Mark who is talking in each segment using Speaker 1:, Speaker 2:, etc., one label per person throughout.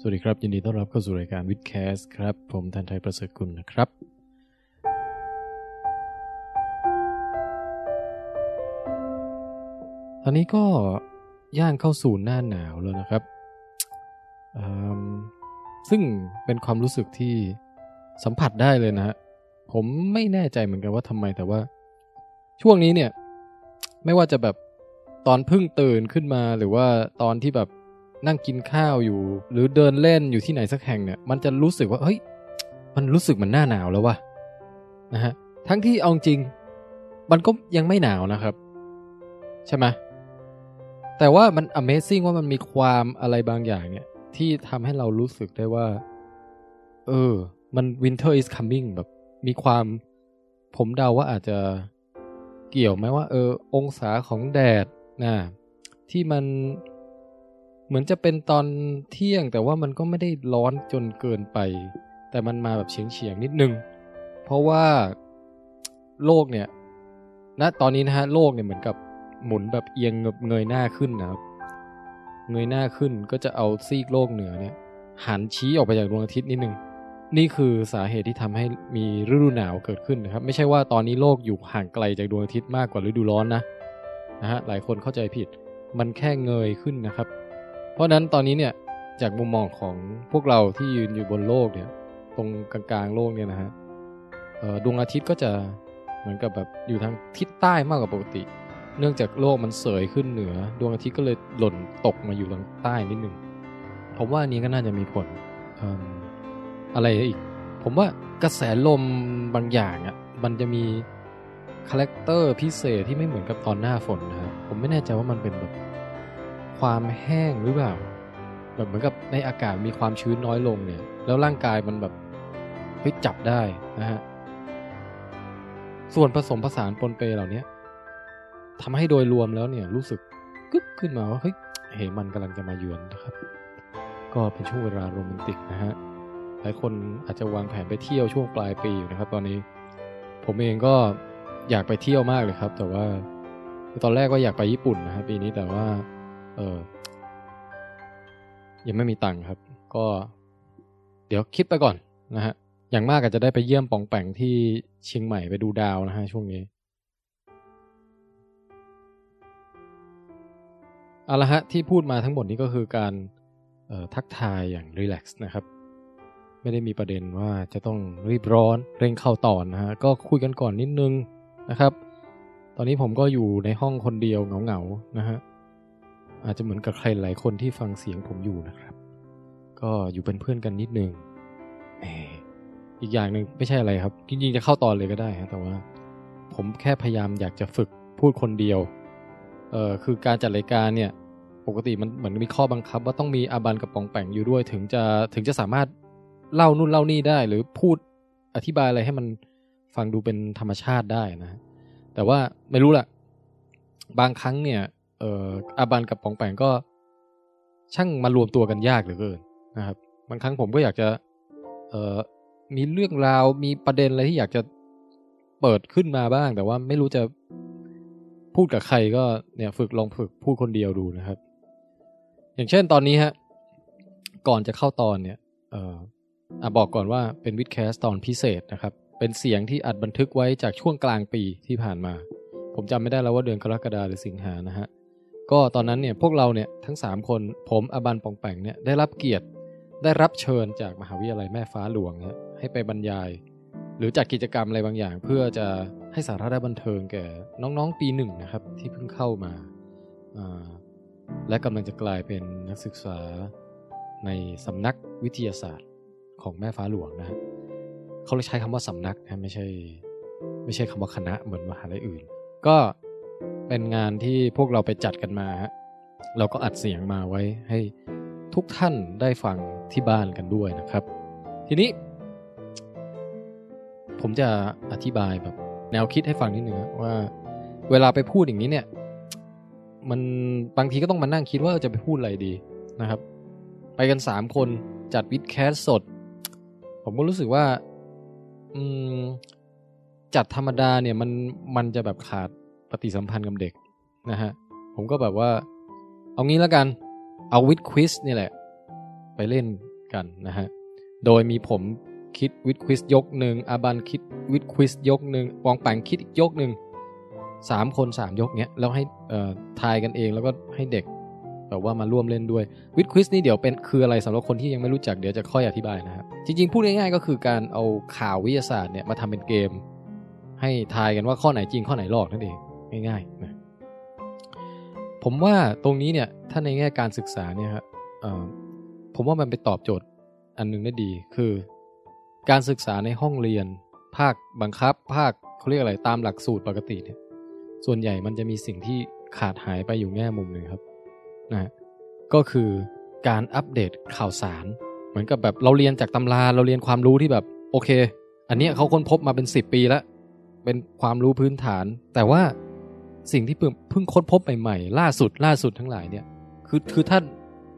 Speaker 1: สวัสดีครับ ยินดีต้อนรับเข้าสู่รายการวิดแคสครับ ผมทันไทยประเสริฐกุลนะครับ ตอนนี้ก็ย่างเข้าสู่หน้าหนาวแล้วนะครับอืมซึ่งเป็นความรู้สึกที่สัมผัสได้เลยนะฮะผมไม่แน่ใจเหมือนกันว่าทำไมแต่ว่า ช่วงนี้เนี่ย ไม่ว่าจะแบบตอนเพิ่งตื่นขึ้นมาหรือว่าตอนที่แบบนั่งกินข้าวอยู่ หรือเดินเล่นอยู่ที่ไหนสักแห่งเนี่ย มันจะรู้สึกว่าเฮ้ย มันรู้สึกเหมันหน้าหนาวแล้ววะนะฮะ ทั้งที่เอาจริง มันก็ยังไม่หนาวนะครับ ใช่ไหมแต่ว่ามัน Amazing ว่ามันมีความอะไรบางอย่างเนี่ย ที่ทำให้เรารู้สึกได้ว่า เออ มัน Winter is coming แบบ มีความผมเดาว่าอาจจะเกี่ยวไหมว่า เออ องศาของแดดนะที่มันเหมือนจะเป็นตอนเที่ยง แต่ว่ามันก็ไม่ได้ร้อนจนเกินไป แต่มันมาแบบเฉียงๆนิดนึง เพราะว่าโลกเนี่ยณตอนนี้นะฮะโลกเนี่ยเหมือนกับหมุนแบบเอียงเงบเงยหน้าขึ้นนะครับ เงยหน้าขึ้นก็จะเอาซีกโลกเหนือเนี่ย หันชี้ออกไปจากดวงอาทิตย์นิดนึง นี่คือสาเหตุที่ทำให้มีฤดูหนาวเกิดขึ้นนะครับ ไม่ใช่ว่าตอนนี้โลกอยู่ห่างไกลจากดวงอาทิตย์มากกว่าฤดูร้อนนะนะฮะหลายคนเข้าใจผิด มันแค่เงยขึ้นนะครับ เพราะฉะนั้นตอนนี้เนี่ยจากมุมมองของพวกเราที่ยืนอยู่บนโลกเนี่ย ตรงกลางๆโลกเนี่ยนะฮะเอ่อดวงอาทิตย์ก็จะเหมือนกับแบบอยู่ทางทิศใต้มากกว่าปกติ เนื่องจากโลกมันเสยขึ้นเหนือ ดวงอาทิตย์ก็เลยหล่นตกมาอยู่ทางใต้นิดหนึงผมว่าอันนี้ก็น่าจะมีผลเอิ่มอะไรอีก ผมว่ากระแสลมบางอย่างอะ่ะมันจะมีคาแรคเตอร์พิเศษที่ไม่เหมือนกับตอนหน้าฝนนะฮะผมไม่แน่ใจว่ามันเป็นแบบความแห้งหรือเปล่าแบบเหมือนกับในอากาศมีความชื้นน้อยลงเนี่ย แล้วร่างกายมันแบบเฮ้ยจับได้นะฮะ ส่วนผสมผสานปนเปเหล่าเนี้ยทำให้โดยรวมแล้วเนี่ยรู้สึกกึ๊บขึ้นมาว่าเฮ้ยเหมันกำลังจะมาเยือนนะครับ ก็เป็นช่วงเวลาโรแมนติกนะฮะ หลายคนอาจจะวางแผนไปเที่ยวช่วงปลายปีอยู่นะครับ ตอนนี้ ผมเองก็อยากไปเที่ยวมากเลยครับ แต่ว่าตอนแรกก็อยากไปญี่ปุ่นนะฮะปีนี้แต่ว่า เออ ยังไม่มีตังค์ครับ ก็ เดี๋ยวคิดไปก่อนนะฮะ อย่างมากอาจจะได้ไปเยี่ยมปองแปงที่เชียงใหม่ไปดูดาวนะฮะช่วงนี้ เอาละฮะ ที่พูดมาทั้งหมดนี้ก็คือการเอ่อทักทายอย่างรีแลกซ์นะครับ ไม่ได้มีประเด็นว่าจะต้องรีบร้อนเร่งเข้าตอนนะฮะ ก็คุยกันก่อนนิดนึงนะครับ ตอนนี้ผมก็อยู่ในห้องคนเดียวเหงาๆนะฮะ อาจจะเหมือนกับใครหลายคนที่ฟังเสียงผมอยู่นะครับ ก็อยู่เป็นเพื่อนกันนิดนึงแหมอีกอย่างหนึ่งไม่ใช่อะไรครับ จริงๆจะเข้าตอนเลยก็ได้ฮะแต่ว่า ผมแค่พยายามอยากจะฝึกพูดคนเดียว เอ่อคือการจัดรายการเนี่ย ปกติมันเหมือนมีข้อบังคับ ว่าต้องมีอาบันกับปองแปงอยู่ด้วย ถึงจะถึงจะสามารถเล่านู่นเล่านี่ได้ หรือพูดอธิบายอะไรให้มันฟังดูเป็นธรรมชาติได้นะฮะ แต่ว่าไม่รู้ล่ะ บางครั้งเนี่ย เอ่ออาบันกับปองแปงก็ ช่างมารวมตัวกันยากเหลือเกินนะครับ บางครั้งผมก็อยากจะ เอ่อมีเรื่องราวมีประเด็นอะไรที่อยากจะเปิดขึ้นมาบ้าง แต่ว่าไม่รู้จะพูดกับใครก็เนี่ยฝึกลองฝึกพูดคนเดียวดูนะครับ อย่างเช่นตอนนี้ฮะก่อนจะเข้าตอนเนี่ย เอ่ออ่ะบอกก่อนว่าเป็นวิดแคสตอนพิเศษนะครับ เป็นเสียงที่อัดบันทึกไว้จากช่วงกลางปีที่ผ่านมา ผมจำไม่ได้แล้วว่าเดือนกรกฎาหรือสิงหานะฮะ ก็ตอนนั้นเนี่ยพวกเราเนี่ยทั้ง 3 คนผมอบันปองแปงเนี่ยได้รับเกียรติได้รับเชิญจากมหาวิทยาลัยแม่ฟ้าหลวงฮะให้ไปบรรยาย หรือจัดกิจกรรมอะไรบางอย่าง เพื่อจะให้สาระได้บันเทิงแก่น้องๆปีหนึ่งนะครับที่เพิ่งเข้ามาอ่าและกำลังจะกลายเป็นนักศึกษาในสำนักวิทยาศาสตร์ของแม่ฟ้าหลวงนะฮะเขาเลยใช้คำว่าสำนักนะไม่ใช่ไม่ใช่คำว่าคณะเหมือนมหาลัยอื่น ก็เป็นงานที่พวกเราไปจัดกันมาฮะเราก็อัดเสียงมาไว้ให้ทุกท่านได้ฟังที่บ้านกันด้วยนะครับ ทีนี้ ผมจะอธิบายแบบแนวคิดให้ฟังนิดนึงฮะว่า เวลาไปพูดอย่างนี้เนี่ย มันบางทีก็ต้องมานั่งคิดว่าจะไปพูดอะไรดีนะครับ ไปกันสามคนจัดวิดแคสสด ผมก็รู้สึกว่า อืม จัดธรรมดาเนี่ยมันมันจะแบบขาดปฏิสัมพันธ์กับเด็กนะฮะ ผมก็แบบว่า เอางี้แล้วกัน เอาวิดควิสนี่แหละ ไปเล่น กันนะฮะ โดยมีผมคิดวิดควิสยกหนึ่งอาบันคิดวิดควิสยกหนึ่งปองแปงคิดอีกยกหนึ่งสามคนสามยกเนี้ยแล้วให้เอ่อทายกันเองแล้วก็ให้เด็กแบบว่ามาร่วมเล่นด้วยวิดควิสนี่เดี๋ยวเป็นคืออะไรสำหรับคนที่ยังไม่รู้จักเดี๋ยวจะค่อยอธิบายนะครับจริงๆพูดง่ายๆก็คือการเอาข่าววิทยาศาสตร์เนี่ยมาทำเป็นเกม ให้ทายกันว่าข้อไหนจริงข้อไหนหลอกนั่นเองง่ายๆนะผมว่าตรงนี้เนี่ยถ้าในแง่การศึกษาเนี่ยครับเอ่อผมว่ามันไปตอบโจทย์ อันหนึงได้ดีคือ การศึกษาในห้องเรียน ภาคบังคับ ภาคเขาเรียกอะไรตามหลักสูตรปกติเนี่ยส่วนใหญ่มันจะมีสิ่งที่ขาดหายไปอยู่แง่มุมหนึ่งครับนะฮะก็คือการอัปเดตข่าวสาร เหมือนกับแบบเราเรียนจากตำราเราเรียนความรู้ที่แบบ โอเค อันเนี้ยเขาค้นพบมาเป็น 10 ปีแล้ว เป็นความรู้พื้นฐาน แต่ว่าสิ่งที่เพิ่งเพิ่งค้นพบใหม่ๆล่าสุดล่าสุดทั้งหลายเนี่ย คือคือถ้า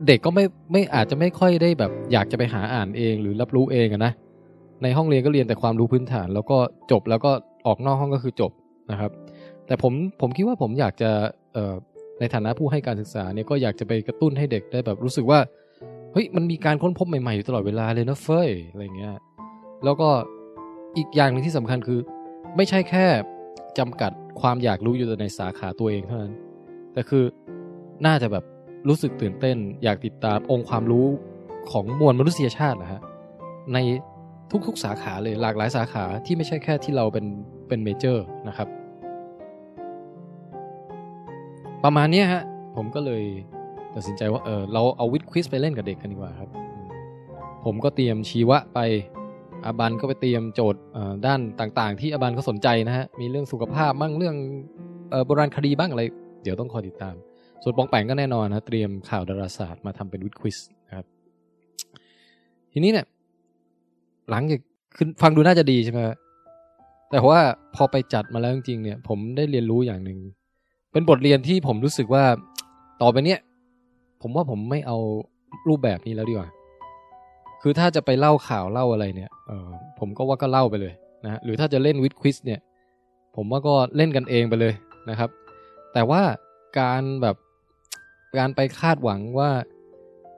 Speaker 1: เด็กก็ไม่ไม่อาจจะไม่ค่อยได้แบบ อยากจะไปหาอ่านเองหรือรับรู้เองอะนะในห้องเรียนก็เรียนแต่ความรู้พื้นฐาน แล้วก็จบแล้วก็ออกนอกห้องก็คือจบนะครับ แต่ผมผมคิดว่าผมอยากจะเอ่อในฐานะผู้ให้การศึกษาเนี่ยก็อยากจะไปกระตุ้นให้เด็กได้แบบรู้สึกว่าเฮ้ยมันมีการค้นพบใหม่ๆอยู่ตลอดเวลาเลยนะเฟ้ยอะไรเงี้ยแล้วก็อีกอย่างหนึ่งที่สำคัญคือ ไม่ใช่แค่จำกัดความอยากรู้อยู่แต่ในสาขาตัวเองเท่านั้น แต่คือน่าจะแบบรู้สึกตื่นเต้น อยากติดตามองค์ความรู้ของมวลมนุษยชาตินะฮะในทุกๆสาขาเลยหลากหลายสาขาที่ไม่ใช่แค่ที่เราเป็นเป็นเมเจอร์นะครับ ประมาณเนี้ยฮะ ผมก็เลยตัดสินใจว่าเออเราเอาวิดควิสไปเล่นกับเด็กกันดีกว่าครับอืมผมก็เตรียมชีวะไปอาบันก็ไปเตรียมโจทย์เอ่อด้านต่างๆ ที่อาบันเขาสนใจนะฮะ มีเรื่องสุขภาพบ้างเรื่องเอ่อโบราณคดีบ้างอะไร เดี๋ยวต้องคอยติดตาม ส่วนปองแปงก็แน่นอนนะเตรียมข่าวดาราศาสตร์มาทำเป็นวิดควิสนะครับ ทีนี้เนี่ยหลังจากขึ้นฟังดูน่าจะดีใช่ไหมฮะแต่ว่าพอไปจัดมาแล้วจริงๆเนี่ย ผมได้เรียนรู้อย่างหนึ่ง เป็นบทเรียนที่ผมรู้สึกว่า ต่อไปเนี้ยผมว่าผมไม่เอารูปแบบนี้แล้วดีกว่า คือถ้าจะไปเล่าข่าวเล่าอะไรเนี่ยเออผมก็ว่าก็เล่าไปเลยนะฮะหรือถ้าจะเล่นวิดควิสเนี่ย ผมว่าก็เล่นกันเองไปเลยนะครับ แต่ว่าการแบบการไปคาดหวังว่า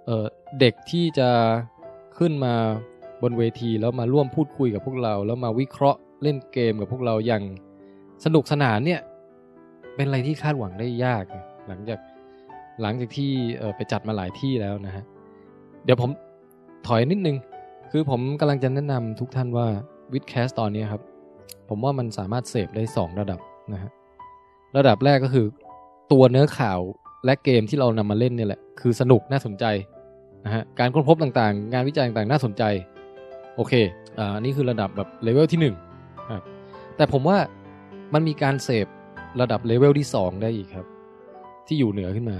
Speaker 1: เออเด็กที่จะขึ้นมาบนเวทีแล้วมาร่วมพูดคุยกับพวกเรา แล้วมาวิเคราะห์เล่นเกมกับพวกเราอย่างสนุกสนานเนี่ย เป็นอะไรที่คาดหวังได้ยากนะหลังจากหลังจากที่เอ่อไปจัดมาหลายที่แล้วนะฮะเดี๋ยวผมถอยนิดนึง คือผมกำลังจะแนะนำทุกท่านว่าวิดแคสตอนนี้ครับ ผมว่ามันสามารถเสพได้ 2 ระดับนะฮะระดับแรกก็คือตัวเนื้อข่าวและเกมที่เรานำมาเล่นเนี่ยแหละ คือสนุกน่าสนใจนะฮะการค้นพบต่างๆ งานวิจัยต่างๆ น่าสนใจ โอเคอ่าอันนี่คือระดับแบบเลเวลที่1ครับแต่ผมว่ามันมีการเสพ ระดับเลเวลที่ 2 ได้อีกครับ ที่อยู่เหนือขึ้นมา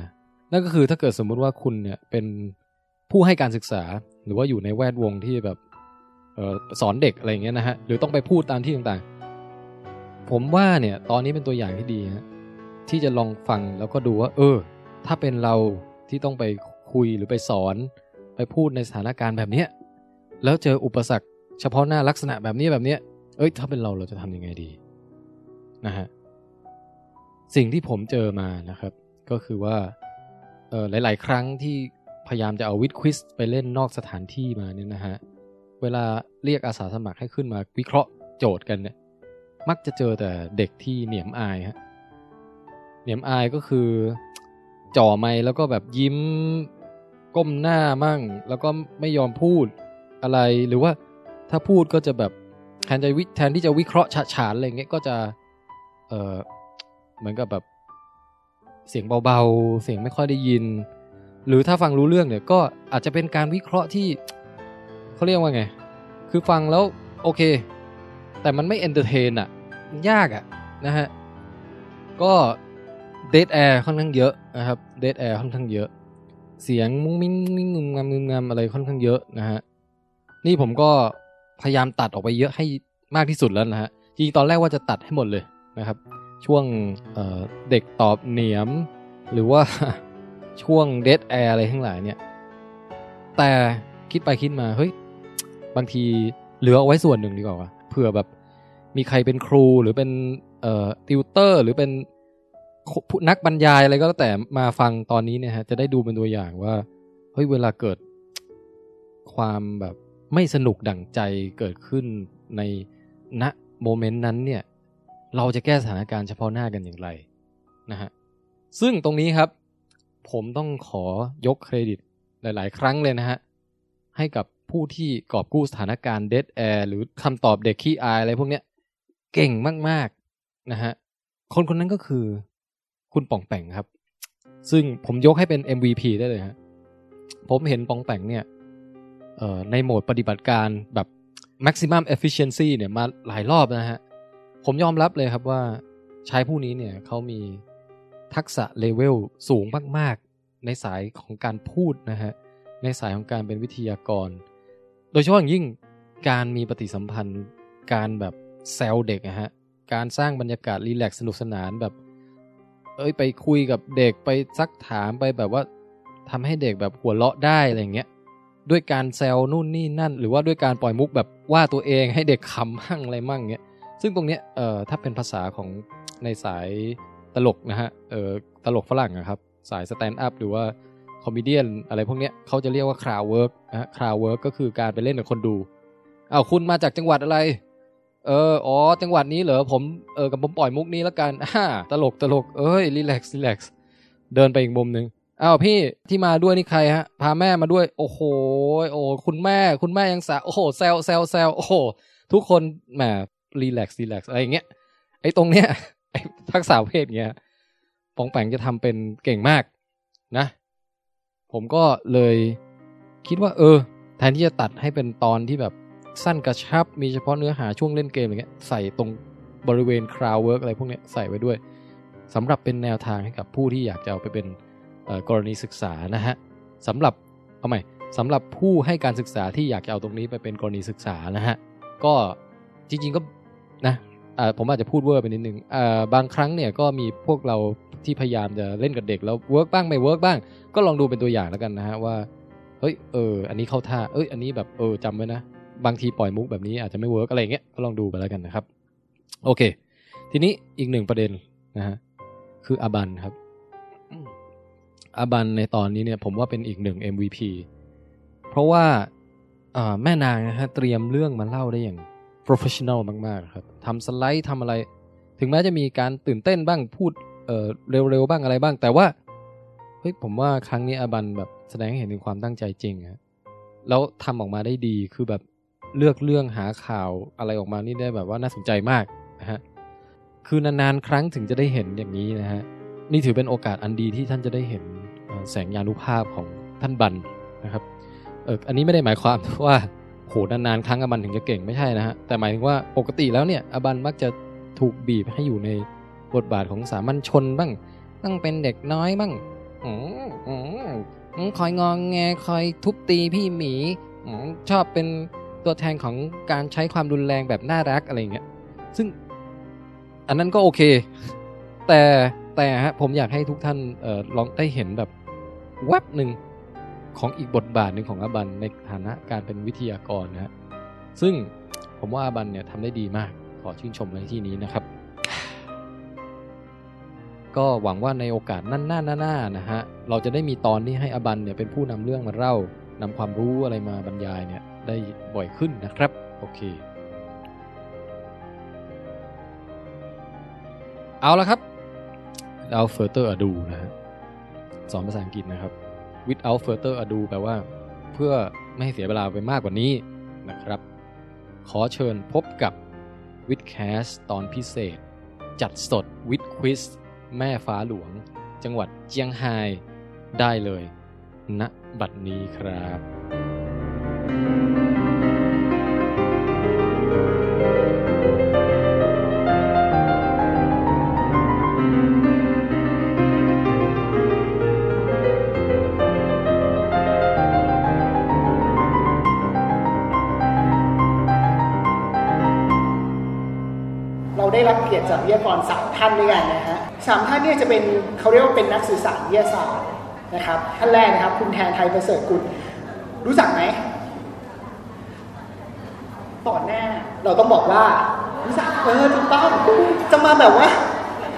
Speaker 1: นั่นก็คือถ้าเกิดสมมุติว่าคุณเนี่ยเป็นผู้ให้การศึกษา หรือว่าอยู่ในแวดวงที่แบบเออสอนเด็กอะไรอย่างเงี้ยนะฮะหรือต้องไปพูดตามที่ต่างๆ ผมว่าเนี่ยตอนนี้เป็นตัวอย่างที่ดีฮะที่จะลองฟังแล้วก็ดูว่า เออ ถ้าเป็นเราที่ต้องไปคุยหรือไปสอน ไปพูดในสถานการณ์แบบเนี้ยแล้วเจออุปสรรค เฉพาะหน้าลักษณะแบบนี้แบบเนี้ยเอ้ยถ้าเป็นเราเราจะทำยังไงดีนะฮะ สิ่งที่ผมเจอมานะครับ ก็คือว่าเอ่อหลาย ๆ ครั้งที่พยายามจะเอาวิดควิสไปเล่นนอกสถานที่มาเนี่ยนะฮะ เวลาเรียกอาสาสมัครให้ขึ้นมาวิเคราะห์โจทย์กันเนี่ยมักจะเจอแต่เด็กที่เหนียมอายฮะเหนียมอายก็คือ จ่อไมค์แล้วก็แบบยิ้มก้มหน้ามั่ง แล้วก็ไม่ยอมพูดอะไรหรือว่าถ้าพูดก็จะแบบแทนจะวิแทนที่จะวิเคราะห์ฉะฉานอะไรเงี้ยก็จะเออ เหมือนกับแบบเสียงเบาๆ เสียงไม่ค่อยได้ยิน หรือถ้าฟังรู้เรื่องเนี่ยก็อาจจะเป็นการวิเคราะห์ที่ เขาเรียกว่าไง คือฟังแล้วโอเค แต่มันไม่เอนเตอร์เทนอ่ะมันยากอ่ะนะฮะ ก็เด a แอร์ค่อนข้างเยอะนะครับเด a แอร์ค่อนข้างเยอะ เสียงมุ้งมิ้งมิ้งงึมงำงึมงำอะไรค่อนข้างเยอะนะฮะ นี่ผมก็พยายามตัดออกไปเยอะให้มากที่สุดแล้วนะฮะ จริงๆตอนแรกว่าจะตัดให้หมดเลยนะครับ ช่วงเอ่อเด็กตอบเหนียม หรือว่า ช่วงเด a แอร์อะไรทั้งหลายเนี่ย แต่คิดไปคิดมาเฮ้ย บางทีเหลือเอาไว้ส่วนหนึ่งดีกว่าวะเผื่อแบบมีใครเป็นครูหรือเป็นเอ่อติวเตอร์ หรือเป็นผู้นักบรรยายอะไรก็แล้วแต่มาฟังตอนนี้เนี่ยฮะจะได้ดูเป็นตัวอย่างว่า เฮ้ยเวลาเกิด ความแบบไม่สนุกดั่งใจเกิดขึ้นในณโมเมนต์นั้นเนี่ย เราจะแก้สถานการณ์เฉพาะหน้ากันอย่างไรนะฮะ ซึ่งตรงนี้ครับ ผมต้องขอยกเครดิตหลาย ๆ ครั้งเลยนะฮะ ให้กับผู้ที่กอบกู้สถานการณ์เด a แอร์หรือคำตอบเด็กขี้อายอะไรพวกเนี้ย เก่งมาก ๆ นะฮะ คนคนนั้นก็คือคุณป่องแป่งครับ ซึ่งผมยกให้เป็น MVP ได้เลยฮะ ผมเห็นป่องแป่งเนี่ยเอ่อในโหมดปฏิบัติการแบบ maximum efficiency เนี่ยมาหลายรอบนะฮะ ผมยอมรับเลยครับว่าชายผู้นี้เนี่ยเขามีทักษะเลเวลสูงมาก ๆ ในสายของการพูดนะฮะ ในสายของการเป็นวิทยากร โดยเฉพาะอย่างยิ่งการมีปฏิสัมพันธ์ การแบบแซวเด็กนะฮะ การสร้างบรรยากาศรีแลกซ์สนุกสนานแบบ เอ้ยไปคุยกับเด็กไปซักถามไปแบบว่าทำให้เด็กแบบหัวเราะได้อะไรอย่างเงี้ย ด้วยการแซวนู่นนี่นั่น หรือว่าด้วยการปล่อยมุกแบบว่าตัวเองให้เด็กขำมั่งอะไรมั่งเงี้ย ซึ่งตรงเนี้ยเอ่อถ้าเป็นภาษาของในสายตลกนะฮะเอ่อตลกฝรั่งนะครับ สายสแตนด์อัพหรือว่าคอมเมดี้อะไรพวกเนี้ยเขาจะเรียกว่าคราวเวิร์กนะฮะคราวเวิร์กก็คือการไปเล่นกับคนดูอ้าวคุณมาจากจังหวัดอะไร เอออ๋อ จังหวัดนี้เหรอ ผมเออกับผมปล่อยมุกนี้แล้วกัน อ่าตลกตลกเอ้ยรีแลกซ์รีแลกซ์เดินไปอีกมุมหนึ่งอ้าวพี่ที่มาด้วยนี่ใครฮะ พาแม่มาด้วย โอ้โหโอ้โหคุณแม่ คุณแม่ยังสาวโอ้โหแซวแซวแซวโอ้โห ทุกคนแหมรีแลกซ์รีแลกซ์อะไรอย่างเงี้ยไอ้ตรงเนี้ย ไอ้ทักษะเพศเงี้ยปองแปงจะทำเป็นเก่งมากนะ ผมก็เลยคิดว่า เออ แทนที่จะตัดให้เป็นตอนที่แบบสั้นกระชับ มีเฉพาะเนื้อหาช่วงเล่นเกมอะไรเงี้ยใส่ตรงบริเวณคราวเวิร์กอะไรพวกเนี้ยใส่ไว้ด้วยสำหรับเป็นแนวทางให้กับผู้ที่อยากจะเอาไปเป็นเอ่อกรณีศึกษานะฮะสำหรับเอาใหม่สำหรับผู้ให้การศึกษาที่อยากจะเอาตรงนี้ไปเป็นกรณีศึกษานะฮะ ก็จริงๆก็นะเอ่อผมอาจจะพูดเวอร์ไปนิดนึงเอ่อบางครั้งเนี่ยก็มีพวกเราที่พยายามจะเล่นกับเด็กแล้วเวิร์กบ้างไม่เวิร์กบ้าง ก็ลองดูเป็นตัวอย่างแล้วกันนะฮะว่าเฮ้ยเอออันนี้เข้าท่าเอ้ยอันนี้แบบเออจำไว้นะ บางทีปล่อยมุกแบบนี้อาจจะไม่เวิร์กอะไรอย่างเงี้ยก็ลองดูไปแล้วกันนะครับ โอเค ทีนี้อีกหนึ่งประเด็นนะฮะคืออาบันครับ อาบันในตอนนี้เนี่ยผมว่าเป็นอีกหนึ่ง MVP เพราะว่าอ่าแม่นางนะฮะเตรียมเรื่องมาเล่าได้อย่าง professional มาก ๆ ครับทำสไลด์ทำอะไร ถึงแม้จะมีการตื่นเต้นบ้างพูดเอ่อเร็ว ๆ บ้างอะไรบ้าง แต่ว่าเฮ้ยผมว่าครั้งนี้อาบันแบบแสดงให้เห็นถึงความตั้งใจจริงฮะแล้วทำออกมาได้ดีคือแบบเลือกเรื่องหาข่าวอะไรออกมานี่ได้แบบว่าน่าสนใจมากนะฮะคือนานๆครั้งถึงจะได้เห็นอย่างนี้นะฮะ นี่ถือเป็นโอกาสอันดีที่ท่านจะได้เห็นเอ่อแสงยานุภาพของท่านบันนะครับเอออันนี้ไม่ได้หมายความว่าโหนานๆครั้งอบันถึงจะเก่งไม่ใช่นะฮะแต่หมายถึงว่าปกติแล้วเนี่ยอบันมักจะถูกบีบให้อยู่ในบทบาทของสามัญชนบ้างต้องเป็นเด็กน้อยบ้างอืมอืมอืมคอยงองแงคอยทุบตีพี่หมีอืมชอบเป็นตัวแทนของการใช้ความรุนแรงแบบน่ารักอะไรอย่างเงี้ย ซึ่งอันนั้นก็โอเค แต่แต่ฮะผมอยากให้ทุกท่านเออลองได้เห็นแบบแวบหนึ่งของอีกบทบาทหนึ่งของอาบันในฐานะการเป็นวิทยากรนะฮะซึ่งผมว่าอาบันเนี่ยทำได้ดีมาก ขอชื่นชมในที่นี้นะครับ ก็หวังว่าในโอกาสหนั่นหน้าหน้านะฮะเราจะได้มีตอนที่ให้อาบันเนี่ยเป็นผู้นำเรื่องมาเล่านำความรู้อะไรมาบรรยายเนี่ยได้บ่อยขึ้นนะครับ โอเค เอาละครับ without further ado นะฮะสอนภาษาอังกฤษนะครับ without further ado แปลว่า เพื่อไม่ให้เสียเวลาไปมากกว่านี้นะครับ ขอเชิญพบกับ w i t c a s t ตอนพิเศษ จัดสด w i t q u i z แม่ฟ้าหลวง จังหวัดเจียงไฮ้ได้เลยณนะบัดนี้ครับ
Speaker 2: เราได้รับเกียรติจากวิทยากรสามท่านด้วยกันนะฮะสามท่านเนี่ยจะเป็นเขาเรียกว่าเป็นนักสื่อสารวิทยาศาสตร์นะครับท่านแรกนะครับ คุณแทนไทยประเสริฐกุลรู้จักไหมต่อนหน้าเราต้องบอกว่า รู้จักเออถูกต้องจะมาแบบว่า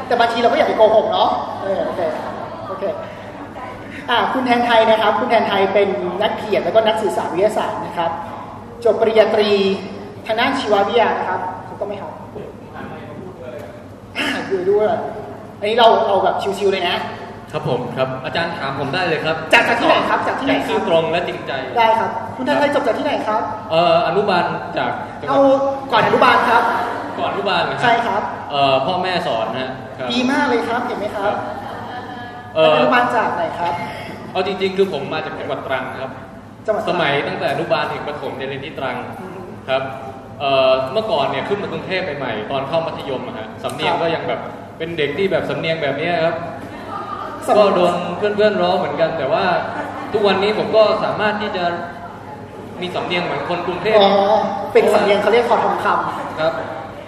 Speaker 2: แต่บางทีเราก็อย่าไปโกหกเนาะเออโอเคโอเค อ่าคุณแทนไทยนะครับ คุณแทนไทยเป็นนักเขียนแล้วก็นักสื่อสารวิทยาศาสตร์นะครับ จบปริญญาตรีทางด้านชีววิทยานะครับถูกต้องไหมครับอ่าอยู่ด้วย อันนี้เราเอาแบบชิวๆเลยนะ
Speaker 3: ครับผมครับ อาจารย์ถามผมได้เลยครับ
Speaker 2: จากจากที่ไหนครับจากที่ไหน
Speaker 3: อย่ง
Speaker 2: ครับ
Speaker 3: ซื่อตรงและจริงใจ
Speaker 2: ได้ครับ คุณแทนไทยจบจากที่ไหนครับ
Speaker 3: เอ่ออนุบาลจากจังห
Speaker 2: เอา
Speaker 3: วัด
Speaker 2: ก่อนอนุบาลครับ
Speaker 3: ก่อนอนุบาลนะ
Speaker 2: ใช่ครับ
Speaker 3: เอ่อพ่อแม่สอนฮะครับ
Speaker 2: ดีมากเลยครับเห็นไหมครับ
Speaker 3: เออ
Speaker 2: นุบาลจากไหนครับ
Speaker 3: เอาจริงๆ คือผมมาจากจังหวัดตรังครับ
Speaker 2: จังหวัด
Speaker 3: สมัยตั้งแต่อนุบาลถึงประถมเนี่ยเรียนที่ตรังครับเอ่อเมื่อก่อนเนี่ยขึ้นมากรุงเทพใหม่ๆตอนเข้ามัธยมอะฮะสำเนียงก็ยังแบบเป็นเด็กที่แบบสำเนียงแบบเนี้ยครับ
Speaker 2: สมัย
Speaker 3: ก็โดนเพื่อนๆล้อเหมือนกัน แต่ว่าทุกวันนี้ผมก็สามารถที่จะมีสำเนียงเหมือนคนกรุงเทพ
Speaker 2: อ๋อเป็นสำเนียงเขาเรียกคอทองค
Speaker 3: ครับ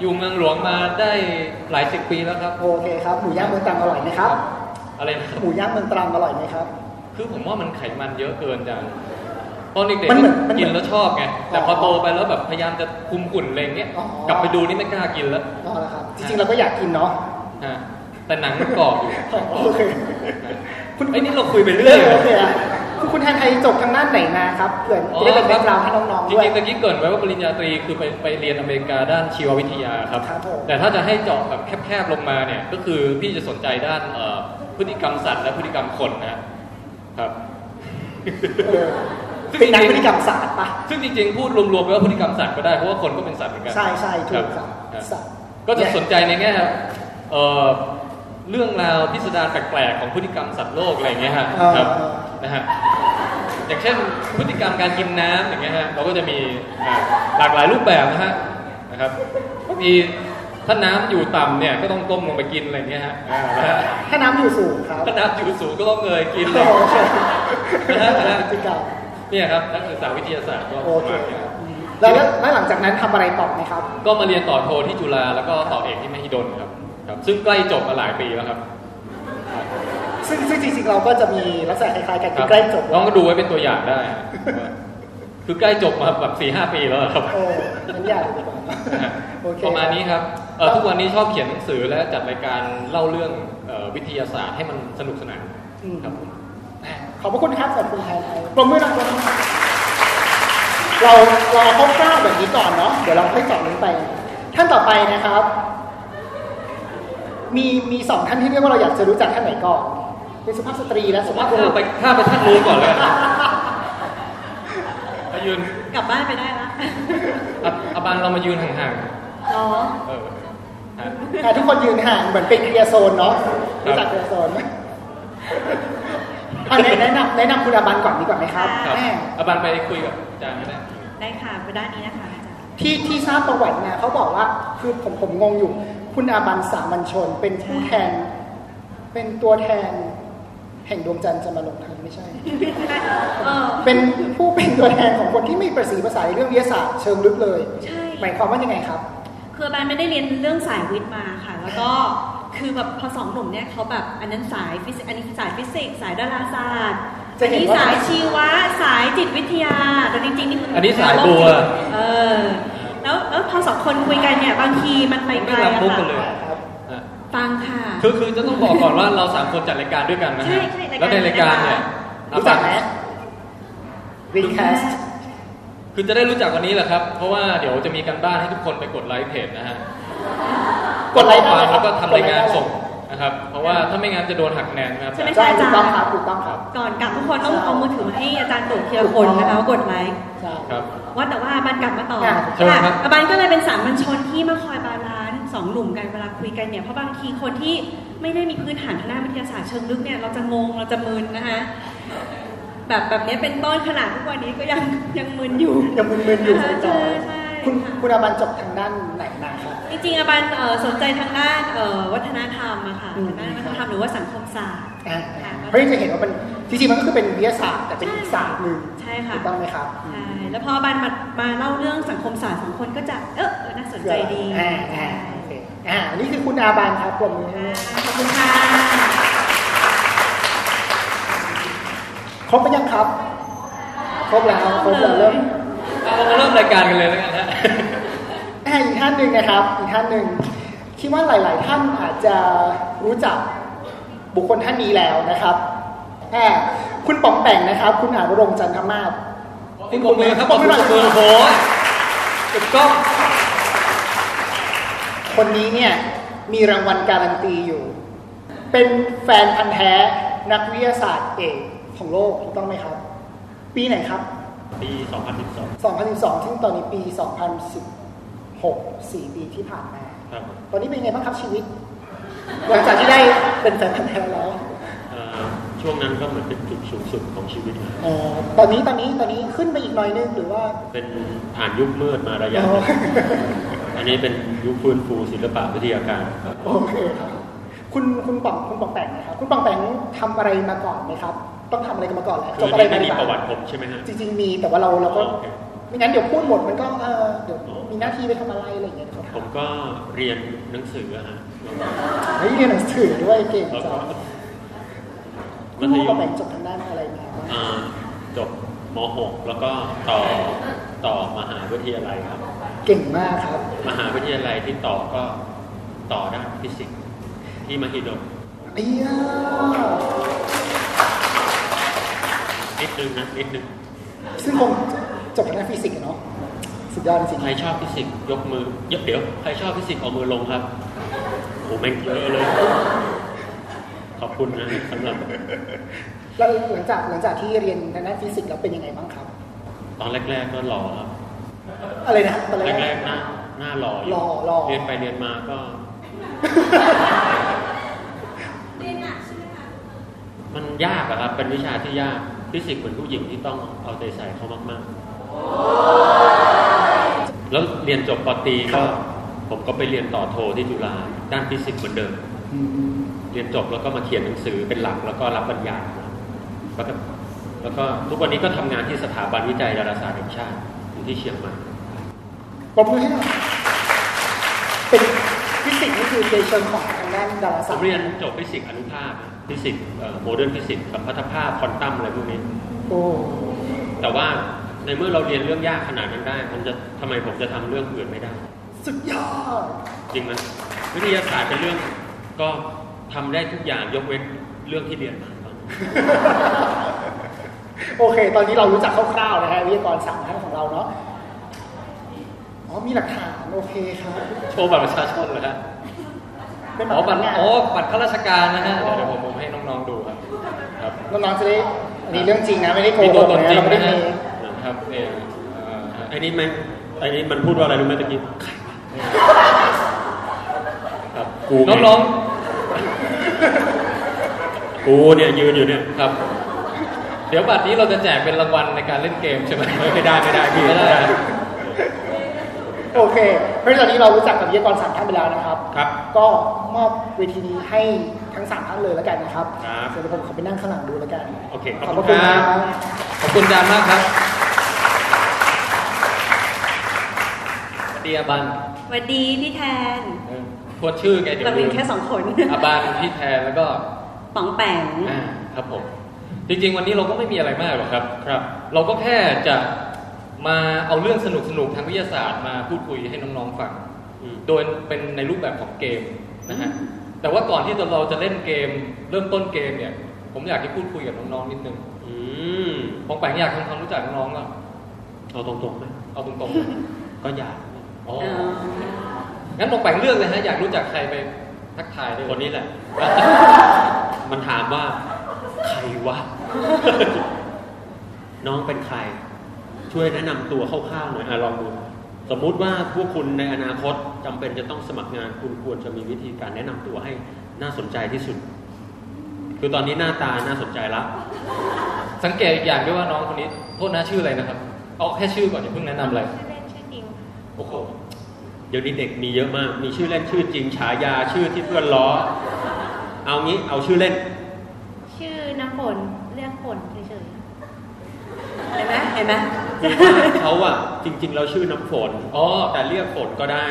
Speaker 3: อยู่เมืองหลวงมาได้หลายสิบปีแล้วครับ
Speaker 2: ำโอเคครับหมูย่างเมืองตรังอร่อยไหมครับ
Speaker 3: อะไรนะครับ
Speaker 2: หมูย่างเมืองตรังอร่อยไหมครับ
Speaker 3: คือผมว่ามันไขมันเยอะเกินจังตอนเด็ก
Speaker 2: มันเหมือนมัน
Speaker 3: ๆ
Speaker 2: เหมือน
Speaker 3: กินแล้วชอบไงแต่
Speaker 2: อ๋อ
Speaker 3: พอโตไปแล้วแบบพยายามจะคุมหุ่นอะไรอย่างเงี้ย
Speaker 2: อ๋อ
Speaker 3: กลับไปดูนี่ไม่กล้ากินแล้ว
Speaker 2: อ๋อเหรอครับ จริงๆเราก็อยากกินเนาะ
Speaker 3: ฮะแต่หนังมันกรอบอยู่
Speaker 2: โอเค
Speaker 3: คุณไอ้ยนี่เราคุยไปเรื่อย
Speaker 2: โอเคอะคุณคุณแทนไทยจบทางด้านไหนมาครับเผื่อจะได้เป็นแบ็กกราวด์ให้น้องๆ
Speaker 3: จ
Speaker 2: ด้วย
Speaker 3: ริงๆตะกี้เกรินไว้ว่าปริญญาตรีคือไปไปเรียนอเมริกาด้านชีววิทยาครับ
Speaker 2: ครับผม
Speaker 3: แต่ถ้าจะให้เจาะแบบแคบๆลงมาเนี่ยก็คือพี่จะสนใจด้านเอ่อพฤติกรรมสัตว์และพฤติกรรมคนนะครับ
Speaker 2: เออเป็นนักพฤติกรรมศาสตร์ปะ
Speaker 3: ซึ่งจริงๆ พูดรวมๆไปว่าพฤติกรรมสัตว์ก็ได้ เพราะว่าคนก็เป็นสัตว์เหมือนกัน
Speaker 2: ใช่ใช่ถูกครับ
Speaker 3: ครับ
Speaker 2: ศาสตร์
Speaker 3: ก็จะสนใจในแง่เอ่อเรื่องราวพิสดารแปลกๆของพฤติกรรมสัตว์โลกอะไรอย่างเงี้ยฮะ
Speaker 2: เออ
Speaker 3: ครับนะฮะอย่างเช่นพฤติกรรมการกินน้ำอย่างเงี้ยฮะเราก็จะมีอ่าหลากหลายรูปแบบนะฮะนะครับบางทีถ้าน้ำอยู่ต่ำเนี่ยก็ต้องก้มลงไปกินอะไรอย่างเงี้ยฮะอ่านะฮะ
Speaker 2: ถ้าน้ำอยู่สูงครับ
Speaker 3: ถ้าน้ำอยู่สูงก็ต้องเงยกินเลย
Speaker 2: โอเค
Speaker 3: นะฮะ
Speaker 2: พฤติกรรม
Speaker 3: เนี่ยครับนักศึกษาวิทยาศาสตร์ก็ป
Speaker 2: โอ
Speaker 3: ระ
Speaker 2: เค
Speaker 3: มาณเนี้ย
Speaker 2: แล้วแล้วแล้วหลังจากนั้นทำอะไรต่อไหมครับ
Speaker 3: ก็มาเรียนต่อโทที่จุฬาแล้วก็ต่อเอกที่มหิดลครับครับ ซึ่งใกล้จบมาหลายปีแล้วครับ
Speaker 2: ซึ่งซึ่งจริงๆเราก็จะมีลักษณะคล้ายๆกัน
Speaker 3: ค
Speaker 2: คื
Speaker 3: รั
Speaker 2: อใกล้จบ
Speaker 3: น้องก็ดูไว้เป็นตัวอย่างได้ฮะคือใกล้จบมาแบบสี่ห้าปีแล้วครับ
Speaker 2: เออนั้นยากดีกว่าโอเค
Speaker 3: ประมาณนี้ครับเอ่อทุกวันนี้ชอบเขียนหนังสือและจัดรายการเล่าเรื่องเอ่อวิทยาศาสตร์ให้มันสนุกสนาน
Speaker 2: อืม
Speaker 3: ครับผม
Speaker 2: ขอบพระคุณครับขอบคุณแทนไทยปรบมือหน่อยปรบมือหน่อยเราเราเอาคร่าวๆแบบนี้ก่อนเนาะเดี๋ยวเราค่อยเจาะลึกไป ท่านต่อไปนะครับ มีมีสองท่านที่เรียกว่าเราอยากจะรู้จักท่านไหนก่อนเป็นสุภาพสตรีและสุภาพบุรุ
Speaker 3: ข้าม
Speaker 2: ษ
Speaker 3: ไปข้ามไปท่านนู้นก่อนเลยมายืน
Speaker 4: กลับบ้านไปได้ละ
Speaker 3: อ่ะอาบานเรามายืนห่าง
Speaker 4: เนาะ
Speaker 3: ๆเออฮะ
Speaker 2: อ่ะทุกคนยืนห่างเหมือนเป็นเคลียร์โซนเนาะ
Speaker 3: ครับ
Speaker 2: รู้จักเคลียร์โซนไหมอ่ะแนะแนะนำแนะนำคุณอาบันก่อนดีกว่าไหมครับ
Speaker 3: ครับ
Speaker 2: แม่
Speaker 3: อาบานไปคุยกับอาจารย์ก็ได้
Speaker 4: ได้ค่ะไปด้านนี้นะคะอาจารย์
Speaker 2: ที่ที่ทราบประวัติมาเขาบอกว่าคือผมผมงงอยู่ คุณอาบันสามัญชน เป็นผู้แทน เป็นตัวแทน แห่งดวงจันทร์จะมาลงทันไม่ใช่
Speaker 4: เออ
Speaker 2: เป็นผู้เป็นตัวแทนของคนที่ไม่ประสีภาษาในเรื่องวิทยาศาสตร์เชิงลึกเลย
Speaker 4: ใช่
Speaker 2: หมายความว่ายังไงครับ
Speaker 4: คือแบนไม่ได้เรียนเรื่องสายวิทย์มาค่ะ แล้วก็คือแบบพอสองหนุ่มเนี่ยเขาแบบอันนั้นสายฟิสิกส์อันนี้สายฟิสิกส์สายดาราศาสตร์
Speaker 2: จะเห็น
Speaker 4: อั
Speaker 2: ว่า
Speaker 4: สายชีวะสายจิตวิทยาแต่จริงๆนี่มัน
Speaker 3: อันนี้สายบัว
Speaker 4: เออแล้วแล้วพอสองคนคุยกันเนี่ยบางทีมันไปไก
Speaker 3: ไม่
Speaker 4: ล
Speaker 3: รับ
Speaker 4: อะ
Speaker 3: มุกกั
Speaker 4: ค่ะ
Speaker 3: นเลย
Speaker 2: ครับ
Speaker 3: อ่ะ
Speaker 4: ฟังค่ะ
Speaker 3: คือคือจะต้องบอกก่อนว่าเราสามคนจัดรายการด้วยกันนะ
Speaker 4: ใช่
Speaker 3: ฮะ
Speaker 4: ใช่รายการ
Speaker 3: แล้วในรายการเนี่ย
Speaker 2: รู้จักไหม
Speaker 3: อ่ะ
Speaker 2: วีแคส
Speaker 3: คือจะได้รู้จักวันนี้แหละครับ เพราะว่าเดี๋ยวจะมีการบ้านให้ทุกคนไปกดไลค์เพจนะฮะ
Speaker 2: กดไลค์
Speaker 3: ข้อความแล้วก็ทำรายงาน
Speaker 2: กดไลค์ได้
Speaker 3: ส่งนะครับ เพราะว่าถ้าไม่งั้นจะโดนหักคะแนนนะครับ
Speaker 4: ใช่ไหม
Speaker 2: ใช่ถูกต้องครับถูกต้องครับ
Speaker 4: ก่อนกลับทุกคนต้องเอามือถือมาให้อาจารย์ตรวจทีละคนนะคะว่ากดไลค์
Speaker 2: ใช่
Speaker 3: ครับ
Speaker 4: ว่าแต่ว่าอาบันกลับมาต่อ
Speaker 2: อ่ะ
Speaker 3: เชิญครับ
Speaker 4: อ่ะอาบันก็เลยเป็นสามัญชนที่มาคอยบาลานซ์สองหนุ่มกันเวลาคุยกันเนี่ยเพราะบางทีคนที่ไม่ได้มีพื้นฐานทางด้านวิทยาศาสตร์เชิงลึกเนี่ยเราจะงงเราจะมึนนะคะแบบแบบเนี้ยเป็นต้นขนาดทุกวันนี้ก็ยังยังมึนอยู่
Speaker 2: ยังมึนๆอยู่
Speaker 4: ใช่ใช่ใช่
Speaker 2: คุณคุณอาบันจบทางด้านไหนมาครับ
Speaker 4: จริงๆอาบันเอ่อสนใจทางด้านเอ่อวัฒนธรรมอะค่ะ
Speaker 2: อืม
Speaker 4: ทางด้านวัฒนธรรมหรือว่าสังคมศาสตร์
Speaker 2: อ่า
Speaker 4: ค่ะ
Speaker 2: เพราะฉะนั้นจะเห็นว่ามันจริงๆมันก็คือเป็นวิทยาศาสตร์แต่เป็นอีกศาสตร์หนึ่ง
Speaker 4: ใช่ค่ะ
Speaker 2: ถูกต้องไหมครับ
Speaker 4: ใช่แล้วพออาบันมามาเล่าเรื่องสังคมศาสตร์สองคนก็จะเออเออน่าสนใจดี
Speaker 2: อ่าอ่าโอเคอ่าอันนี่คือคุณอาบานครับผมอให้
Speaker 4: ขอบคุณค่ะ
Speaker 2: ครบไปยังครับ ครบแล้วครบแล้วเริ่ม
Speaker 3: อ่ะเรามาเริ่มรายการกันเลยแล้วกันฮะ
Speaker 2: อ่าอีกท่านหนึ่งนะครับอีกท่านหนึ่งคิดว่าหลาย ๆ ท่านอาจจะรู้จักบุคคลท่านนี้แล้วนะครับอ่า คุณป๋องแป่งนะครับ คุณหาวรงค์จันทมาศ
Speaker 3: นี่ปรบมือครับปรบมือปรบมือโอ้โหถูกต้อง
Speaker 2: คนนี้เนี่ยมีรางวัลการันตีอยู่ เป็นแฟนพันธ์แท้นักวิทยาศาสตร์เอกของโลกถูกต้องไหมครับ ปีไหนครับ
Speaker 3: ปี 2012
Speaker 2: 2012 ซึ่งตอนนี้ปี 2016 4 ปีที่ผ่านมา
Speaker 3: ครับ
Speaker 2: ตอนนี้เป็นไงบ้างครับชีวิต หลังจากที่ได้เป็นแฟนพันธ์แท้แล้ว
Speaker 5: เอ่อช่วงนั้นก็เหมือนเป็นจุดสูงสุดของชีวิตนะครับ
Speaker 2: เอ่อตอนนี้ตอนนี้ตอนนี้ขึ้นไปอีกหน่อยนึงหรือว่า
Speaker 5: เป็นผ่านยุคมืดมาระยะหนึ่งอันนี้เป็นยุคฟื้นฟูศิลปะวิทยาการครับ
Speaker 2: โอเคครับ คุณคุณป๋องคุณป๋องแปงนะครับ คุณป๋องแปงทำอะไรมาก่อนไหมครับ ต้องทำอะไรกันมาก่อนแหละ
Speaker 5: คื
Speaker 2: จบ
Speaker 5: อ
Speaker 2: อะไร
Speaker 5: นี่
Speaker 2: มา
Speaker 5: ไม่
Speaker 2: ห
Speaker 5: มี
Speaker 2: อเป
Speaker 5: ป
Speaker 2: ล่า
Speaker 5: ระวัติผมใช่ไหมฮะ
Speaker 2: จริงๆมีแต่ว่าเราเราก็
Speaker 5: โอเค
Speaker 2: ไม่งั้นเดี๋ยวพูดหมดมันก็เออเดี๋ยวมีหน้าที่ไปทำอะไรอะไรอย่างเงี้ยครับ
Speaker 5: ผมก็เรียนหนังสืออะฮะ
Speaker 2: เฮ้ยเรียนหนังสือด้วยเก่ง
Speaker 5: แล้ว
Speaker 2: จั
Speaker 5: ก็
Speaker 2: งคุ
Speaker 5: มั
Speaker 2: ณ
Speaker 5: ธ
Speaker 2: พ่อย ก็
Speaker 5: ม
Speaker 2: แบ่งจบทางด้านอะไรมาบ้าง
Speaker 5: อ่าจบม .6 แล้วก็ต่อต่อมหาวิทยาลัยครับ
Speaker 2: เก่งมากครับ
Speaker 5: มหาวิทยาลัยที่ต่อก็ต่อด้านฟิสิกส์ที่มหิดล
Speaker 2: ไอ้ยา
Speaker 5: นิดนึงนะนิดนึง
Speaker 2: ซึ่งคงจบทางด้านฟิสิกส์อะเนาะสุดยอดจริง
Speaker 5: ใครชอบฟิสิกส์ยกมือเดี๋ยวเดี๋ยวใครชอบฟิสิกส์เอามือลงครับโอ้แม่งเยอะเลย ขอบคุณนะสำหรับ
Speaker 2: ๆแล้วหลังจากหลังจากที่เรียนทางด้านฟิสิกส์แล้วเป็นยังไงบ้างครับ
Speaker 5: ตอนแรก ๆ ก็หล่อครับ
Speaker 2: อะไรนะตอนแรก
Speaker 5: แรกๆหน้าหน้าหล่ออยู่
Speaker 2: หล่อหล่อ
Speaker 5: เรียนไปเรียนมาก็
Speaker 4: เรียนหนักใช่ไหมคะ
Speaker 5: มันยากอะครับเป็นวิชาที่ยากฟิสิกส์เหมือนผู้หญิงที่ต้องเอาใจใส่เขามากๆ แล้วเรียนจบปตรีก็ผมก็ไปเรียนต่อโทที่จุฬาด้านฟิสิกส์เหมือนเดิม
Speaker 2: อืม
Speaker 5: เรียนจบแล้วก็มาเขียนหนังสือเป็นหลักแล้วก็รับบรรยายแล้วก็แล้วก็ทุกวันนี้ก็ทำงานที่สถาบันวิจัยดาราศาสตร์แห่งชาติอยู่ที่เชียงใหม่
Speaker 2: ปรบมือให้หน่อยเป็นฟิสิกส์นี่คือเป็นเชิงของทางด้านดารา
Speaker 5: ผ
Speaker 2: ศาสต
Speaker 5: ม
Speaker 2: ร์
Speaker 5: เรียนจบฟิสิกส์อนุภาคฟิสิกส์โมเดิร์นฟิสิกส์กับพัฒภาพควอนตัมอะไรพวกนี้
Speaker 2: โอ้
Speaker 5: แต่ว่าในเมื่อเราเรียนเรื่องยากขนาดนั้นได้ผมจะทำไมผมจะทำเรื่องอื่นไม่ได้
Speaker 2: สุดยอด
Speaker 5: จริงไหมวิทยาศาสตร์เป็นเรื่องก็ทำได้ทุกอย่างยกเว้นเรื่องที่เรียนมาตอนนี้
Speaker 2: โอเค ตอนนี้เรารู้จักคร่าวๆนะฮะวิทยากรสามท่านของเราเนาะ อ๋อ มีหลักฐาน โอเคครับ
Speaker 5: โชว์บัตรประชาชนเหรอฮะ
Speaker 2: เป็น
Speaker 3: อ๋อบัตร
Speaker 2: ทำงาน
Speaker 3: อ๋อบัตรข้าราชการนะฮะเดี๋ยวเดี๋ยวผมผมให้น้องๆดูครับครับ
Speaker 2: น้องๆจะได้อันนี้เรื่องจริงนะ ไม่ได้โก
Speaker 3: มี
Speaker 2: ห
Speaker 3: ตัว
Speaker 2: ก
Speaker 3: ตน
Speaker 2: นะ
Speaker 3: จริง
Speaker 2: เราไม่
Speaker 3: นะ
Speaker 2: ได้
Speaker 3: ฮะ
Speaker 2: มี
Speaker 3: นะครับเนี่ยเอ่อฮะ
Speaker 5: ไอ้นี่มันไอ้นี่มันพูดว่าอะไรรู้ไหมตะกี้ครับกูไ
Speaker 3: น้อง
Speaker 5: กูเนี่ยยืนอยู่เนี่ย
Speaker 3: ๆครับ เดี๋ยวบัตรนี้เราจะแจกเป็นรางวัลในการเล่นเกมใช่ไหมไม่ได้ไม่ได้พี่ไม่ได้
Speaker 2: โอเค เพราะฉะนั้นตอนนี้เรารู้จักกับวิทยากรสามท่านไปแล้วนะครับ
Speaker 5: ครับ
Speaker 2: ก็มอบเวทีนี้ให้ทั้งสามท่านเลยแล้วกันนะครับ
Speaker 5: ครับ
Speaker 2: เดี๋ยวผมขอไปนั่งข้างหลังดูแล้วกัน
Speaker 5: โอเค
Speaker 2: ข
Speaker 5: ข
Speaker 2: อ
Speaker 5: อ
Speaker 2: บบ พ
Speaker 5: คุ
Speaker 2: ระคุ
Speaker 5: ณ
Speaker 2: ณ
Speaker 5: ค
Speaker 2: ค
Speaker 5: รั
Speaker 2: รับ บ
Speaker 3: ขอบคุณอาจารย์มากครับเตียบัน
Speaker 4: หวัสดีพี่แทน
Speaker 3: เออโคตรชื่อไงเดี๋ยว
Speaker 4: เราเป็นแค่สองคน
Speaker 3: อาบันพี่แทนแล้วก็
Speaker 4: ป๋องแปง
Speaker 3: อ่าครับผม จริงๆ วันนี้เราก็ไม่มีอะไรมากหรอกครับ ครับ เราก็แค่จะมาเอาเรื่องสนุกๆ ทางวิทยาศาสตร์มาพูดคุยให้น้องๆ ฟัง
Speaker 5: อืม
Speaker 3: โดยเป็นในรูปแบบของเกมนะฮะ แต่ว่าก่อนที่เราจะเล่นเกม เริ่มต้นเกมเนี่ย ผมอยากจะพูดคุยกับน้องๆ นิดนึง
Speaker 5: อืม
Speaker 3: ปองแปงอยากทำความรู้จักน้องๆก่อน
Speaker 5: เอาตรงๆไหม
Speaker 3: เอาตรงๆเลย
Speaker 5: ก็อยาก
Speaker 3: อ๋อ งั้นปองแปงเลือกเลยฮะ อยากรู้จักใครไปทักทายด้วย
Speaker 5: คนนี้ แหละ มันถามว่า ใครวะ น้องเป็นใคร ช่วยแนะนำตัวคร่าวๆหน่อยอะลองดู สมมุติว่าพวกคุณในอนาคตจำเป็นจะต้องสมัครงาน คุณควรจะมีวิธีการแนะนำตัวให้น่าสนใจที่สุด คือตอนนี้หน้าตาน่าสนใจละ
Speaker 3: สังเกตอีกอย่างด้วยว่าน้องคนนี้โทษนะชื่ออะไรนะครับ เอาแค่ชื่อก่อนอย่าเพิ่งแนะนำอะไร
Speaker 5: โอ้โหเดี๋ยวนี้เด็กมีเยอะมาก มีชื่อเล่นชื่อจริงฉายาชื่อที่เพื่อนล้อ เอางี้เอาชื่อเล่น
Speaker 6: ชื่อน้ำฝนเรียกฝนเฉย
Speaker 4: เห็นไหมเห็นไหม
Speaker 5: เขาอะจริง ๆ เราชื่อน้ำฝนอ๋อแต่เรียกฝนก็ได้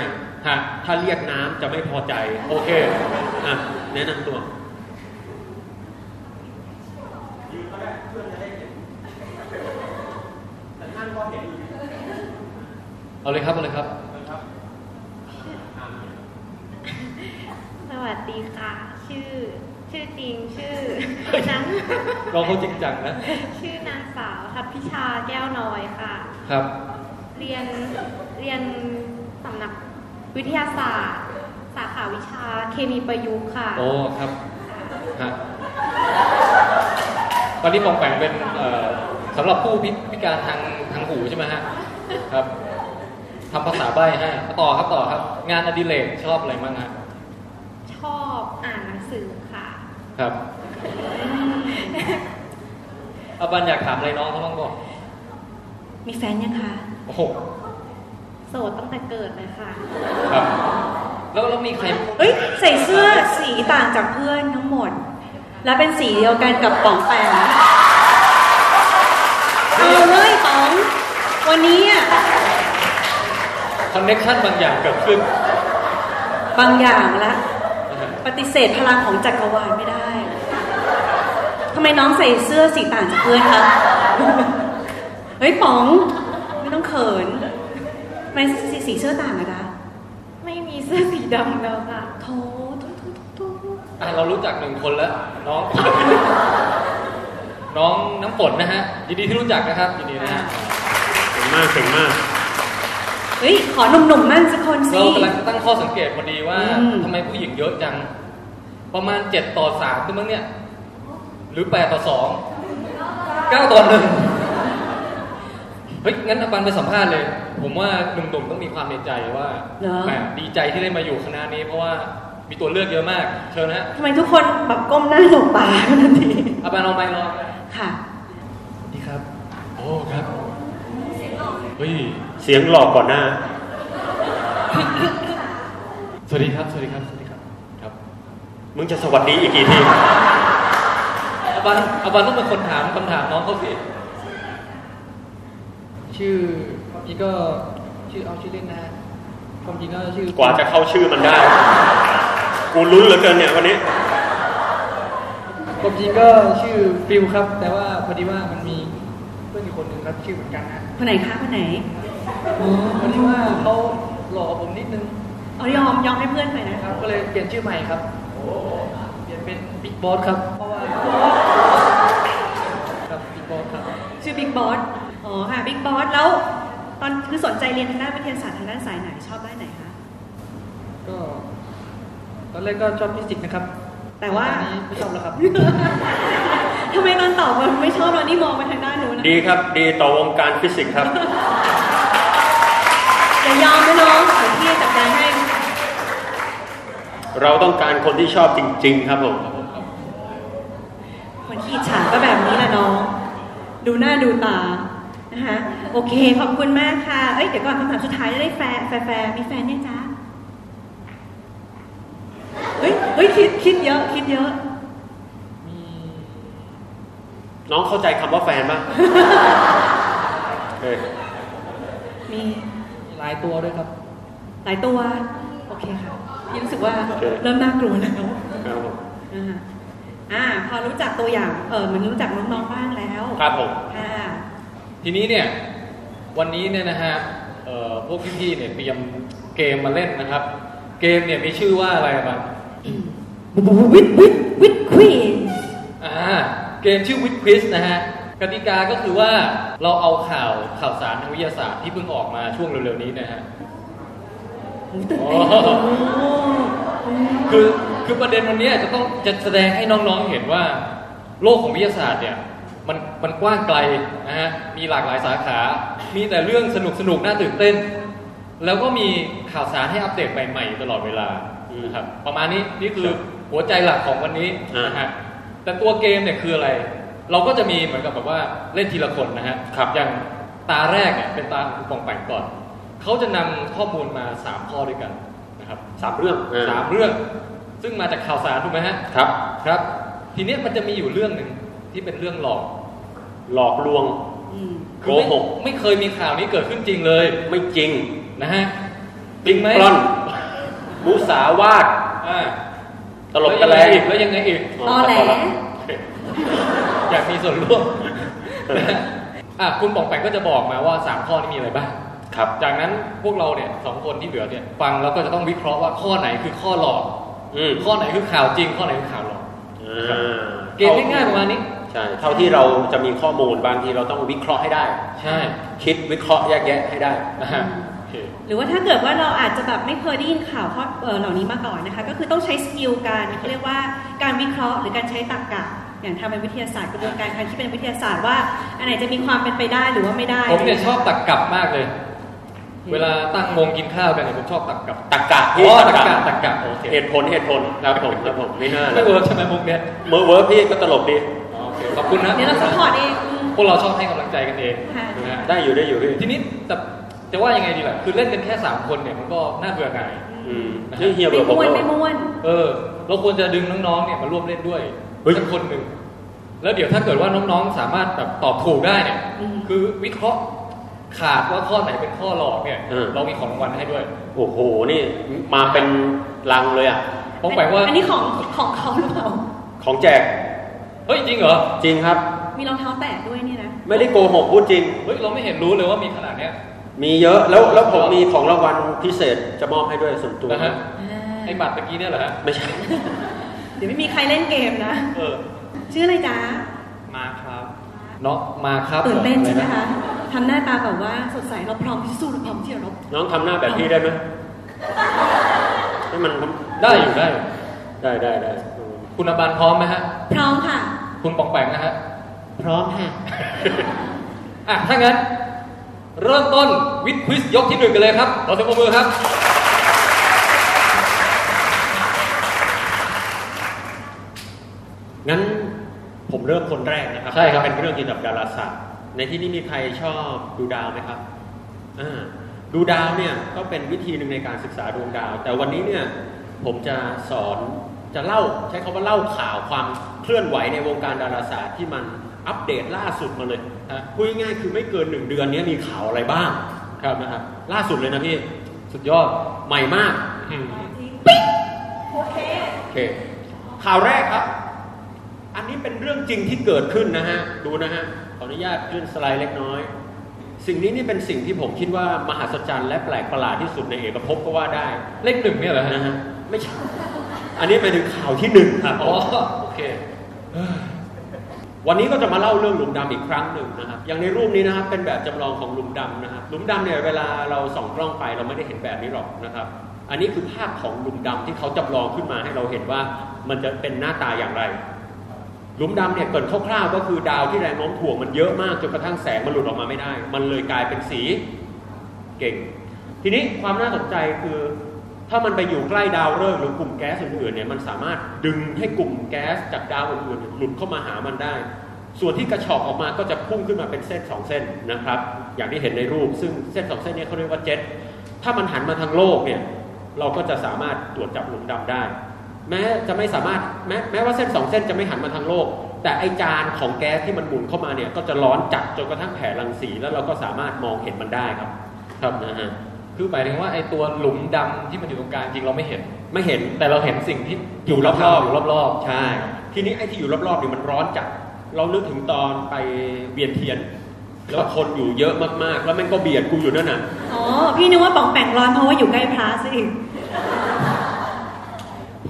Speaker 5: ฮะถ้าเรียกน้ำจะไม่พอใจ
Speaker 3: โอเค
Speaker 5: อ่ะแนะนำตัว
Speaker 3: เอาเลยครับเอาเลยครับ
Speaker 6: ๆ สวัสดีค่ะ ชื่อ ชื่อจริงชื่อนาง
Speaker 3: เราเขาจริงจังนะ
Speaker 6: ชื่อนางสาวทัพพิชาแก้วน้อยค่ะ
Speaker 3: ครับ
Speaker 6: เรียนเรียนสำนักวิทยาศาสตร์ สาขาวิชาเคมีประยุกต์ค่ะ
Speaker 3: โอ้ครับฮะตอนนี้ปองแปงเป็นเอ่อสำหรับผู้พิพิการทางทางหูใช่ไหมฮะครับทำภาษาใบ้ให้ต่อครับต่อครับ งานอดิเรกชอบอะไรบ้างฮะ
Speaker 6: ชอบอ่านหนังสือค่ะ
Speaker 3: ครับ อาบันอยากถามอะไรน้องเขาบ้างบอก
Speaker 4: มีแฟนยังคะ
Speaker 3: โอ้โห
Speaker 6: โสดตั้งแต่เกิดเลยค่ะ
Speaker 3: ครับ แล้วแล้วมีใคร
Speaker 4: เอ้ยใส่เสื้อสีต่างจากเพื่อนทั้งหมด และเป็นสีเดียวกันกับป๋องแปงเอาเลยป๋อง วันนี้อะ
Speaker 3: คอนเนคชั่นบางอย่างเกิดขึ้น
Speaker 4: บางอย่างละ
Speaker 3: นะฮะ
Speaker 4: ปฏิเสธพลังของจักรวาลไม่ได้ทำไมน้องใส่เสื้อสีต่างจากเพื่อนคะเฮ้ยป๋อง ไม่ต้องเขินทำไมสีสีเสื้อต่างอะคะ
Speaker 6: ไม่มีเสื้อสีดำแล้วค่ะ
Speaker 4: โถโถโถโถโถ
Speaker 3: อ่ะเรารู้จักหนึ่งคนแล้วน้อง น้องน้ำฝนนะฮะยินดีที่รู้จักนะครับยินดีนะฮะ
Speaker 5: เก่งมากเก่งมาก
Speaker 4: เฮ้ยขอหนุ่มๆมั่งสักคนสิ
Speaker 3: เรากำลังตั้งข้อสังเกตพอดีว่า
Speaker 4: อืม
Speaker 3: ทำไมผู้หญิงเยอะจัง ประมาณ 7 ต่อ3คือมั้งเนี่ย หรือ 8 ต่อ 2 9 ต่อ 1 เฮ้ย งั้นอาปันไปสัมภาษณ์เลย ผมว่าหนุ่มๆต้องมีความในใจว่า
Speaker 4: เหรอ
Speaker 3: แหมดีใจที่ได้มาอยู่คณะนี้ เพราะว่ามีตัวเลือกเยอะมาก เชิญนะฮะ
Speaker 4: ทำไมทุกคนแบบก้มหน้าหลบตาขนาดนี้
Speaker 3: อาปันเอาไมค์รอ
Speaker 4: ค่ะ
Speaker 3: ดีครับ โอ้ครับ เฮ้ย
Speaker 5: เสียงหลอกก่อนหน้า
Speaker 3: สวัสดีครับ สวัสดีครับ สวัสดีครับ ครับ
Speaker 5: มึงจะสวัสดีอีกกี่ที
Speaker 3: อาบันอาบันต้องเป็นคนถามคำถามน้องเขาสิ
Speaker 7: ชื่อความจริงก็ชื่อเอาชื่อเล่นนะฮะความจริงก็ชื่อก
Speaker 5: ว่าจะเข้าชื่อมันได้ กูลุ้นเหลือเกินเนี่ยวันนี้
Speaker 7: ความจริงก็ชื่อฟิวครับ แต่ว่าพอดีว่ามันมีเพื่อนอีกคนหนึ่งครับชื่อเหมือนกันนะ
Speaker 4: คนไหนคะคนไหน
Speaker 7: พอดีว่าเขาหลอกผมนิดนึง
Speaker 4: เอายอมยอมให้เพื่อนหน่อยนะ
Speaker 7: นะ
Speaker 4: ค
Speaker 7: ครับ รับ ก็เลยเปลี่ยนชื่อใหม่ครับเปลี่ยนเป็นบิ๊กบอสครับเพราะว่าครับบิ๊กบอสครับ
Speaker 4: ชื่อบิ๊กบอสอ๋อค่ะบิ๊กบอสแล้ว ตอนคือสนใจเรียนทางด้านวิทยาศาสตร์ทางด้านสายไหนชอบด้านไหนคะ
Speaker 7: ก็ตอนแรกก็ชอบฟิสิกส์นะครับ
Speaker 4: แต่ว่า
Speaker 7: ตอนนี้ไม่ชอบแล้วครับ
Speaker 4: ทำไมตอนตอบมันไม่ชอบเรานี่มองไปทางด้านนู้นนะ
Speaker 5: ดีครับ ดีต่อวงการฟิสิกส์ครับ
Speaker 4: อย่ายอมนะน้องเดี๋ยวพี่จัดการให้
Speaker 5: เราต้องการคนที่ชอบจริง ๆ ครับผม
Speaker 4: คนที่อิจฉาก็แบบนี้แหละน้อง ดูหน้าดูตา นะคะโอเค ขอบคุณมากค่ะ เอ้ย เดี๋ยวก่อนคำถามสุดท้ายจะได้แฟร์แฟร์แฟร์มีแฟนเนี่ยงจ๊ะเฮ้ยเฮ้ยคิดคิดเยอะ คิดเยอะ
Speaker 5: น้องเข้าใจคำว่าแฟนปะ เฮ้ย
Speaker 4: มี
Speaker 7: มีหลายตัวด้วยครับ
Speaker 4: หลายตัว โอเคค่ะพี่รู้สึกว่าเริ่มน่ากลัวแล้ว
Speaker 5: ครับผม
Speaker 4: อ่าอ่า พอรู้จักตัวอย่าง เออเหมันรู้จักน้องๆบ้างแล้ว
Speaker 5: ครับผม
Speaker 4: ค่ะ
Speaker 3: ทีนี้เนี่ยวันนี้เนี่ยนะฮะเอ่อพวกพี่ๆเนี่ยเตรียมเกมมาเล่นนะครับ เกมเนี่ยมีชื่อว่าอะไรบ้าง
Speaker 4: วิทวิทวิทควีน
Speaker 3: อ่าเกมชื่อวิดควิสนะฮะกติกาก็คือว่าเราเอาข่าวข่าวสารทางวิทยาศาสตร์ที่เพิ่งออกมาช่วงเร็วๆนี้นะฮะ
Speaker 4: ตื่นเต้น
Speaker 3: โอ้โห คือคือประเด็นวันนี้จะต้องจะแสดงให้น้องๆเห็นว่า โลกของวิทยาศาสตร์เนี่ยมันมันกว้างไกลนะฮะมีหลากหลายสาขา มีแต่เรื่องสนุกสนุกๆน่าตื่นเต้น แล้วก็มีข่าวสารให้อัปเดตใหม่ๆ ตลอดเวลานะครับประมาณนี้นี่คือหัวใจหลักของวันนี้นะฮะแต่ตัวเกมเนี่ยคืออะไร เราก็จะมีเหมือนกับแบบว่าเล่นทีละคนนะฮะ
Speaker 5: ครับ
Speaker 3: อย่างตาแรกเนี่ยเป็นตาของคุณปองแปงก่อนเขาจะนำข้อมูลมาสามข้อด้วยกันนะครับ
Speaker 5: สามเรื่องเออ
Speaker 3: สามเรื่องซึ่งมาจากข่าวสารถูกไหมฮะ
Speaker 5: ครับ
Speaker 3: ครับ ทีเนี้ยมันจะมีอยู่เรื่องหนึ่งที่เป็นเรื่องหลอก
Speaker 5: หลอกลวง
Speaker 4: อืม
Speaker 5: โก
Speaker 3: คือไม่
Speaker 5: หก
Speaker 3: ไม่เคยมีข่าวนี้เกิดขึ้นจริงเลย
Speaker 5: ไม่จริง
Speaker 3: นะฮะจริงไหม
Speaker 5: ปล้อนมุสาวาท
Speaker 3: อ่า
Speaker 5: ตลกกระแล
Speaker 3: วอีกแล้วยังไงอีก
Speaker 4: ตอแหล
Speaker 3: อยากมีส่วนร่ว มนะฮะอ่ะคุณปองแปงก็จะบอกมาว่าสามข้อนี้มีอะไรบ้าง
Speaker 5: ครับ
Speaker 3: จากนั้นพวกเราเนี่ยสองคนที่เหลือเนี่ยฟังแล้วก็จะต้องวิเคราะห์ว่าข้อไหนคือข้อหลอก
Speaker 5: อืม
Speaker 3: ข้อไหนคือข่าวจริง ข้อไหนคือข่าวหลอก
Speaker 5: เอ อ่า
Speaker 3: เกณฑ์ง่ายๆประมาณนี้
Speaker 5: ใช่เท่าที่เราจะมีข้อมูลบางทีเราต้องวิเคราะห์ให้ได้
Speaker 3: ใช่
Speaker 5: คิดวิเคราะห์แยกแยะให้ได้
Speaker 3: นะฮะโอเค
Speaker 4: หรือว่าถ้าเกิดว่าเราอาจจะแบบไม่เคยได้ยินข่าวข้อเอ่อเหล่านี้มาก่อนนะคะ ก็คือต้องใช้สกิลการเขาเรียกว่าการวิเคราะห์หรือการใช้ตรรกะ อย่างทางเป็นวิทยาศาสตร์กระบวนการการคิดเป็นวิทยาศาสตร์ว่าอันไหนจะมีความเป็นไปได้หรือว่าไม่ได้
Speaker 3: ผมเนี่ยชอบตักกับมากเลย เวลาตั้งวงกินข้าวกันเนี่ยผมชอบตักกับ
Speaker 5: ตักกะ
Speaker 3: อ๋อตรรกะตรรกะโอเค
Speaker 5: เหตุผลเหตุผลครับผมครับผมไม่น่าเล
Speaker 3: ไม่
Speaker 5: ย
Speaker 3: เวิร์กใช่ไหมมุกเนี้ย
Speaker 5: เมื่อเวิร์กพี่ก็ตลกดี
Speaker 3: โอเคขอบคุณนะ
Speaker 4: เดี๋ยวเราสปอร์ตเองอืม
Speaker 3: พวกเราชอบให้กำลังใจกันเอง
Speaker 4: ค่ะ
Speaker 3: นะฮะ
Speaker 5: ได้อยู่ได้อยู่พี่
Speaker 3: ทีนี้แต่จะว่ายังไงดีล่ะ คือเล่นกันแค่ 3 คนเนี่ยมันก็น่าเบื่อหน่าย
Speaker 5: อืมนี่เฮียเบื่
Speaker 4: ไม่
Speaker 5: อผม
Speaker 4: ม้วน
Speaker 5: แล้ว
Speaker 4: ไม่ม้วน
Speaker 3: เออ เราควรจะดึงน้องๆเนี่ยมาร่วมเล่นด้วย
Speaker 5: เฮ้ย
Speaker 3: สักคนหนึ่งแล้วเดี๋ยวถ้าเกิดว่าน้องๆสามารถแบบตอบถูกได้เนี่ย
Speaker 4: อืม
Speaker 3: คือวิเคราะห์ขาดว่าข้อไหนเป็นข้อหลอกเนี่ย
Speaker 5: เออ
Speaker 3: เรามีของรางวัลให้ด้วย
Speaker 5: โอ้โหนี่มาเป็นลังเลยอ่ะ
Speaker 3: ผมแปลว่า
Speaker 4: อันนี้ของของเขาหรือเปล่า
Speaker 5: ของแจก
Speaker 3: เฮ้ยจริงเหรอ
Speaker 5: จริงครับ
Speaker 4: มีรองเท้าแตะด้วยเนี่ยนะ
Speaker 5: ไม่ได้โกหกพูดจริง
Speaker 3: เฮ้ยเราไม่เห็นรู้เลยว่ามีขนาดเนี้ย
Speaker 5: มีเยอะแล้วแล้วผมมีของรางวัลพิเศษจะมอบให้ด้วยส่วนตัว
Speaker 3: นะฮะ
Speaker 4: อ่า
Speaker 3: ไอ้บัตรเมื่อกี้เนี่ยเหรอฮะ
Speaker 5: ไม่ใช่
Speaker 4: เดี๋ยวไม่มีใครเล่นเกมนะ
Speaker 3: เออ
Speaker 4: ชื่ออะไรจ๊ะ
Speaker 3: มาครับเนาะมาครับ
Speaker 4: ตื่นเต้น
Speaker 3: ออ
Speaker 4: ใช่ไหม
Speaker 3: อร
Speaker 4: คะทำหน้าตาแบบว่าสดใสเราพร้อมที่สู้เราพร้อมที่จะรบ
Speaker 5: น้องทำหน้าแบบพี่ได้ไหมให้มัน
Speaker 3: ได้อยู่ได้อยู่
Speaker 5: ได้ได้ได้
Speaker 3: คุณอบันพร้อมไหมฮะ
Speaker 4: พร้อมค่ะ
Speaker 3: คุณปองแปงนะฮะ
Speaker 5: พร้อมค่ะ
Speaker 3: อ่ะ ถ้างั้น เริ่มต้นวิดควิสยกที่หนึ่งกันเลยครับ ขอเสียงปรบมือครับ
Speaker 5: งั้นผมเริ่มคนแรกนะครับ
Speaker 3: ใช่ครับ
Speaker 5: เป็นเรื่องเกี่ยวกับดาราศาสตร์ในที่นี้มีใครชอบดูดาวไหมครับอ่าดูดาวเนี่ยก็เป็นวิธีหนึ่งในการศึกษาดวงดาว แต่วันนี้เนี่ยผมจะสอนจะเล่าใช้คำว่าเล่าข่าวความเคลื่อนไหวในวงการดาราศาสตร์ที่มันอัปเดตล่าสุดมาเลยฮะพูดง่ายๆคือไม่เกินหนึ่งเดือนเนี้ยมีข่าวอะไรบ้างครับนะครับล่าสุดเลยนะพี่สุดยอดใหม่มาก
Speaker 3: อืม
Speaker 5: โอเคข่าวแรกครับ อันนี้เป็นเรื่องจริงที่เกิดขึ้นนะฮะ ดูนะฮะ ขออนุญาตขึ้นสไลด์เล็กน้อย สิ่งนี้นี่เป็นสิ่งที่ผมคิดว่ามหัศจรรย์และแปลกประหลาดที่สุดในเอกภพก็ว่าได้
Speaker 3: เลขหนึ่งเนี่ยเหรอฮะ
Speaker 5: นะฮะ ไม่ใช่ อันนี้หมายถึงข่าวที่หนึ่งครับ
Speaker 3: อ๋อโอเค
Speaker 5: วันนี้ก็จะมาเล่าเรื่องหลุมดำอีกครั้งหนึ่งนะครับ อย่างในรูปนี้นะครับ เป็นแบบจำลองของหลุมดำนะครับ หลุมดำเนี่ยเวลาเราส่องกล้องไปเราไม่ได้เห็นแบบนี้หรอกนะครับ อันนี้คือภาพของหลุมดำที่เขาจำลองขึ้นมาให้เราเห็นว่ามันจะเป็นหน้าตาอย่างไร หลุมดำเนี่ยเกรินคร่าวๆก็คือดาวที่แรงโน้มถ่วงมันเยอะมากจนกระทั่งแสงมันหลุดออกมาไม่ได้ มันเลยกลายเป็นสีเก่ง ทีนี้ความน่าสนใจคือ ถ้ามันไปอยู่ใกล้ดาวฤกษ์หรือกลุ่มแก๊สอื่นๆเนี่ยมันสามารถดึงให้กลุ่มแก๊สจากดาวอื่นๆหลุดเข้ามาหามันได้ ส่วนที่กระชอกออกมาก็จะพุ่งขึ้นมาเป็นเส้นสองเส้นนะครับ อย่างที่เห็นในรูป ซึ่งเส้นสองเส้นเนี้เขาเรียกว่าเจ็ตถ้ามันหันมาทางโลกเนี่ย เราก็จะสามารถตรวจจับหลุมดำได้ แม้จะไม่สามารถแม้แม้ว่าเส้นสองเส้นจะไม่หันมาทางโลก แต่ไอจานของแก๊สที่มันหมุนเข้ามาเนี่ยก็จะร้อนจัดจนกระทั่งแผ่รังสีแล้วเราก็สามารถมองเห็นมันได้ครับครับนะฮะ
Speaker 3: คือหมายถึงว่าไอ้ตัวหลุมดำที่มันอยู่ตรงกลางจริงเราไม่เห็น
Speaker 5: ไม่เห็น
Speaker 3: แต่เราเห็นสิ่งที่
Speaker 5: อยู่รอบๆอยู่รอบ
Speaker 3: ๆ
Speaker 5: ๆใช่ ทีนี้ไอที่อยู่รอบๆเนี่ยมันร้อนจัด เรานึกถึงตอนไปเวียนเทียน แล้วคนอยู่เยอะมากๆ แล้วมันก็เบียดกูอยู่นั่นน่ะ
Speaker 4: อ๋อ พี่นึกว่าป่องแปงร้อนเพราะว่าอยู่ใกล้พระสิ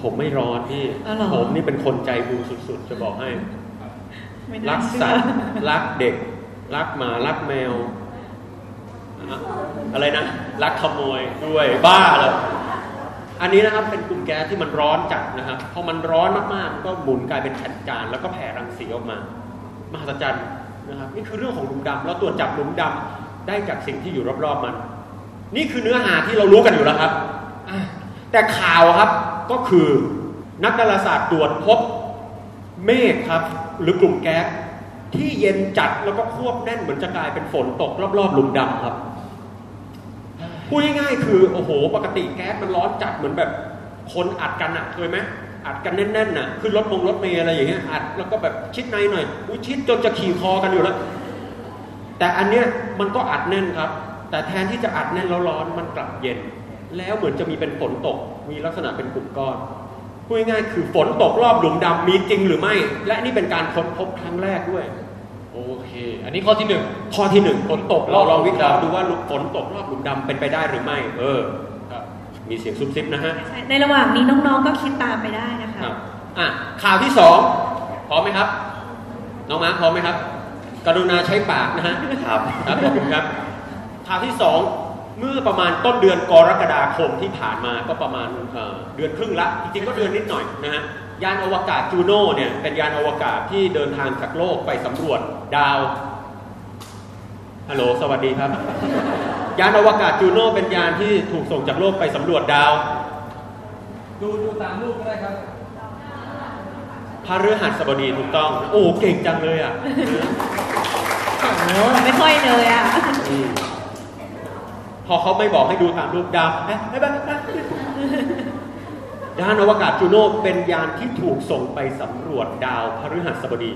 Speaker 5: ผมไม่ร้อนพี่
Speaker 4: อ๋อเหรอ
Speaker 5: ผมนี่เป็นคนใจบุญสุดๆ จะบอกให้
Speaker 4: ไม่น่า
Speaker 5: รัก
Speaker 4: เชื่อ
Speaker 5: สัตว์รักเด็ก รักหมา รักแมวอะอะไรนะ รักขโมยด้วยบ้าเลยอันนี้นะครับเป็นกลุ่มแก๊สที่มันร้อนจัดนะครับพอมันร้อนมากๆมันก็หมุนกลายเป็นแผ่นจานแล้วก็แผ่รังสีออกมามหัศจรรย์นะครับนี่คือเรื่องของหลุมดำเราตรวจจับหลุมดำได้จากสิ่งที่อยู่รอบๆมัน นี่คือเนื้อหาที่เรารู้กันอยู่แล้วครับ แต่ข่าวครับก็คือนักดาราศาสตร์ตรวจพบเมฆครับ หรือกลุ่มแก๊สที่เย็นจัดแล้วก็ควบแน่นเหมือนจะกลายเป็นฝนตกรอบๆหลุมดำครับพูดง่ายๆคือโอ้โห ปกติแก๊สมันร้อนจัดเหมือนแบบ คนอัดกันอะเคยไหมอัดกันแน่นๆน่ะขึ้นรถมงรถเมล์อะไรอย่างเงี้ยอัดแล้วก็แบบชิดในหน่อยอุ้ยชิดจนจะขี่คอกันอยู่แล้ว แต่อันเนี้ยมันก็อัดแน่นครับ แต่แทนที่จะอัดแน่นแล้วร้อนมันกลับเย็น แล้วเหมือนจะมีเป็นฝนตก มีลักษณะเป็นกลุ่มก้อนพูดง่ายๆคือฝนตกรอบหลุมดำมีจริงหรือไม่ และนี่เป็นการค้นพบครั้งแรกด้วย
Speaker 3: โอเค อันนี้ข้อที่หนึ่ง
Speaker 5: ข้อที่หนึ่ง
Speaker 3: ฝนตกร
Speaker 5: เรา
Speaker 3: อบ
Speaker 5: ลองวิเคราะห์ดูว่าฝนตกรอบหลุมดำเป็นไปได้หรือไม่ เออ
Speaker 3: ครับ
Speaker 5: มีเสียงซุบซิบนะฮะ
Speaker 4: ใช่ในระหว่างนี้น้องๆก็คิดตามไปได้นะคะ
Speaker 5: ครับ อ่ะข่าวที่สองพร้อมไหมครับ น้องมาร์คพร้อมไหมครับ กรุณาใช้ปากนะฮะครับครับขอบคุณครับข่าวที่สองเมื่อประมาณต้นเดือนกรกฎาคมที่ผ่านมาก็ประมาณเอ่อเดือนครึ่งละจริงๆก็เดือนนิดหน่อยนะฮะยานอวกาศจูโน่เนี่ยเป็นยานอวกาศที่เดินทางจากโลกไปสำรวจดาว ฮัลโหล สวัสดีครับ ยานอวกาศจูโน่เป็นยานที่ถูกส่งจากโลกไปสำรวจดาว
Speaker 7: ดูดูตามรูปก็ได้ครับ
Speaker 5: พระเรือหัสบดีถูกต้อง โอ้ เก่งจังเลยอ่ะ
Speaker 4: ไม่ค่อยเลยอ่ะ
Speaker 5: พอเขาไม่บอกให้ดูตามรูปดาวนะยานอวกาศจูโน่เป็นยานที่ถูกส่งไปสำรวจดาวพฤหัสบดี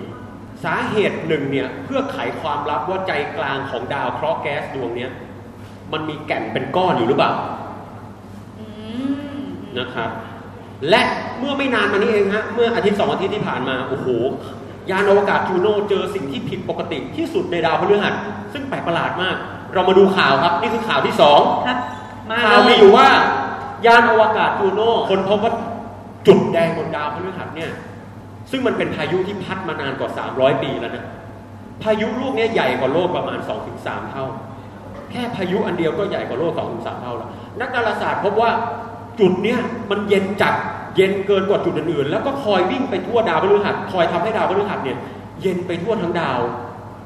Speaker 5: สาเหตุหนึ่งเนี่ยเพื่อไขความลับว่าใจกลางของดาวเคราะห์แก๊สดวงเนี้ยมันมีแก่นเป็นก้อนอยู่หรือเปล่า
Speaker 4: อืม
Speaker 5: นะครับและเมื่อไม่นานมานี้เองฮะเมื่ออาทิตย์สองอาทิตย์ที่ผ่านมาโอ้โหยานอวกาศจูโน่เจอสิ่งที่ผิดปกติที่สุดในดาวพฤหัสซึ่งแปลกประหลาดมาก เรามาดูข่าวครับ นี่คือข่าวที่สอง
Speaker 4: ครับ มา
Speaker 5: ข่าว
Speaker 4: เล
Speaker 5: มี
Speaker 4: ย
Speaker 5: อยู่ว่ายานอวกาศจูโน่คนพบว่าจุดแดงบนดาวพฤหัสเนี่ย ซึ่งมันเป็นพายุที่พัดมานานกว่า 300 ปีแล้วนะ พายุลูกเนี้ใหญ่กว่าโลกประมาณ 2-3 เท่า แค่พายุอันเดียวก็ใหญ่กว่าโลก 2-3 เท่าแล้ว นักดาราศาสตร์พบว่าจุดเนี้ยมันเย็นจัด เย็นเกินกว่าจุดอื่นๆ แล้วก็คอยวิ่งไปทั่วดาวพฤหัส คอยทำให้ดาวพฤหัสเนี่ย เย็นไปทั่วทั้งดาว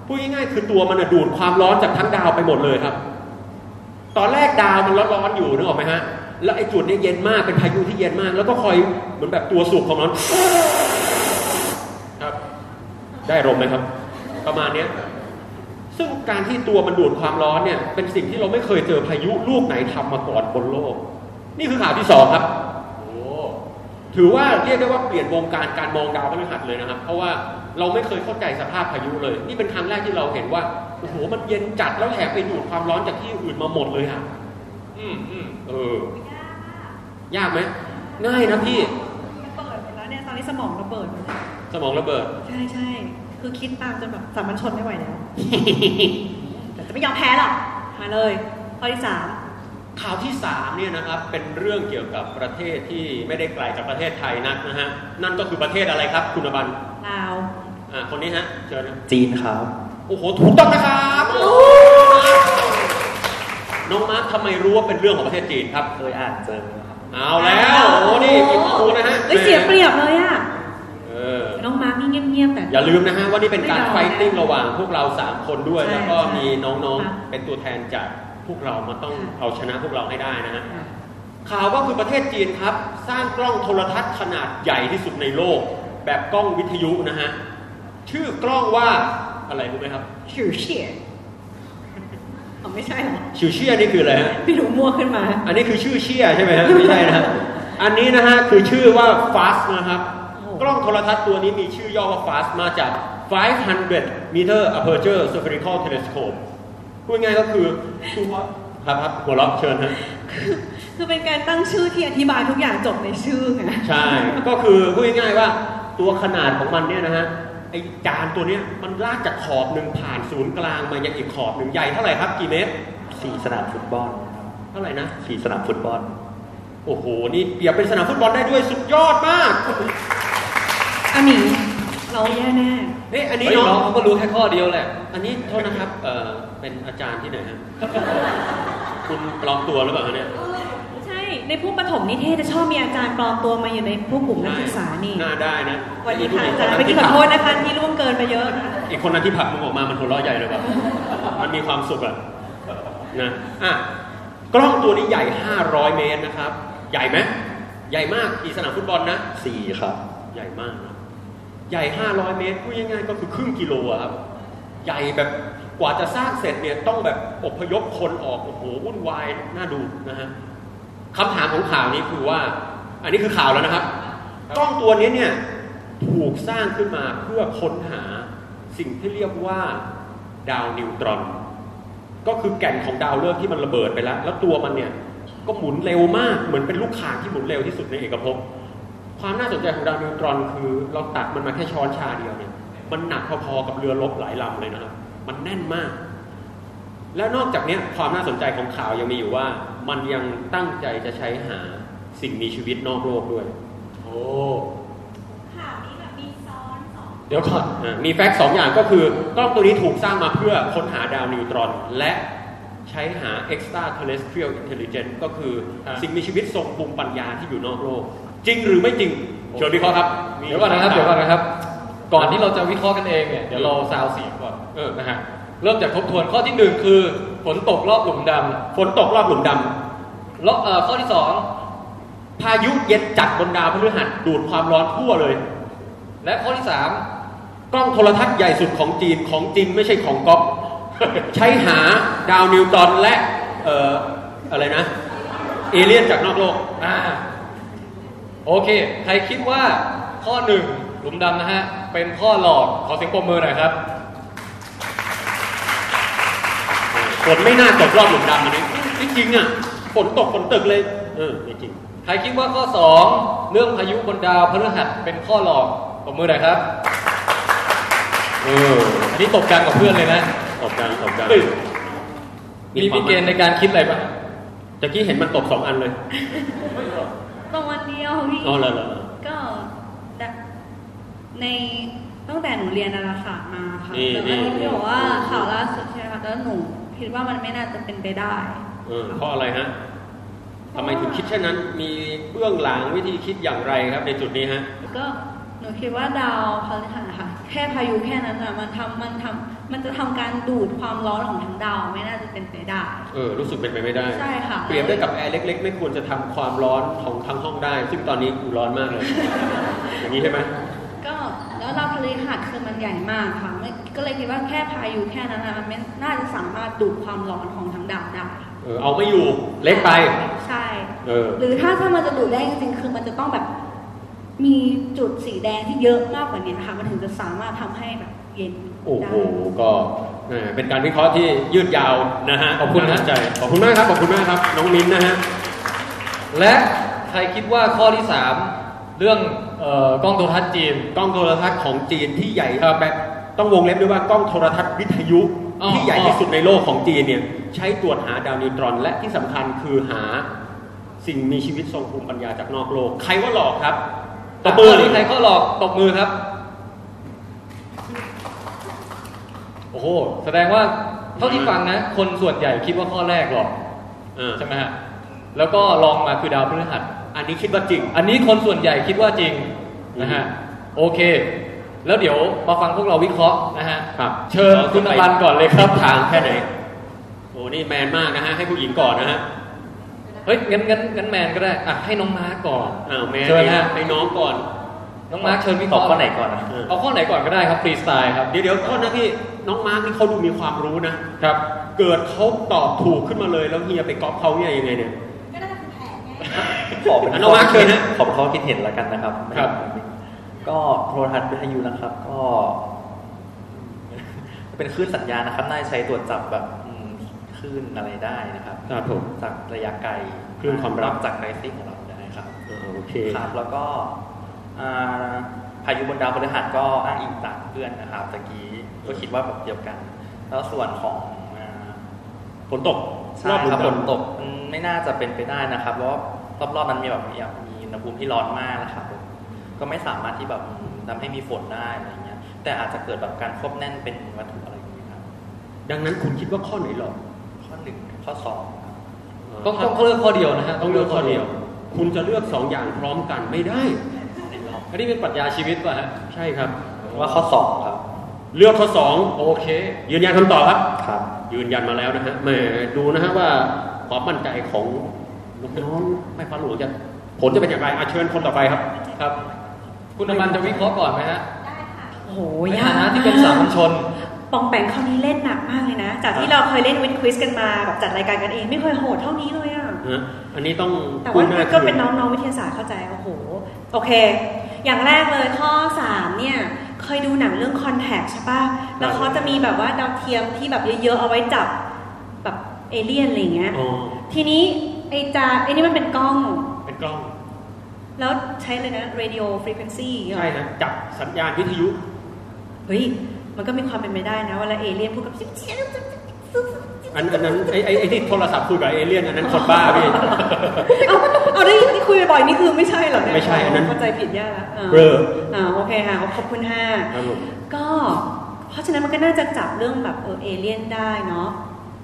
Speaker 5: พูดง่ายๆคือตัวมันน่ะดูดความร้อนจากทั้งดาวไปหมดเลยครับ ตอนแรกดาวมันร้อนๆอยู่นึกออกไหมฮะ แล้วไอ้จุดเนี้ยเย็นมาก เป็นพายุที่เย็นมาก แล้วก็คอยเหมือนแบบตัวสูบความร้อน ครับ ได้รมณ์ไหมครับ ประมาณเนี้ย ซึ่งการที่ตัวมันดูดความร้อนเนี่ย เป็นสิ่งที่เราไม่เคยเจอพายุลูกไหนทำมาก่อนบนโลก นี่คือข่าวที่สองครับ โอ้ถือว่าเรียกได้ว่าเปลี่ยนวงการการมองดาวพฤหัสเลยนะครับ เพราะว่าเราไม่เคยเข้าใจสภาพพายุเลย นี่เป็นครั้งแรกที่เราเห็นว่าโอ้โหมันเย็นจัดแล้วแถมไปดูดความร้อนจากที่อื่นมาหมดเลยฮะอืมอืมเออ ยากไหมง่ายนะพี่
Speaker 4: เปิดหมดแล้วเนี่ยตอนนี้สมองเราเปิดหมดแล้ว
Speaker 5: สมองระเบิด
Speaker 4: ใช่ใช่คือคิดตามจนแบบสามัญชนไม่ไหวแล้ว แต่จะไม่ยอมแพ้หรอก มาเลย ข้อที่สาม
Speaker 5: ข่าวที่3เนี่ยนะครับเป็นเรื่องเกี่ยวกับประเทศที่ไม่ได้ไกลจากประเทศไทยนักนะฮะนั่นก็คือประเทศอะไรครับ คุณอบัน
Speaker 4: ลาว
Speaker 5: อ่าคนนี้ฮะเชิญนะ
Speaker 8: จีนครับ
Speaker 5: โอ้โหถูกต้องนะครับน้องมาร์คทำไมรู้ว่าเป็นเรื่องของประเทศจีนครับ
Speaker 8: เคยอ่านเจอครับ
Speaker 5: เอาแล้วโอ้โหนี่มีข้อมูลนะฮะ
Speaker 4: เอ้ยเสียเปรียบเลยอ่ะ
Speaker 5: เออ
Speaker 4: น้องมาร์คนี่เงียบๆแต่
Speaker 5: อย่าลืมนะฮะว่านี่เป็นการไฟติ้งระหว่างพวกเราสามคนด้วย
Speaker 4: ใช่
Speaker 5: แล้วก็
Speaker 4: ใช่
Speaker 5: มีน้อง
Speaker 4: ค่ะ
Speaker 5: ๆ เป็นตัวแทนจากพวกเรามาต้อง
Speaker 4: ค่ะ
Speaker 5: เอาชนะพวกเราให้ได้นะฮะ
Speaker 4: อ่ะ
Speaker 5: ข่าวก็คือประเทศจีนครับ สร้างกล้องโทรทัศน์ขนาดใหญ่ที่สุดในโลก แบบกล้องวิทยุนะฮะ ชื่อกล้องว่าอะไรรู้ไหมครับ
Speaker 4: ฉิวเฉียดอ๋อไม่ใช่เหรอ
Speaker 5: ชิวเชียนี่คืออะไรฮะ
Speaker 4: ไม่รู้มั่วขึ้นมา
Speaker 5: อันนี้คือชื่อเชียใช่ไหมฮะไม่ใช่นะฮะอันนี้นะฮะคือชื่อว่า fast นะครับ
Speaker 4: โอ้
Speaker 5: กล้องโทรทัศน์ตัวนี้มีชื่อย่อว่า fast มาจาก 500 meter aperture spherical telescope พูดง่ายๆก็ คือตัวครับครับหัวเราะเชิญฮะ
Speaker 4: คือเป็นการตั้งชื่อที่อธิบายทุกอย่างจบในชื่อไง
Speaker 5: ใช่ ก็คือพูดง่ายๆว่าตัวขนาดของมันเนี่ยนะฮะไอจานตัวเนี้ยมันลากจากขอบหนึ่งผ่านศูนย์กลางมายังอีกขอบหนึ่งใหญ่เท่าไหร่ครับกี่เมตร
Speaker 8: สี่สนามฟุตบอลครับ
Speaker 5: เท่าไหร่นะ
Speaker 8: สี่สนามฟุตบอล
Speaker 5: โอ้โห นี่เปรียบเป็นสนามฟุตบอลได้ด้วยสุดยอดมาก
Speaker 4: อันนี้เราแย่แน่
Speaker 5: นี่อันนี้
Speaker 3: เฮ้ย
Speaker 5: น้
Speaker 3: น้อ
Speaker 5: อ
Speaker 3: ง
Speaker 5: ง
Speaker 3: เขาก็รู้แค่ข้อเดียวแหละ
Speaker 5: อันนี้โทษนะครับเอ่อเป็นอาจารย์ที่ไหนฮะ คุณปลอมตัวหรือเปล่าฮะเนี่ย
Speaker 4: ใช่ ในพวกปฐมนิเทศจะชอบมีอาจารย์ปลอมตัวมาอยู่ในพวกกลุ่มนักศึกษานี่
Speaker 5: หน้าได้นะ
Speaker 4: วันนี้ค่ะอาจารย์ไปกินขอโทษนะคะที่ร่วมเกินไปเยอะ
Speaker 5: อีกคนนั้นที่ผลักมึงออกมามันหัวเราะใหญ่เลยว่ะมันมีความสุขอะ นะอ่ะกล้องตัวนี้ใหญ่ 500 เมตรนะครับ ใหญ่ไหมใหญ่มากกี่สนามฟุตบอลนะ
Speaker 8: สี่ครับ
Speaker 5: ใหญ่มากนะใหญ่ 500 เมตรพูดง่ายๆก็คือครึ่งกิโลอะครับ ใหญ่แบบกว่าจะสร้างเสร็จเนี่ยต้องแบบอพยพคนออกโอ้โหวุ่นวายน่าดูนะฮะคำถามของข่าวนี้คือว่า อันนี้คือข่าวแล้วนะครับกล้องตัวนี้เนี่ยถูกสร้างขึ้นมาเพื่อค้นหาสิ่งที่เรียกว่าดาวนิวตรอน ก็คือแก่นของดาวฤกษ์ที่มันระเบิดไปแล้ว แล้วตัวมันเนี่ยก็หมุนเร็วมากเหมือนเป็นลูกข่างที่หมุนเร็วที่สุดในเอกภพ ความน่าสนใจของดาวนิวตรอนคือเราตักมันมาแค่ช้อนชาเดียวเนี่ย มันหนักพอๆกับเรือรบหลายลำเลยนะครับ มันแน่นมาก แล้วนอกจากเนี้ยความน่าสนใจของข่าวยังมีอยู่ว่า มันยังตั้งใจจะใช้หาสิ่งมีชีวิตนอกโลกด้วย โอ้
Speaker 4: ห
Speaker 5: เดี๋ยวก่อนอ่ะมีแฟกต์สองอย่างก็คือกล้องตัวนี้ถูกสร้างมาเพื่อค้นหาดาวนิวตรอน และใช้หา extraterrestrial intelligence ก็คือ
Speaker 3: ฮะ
Speaker 5: สิ่งมีชีวิตทรงภูมิปัญญาที่อยู่นอกโลก จริงหรือไม่จริงเชิญวิเคราะห์ครับ
Speaker 3: เดี๋ยวก่อนนะครับ เดี๋ยวก่อนนะครับ ก่อนที่เราจะวิเคราะห์กันเองเนี่ย เดี๋ยวเราซาวเสียงก่อน
Speaker 5: เออนะ
Speaker 3: นะ
Speaker 5: ฮะ
Speaker 3: ฮะ เริ่มจากทบทวนข้อที่หนึ่งคือฝนตกรอบหลุมด
Speaker 5: ฝนตกรอบหลุมดำ
Speaker 3: ำรอบเอ่อข้อที่สอง
Speaker 5: พายุเย็นจัดบนดาวพฤหัสดูดความร้อนทั่วเลย
Speaker 3: และข้อที่สาม
Speaker 5: กล้องโทรทัศน์ใหญ่สุดของจีนของจริงไม่ใช่ของก๊อฟ ใช้หาดาวนิวตอนและเอ่ออะไรนะ เอเลี่ยนจากนอกโลก
Speaker 3: อ่าโอเค ใครคิดว่าข้อหนึ่งหลุมดำนะฮะ เป็นข้อหลอกขอเสียงปรบมือหน่อยครับ
Speaker 5: ฝนไม่น่าตกรอบหลุมดำอันนี้ไม่จริงอ่ะฝนตกฝนตึกเลย เออไม่จริง
Speaker 3: ใครคิดว่าข้อ 2 เรื่องพายุบนดาวพฤหัสเป็นข้อหลอกปรบมือหน่อยครับเอออันนี้ตกกันกับเพื่อนเลยนะ
Speaker 5: ตกกันตกกัน
Speaker 3: เฮ้ยมีพิเกณฑ์ในการคิดอะไรบ้าง
Speaker 5: ตะกี้เห็นมันตกสองอันเลย
Speaker 6: ตรงวันเดียวพี่
Speaker 5: อ๋อเหรอเหรอเหรอ
Speaker 4: ก็แบบในตั้งแต่หนูเรียนดาราศาสตร์มาค่ะ
Speaker 5: นี่
Speaker 4: แต่
Speaker 5: นี่
Speaker 4: ว่าที่บอกว่าข่าวล่าสุดใช่ไหมคะแล้วหนูคิดว่ามันไม่น่าจะเป็นไปได้
Speaker 5: เออเพราะอะไรฮะทำไมถึงคิดเช่นนั้น มีเบื้องหลังวิธีคิดอย่างไรครับ ในจุดนี้ฮะ
Speaker 4: ก็หนูคิดว่าดาวพฤหัสนะคะแค่พายุแค่นั้นอะมันทำมันทำมันจะทำการดูดความร้อนของทั้งดาวไม่น่าจะเป็นไปได้
Speaker 5: เออรู้สึกเป็นไปไม่ได้
Speaker 4: ใช่ค่ะ
Speaker 5: เปรียบได้กับแอร์เล็ก ๆ ไม่ควรจะทำความร้อนของทั้งห้องได้ ซึ่งตอนนี้กูร้อนมากเลย อย่างนี้ใช่ไหม
Speaker 4: ก็แล้วดาวพฤหัสคือมันใหญ่มากค่ะไม่ก็เลยคิดว่าแค่พายุแค่นั้นอะมันไม่น่าจะสามารถดูดความร้อนของทั้งดาวได้
Speaker 5: เออเอาไม่อยู่เล็กไป
Speaker 4: ใช่
Speaker 5: เออ
Speaker 4: หรือถ้าถ้ามันจะดูดได้จริงๆ คือมันจะต้องแบบมีจุดสีแดงที่เยอะมากกว่านี้นะคะมันถึงจะสามารถทำให้แบบเย็น
Speaker 5: โอ้
Speaker 4: ได้
Speaker 5: โหก็เออเป็นการวิเคราะห์ที่ยืดยาวนะฮะ
Speaker 3: ขอบคุณนะ
Speaker 5: าใจขอบคุณมากครับขอบคุณมากครับ น้องมิ้นนะฮะ
Speaker 3: และใครคิดว่าข้อที่สามเรื่องเอ่อกล้องโทรทัศน์จีน
Speaker 5: กล้องโทรทัศน์ของจีนที่ใหญ่
Speaker 3: ครับ
Speaker 5: แบบต้องวงเล็บด้วยว่ากล้องโทรทัศน์วิทยุ
Speaker 3: อ๋อ
Speaker 5: ที่ใหญ่ที่สุดในโลกของจีนเนี่ยใช้ตรวจหาดาวนิวตรอน และที่สำคัญคือหาสิ่งมีชีวิตทรงภูมิปัญญาจากนอกโลก ใครว่าหลอกครับตบมือ
Speaker 3: ข้
Speaker 5: หรื
Speaker 3: นี้
Speaker 5: อ
Speaker 3: ใค
Speaker 5: ใค
Speaker 3: ร
Speaker 5: ร
Speaker 3: ข้อหลอกตบมือครับ โอ้โห แสดงว่าเท่าที่ฟังนะ คนส่วนใหญ่คิดว่าข้อแรกหลอก ใช่ไหมฮะ แล้วก็ลองมาคือดาวพฤหัส
Speaker 5: อันนี้คิดว่าจริง
Speaker 3: อันนี้คนส่วนใหญ่คิดว่าจริงนะฮะ
Speaker 5: อืม
Speaker 3: โอเค แล้วเดี๋ยวมาฟังพวกเราวิเคราะห์นะฮะ
Speaker 5: ครับ
Speaker 3: เชิญคุณอบันก่อนเลยครับ
Speaker 5: ทางแค่ไหน โอ้นี่แมนมากนะฮะ ให้ผู้หญิงก่อนนะฮะ
Speaker 3: เฮ้ยงั้นงั้นงั้นแมนก็ได้อ่ะให้น้องมาร์กก่อน
Speaker 5: อ้าวแมน
Speaker 3: เชิญฮะ
Speaker 5: ให้น้องก่อน
Speaker 3: น้องมาร์กเชิญวิเคราะห์
Speaker 8: ตอบข้อไหนก่อนนะ
Speaker 3: เอาข้อไหนก่อนก็ได้ครับฟรีสไตล์ครับ
Speaker 5: เดี๋ยวเดี๋ยวโทษนะพี่ น้องมาร์กนี่เขาดูมีความรู้นะ
Speaker 3: ครับ
Speaker 5: เกิดเขาตอบถูกขึ้นมาเลย แล้วเฮียไปก๊อปเขาเนี่ยยังไงเนี่ย
Speaker 6: ก็น่าจะเป็นแผนไง
Speaker 8: ขอเป็น
Speaker 5: อนุมาตรเชิญนะ
Speaker 8: ขอเป็นข้อคิดเห็นแล้วกันนะครับ
Speaker 3: ครับ
Speaker 8: ก็โทรทัศน์วิทยุนะครับ ก็ เป็นคลื่นสัญญาณนะครับ น่าจะใช้ตรวจจับแบบอืมคลื่นอะไรได้นะครับ
Speaker 5: ครับผม
Speaker 8: จากระยะไกล
Speaker 5: คลื่นความลับ
Speaker 8: จากไกลซิ่งของเราได้ครับ
Speaker 5: อ่าโอเค
Speaker 8: ครับแล้วก็อ่าพายุบนดาวพฤหัสก็อ้างอิงจากเพื่อนนะครับตะกี้ก็คิดว่าแบบเดียวกัน แล้วส่วนของอ่า
Speaker 5: ฝนตก
Speaker 8: ใช่ครับ
Speaker 5: ห
Speaker 8: ฝ
Speaker 5: ลุม
Speaker 8: น
Speaker 5: ดำ
Speaker 8: ตกอืมไม่น่าจะเป็นไปได้นะครับเพราะว่ารอบๆนั้นมีแบบมีมีอุณหภูมิที่ร้อนมากนะครับผมก็ไม่สามารถที่แบบทำให้มีฝนได้อะไรเงี้ยแต่อาจจะเกิดแบบการควบแน่นเป็นวัตถุอะไรอย่างเงี้ยครับ
Speaker 5: ดังนั้นคุณคิดว่าข้อไหนหลอก
Speaker 8: ข้อหนึ่งข้อสองครับ
Speaker 3: ต้องต้องเลือกข้อเดียวนะฮะ
Speaker 5: ต้องเลือกข้อเดียว คุณจะเลือกสองอย่างพร้อมกันไม่ได้
Speaker 3: อันนี้เป็นปรัชญาชีวิตป่ะฮะ
Speaker 5: ใช่ครับ
Speaker 8: ว่าข้อสองครับ
Speaker 5: เลือกข้อสอง
Speaker 3: โอเค
Speaker 5: ยืนยันคำตอบครับ
Speaker 8: ครับ
Speaker 5: ยืนยันมาแล้วนะฮะแหมดูนะฮะว่าความมั่นใจของน้องๆไม่ฟ้าหลวงจะผลจะเป็นอย่างไรอาเชิญคนต่อไปครับ
Speaker 3: ครับ คุณอมันจะวิเคราะห์ก่อนไหมฮะ
Speaker 4: โอ้โห
Speaker 3: ใน
Speaker 4: ยา
Speaker 3: ฐากนะ
Speaker 4: มาก
Speaker 3: ที่เป็นสามัญชน
Speaker 4: ปองแปงคราวนี้เล่นหนักมากเลยนะ จากที่เราเคยเล่นวินควิสกันมาแบบจัดรายการกันเองไม่เคยโหดเท่านี้เลยอะ
Speaker 5: ฮะอันนี้ต้อง
Speaker 4: แต่
Speaker 5: กู้
Speaker 4: ว่า
Speaker 5: หน้า
Speaker 4: ก็
Speaker 5: คื
Speaker 4: เป็น
Speaker 5: น
Speaker 4: น้องๆวิทยาศาสตร์เข้าใจโอ้โหโอเค อย่างแรกเลยข้อ 3 เนี่ย เคยดูหนังเรื่อง Contact ใช่ปะแล้วเขาจะมีแบบว่าดาวเทียมที่แบบเยอะๆเอาไว้จับแบบเอเลี่ยนอะไรอย่างเงี้ย
Speaker 5: อ๋อ
Speaker 4: ทีนี้ไอจาไอนี่มันเป็นกล้อง
Speaker 5: เป็นกล้อง
Speaker 4: แล้วใช้เลยนะ radio frequency อย่างเงี้ย
Speaker 5: ใช่นะจับสัญญาณวิทยุ
Speaker 4: เฮ้ย มันก็มีความเป็นไปได้นะเวลาเอเลี่ยนพูดกับจิ๊บจิ๊บจิ๊บจิ๊บจิ๊บ
Speaker 5: อันอันนั้นไอ้ไอ้ไอ้ที่โทรศัพท์คุยกับเอเลี่ยนอันนั้นคนบ้าพี่
Speaker 4: เอาเอาได้ที่คุยบ่อยๆนี่คือไม่ใช่เหรอเนี่ย
Speaker 5: ไม่ใช่อันนั้น
Speaker 4: เข้าใจผิดยากละ
Speaker 5: เบลอ
Speaker 4: อ่าโอเคค่ะขอบคุณค่ะ
Speaker 5: ครับผม
Speaker 4: ก็เพราะฉะนั้นมันก็น่าจะจับเรื่องแบบเออเอเลี่ยนได้เนาะ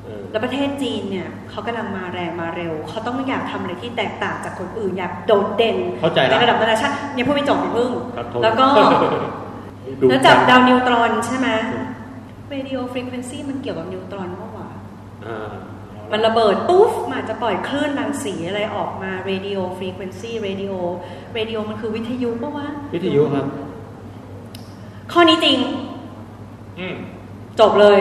Speaker 5: เออ
Speaker 4: แล้วประเทศจีนเนี่ยเขากำลังมาแรงมาเร็ว เขาต้องอยากทำอะไรที่แตกต่างจากคนอื่น อยากโดดเด่น
Speaker 5: เข้าใจแล้ว
Speaker 4: ในระดับนานาชาติยังพูดไม่จบอย่าเพิ่ง
Speaker 5: ครับโทษ
Speaker 4: แล้วก็
Speaker 5: ดู
Speaker 4: แล้วจับ
Speaker 5: กัน
Speaker 4: ดาวนิวตรอนใช่ไหม radio frequency มันเกี่ยวกับนิวตรอนมากกว่า
Speaker 5: อ่า
Speaker 4: มันระเบิดปุ๊บมันอาจจะปล่อยคลื่นรังสีอะไรออกมา radio frequency radio radio มันคือวิทยุปะวะ
Speaker 5: วิทยุครับ
Speaker 4: ข้อนี้จริง
Speaker 3: อืม
Speaker 4: จบเลย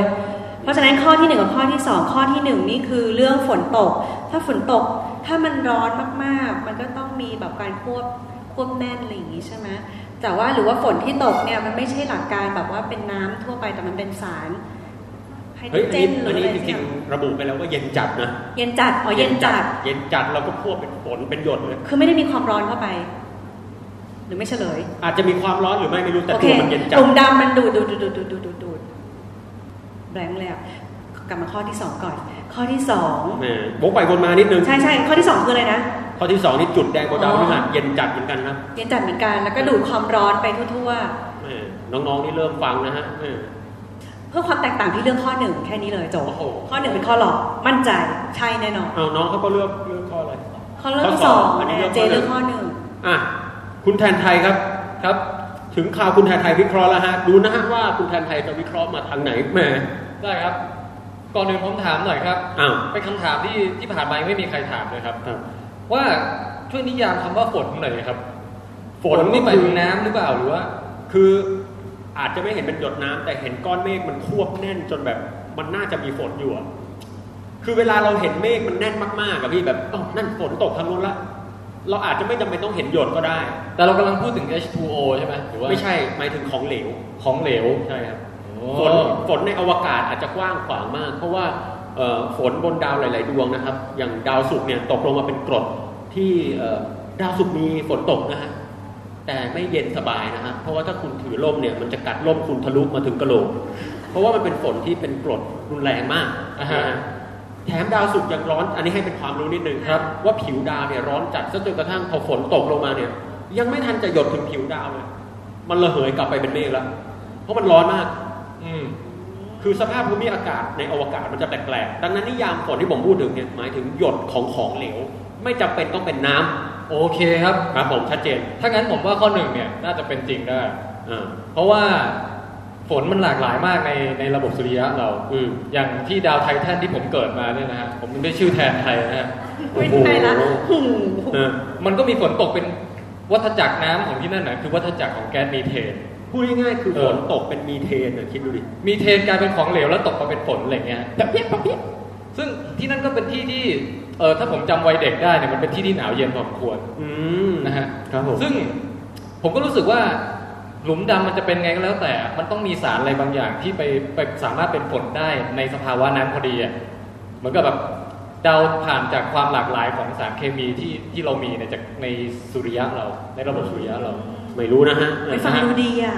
Speaker 4: เพราะฉะนั้นข้อที่หนึ่งกับข้อที่สองข้อที่หนึ่งนี่คือเรื่องฝนตก ถ้าฝนตกถ้ามันร้อนมากๆ มันก็ต้องมีแบบการควบควบแน่นอะไรอย่างนี้ใช่ไหมแต่ว่าหรือว่าฝนที่ตกเนี่ยมันไม่ใช่หลักการแบบว่าเป็นน้ำทั่วไปแต่มันเป็นสารไฮโดร
Speaker 5: เฮ้ย
Speaker 4: เจ
Speaker 5: อันนี้
Speaker 4: นหรือนอะ
Speaker 5: อันี้
Speaker 4: ไร
Speaker 5: จริ
Speaker 4: เนี่
Speaker 5: ง
Speaker 4: ย
Speaker 5: ๆระบุไปแล้วว่าเย็นจัดนะ
Speaker 4: เย็นจัดอ๋อเย็นจัด
Speaker 5: เย็นจัดเราก็พวกเป็นฝนเป็นหยดเลย
Speaker 4: คือไม่ได้มีความร้อนเข้าไป หรือไม่เฉลย
Speaker 5: อาจจะมีความร้อนหรือไม่ไม่รู้แต่
Speaker 4: โอเค
Speaker 5: ตัวมันเย็นจัด
Speaker 4: กลุ่มดำมันดูดดูดดูดดูดดูดดูดดูดแบงค์แล้วกลับมาข้อที่สองก่อน ข้อที่สอง
Speaker 5: แหมวกไปวนมานิดนึง
Speaker 4: ใช่ใช่ข้อที่สองคืออะไรนะ
Speaker 5: ข้อที่สองนี่จุดแดงกว่าดาว
Speaker 4: อ๋อ
Speaker 5: พฤหัสเย็นจัดเหมือนกันนะ
Speaker 4: เย็นจัดเหมือนกันแล้วก็ดูดความร้อนไปทั่ว
Speaker 5: แหมน้องๆนี่เริ่มฟังนะฮะแหม
Speaker 4: ๆ เพื่อความแตกต่างที่เรื่องข้อหนึ่งแค่นี้เลยจบ
Speaker 5: โอ้โห
Speaker 4: ข้อหนึ่งเป็นข้อหลอกมั่นใจใช่แน่นอน
Speaker 5: เอาน้องเขาก็เลือกเลือกข้ออะไร
Speaker 4: ข้อเรื่อง
Speaker 5: ข้
Speaker 4: ส
Speaker 5: อส
Speaker 4: อ
Speaker 5: อง งอันนี้เลือก
Speaker 4: เจ
Speaker 5: ข้อหนึ่ง
Speaker 4: เรื่องข้อหนึ่ง
Speaker 5: อ่ะคุณแทนไทยครับครับ ถึงข่าวคุณแทนไทยวิเคราะห์แล้วฮะดูนะฮะว่าคุณแทนไทยจะวิเคราะห์มาทางไหนแหม
Speaker 3: ได้ครับ ก่อนอื่นผมถามหน่อยครับ
Speaker 5: อ้าว
Speaker 3: เป็นคำถามที่ที่ผ่านมายังไม่มีใครถามเลยครับ
Speaker 5: ครับ
Speaker 3: ว่าช่วยนิยามคำว่าฝนหน่อยครับ
Speaker 5: ฝ
Speaker 3: ฝ
Speaker 5: น
Speaker 3: น
Speaker 5: นี่
Speaker 3: นี่
Speaker 5: หมาม
Speaker 3: หาย ย
Speaker 5: ถึ
Speaker 3: ถึ
Speaker 5: ง
Speaker 3: ง
Speaker 5: น้
Speaker 3: น้ำหรือเปล่าหรือว่า
Speaker 5: คืออาจจะไม่เห็นเป็นหยดน้ำแต่เห็นก้อนเมฆมันควบแน่นจนแบบมันน่าจะมีฝนอยู่อะคือเวลาเราเห็นเมฆมันแน่นมากๆอะพี่แบบเอ้านั่นฝนตกทางนู้นละ เราอาจจะไม่จำเป็นต้องเห็นหยดก็ได้
Speaker 3: แต่เรากำลังพูดถึง H2O ใช่ไหมหรือว่า
Speaker 5: ไม่ใช่หมายถึงของเหลว
Speaker 3: ของเหลว
Speaker 5: ใช่ครับ
Speaker 3: ฝ
Speaker 5: ฝน
Speaker 3: น
Speaker 5: ฝนในอวกาศอาจจะกว้างขวางมาก เพราะว่าเอ่อฝนบนดาวหลายๆดวงนะครับ อย่างดาวศุกร์เนี่ยตกลงมาเป็นกรดที่เอ่อดาวศุกร์มีฝนตกนะฮะแต่ไม่เย็นสบายนะฮะเพราะว่าถ้าคุณถือร่มเนี่ยมันจะกัดร่มคุณทะลุมาถึงกระโหลก เพราะว่ามันเป็นฝนที่เป็นกรดรุนแรงมากนะฮะแถมดาวศุกร์ยังร้อน อันนี้ให้เป็นความรู้นิดนึงครับ ว่าผิวดาวเนี่ยร้อนจัดซะจนกระทั่งพอฝนตกลงมาเนี่ย ยังไม่ทันจะหยดถึงผิวดาวเลยมันระเหยกลับไปเป็นเมฆแล้วเพราะมันร้อนมาก
Speaker 3: อืม
Speaker 5: คือสภาพภูมิอากาศในอวกาศมันจะแปลกๆ ดังนั้นนิยามฝนที่ผมพูดถึงเนี่ยหมายถึงหยดของของเหลว ไม่จำเป็นต้องเป็นน้ำ
Speaker 3: โอเคครับ
Speaker 5: ครับผมชัดเจน
Speaker 3: ถ้างั้นผมว่าข้อหนึ่งเนี่ยน่าจะเป็นจริงได้
Speaker 5: อ่า
Speaker 3: เพราะว่าฝนมันหลากหลายมากในในระบบสุริยะเรา
Speaker 5: อืม
Speaker 3: อย่างที่ดาวไททันที่ผมเกิดมาเนี่ยนะฮะผมได้ชื่อแทนไทยนะฮะ
Speaker 4: ไม่ใช่ละหู
Speaker 5: เออ
Speaker 3: มันก็มีฝนตกเป็นวัฏจักรน้ำของที่นั่นนะคือวัฏจักรของแก๊สมีเทน
Speaker 5: พูดง่ายๆคือ
Speaker 3: เอ
Speaker 5: ฝ
Speaker 3: อ
Speaker 5: นตกเป็นมีเทนน่ะคิดดูดิ
Speaker 3: มีเทนกลายเป็นของเหลวแล้วตกมาเป็นฝนอะไรเงี้ยแบบเพี้ยบแบบเพี้ยบซึ่งที่นั่นก็เป็นที่ที่เออถ้าผมจำวัยเด็กได้เนี่ยมันเป็นที่ที่หนาวเย็นพอสมควร
Speaker 5: อืม
Speaker 3: นะฮะ
Speaker 5: ครับผม
Speaker 3: ซึ่งผมก็รู้สึกว่าหลุมดำมันจะเป็นไงก็แล้วแต่ มันต้องมีสารอะไรบางอย่างที่ไปไปสามารถเป็นฝนได้ในสภาวะนั้นพอดีอ่ะเหมือนกับแบบเดาผ่านจากความหลากหลายของสารเคมีที่ที่เรามีในจากในสุริยะเราในระบบสุริยะเรา
Speaker 5: ไม่รู้นะฮะเอ
Speaker 4: ไป
Speaker 5: อ
Speaker 4: ฟังดูดี อ่ะ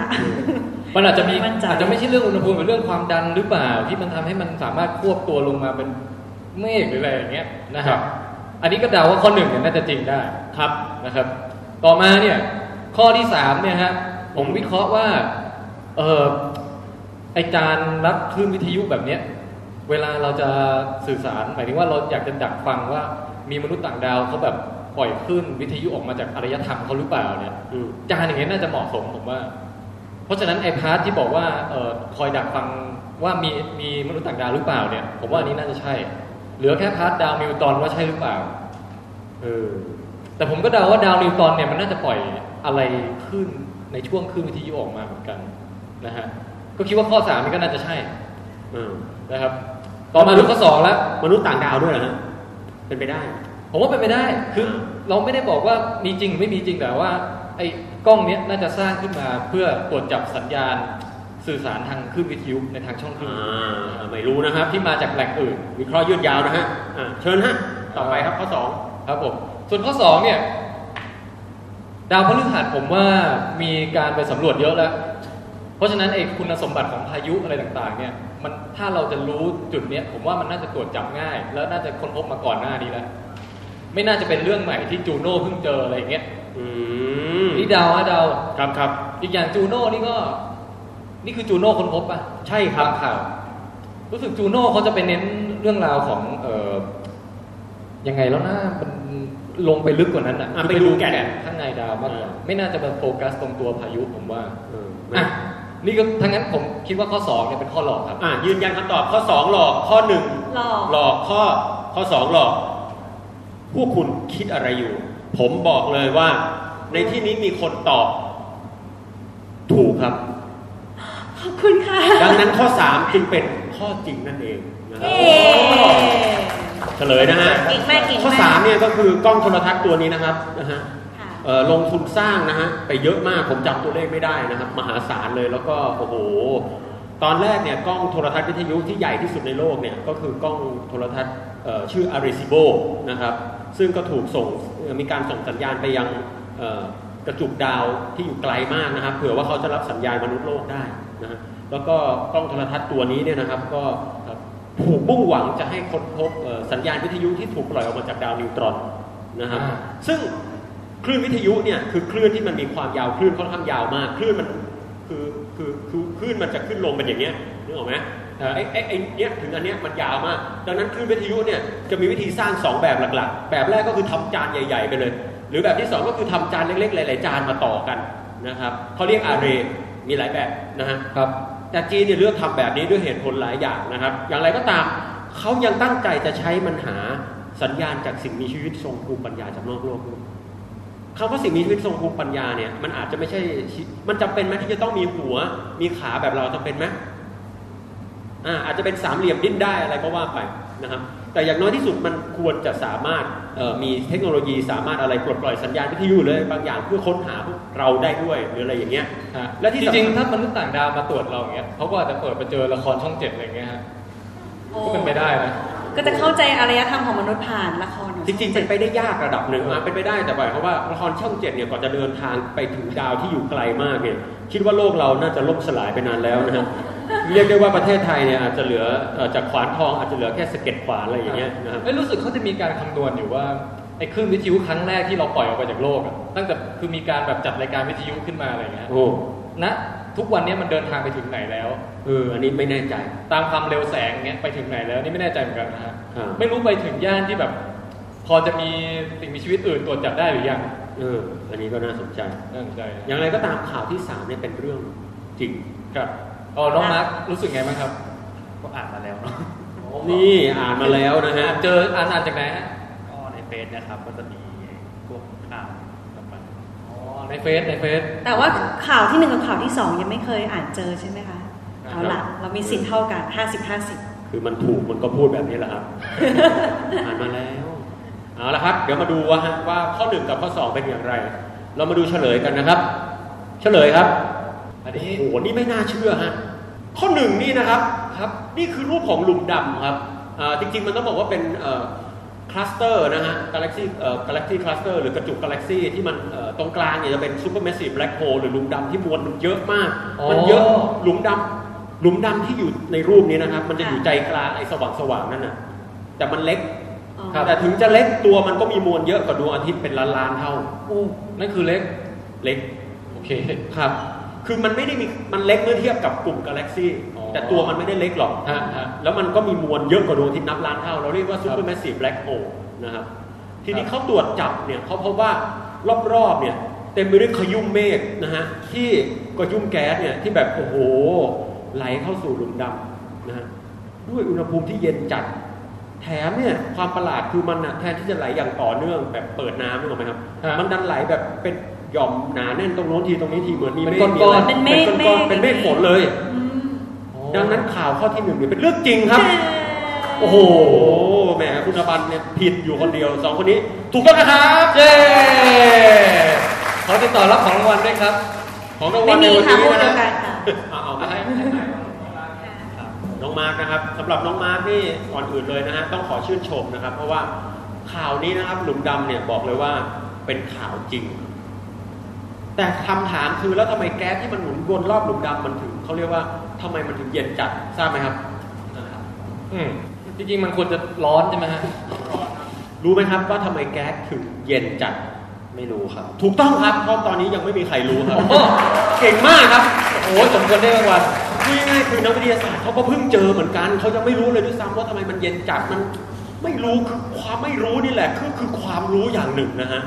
Speaker 3: มันอาจจะมี
Speaker 4: มั่นใจ
Speaker 3: อาจจะไม่ใช่เรื่องอุณหภูมิเป็นเรื่องความดันหรือเปล่าที่มันทำให้มันสามารถควบตัวลงมาเป็นเมฆหรืออะไรอย่างเงี้ยนะครับ อันนี้ก็เดาว่าข้อหนึ่งเนี่ยน่าจะจริงได้ครับนะครับ ต่อมาเนี่ยข้อที่สามเนี่ยฮะผมวิเคราะห์ว่าเออไอการรับคลื่นวิทยุแบบเนี้ยเวลาเราจะสื่อสารหมายถึงว่าเราอยากจะดักฟังว่ามีมนุษย์ต่างดาวเขาแบบปล่อยคลื่นวิทยุออกมาจากอารยธรรมเขาหรือเปล่าเนี่ย
Speaker 5: อืม
Speaker 3: จานอย่างเงี้ยน่าจะเหมาะสมผมว่า เพราะฉะนั้นไอ้พาร์ทที่บอกว่าเออคอยดักฟังว่ามีมีมนุษย์ต่างดาวหรือเปล่าเนี่ย ผมว่าอันนี้น่าจะใช่ เหลือแค่พาร์ทดาวนิวตอนว่าใช่หรือเปล่า
Speaker 5: เออ
Speaker 3: แต่ผมก็เดาว่าดาวนิวตอนเนี่ยมันน่าจะปล่อยอะไรขึ้นในช่วงคลื่นวิทยุออกมาเหมือนกันนะฮะ ก็คิดว่าข้อสามนี่ก็น่าจะใช่
Speaker 5: เออ
Speaker 3: นะครับ ต่อมาดูข้อสองแล้ว
Speaker 5: มนุษย์ต่างดาวด้วยเหรอฮะเป็นไปได้
Speaker 3: ผมว่าเป็นไปได้ คือ
Speaker 5: อ่า
Speaker 3: เราไม่ได้บอกว่ามีจริงหรือไม่มีจริงแต่ว่า ไอ้กล้องเนี้ยน่าจะสร้างขึ้นมาเพื่อตรวจจับสัญญาณสื่อสารทางคลื่นวิทยุในทางช่องคลื่น
Speaker 5: อ่าไม่รู้นะค
Speaker 3: ค
Speaker 5: รั
Speaker 3: รั
Speaker 5: บบ ที่
Speaker 3: ที่มาจากแหล่งอื่น
Speaker 5: วิเคราะห์ยืดยาวนะฮะอ่าเชิญฮะต่อไปครับข้อสอง
Speaker 3: ครับผม ส่วนข้อสองเนี่ย ดาวพฤหัสผมว่ามีการไปสำรวจเยอะแล้ว เพราะฉะนั้นไอ้คุณสมบัติของพายุอะไรต่าง ๆ เนี่ย มันถ้าเราจะรู้จุดเนี้ยผมว่ามันน่าจะตรวจจับง่าย แล้วน่าจะค้นพบมาก่อนหน้านี้แล้วไม่น่าจะเป็นเรื่องใหม่ที่จูโน่เพิ่งเจออะไรอย่างเงี้ย
Speaker 5: อืม
Speaker 3: นี่เดาวฮะเดาว
Speaker 5: ครับครับ
Speaker 3: อีกอย่างจูโน่นี่ก็ นี่คือจูโน่ค้นพบป่ะ
Speaker 5: ใช่ครับ
Speaker 3: ตามข่าวรู้สึกจูโน่เขาจะไปเน้นเรื่องราวของ เออยังไงแล้วนะมันลงไปลึกกว่านั้นอ่ะ
Speaker 5: อ่ะ
Speaker 3: คือ
Speaker 5: ไปดูแก่น
Speaker 3: ข้างในดาวมากกว่า
Speaker 5: เออ
Speaker 3: ไม่น่าจะมาโฟกัสตรงตัวพายุผมว่า
Speaker 5: เออ
Speaker 3: อ่ะนี่ก็ทั้งนั้นผมคิดว่าข้อสองเนี่ยเป็นข้อหลอกครับ
Speaker 5: อ่ะยืนยันคำตอบข้อสองหลอกข้อหนึ่ง
Speaker 4: หลอก
Speaker 5: หลอกข้อข้อสองหลอก พวกคุณคิดอะไรอยู่ ผมบอกเลยว่า ในที่นี้มีคนตอบ ถูกครับ
Speaker 4: ขอบคุณค่ะ
Speaker 5: ดังนั้นข้อ 3 จึงเป็นข้อจริงนั่นเองนะครั
Speaker 4: เอบ ๊ะ
Speaker 5: เฉลยนะฮะ
Speaker 4: เก่งมากเก่ง
Speaker 5: ข้อ
Speaker 4: มาก
Speaker 5: 3เนี่ยก็คือกล้องโทรทัศน์ตัวนี้นะครับนะฮะ
Speaker 4: ค่ะ
Speaker 5: เอ่อลงทุนสร้างนะฮะไปเยอะมากผมจำตัวเลขไม่ได้นะครับ มหาศาลเลยแล้วก็โอ้โหตอนแรกเนี่ยกล้องโทรทัศน์วิทยุที่ใหญ่ที่สุดในโลกเนี่ยก็คือกล้องโทรทัศน์เอ่อชื่ออาริซิโบนะครับซึ่งก็ถูกส่งเอ่อมีการส่งสัญญาณไปยังเอ่อกระจุกดาวที่อยู่ไกลมากนะครับเผื่อว่าเขาจะรับสัญญาณมนุษย์โลกได้นะฮะแล้วก็กล้องโทรทัศน์ตัวนี้เนี่ยนะครับก็ ถูกมุ่งหวังจะให้ค้นพบเอ่อสัญญาณวิทยุที่ถูกปล่อยออกมาจากดาวนิวตรอนนะครับ
Speaker 3: อ่า
Speaker 5: ซึ่งคลื่นวิทยุเนี่ยคือคลื่นที่มันมีความยาวคลื่นค่อนข้างยาวมากคลื่นมันคือคือคือคลื่นมันจะขึ้นลงเป็นอย่างเงี้ยนึกออกไหมเอ่อไอ้ไอ้ไอ้เนี้ยถึงอันเนี้ยมันยาวมาก ดังนั้นคลื่นวิทยุเนี่ยจะมีวิธีสร้างสองแบบหลักๆ แบบแรกก็คือทำจานใหญ่ ๆ ไปเลย หรือแบบที่สองก็คือทำจานเล็กๆหลายๆจานมาต่อกันนะครับเขาเรียกอาร์เรย์มีหลายแบบนะฮะ
Speaker 3: ครับ
Speaker 5: แต่จีนเนี่ยเลือกทำแบบนี้ด้วยเหตุผลหลายอย่างนะครับ อย่างไรก็ตาม เขายังตั้งใจจะใช้มันหาสัญญาณจากสิ่งมีชีวิตทรงภูมิปัญญาจากนอกโลกด้วยคำว่าสิ่งมีชีวิตทรงภูมิปัญญาเนี่ยมันอาจจะไม่ใช่ชีมันจำเป็นไหมที่จะต้องมีหัว มีขาแบบเราจำเป็นไหมอ่าอาจจะเป็นสามเหลี่ยมดิ้นได้อะไรก็ว่าไปนะครับ แต่อย่างน้อยที่สุดมันควรจะสามารถเอ่อมีเทคโนโลยีสามารถอะไรปลดปล่อยสัญญาณวิทยุเลย บางอย่างเพื่อค้นหาพวกเราได้ด้วยหรืออะไรอย่างเงี้ย
Speaker 3: ฮะ
Speaker 5: และที่
Speaker 3: จ
Speaker 5: สำคัญ
Speaker 3: ริงๆ ถ้ามนุษย์ต่างดาวมาตรวจเราอย่างเงี้ยเขาก็อาจจะเปิดมาเจอละครช่องเจ็ดอะไรอย่างเงี้ยฮะก็เป็นไปได้นะ
Speaker 4: ก็จะเข้าใจอารยธรรมของมนุษย์ผ่านละครของ
Speaker 5: จริงๆเป็นไปได้ยากระดับหนึ่งอ่ะเป็นไปได้แต่หมายความว่าละครช่องเจ็ดเนี่ยก่อนจะเดินทางไปถึงดาวที่อยู่ไกลมากเนี่ยคิดว่าโลกเราน่าจะล่มสลายไปนานแล้วนะฮะเรียกได้ว่าประเทศไทยเนี่ยอาจจะเหลือเอ่อจากขวานทองอาจจะเหลือแค่สะเก็ดขวานอะไรอย่างเงี้ยนะครับ
Speaker 3: เอ้ยรู้สึกเขาจะมีการคำนวณอยู่ว่าไอ้คลื่นวิทยุครั้งแรกที่เราปล่อยออกไปจากโลกอะตั้งแต่คือมีการแบบจัดรายการวิทยุขึ้นมาอะไรอย่างเงี้ย
Speaker 5: โอ้
Speaker 3: นะทุกวันเนี้ยมันเดินทางไปถึงไหนแล้ว
Speaker 5: เอออันนี้ไม่แน่ใจ
Speaker 3: ตามความเร็วแสงเงี้ยไปถึงไหนแล้วนี่ไม่แน่ใจเหมือนกันนะฮะ
Speaker 5: ครับ
Speaker 3: ไม่รู้ไปถึงย่านที่แบบ พอจะมีสิ่งมีชีวิตอื่นตรวจจับได้หรือยัง
Speaker 5: เอออันนี้ก็น่าสนใจ
Speaker 3: น่าสนใจนะ
Speaker 5: อย่างไรก็ตามข่าวที่สามเนี่ยเป็นเรื่องจริง
Speaker 3: ครับอ๋อน้องมาร์ครู้สึกไงบ้างครับ
Speaker 8: ก็อ่านมาแล้วเนาะ
Speaker 5: นี่อ่านมาแล้วนะฮะ
Speaker 3: อ่านเจออ่านอ่านจากไหนฮะ
Speaker 8: ก็ในเฟซนะครับก็จะมีพวกข่าวต่างๆ
Speaker 3: อ๋อในเฟซในเฟซ
Speaker 4: แต่ว่าข่าวที่หนึ่งกับข่าวที่สองยังไม่เคยอ่านเจอใช่ไหมคะ เอาละเรามีสิทธิ์เท่ากัน 50-50
Speaker 5: คือมันถูกมันก็พูดแบบนี้แหละครับ อ่านมาแล้ว เอาละครับ เดี๋ยวมาดูว่าฮะว่าข้อหนึ่งกับข้อสองเป็นอย่างไร เรามาดูเฉลยกันนะครับ เฉลยครับ
Speaker 3: อันนี้
Speaker 5: โอ้โห นี่ไม่น่าเชื่อฮะ ข้อหนึ่งนี่นะครับ ครับ นี่คือรูปของหลุมดำครับอ่าจริงๆ มันต้องบอกว่าเป็นคลัสเตอร์นะฮะ กาแล็กซี่กาแล็กซี่คลัสเตอร์หรือกระจุกกาแล็กซี่ที่มันเอ่อตรงกลางเนี่ยจะเป็นซูเปอร์แมสซีฟแบล็คโฮลหรือหลุมดำที่มวลมันเยอะมาก มันเยอะ หลุมดำหลุมดำที่อยู่ในรูปนี้นะครับ มันจะอยู่ใจกลางไอ้สว่างๆนั่นน่ะ แต่มันเล็ก
Speaker 4: อ๋อ
Speaker 5: แต่ถึงจะเล็กตัวมันก็มีมวลเยอะกว่าดวงอาทิตย์เป็นล้านๆเท่า
Speaker 3: นั่นคือเล็ก
Speaker 5: เล็ก
Speaker 3: โอเค
Speaker 5: ครับ คือมันไม่ได้มี มันเล็กเมื่อเทียบกับกลุ่มกาแล็กซี่
Speaker 3: อ๋อ
Speaker 5: แต่ตัวมันไม่ได้เล็กหรอก
Speaker 3: ฮะฮะ
Speaker 5: แล้วมันก็มีมวลเยอะกว่าดวงอาทิตย์นับล้านเท่า เราเรียกว่าซูเปอร์แมสซีฟแบล็ h โ l นะครับ ทีนี้
Speaker 3: ครับ
Speaker 5: เขาตรวจจับเนี่ยเขาพบว่ารอบๆเนี่ยเต็มไปด้วยขยุ่มเมฆนะฮะ ที่ก็ยุ่มแก๊สเนี่ยที่แบบโอ้โห ไหลเข้าสู่หลุมดำนะฮะ ด้วยอุณหภูมิที่เย็นจัด แถมเนี่ยความประหลาดคือมันน่ะแทนที่จะไหลอย่างต่อเนื่องแบบเปิดน้ำนึกออกไหมครับ
Speaker 3: ฮะ
Speaker 5: มันดันไหลแบบเป็นหย่อมหนาแน่นตรงโน้นทีตรงนี้ทีเหมือนมี
Speaker 3: เป็น
Speaker 5: เมฆ
Speaker 3: ก้อนๆ
Speaker 5: มีอะไร
Speaker 4: เป็นเมฆ
Speaker 5: เป็นก้อนๆ
Speaker 4: เมฆ
Speaker 5: เป็นเมฆฝนเลย ดังนั้นข่าวข้อที่หนึ่งเนี่ยเป็นเรื่องจริงครับ โอ้โหแหมคุณบันเนี่ยผิดอยู่คนเดียวสองคนนี้ ถูกต้องนะครับ
Speaker 3: เย้ขอติดต่อรับของรางวัลด้วยครับ
Speaker 5: ของรางวั
Speaker 4: ไม่
Speaker 5: ลใน
Speaker 4: มีค่ะพูด
Speaker 5: วันนี้
Speaker 4: เดี
Speaker 5: นะ
Speaker 4: ยวกันค่ะ
Speaker 5: เอาเอาไปให้ครับน้องมาร์กนะครับสำหรับน้องมาร์กนี่ก่อนอื่นเลยนะฮะต้องขอชื่นชมนะครับ เพราะว่าข่าวนี้นะครับหลุมดำเนี่ยบอกเลยว่าเป็นข่าวจริง แต่คำถามคือแล้วทำไมแก๊สที่มันหมุนวนรอบหลุมดำมันถึงเขาเรียกว่าทำไมมันถึงเย็นจัดทราบไหมครับ
Speaker 3: อืมจริงๆมันควรจะร้อนใช่ไหมฮะ
Speaker 5: รู้ไหมครับว่าทำไมแก๊สถึงเย็นจัด
Speaker 8: ไม่รู้ครับ
Speaker 5: ถูกต้องครับเพราะตอนนี้ยังไม่มีใครรู้ครับ
Speaker 3: โอ้
Speaker 5: เก่งมากครับ
Speaker 3: โอ้ยสมควรได้รางวัล
Speaker 5: นี่ง่ายๆคือนักวิทยาศาสตร์เขาก็เพิ่งเจอเหมือนกันเขายังไม่รู้เลยด้วยซ้ำว่าทำไมมันเย็นจัดมันไม่รู้คือความไม่รู้นี่แหละคือคือความรู้อย่างหนึ่งนะฮะ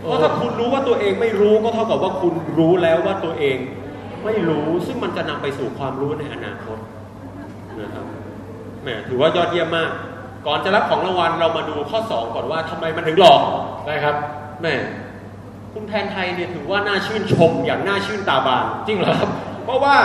Speaker 5: เพราะถ้าคุณรู้ว่าตัวเองไม่รู้ก็เท่ากับว่าคุณรู้แล้วว่าตัวเองไม่รู้ซึ่งมันจะนำไปสู่ความรู้ในอนาคตนะครับแหมถือว่ายอดเยี่ยมมาก ก่อนจะรับของรางวัลเรามาดูข้อสองก่อนว่าทำไมมันถึงหลอก
Speaker 3: ได้ครับ
Speaker 5: แม่คุณแทนไทยเนี่ยถือว่าน่าชื่นชมอย่างน่าชื่นตาบาน
Speaker 3: จริงเหรอครับ
Speaker 5: เพราะว่า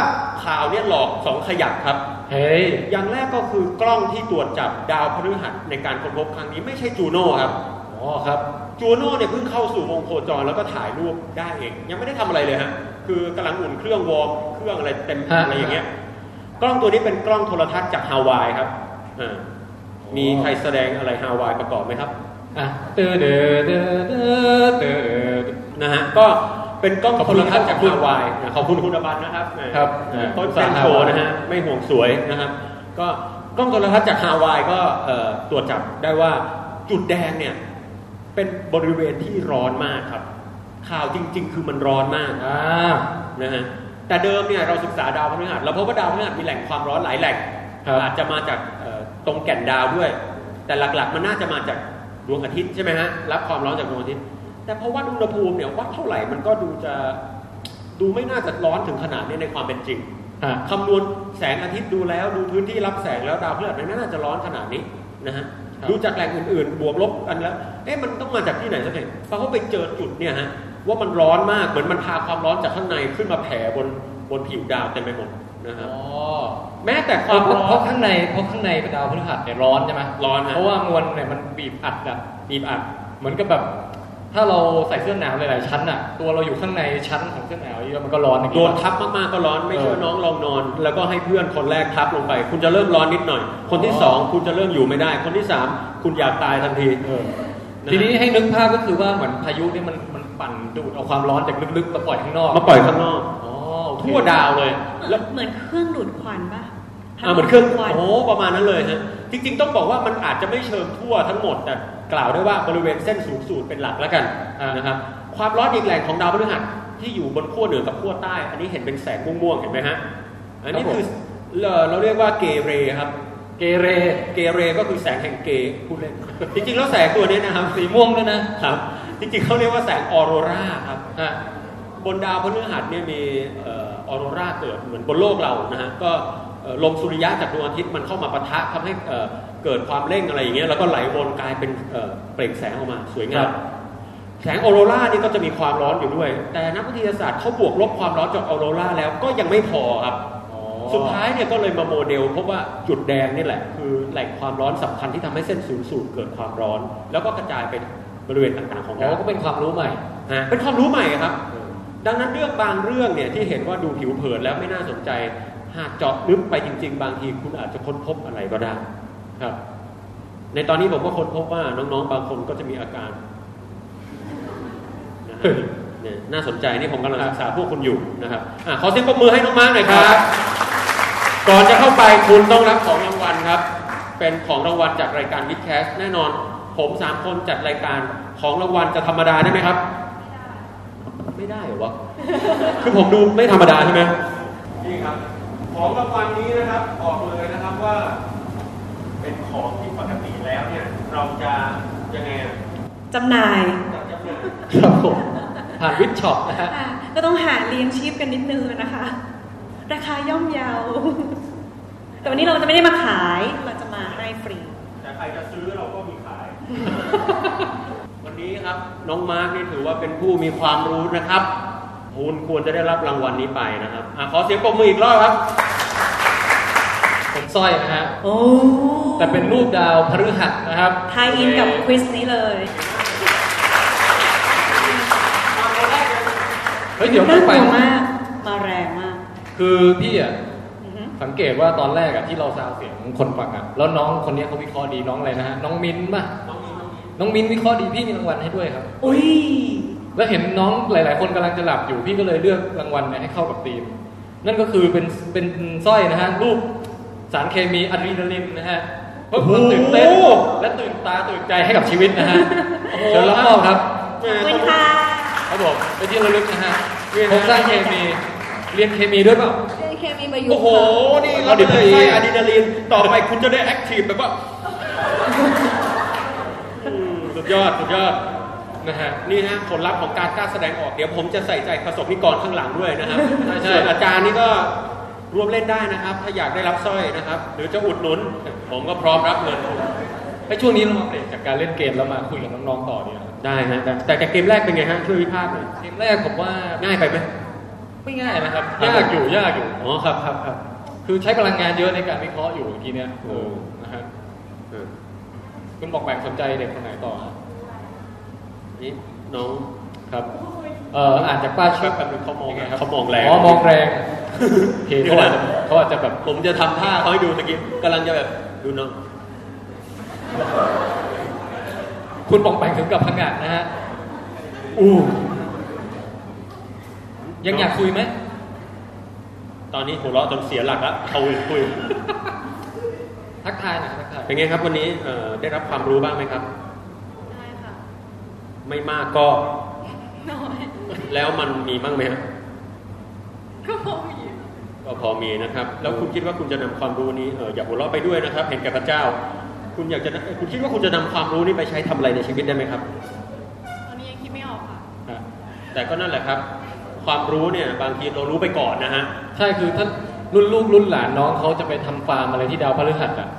Speaker 5: ข่าวเนี่ยหลอกสองขยักครับ
Speaker 3: เฮ้ย
Speaker 5: อย่างแรกก็คือกล้องที่ตรวจจับดาวพฤหัสในการค้นพบครั้งนี้ไม่ใช่จูโน่ครับอ๋อครับจูโน่เนี่ยเพิ่งเข้าสู่วงโคจรแล้วก็ถ่ายรูปได้เอง ยังไม่ได้ทำอะไรเลยฮะคือกำลังอุ่นเครื่องวอร์มเครื่องอะไรเต็ม
Speaker 3: ฮะ
Speaker 5: อะไรอย่างเงี้ย กล้องตัวนี้เป็นกล้องโทรทัศน์จากฮาวายครับอ่ามีใครแสดงอะไรฮาวายประกอบไหมครับ
Speaker 3: อ่ะเตอเดอเดอเดอเตอเดอ
Speaker 5: นะฮะก็เป็นกล้อง
Speaker 3: ขอบ
Speaker 5: โท
Speaker 3: คุณ
Speaker 5: รทัศน์จาก
Speaker 3: ขอบคุณ
Speaker 5: ฮาวายนะขอบคุณคุณอบันนะครับ
Speaker 3: ครับ
Speaker 5: เออ
Speaker 3: เออ
Speaker 5: ต้นแซนโชว์นะฮะไม่ห่วงสวยนะครับก็กล้องโทรทัศน์จากฮาวายก็เอ่อตรวจจับได้ว่าจุดแดงเนี่ยเป็นบริเวณที่ร้อนมากครับ ข่าวจริง ๆ คือมันร้อนมาก
Speaker 3: อ่า
Speaker 5: นะฮะแต่เดิมเนี่ยเราศึกษาดาวพฤหัสเราพบว่าดาวพฤหัสมีแหล่งความร้อนหลายแหล่ง
Speaker 3: ครับ
Speaker 5: อาจจะมาจากเอ่อตรงแก่นดาวด้วย แต่หลักๆ มันน่าจะมาจากดวงอาทิตย์ใช่ไหมฮะรับความร้อนจากดวงอาทิตย์ แต่เพราะว่าอุณหภูมิเนี่ยวัดเท่าไหร่มันก็ดูจะดูไม่น่าจะร้อนถึงขนาดนี้ในความเป็นจริง
Speaker 3: ฮะ
Speaker 5: คำนวณแสงอาทิตย์ดูแล้วดูพื้นที่รับแสงแล้วดาวพฤหัสมันไม่น่าจะร้อนขนาดนี้นะฮะ
Speaker 3: ครับ
Speaker 5: ดูจากแหล่งอื่นๆ บวกลบกันแล้วเอ๊ะมันต้องมาจากที่ไหนสักแห่งเพราะเขาไปเจอจุดเนี่ยฮะว่ามันร้อนมากเหมือนมันพาความร้อนจากข้างในขึ้นมาแผ่บนบนผิวดาวเต็มไปหมดนะ
Speaker 3: อ๋
Speaker 5: ฮะ
Speaker 3: อ
Speaker 5: แม้แต่ค
Speaker 3: เอ
Speaker 5: วา
Speaker 3: อ
Speaker 5: ม
Speaker 3: เพราะ
Speaker 5: ร้อ
Speaker 3: เพราะ
Speaker 5: น
Speaker 3: ข้างในเพราะข้างในดาวพฤหัสเนี่ยร้อนใช่ไหม
Speaker 5: ร้อนฮะ
Speaker 3: เพราะว่ามวลเนี่ยมันบีบอัดอะ
Speaker 5: บีบอัด
Speaker 3: เหมือนกับแบบ ถ้าเราใส่เสื้อหนาวหลายๆชั้นอะตัวเราอยู่ข้างในชั้นของเสื้อหนาวเยอะมันก็ร้อนอย่าง
Speaker 5: โด
Speaker 3: งี้
Speaker 5: น
Speaker 3: ปะ
Speaker 5: ทับมากๆก็ร้อนไม่เชื่อ
Speaker 3: เออ
Speaker 5: น้องลองนอน แล้วก็ให้เพื่อนคนแรกทับลงไป คุณจะเริ่มร้อนนิดหน่อย คนที่
Speaker 3: อ๋อ
Speaker 5: สองคุณจะเริ่มอยู่ไม่ได้ คนที่สามคุณอยากตายทันที
Speaker 3: เออ
Speaker 5: ะ
Speaker 3: ทีนี้ให้นึกภาพก็คือว่าเหมือนพายุเนี่ยมันมันปั่นดูดเอาความร้อนจากลึกๆมาปล่อยข้างนอก
Speaker 5: มาปล่อยข้างนอก
Speaker 3: อ๋อโอเค
Speaker 5: ทั่วดาวเลยแล้ว
Speaker 4: เหมือนเครื่องดูดควันปะ
Speaker 5: อ่าเหมือนเครื่อง
Speaker 4: ควัน
Speaker 5: โอ้ประมาณนั้นเลยฮะจริง ๆ ต้องบอกว่ามันอาจจะไม่เชิงทั่วทั้งหมด แต่กล่าวได้ว่าบริเวณเส้นศูนย์สูตรเป็นหลักแล้วกันอ่านะครับความร้อนอีกแหล่งของดาวพฤหัสที่อยู่บนขั้วเหนือกับขั้วใต้ อันนี้เห็นเป็นแสงม่วงๆเห็นไหมฮะอันนี้คือเอ่อเราเรียกว่าเกเรครับ
Speaker 3: เกเร
Speaker 5: เกเรก็คือแสงแห่งเกย์พูดเล่น จริงๆ แล้วแสงตัวนี้นะครับสีม่
Speaker 3: ม่
Speaker 5: วง
Speaker 3: วงด้วยนะครับ
Speaker 5: จริงๆเขาเรียกว่าแสงออโรราครับ
Speaker 3: ฮะ
Speaker 5: บนดาวพฤหัสเนี่ยมีเออโรราเกิดเหมือนบนโลกเรานะฮะก็เอ่อลมสุริยะจากดวงอาทิตย์มันเข้ามาปะทะทำให้เอ่อเกิดความเร่งอะไรอย่างเงี้ยแล้วก็ไหลวนกลายเป็นเอ่อเปล่งแสงออกมาสวยงา
Speaker 3: ครั
Speaker 5: ม
Speaker 3: บ
Speaker 5: แสงออโรรานี่ก็จะมีความร้อนอยู่ด้วย แต่นักวิทยาศาสตร์เขาบวกลบความร้อนจากออโรราแล้วก็ยังไม่พอครับ
Speaker 3: อ๋อ
Speaker 5: สุดท้ายเนี่ยก็เลยมาโมเดลพบว่าจุดแดงนี่แหละ คือแหล่งความร้อนสำคัญที่ทำให้เส้นศูนย์สูตรเกิดความร้อน แล้วก็กระจายไปบริเวณต่างๆของ
Speaker 3: อ๋
Speaker 5: ดา
Speaker 3: อ
Speaker 5: ว
Speaker 3: ก็เป็นความรู้ใหม่
Speaker 5: ฮะเป็นความรู้ใหม่ครับ ดังนั้นเรื่องบางเรื่องเนี่ยที่เห็นว่าดูผิวเผินแล้วไม่น่าสนใจ หากเจาะลึกไปจริง ๆ บางทีคุณอาจจะค้นพบอะไรก็ได้ครับ ในตอนนี้ผมก็ค้นพบว่าน้องๆ บางคนก็จะมีอาการนะฮะเนี่ยน่าสนใจนี่ผมกำลังศึกษาพวกคุณอยู่นะครับอ่ะขอเสียงปรบมือให้น้องมาร์กหน่อยครับ ก่อนจะเข้าไปคุณต้องรับของรางวัลครับ เป็นของรางวัลจากรายการวิดแคสแน่นอน ผมสามคนจัดรายการของรางวัลจะธรรมดาได้ไหมครับ ไม่ได้เหรอวะ คือผมดูไม่ธรรมดาใช่ไหมนี่ครับ ของรางวัลนี้นะครับบอกเลยนะครับว่า เป็นของที่ปกติแล้วเนี่ย เราจะยังไงอะ
Speaker 4: จำหน่าย
Speaker 5: จัดจำหน่าย
Speaker 3: ครับผมผ่านวิดช็อปนะฮะ
Speaker 4: ค่ะก็ต้องหาเลี้ยงชีพกันนิดนึงนะคะ ราคาย่อมเยาว แต่วันนี้เราจะไม่ได้มาขายเราจะมาให้ฟรี
Speaker 5: แต่ใครจะซื้อเราก็มีขาย วันนี้ครับ น้องมาร์กนี่ถือว่าเป็นผู้มีความรู้นะครับ คุณควรจะได้รับรางวัลนี้ไปนะครับอะขอเสียงปรบมืออีกรอบครับ
Speaker 3: ผมสร้อยนะฮะ
Speaker 4: โอ้
Speaker 3: แต่เป็นรูปดาวพฤหัสนะครับ
Speaker 4: ไทยอินกับควิสนี้เลย
Speaker 3: เฮ้ย เดี๋ยวไม่ไป
Speaker 4: น่ากลัวมาก มาแรงมาก
Speaker 3: คือพี่อ่ะ
Speaker 4: อือฮึ
Speaker 3: สังเกตว่าตอนแรกอ่ะที่เราซาวเสียงคนฟังอ่ะ แล้วน้องคนเนี้ยเขาวิเคราะห์ดีน้องอะไรนะฮะ น้องมิ้นท์ป่ะ น้องมิ้นท์วิเคราะห์ดีพี่มีรางวัลให้ด้วยครับ
Speaker 4: อุ้ย
Speaker 3: แล้วเห็นน้องหลาย ๆ คนกำลังจะหลับอยู่พี่ก็เลยเลือกรางวัลเนี่ยให้เข้ากับธีม นั่นก็คือเป็นเป็นสร้อยนะฮะรูป สารเคมีอะดรีนาลินนะฮะเพิ่มความตื่นเต้น
Speaker 5: โอ้โห
Speaker 3: และตื่นตาตื่นใจให้กับชีวิตนะฮะเชิญรับมอบครับ
Speaker 4: ขอบคุณค่ะ
Speaker 3: ครับผมเป็นที่ระลึกนะฮะโครงสร้างเคมี เรียนเคมีด้วยเปล่า
Speaker 6: เรียนเคมีประยุกต์
Speaker 5: โอ้โห นี่เรา
Speaker 3: เอาดิ
Speaker 5: เลยใช่อะดรีนาลีน ต่อไปคุณจะได้แอคทีฟแบบว่า
Speaker 3: สุดยอด สุดยอด นะฮะ
Speaker 5: นี่ฮะผลลัพธ์ของการกล้าแสดงออก เดี๋ยวผมจะใส่ใจประสบนิกรข้างหลังด้วยนะครับ
Speaker 3: ใช่ใช่
Speaker 5: ส่วนอาจารย์นี่ก็รวมเล่นได้นะครับ ถ้าอยากได้รับสร้อยนะครับ หรือจะอุดหนุน ผมก็พร้อมรับเงินคุณ
Speaker 3: ไอช่วงนี้เรามาเปลี่ยนจากการเล่นเกมแล้วมาคุยกับน้องๆต่อดีกว่า
Speaker 5: ได้ฮะได้แต่เกมแรกเป็นไงฮะ ช่วยวิพากษ์หน่อย
Speaker 3: เกมแรกผมว่า
Speaker 5: ง่ายไปไหม
Speaker 3: ไม่ง่ายนะครับ
Speaker 5: ครับ
Speaker 3: ยากอยู่ ยากอยู่
Speaker 5: อ๋อครับครับครับ
Speaker 3: คือใช้พลังงานเยอะในการวิเคราะห์อยู่เมื่อกี้เนี่ย
Speaker 5: โอ้
Speaker 3: เออนะฮะคุณบอกแบ่งสนใจเด็กคนไหนต่อ
Speaker 5: นี่น้อง
Speaker 3: ครับ เอออ่านจากป้ายชื่อแบบนึงเขามองไงครับ
Speaker 5: เขามองแรง
Speaker 3: อ๋อ มองแรงโอเคเขาอา จจะเขาอาจจะแบบ
Speaker 5: ผมจะทำท่าเขาให้ดูตะกี้กำลังจะแบบดูน้อง
Speaker 3: คุณปองแปงถึงกับพังงะนะฮะ อู้ ยังอยากคุยไหม
Speaker 5: ตอนนี้หัวเราะจนเสียหลักละเขาคุย
Speaker 3: ทักทายหน่อยทักทาย
Speaker 5: เป็นไงครับวันนี้เอ่อได้รับความรู้บ้างไหมครับ
Speaker 6: ได้ค่ะ
Speaker 5: ไม่มากก็
Speaker 6: น้อย
Speaker 5: แล้วมันมีบ้างไหมฮะ
Speaker 6: ก็พอมี
Speaker 5: ก็พอมีนะครับ แล้วคุณคิดว่าคุณจะนำความรู้นี้เอออย่าหัวเราะไปด้วยนะครับ เห็นแก่พระเจ้า คุณอยากจะเอ่อคุณคิดว่าคุณจะนำความรู้นี้ไปใช้ทำอะไรในชีวิตได้ไหมครับ
Speaker 6: ตอนนี้ยังคิดไม่ออกค่ะ
Speaker 5: ฮะแต่ก็นั่นแหละครับ ความรู้เนี่ยบางทีเรารู้ไปก่อนนะฮะ
Speaker 3: ใช่คือถ้ารุ่นลูกรุ่นหลานน้องเขาจะไปทำฟาร์มอะไรที่ดาวพฤหัสอ่ะ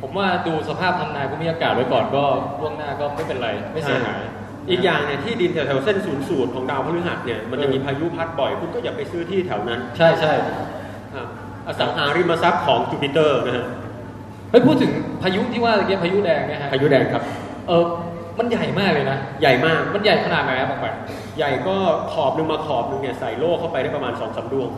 Speaker 3: ผมว่าดูสภาพทำนายภูมิอากาศไว้ก่อนก็ล่วงหน้าก็ไม่เป็นไร ไม่เสียหาย
Speaker 5: อีกอย่างเนี่ยที่ดินแถวๆเส้นศูนย์สูตรของดาวพฤหัสเนี่ยมันจะ
Speaker 3: เออ
Speaker 5: มีพายุพัดบ่อย คุณก็อย่าไปซื้อที่แถวนั้น
Speaker 3: ใช่ใช่
Speaker 5: ครับอสังหาริมทรัพย์ของจูปิเตอร์นะฮะ
Speaker 3: เฮ้ยพูดถึงพายุที่ว่าตะกี้พายุแดงเนะฮะ
Speaker 5: พายุแดงครับ
Speaker 3: เออมันใหญ่มากเลยนะ
Speaker 5: ใหญ่มาก
Speaker 3: มันใหญ่ขนาดไหนครับปองแปง
Speaker 5: ใหญ่ก็ขอบหนึ่งมาขอบหนึ่งเนี่ยใส่โล่เข้าไปได้ประมาณสองสาดวง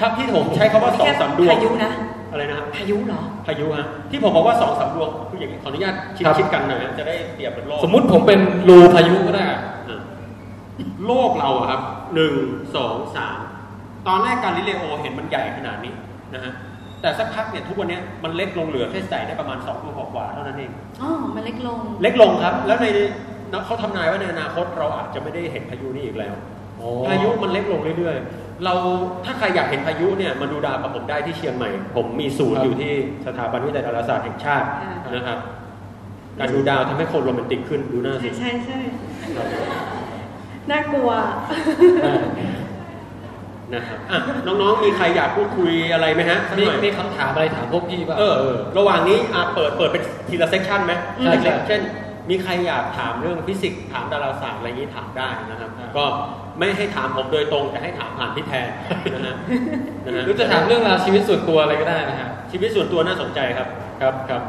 Speaker 5: ครับที่ผมใช้คาว่าสองสามดวง
Speaker 4: พายุนะ
Speaker 5: อะไรนะครับ
Speaker 4: พายุเหรอ
Speaker 5: พายุฮะที่ผมบอกว่าสองสามดวงคืออย่างนี้ขออนุญาตชิดชิดกันหน่อยนะจะได้เปรียบเป็นโลก
Speaker 3: สมมุติผมเป็นรูพายุก็ได้อะ
Speaker 5: อ่ะโลกเราอะครับหนึ่งสองสามตอนแรกการลิเลโอเห็นมันใหญ่ขนาดนี้นะฮะแต่สักพักเนี่ยทุกวันเนี้ยมันเล็กลงเหลือแค่ใส่ได้ประมาณสองดวงกว่าๆเท่านั้นเอง
Speaker 4: อ๋อ มันเล็กลง
Speaker 5: เล็กลงครับ แล้วในเขาทำนายว่าในอนาคตเราอาจจะไม่ได้เห็นพายุนี้อีกแล้ว พา
Speaker 3: พา
Speaker 5: ยุ
Speaker 3: ยุ
Speaker 5: มันเล็กลงเรื่อยๆ เราถ้าใครอยากเห็นพายุเนี่ยมาดูดาวกับผมได้ที่เชียงใหม่ ผมมีศูน
Speaker 3: ครั
Speaker 5: ย์
Speaker 3: บ
Speaker 5: อยู่ที่สถาบันวิจัยดาราศาสตร์แห่งชาติ
Speaker 4: อ่าน
Speaker 5: นะครับ การดูดาวทำให้คนโรแมนติกขึ้นดูหน้าสิ
Speaker 4: ใช่ใช่ใช่ น่ากลัว
Speaker 5: นะครับอ่ะน้องๆ มีใครอยากพูดคุยอะไรไหมฮะสัก
Speaker 3: มี
Speaker 5: หน่อย
Speaker 3: มีคำถามอะไรถามพวกพี่ป่ะ
Speaker 5: เออ ระหว่างนี้อ่ะเปิดเปิดเป็นทีละเซกชันไหม
Speaker 3: ใช่ใช่
Speaker 5: เล็กๆเช่น มีใครอยากถามเรื่องฟิสิกส์ถามดาราศาสตร์อะไรอย่างนี้ถามได้นะครับ ก็ไม่ให้ถามผมโดยตรงแต่ให้ถามผ่านพี่แทน นะฮะนะฮะ
Speaker 3: หรือจะถามเรื่องราวชีวิตส่วนตัวอะไรก็ได้นะฮะ
Speaker 5: ชีวิตส่วนตัวน่าสนใจครับ
Speaker 3: ครับครับ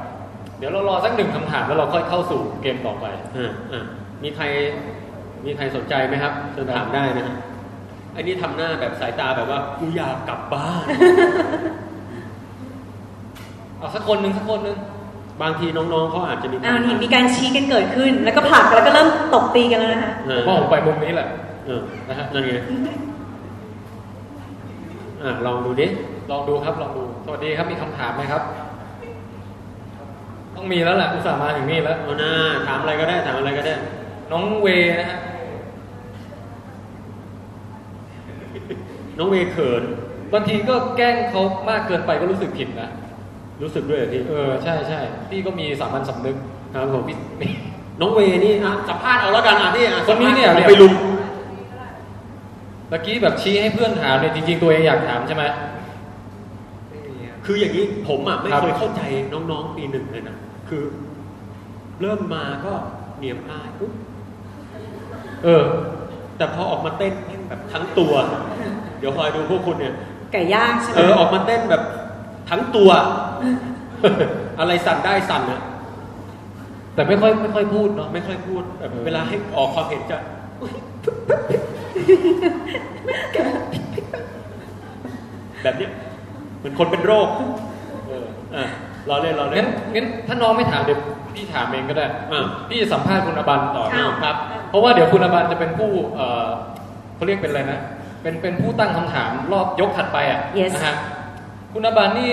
Speaker 3: เดี๋ยวเรารอสักหนึ่งคำถามแล้วเราค่อยเข้าสู่เกมต่อไป
Speaker 5: อ่าอ่ามีใคร มีใครสนใจไหมครับเชิญถามได้นะฮะอันนี้ทำหน้าแบบสายตาแบบว่ากูอยากกลับ บ้าน
Speaker 3: เอาสักคนหนึ่งสักคนหนึ่ง
Speaker 5: บางทีน้องๆเขาอาจจะมี
Speaker 4: อ้าวนี่มีการชี้กันเกิดขึ้น แล้วก็ผลักแล้วก็เริ่มตบตีกันแล้วนะคะ
Speaker 5: เอ
Speaker 3: ผมว่าผมไปมุมนี้แหละ
Speaker 5: อนะฮะนั่นไงอ่าลองดูดิ
Speaker 3: ลองดูครับลองดู สวัสดีครับมีคำถามไหมครับ ต้องมีแล้วแหละอุตส่าห์มาถึงนี่แล้ว
Speaker 5: เอาหน้าถามอะไรก็ได้ถามอะไรก็ได้
Speaker 3: น้องเวนะฮะ
Speaker 5: น้องเวย์เขิน
Speaker 3: บางทีก็แกล้งเขามากเกินไปก็รู้สึกผิดนะ
Speaker 5: รู้สึกด้วยเหรอพี่
Speaker 3: เออใช่ใช่พี่ก็มีสามัญสำนึก
Speaker 5: ครับผม
Speaker 3: มีมี
Speaker 5: น้องเวย์นี่อ่ะสัมภาษณ์เอาแล้วกันอ่ะพี่อ่ะ
Speaker 3: คนนี้เนี่ย
Speaker 5: สัมภาษณ์ไปลุม
Speaker 3: เมื่อกี้แบบชี้ให้เพื่อนถามเนี่ยจริงๆตัวเองอยากถามใช่ไหม
Speaker 5: คืออย่างนี้ผมอ่ะไม่
Speaker 3: ครับ
Speaker 5: เคยเข้าใจน้องๆปีหนึ่งเลยนะคือ เริ่มมาก็เหนียมอายปุ๊บ
Speaker 3: เออ
Speaker 5: แต่พอออกมาเต้นแม่งแบบทั้งตัว เดี๋ยวคอยดูพวกคุณเนี่ย
Speaker 4: ไก่ย่างใช่ไหม
Speaker 5: เออออกมาเต้นแบบทั้งตัว อะไรสั่นได้สั่นอะ
Speaker 3: แต่ไม่ค่อยไม่ค่อยพูดเนาะ
Speaker 5: ไม่ค่อยพูดแบบเวลาให้ออกความเห็นจะ แบบเนี้ยเหมือนคนเป็นโรค
Speaker 3: เออ
Speaker 5: อ่ะรอเล่นรอเล่
Speaker 3: งั้
Speaker 5: น
Speaker 3: นงั้นถ้าน้องไม่ถามเดี๋ยวพี่ถามเองก็ได้
Speaker 5: อ่ะ
Speaker 3: พี่สัมภาษณ์คุณอบันต่อนะ
Speaker 5: อ้าว
Speaker 3: ครับ เพราะว่าเดี๋ยวคุณอบันจะเป็นผู้เอ่อเขาเรียกเป็นอะไรนะ เป็นเป็นผู้ตั้งคำถามรอบยกถัดไปอ่ะนะฮะคุณอบันนี่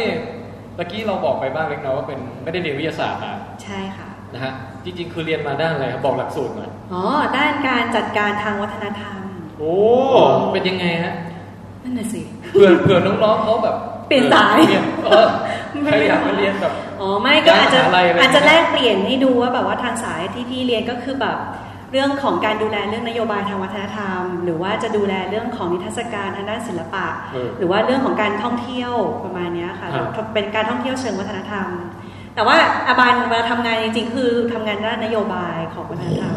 Speaker 3: ตะกี้เราบอกไปบ้างเล็กน้อยว่าเป็นไม่ได้เรียนวิทยาศาสตร์มา
Speaker 4: ใช่ค่ะ
Speaker 3: นะฮะจริง ๆ คือเรียนมาด้านอะไรครับบอกหลักสูตรหน่อย
Speaker 4: อ๋อ ด้านการจัดการทางวัฒนธรรม
Speaker 3: โอ้เป็นยังไงฮะ
Speaker 4: นั่นน่ะสิ
Speaker 3: เผื่อเผื่อน้องๆเขาแบบ
Speaker 4: เปลี่ยนสาย
Speaker 3: เรีนเออใครอยากมาเรียนแบบ
Speaker 4: อ๋อ ไม่ก็อาจจะ
Speaker 3: ย้ายมหาลัยอะไร
Speaker 4: อาจจะแลกเปลี่ยนให้ดูว่าแบบว่าทางสายที่พี่เรียนก็คือแบบเรื่องของการดูแลเรื่องนโยบายทางวัฒนธรรม หรือว่าจะดูแลเรื่องของนิทรรศการทางด้านศิลปะ
Speaker 3: เออ
Speaker 4: หรือว่าเรื่องของการท่องเที่ยวประมาณเนี้ยค่ะ
Speaker 3: ครับ
Speaker 4: เป็นการท่องเที่ยวเชิงวัฒนธรรม แต่ว่าอาบันเวลาทำงานจริงๆคือทำงานด้านนโยบายของวัฒนธรรม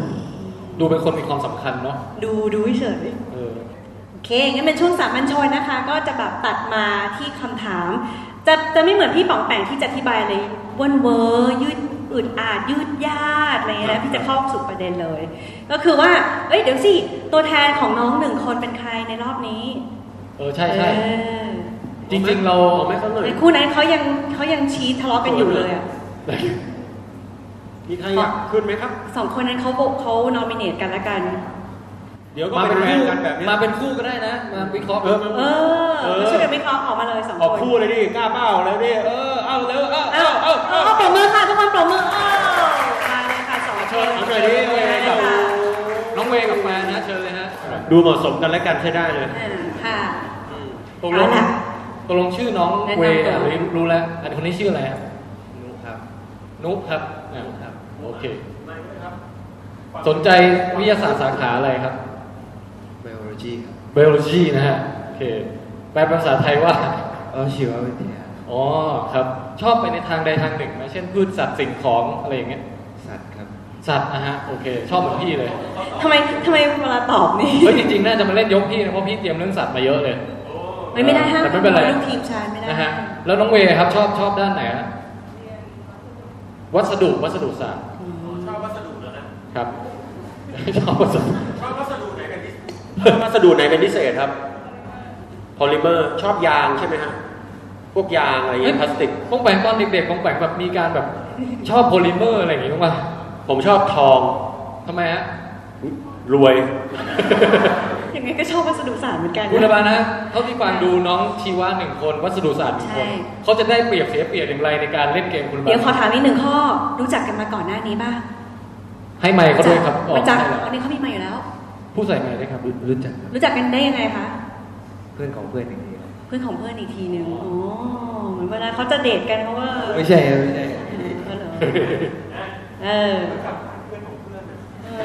Speaker 3: ดูเป็นคนมีความสำคัญเนาะ
Speaker 4: ดูดูเฉย
Speaker 3: เออ
Speaker 4: โอเค งั้นเป็นช่วงสามัญชนนะคะ ก็จะแบบตัดมาที่คำถาม จะจะไม่เหมือนพี่ป๋องแปงที่จะอธิบายเลยวนเวอร์ยืดอึดอาดยืดยาดอะไรเงี้ยนะพี่จะเข้าสู่ประเด็นเลย ก็คือว่า เอ้ยเดี๋ยวสิ ตัวแทนของน้องหนึ่งคนเป็นใครในรอบนี้
Speaker 3: เออใช่ใช่
Speaker 4: เออ
Speaker 3: จริง ๆ เรา
Speaker 5: เอาไหม่เขาหน่อย
Speaker 4: แต่คู่นั้นเขายังเขายังชี้ทะเลาะกันอยู่เลยอะ
Speaker 5: มีใครอยากขึ้นไหมครับ
Speaker 4: สองคนนั้นเขาโบเขานอมิเนตกันละกัน
Speaker 5: เดี๋ยวก็
Speaker 3: มา
Speaker 5: เป็
Speaker 3: เป็นนคู่
Speaker 5: แฟนกันแบบนี้
Speaker 3: มาเป็นคู่ก็ได้นะ มาวิเคราะห์
Speaker 5: เออมัน
Speaker 4: เออแล้วช่วยกันไม่เคราะห์ออกมาเลยสอง
Speaker 5: ออก
Speaker 4: คน
Speaker 5: คู่เลยดิกล้าเป้าเลยดิเออเอาเร็วเอาเอา
Speaker 4: เอ้า
Speaker 5: เอา
Speaker 4: เอ้า
Speaker 5: เอา
Speaker 4: เอ้าปรบมือค่ะทุกคนปรบมือเอ้ามาเลยค่ะสองคน
Speaker 5: เอาหน่อยดิเอาหน่อยดิ
Speaker 3: น้องเวย์กับแฟนนะเชิญเลยฮะ
Speaker 5: ดูเหมาะสมกันและกันใช้ได้เลย
Speaker 4: อ่าค่ะ
Speaker 3: ตกลง
Speaker 4: เอาล่ะ
Speaker 3: ตกลงชื่อน้อง
Speaker 4: แนะนำ
Speaker 3: เวย์
Speaker 4: ตัว
Speaker 3: อ่ะรู้รู้แล้ว อันคนนี้ชื่ออะไรฮะ
Speaker 8: นุกครับ
Speaker 3: นุ๊กครับอ่ะ
Speaker 8: นุ๊กครับ
Speaker 3: โอเค สนใจวิทยาศาสตร์สาขาอะไรครับ
Speaker 8: ไบโอโลจีครับ
Speaker 3: b บ o l o g y นะฮะ โอเค แปลเป็นภาษาไทยว่า
Speaker 8: เออชีววิทยา
Speaker 3: อ๋อครับ ชอบไปในทางใดทางหนึ่งไหมเช่นพืชสัตว์สิ่งของอะไรอย่างเงี้ย
Speaker 8: สัตว์ครับ
Speaker 3: สัตว์นะฮะ โอเค ชอบเหมือนพี่เลย
Speaker 4: ทำไมทำไมเวลาตอบนี่
Speaker 3: เฮ้ยจริงๆ น่าจะมาเล่นยกพี่นะเพราะพี่เตรียมเรื่องสัตว์มาเยอะเลย
Speaker 4: ไม่ไม่ได้ห้าม
Speaker 3: แต่ไม่เป็นไร
Speaker 4: ลูกทีมชายไม่ได้
Speaker 3: นะฮะแล้วน้องเวย์ครับชอบชอบด้านไหนฮะวัสดุวัสดุศาสตร์ชอบวัสดุเหรอครับ ชอบวัสดุ
Speaker 5: วัสดุไหนเป็นพิเศษครับ พอลิเมอร์ชอบยางใช่ไหมฮะ พวกยางอะไรอย่างเงี้ยพลาสติก
Speaker 3: ป้องแปงตอนเด็กๆป้องแปงแบบมีการแบบชอบโพลิเมอร์อะไรอย่างงี้บ้างปะ
Speaker 5: ผมชอบทอง
Speaker 3: ทำไมฮะ
Speaker 5: รวย
Speaker 4: ยังไงก็ชอบวัสดุศาสตร์เหมือนกัน
Speaker 3: คุณ
Speaker 4: นะ
Speaker 3: บาลนะเท่าที่ฟังดูน้องชีวะหนึ่งคน วัสดุศาสตร์หนึ่งคน
Speaker 4: ใช่
Speaker 3: เขาจะได้เปรียบเสียเปรียบอย่างไรในการเล่นเกมคุณบา
Speaker 4: เดี๋ยวขอ
Speaker 3: ล
Speaker 4: ถามอีกหนึ่งข้อ รู้จักกันมาก่อนหน้านี้ป่ะ
Speaker 3: ให้ไมค์เขาด้วยครับออก
Speaker 4: รู้จัก
Speaker 3: ให้แล้ว
Speaker 4: อันนี้เขามีมาอยู่แล้ว
Speaker 3: ผู้ใส่ไมค์ด้วยครับ
Speaker 8: รู้จักครับ
Speaker 4: รู้จักกันได้ยังไงคะ
Speaker 8: เพื่อนของเพื่อนอย่างนี้ครับ
Speaker 4: เพื่อนของเพื่อนอีกทีหนึ่งอ๋อเหมือนเวลาเขาจะเดทกันเขาว่า
Speaker 8: ไม่ใช่ครับไม่ใช่
Speaker 4: เขาเหรอเออเออ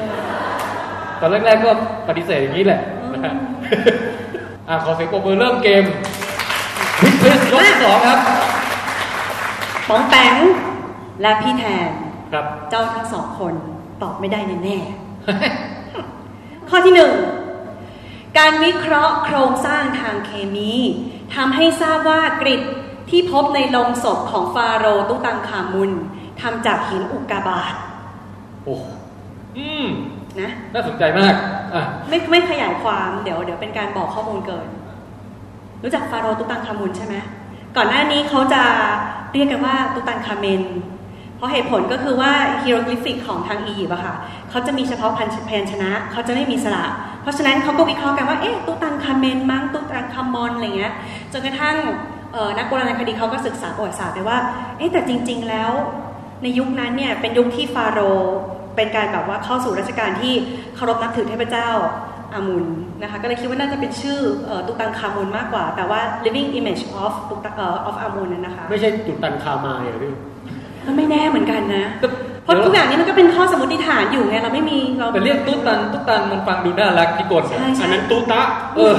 Speaker 3: ตอนแรกๆก็ปฏิเสธอย่างนี้แหละนะฮะอ่ะขอเสียงปรบมือเริ่มเกมพิพิสยกที่สองครับ
Speaker 4: ป๋องแปงและพี่แทน
Speaker 3: ครับ
Speaker 4: เจ้าทั้งสองคนตอบไม่ได้แน่ๆ ข้อที่หนึ่ง การวิเคราะห์โครงสร้างทางเคมีทำให้ทราบว่ากริดที่พบในโลงศพของฟาโรห์ตุตังคามุนทำจากหินอุกกาบาต
Speaker 3: โอ้โหอืม
Speaker 4: นะ
Speaker 3: น่าสนใจมาก อ่ะ
Speaker 4: ไม่ไม่ขยายความเดี๋ยวเดี๋ยวเป็นการบอกข้อมูลเกิน รู้จักฟาโรห์ตุตังคามุนใช่ไหมก่อนหน้านี้เขาจะเรียกกันว่าตุตังคาเมน เพราะเหตุผลก็คือว่าฮีโรกลิฟิกของทางอียิปต์อะค่ะเขาจะมีเฉพาะพันแพนชนะเขาจะไม่มีสระ เพราะฉะนั้นเขาก็วิเคราะห์กันว่าเอ๊ะตุตังคาเมนมั้งตุตังคามอนอะไรเงี้ยจนกระทั่งเอ่อนักโบราณคดีเขาก็ศึกษาประวัติศาสตร์ไปว่าเอ๊ะแต่จริง ๆ แล้ว ในยุคนั้นเนี่ยเป็นยุคที่ฟาโรห์เป็นการแบบว่าเข้าสู่ราชการที่เคารพนับถือเทพเจ้าอามุนนะคะก็เลยคิดว่าน่าจะเป็นชื่อเอ่อตุตังคามุนมากกว่าแปลว่า living image of ตุตังเอ่อ of อามุนน่ะนะคะ
Speaker 5: ไม่ใช่จุดตันคามายเหรอพี่
Speaker 4: ก็ไม่แน่เหมือนกันนะ
Speaker 3: แต่
Speaker 4: เพราะ
Speaker 3: เดี๋ยว
Speaker 4: ทุกอย่างนี้มันก็เป็นข้อสมมติฐานอยู่ไงเราไม่มีเรา
Speaker 3: แต่เรียกตุ๊กตันตุ๊กตันมันฟังดูน่ารักที่กด
Speaker 4: ใช่
Speaker 5: อั
Speaker 4: ใช่
Speaker 5: นนั้นตูตะ
Speaker 3: เออ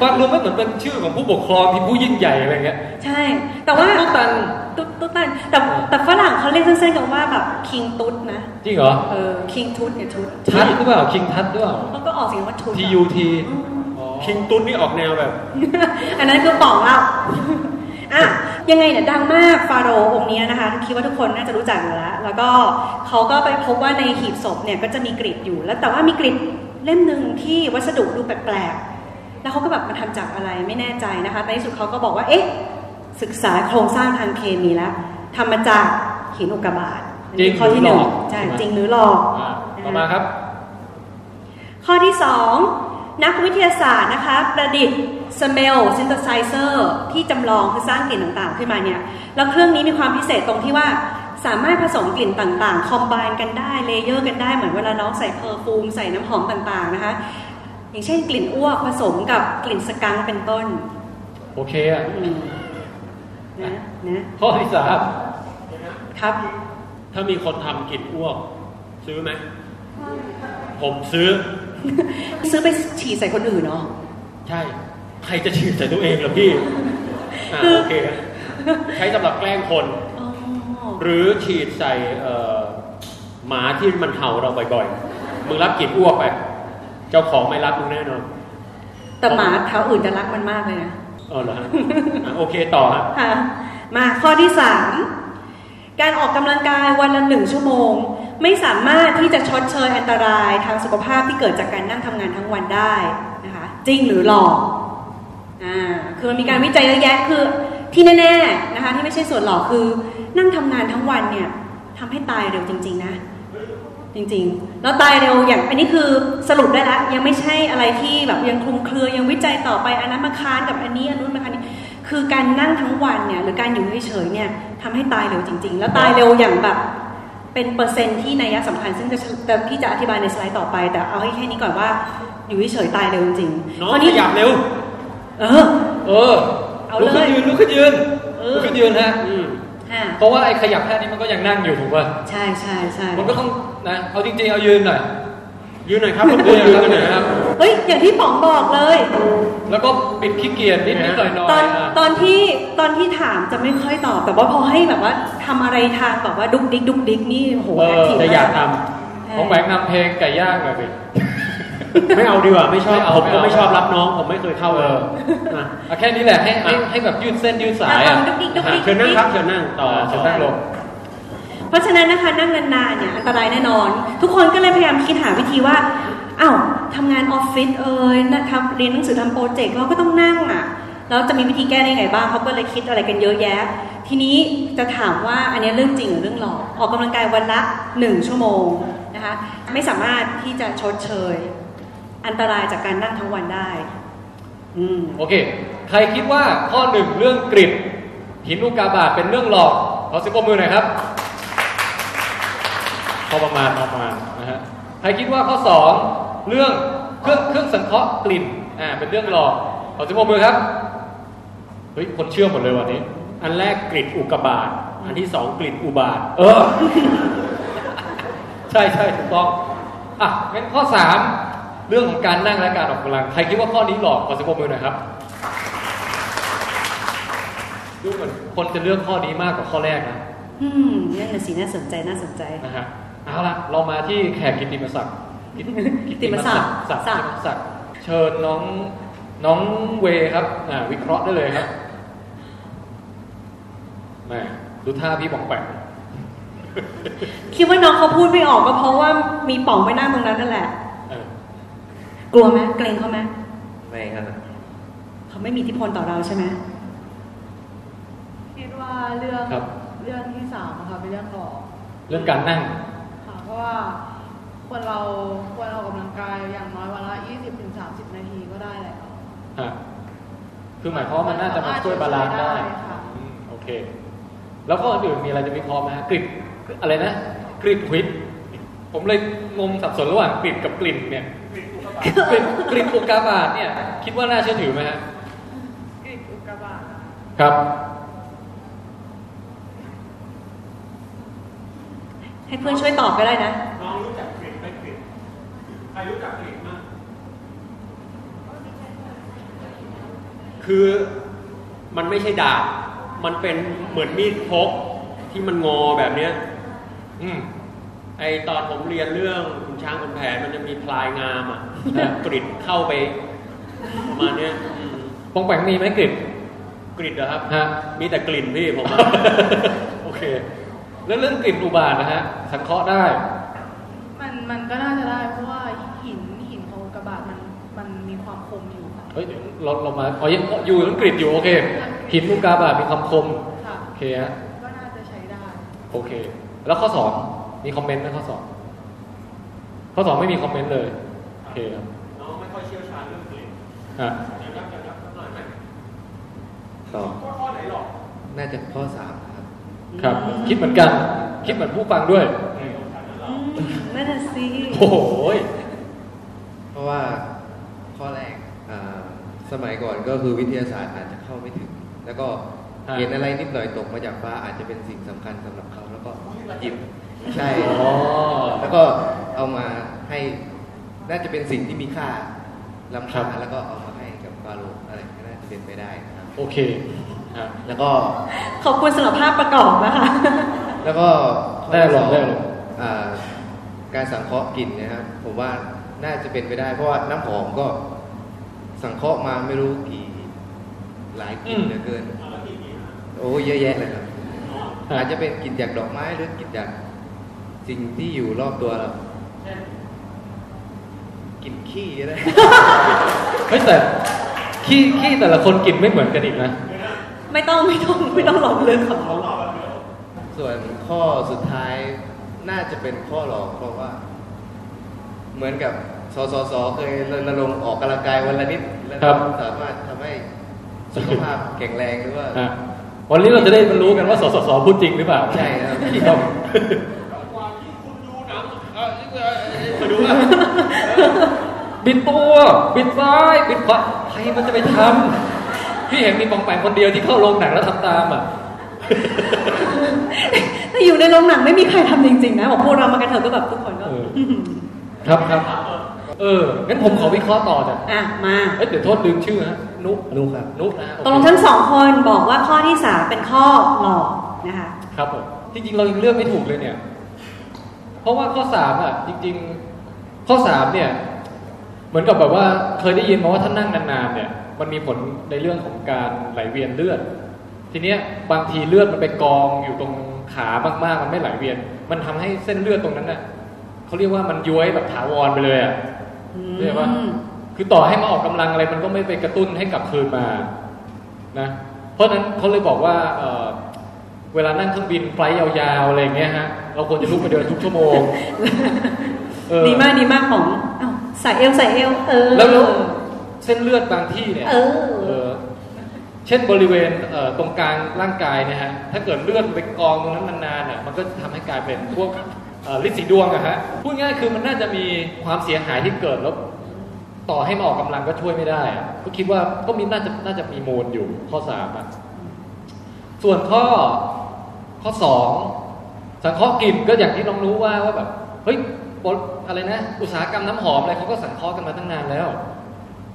Speaker 3: ฟังดูไม่เหมือนเป็นชื่อของผู้ปกครองที่ผู้ยิ่งใหญ่อะไรเงี้ย
Speaker 4: ใช่ แต่ว่า
Speaker 3: ตุ๊กตัน
Speaker 4: ตุ๊กตุ๊กตันแต่แต่ฝรั่งเขาเรียกสั้นๆกันว่าแบบคิงตุ๊ดนะ
Speaker 3: จริงเหรอ
Speaker 4: เออคิงทุดเนี่ยทุด
Speaker 3: ทัดหรือเปล่า คิงทัดหรือเปล่า
Speaker 4: เขาก็ออกเสียงว่าทุด
Speaker 3: T U T
Speaker 5: คิงตุนนี่ออกแนวแบบ
Speaker 4: อันนั้นคือป่องเราอ่ะยังไงเนี่ยดังมากฟาโรห์องค์เนี้ยนะคะคิดว่าทุกคนน่าจะรู้จักอยู่แล้ว แล้วก็เขาก็ไปพบว่าในหีบศพเนี่ยก็จะมีกริดอยู่ แล้วแต่ว่ามีกริดเล่มหนึ่งที่วัสดุดูแปลกๆ แล้วเขาก็แบบมันทำจากอะไรไม่แน่ใจนะคะในที่สุดเขาก็บอกว่า เอ๊ะ ศึกษาโครงสร้างทางเคมีแล้วทำมาจากหินอุกกาบาตอันนี้ข้อที่ห
Speaker 3: จ
Speaker 4: นึ่ง
Speaker 3: ริงหรือหลอก
Speaker 4: ใช่จริงหรือหลอก
Speaker 3: อ่ะต่อมาครับ
Speaker 4: ข้อที่สอง นักวิทยาศาสตร์นะคะ ประดิษฐ์ smell synthesizer ที่จำลองคือสร้างกลิ่นต่างๆ ขึ้นมาเนี่ย แล้วเครื่องนี้มีความพิเศษตรงที่ว่าสามารถผสมกลิ่นต่างๆ คอมบ n นกันได้ เลเยอร์กันได้ เหมือนเวลาน้องใส่เพอร์ฟูม ใส่น้ำหอมต่างๆนะคะ อย่างเช่นกลิ่นอ้วกผสมกับกลิ่นสกังค์เป็นต้น
Speaker 3: โอเคอ่ะ
Speaker 4: อืมนะนะ
Speaker 3: ข้อที่สาม
Speaker 4: ครับ
Speaker 5: ถ้ามีคนทำกลิ่นอ้วก ซื้อไหม ผมซื้อ
Speaker 4: ซื้อไปฉีดใส่คนอื่นเนาะ
Speaker 5: ใช่ ใครจะฉีดใส่ตัวเองเหรอพี่ อ่าโอเค ใช้สำหรับแกล้งคน
Speaker 4: อ๋อ
Speaker 5: หรือฉีดใส่เอ่อหมาที่มันเห่าเราบ่อยๆ มึงรับกลิ่นอ้วกไป เจ้าของไม่รับมึงแน่นอน
Speaker 4: แต่หมาแถวอื่นจะรักมันมากเลยนะ
Speaker 5: เออเหรอฮะอ่ะโอเคต่อฮะ
Speaker 4: ค่ะมาข้อที่ 3 การออกกำลังกายวันละหนึ่งชั่วโมง ไม่สามารถที่จะชดเชยอันตรายทางสุขภาพที่เกิดจากการนั่งทำงานทั้งวันได้นะคะจริงหรือหลอกอ่าคือมันมีการวิจัยเยอะแยะคือที่แน่ๆนะคะที่ไม่ใช่ส่วนหลอกคือนั่งทำงานทั้งวันเนี่ยทำให้ตายเร็วจริง ๆนะ จริงๆ แล้วตายเร็วอย่างอันนี้คือสรุปได้ละยังไม่ใช่อะไรที่แบบยังคลุมเครือยังวิจัยต่อไปอันนั้นมาค้านกับอันนี้อันนู้นมาค้านอันนี้คือการนั่งทั้งวันเนี่ยหรือการอยู่เฉยๆเนี่ยทำให้ตายเร็วจริง ๆ แล้วตายเร็วอย่างแบบ เป็นเปอร์เซ็นต์ที่นัยสำคัญ ซึ่งจะแต่ที่จะอธิบายในสไลด์ต่อไป แต่เอาให้แค่นี้ก่อนว่าอยู่เฉยๆตายเร็วจริงๆ
Speaker 5: น้อง
Speaker 4: ข้
Speaker 5: ขยับเร็ว
Speaker 4: เออ
Speaker 3: เออ
Speaker 4: เอา
Speaker 3: ลุก
Speaker 4: เล
Speaker 3: ขึ้น
Speaker 4: ย
Speaker 3: ยืนลุกขึ้นยืน
Speaker 4: เออ
Speaker 3: ลุกขึ้นยืนฮะ
Speaker 5: อืม
Speaker 4: ค่ะ
Speaker 3: เพราะว่าไอ้ขยับแค่นี้มันก็ยังนั่งอยู่ถูกป่ะ
Speaker 4: ใช่ใช่ใช่
Speaker 3: มันก็ต้องนะเอาจริงๆเอายืนหน่อย
Speaker 5: ยืนหน่อยครับรบกวนยืนกันหน่อยครับ
Speaker 4: เฮ้ยอย่างที่ป๋องบอกเลย
Speaker 3: แล้วก็ปิดขี้เกียจนิดนิดๆหน่อยหน่อ
Speaker 4: ตอย น
Speaker 3: ะ
Speaker 4: ตอนที่ตอนที่ถามจะไม่ค่อยตอบ แต่ว่าพอให้แบบว่าทำอะไรทางแบบว่าดุกดิกดุกดิกนี่โห
Speaker 3: เอ
Speaker 4: แอค
Speaker 3: อ
Speaker 4: ทีฟ
Speaker 3: จะอยากท
Speaker 4: มาก ใช่
Speaker 3: ำผมแบงค์นำเพลงไก่ย่างหน่อยสิ
Speaker 5: ไม่เอาดีกว่าไม่ชอบ
Speaker 3: ไม่เอา
Speaker 5: ผม
Speaker 3: ไม่
Speaker 5: ก็
Speaker 3: เอา
Speaker 5: ไม่ชอบรับน้อง ผมไม่เคยเข้าเลยะ
Speaker 3: เอาแค่นี้แหละให้ให้ให้แบบยืดเส้นยืดสาย
Speaker 4: อ่ะ
Speaker 3: อ่ะ
Speaker 4: ดุกดิกดุกดิก
Speaker 5: เชิญนั่งครับเชิญนั่งต่อ
Speaker 3: อ่า
Speaker 5: ต่
Speaker 3: เชิ
Speaker 5: อ
Speaker 3: ญนั่งลง
Speaker 4: เพราะฉะนั้นนะคะนั่งนานๆเนี่ยอันตรายแน่นอน ทุกคนก็เลยพยายามคิดหาวิธีว่าอ้าวทำงานออฟฟิศเอ่ยนะทำเรียนหนังสือทำโปรเจกต์เราก็ต้องนั่งอ่ะแล้วจะมีวิธีแก้ได้ไงบ้างเขาก็เลยคิดอะไรกันเยอะแยะ ทีนี้จะถามว่าอันเนี้ยเรื่องจริงหรือเรื่องหลอกออกกำลังกายวันละหนึ่งชั่วโมงนะคะไม่สามารถที่จะชดเชย อันตรายจากการนั่งทั้งวันได้ อืม
Speaker 3: โอเค ใครคิดว่าข้อหนึ่งเรื่องกริดหินอุกกาบาตเป็นเรื่องหลอก ขอเสิบมือหน่อยครับพอประมาณประมาณนะฮะ ใครคิดว่าข้อสองเรื่องเครื่องเครื่องสังเคราะห์กลิ่น อ่า เป็นเรื่องหลอก ขอเสิบมือครับ เฮ้ย คนเชื่อหมดเลยวันนี้
Speaker 5: อันแรกกลิ่นอุกกาบาตอันที่สองกลิ่นอุบาท
Speaker 3: เอ อ ใช่ใช่ถูกต้อง อ่ะ งั้นข้อสามเรื่องของการนั่งและการออกกำลัง ใครคิดว่าข้อนี้หลอก ขอเสิบมือหน่อยครับ ดูเหมือนคนจะเลือกข้อนี้มากกว่าข้อแรกนะ
Speaker 4: อืมนั่นน่ะสิน่าสนใจน่าสนใจ
Speaker 3: นะฮะเอาละเรามาที่แขกกิตติมศักดิ์กิต
Speaker 4: กิตติมศักดิ์
Speaker 3: ศักดิ์กิตติมศักดิ์เชิญน้องน้องเวครับอ่าวิเคราะห์ได้เลยครับแหม่ดูท่าพี่บองแปง
Speaker 4: คิดว่าน้องเขาพูดไม่ออกก็เพราะว่ามีป๋องไว้หน้าตรงนั้นนั่นแหละ
Speaker 3: เออก
Speaker 4: ลัวไหมเกรงเขาไหม
Speaker 8: ไม่ครับ
Speaker 4: เขาไม่มีอิทธิพลต่อเราใช่ไหม
Speaker 9: คิดว่าเรื่อง
Speaker 3: ครับ
Speaker 9: เรื่องที่สามอะค่ะเป็นเรื่องหลอก
Speaker 3: เรื่องการนั่ง
Speaker 9: ค่ะเพราะว่าควรเราควรออกกำลังกายอย่างน้อยวันละ20-30 นาทีก็ได้แหละค่ะ
Speaker 3: ฮะคือหมายความว่ามันน่าจะมาช่วยบาลานซ์ได้
Speaker 9: ค่ะ
Speaker 3: อืมโอเค แล้วข้ออื่นมีอะไรจะวิเคราะห์ไหมฮะกริดอะไรนะกริดวิดผมเลยงงสับสนระหว่างกริดกับกลิ่นเนี่ยกริดกริดอุกกาบาตเนี่ย คิดว่าน่าเชื่อถือไหมฮะ
Speaker 9: กลิ่นอุกกาบาตอะ
Speaker 3: ครับ
Speaker 4: ให้เพื่อนช่วยตอบก็ได้นะ
Speaker 5: น้องรู้จักกลิ่นไหมกลิ่นใครรู้จักกลิ่นมากคือมันไม่ใช่ดาบ มันเป็นเหมือนมีดพกที่มันงอแบบเนี้ย
Speaker 3: อืม
Speaker 5: ไอตอนผมเรียนเรื่องขุนช้างขุนแผนมันจะมีพลายงามอ่ะ นะกริดเข้าไปประมาณเนี้ยอืม
Speaker 3: ปองแปงมีไหมกลิ่น
Speaker 5: กริดเหรอครับ
Speaker 3: ฮะ
Speaker 5: มีแต่กลิ่นพี่ผมอะ
Speaker 3: โอเค แล้วเรื่องกลิ่นอุบาทนะฮะ สังเคราะห์ได้
Speaker 9: มันมันก็น่าจะได้เพราะว่าหินหินของอุกกาบาตมันมันมีความคมอยู่ค่ะ
Speaker 3: เฮ้ยเดี๋ยวเราเรามาอ๋อยังอยู่เรื่องกลิ่นอยู่โอเค หินอุกาบาทมีความคม
Speaker 9: ค่ะ
Speaker 3: โอเคฮะ
Speaker 9: ก็น่าจะใช้ได้
Speaker 3: โอเค แล้วข้อสองมีคอมเมนต์ไหมข้อสอง ข้อสองไม่มีคอมเมนต์เลย โอเคครับ
Speaker 5: น้องไม่ค่อยเชี่ยวชาญ
Speaker 3: ฮะ
Speaker 8: สองข้อไหนหรอน่าจะข้อสามครับ
Speaker 3: ครับ คิดเหมือนกัน คิดเหมือนผู้ฟังด้วยอืม
Speaker 4: อืมนั่นน่ะสิ
Speaker 3: โอ้โหย
Speaker 8: เพราะว่าข้อแรกอ่าสมัยก่อนก็คือวิทยาศาสตร์อาจจะเข้าไม่ถึง แล้วก็เห็นอะไรนิดหน่อยตกมาจากฟ้าอาจจะเป็นสิ่งสำคัญสำหรับเขาแล้วก็หยิบใช่
Speaker 3: อ๋อ
Speaker 8: แล้วก็เอามาให้น่าจะเป็นสิ่งที่มีค่าล้ำค่าแล้วก็เอามาให้กับฟาโรห์อะไรก็น่าจะเป็นไปได้นะครับ
Speaker 3: โอเคฮะ
Speaker 8: แล้วก็
Speaker 4: ขอบคุณสำหรับภาพประกอบนะคะ
Speaker 8: แล้วก็ข้
Speaker 3: ได้หรอ
Speaker 8: สง
Speaker 3: ได้หรอ
Speaker 8: อ่าการสังเคราะห์กลิ่นนะครับผมว่าน่าจะเป็นไปได้ เพราะว่าน้ำหอมก็สังเคราะห์มาไม่รู้กี่หลายกลิ่นเหลือเกิน โอ้เยอะแยะเลยครับ อาจจะเป็นกลิ่นจากดอกไม้หรือกลิ่นจากสิ่งที่อยู่รอบตัวเรากลิ่นขี้ก็ได้
Speaker 3: เฮ้ยแต่ขี้ขี้แต่ละคนกินไม่เหมือนกันอีกนะ
Speaker 4: ไม่ต้องไม่ต้องไม่ต้องหลอกลึกของเขา
Speaker 8: ส่วนข้อสุดท้ายน่าจะเป็นข้อหลอกเพราะว่า เหมือนกับสสสเคยรณรงค์ออกกำลังกายวันละนิดและ
Speaker 3: ครับ
Speaker 8: สามารถทำให้สุขภาพแข็งแรงหรือว่า
Speaker 3: ฮะวันนี้เราจะได้มารู้กันว่าสสสพูดจริงหรือเปล่า
Speaker 8: ใช่ครับ
Speaker 3: ครับ
Speaker 5: มาดูว่า
Speaker 3: บิดตัวบิดซ้ายบิดขวาใครมันจะไปทำพี่เห็นมีปองแปงคนเดียวที่เข้าโรงหนังแล้วทำตามอ่ะ
Speaker 4: ถ้าอยู่ในโรงหนังไม่มีใครทำจริงๆนะบอกพวกเรามากันเถอะก็แบบทุกคนก็
Speaker 3: เออ ครับครับ เอองั้นผมขอวิเคราะห์ต่อจ้ะ
Speaker 4: อ่ะมา
Speaker 3: เอ้ยเดี๋ยวโทษลืมชื่อฮะนุก
Speaker 8: นุครับ
Speaker 3: นุกนะฮะ
Speaker 4: ตกลงทั้งสองคนบอกว่าข้อที่สามเป็นข้อหลอกนะคะ
Speaker 3: ครับผมจริงๆ เรายังเลือกไม่ถูกเลยเนี่ย เพราะว่าข้อสามอ่ะ จริง ๆ ข้อสามเนี่ย เหมือนกับแบบว่าเคยได้ยินมาว่าถ้านั่งนานๆเนี่ย มันมีผลในเรื่องของการไหลเวียนเลือด ทีเนี้ยบางทีเลือดมันไปกองอยู่ตรงขามากๆ มันไม่ไหลเวียน มันทำให้เส้นเลือดตรงนั้นน่ะเขาเรียกว่ามันย้วยแบบถาวรไปเลยอ่ะ เรียกว่า คือต่อให้มาออกกำลังอะไรมันก็ไม่ไปกระตุ้นให้กลับคืนมา นะ เพราะฉะนั้นเขาเลยบอกว่าเอ่อเวลานั่งเครื่องบินไฟล์ยาวๆอะไรอย่างเงี้ยฮะ เราควรจะลุกไปเดินทุกชั่วโมงเออ
Speaker 4: ดีมากดีมากของอ้าวใส่เอวใส่เอวเออ
Speaker 3: แล้วแล้วเส้นเลือดบางที่เนี่ย
Speaker 4: เออ
Speaker 3: เออเช่นบริเวณเอ่อตรงกลางร่างกายเนะฮะ ถ้าเกิดเลือดไปกองตรงนั้นนานๆอ่ะมันก็จะทำให้กลายเป็นพวกเอ่อฤทธิ์สีดวงอะฮะ พูดง่ายคือมันน่าจะมีความเสียหายที่เกิดแล้ว ต่อให้มาออกกำลังก็ช่วยไม่ได้อะก็คิดว่าก็มีน่าจะน่าจะมีโมลอยู่ข้อสามอะส่วนข้อข้อสองสังเคราะห์กลิ่นก็อย่างที่น้องรู้ว่าว่าแบบเฮ้ยบริอะไรนะ อุตสาหกรรมน้ำหอมอะไรเขาก็สังเคราะห์กันมาตั้งนานแล้ว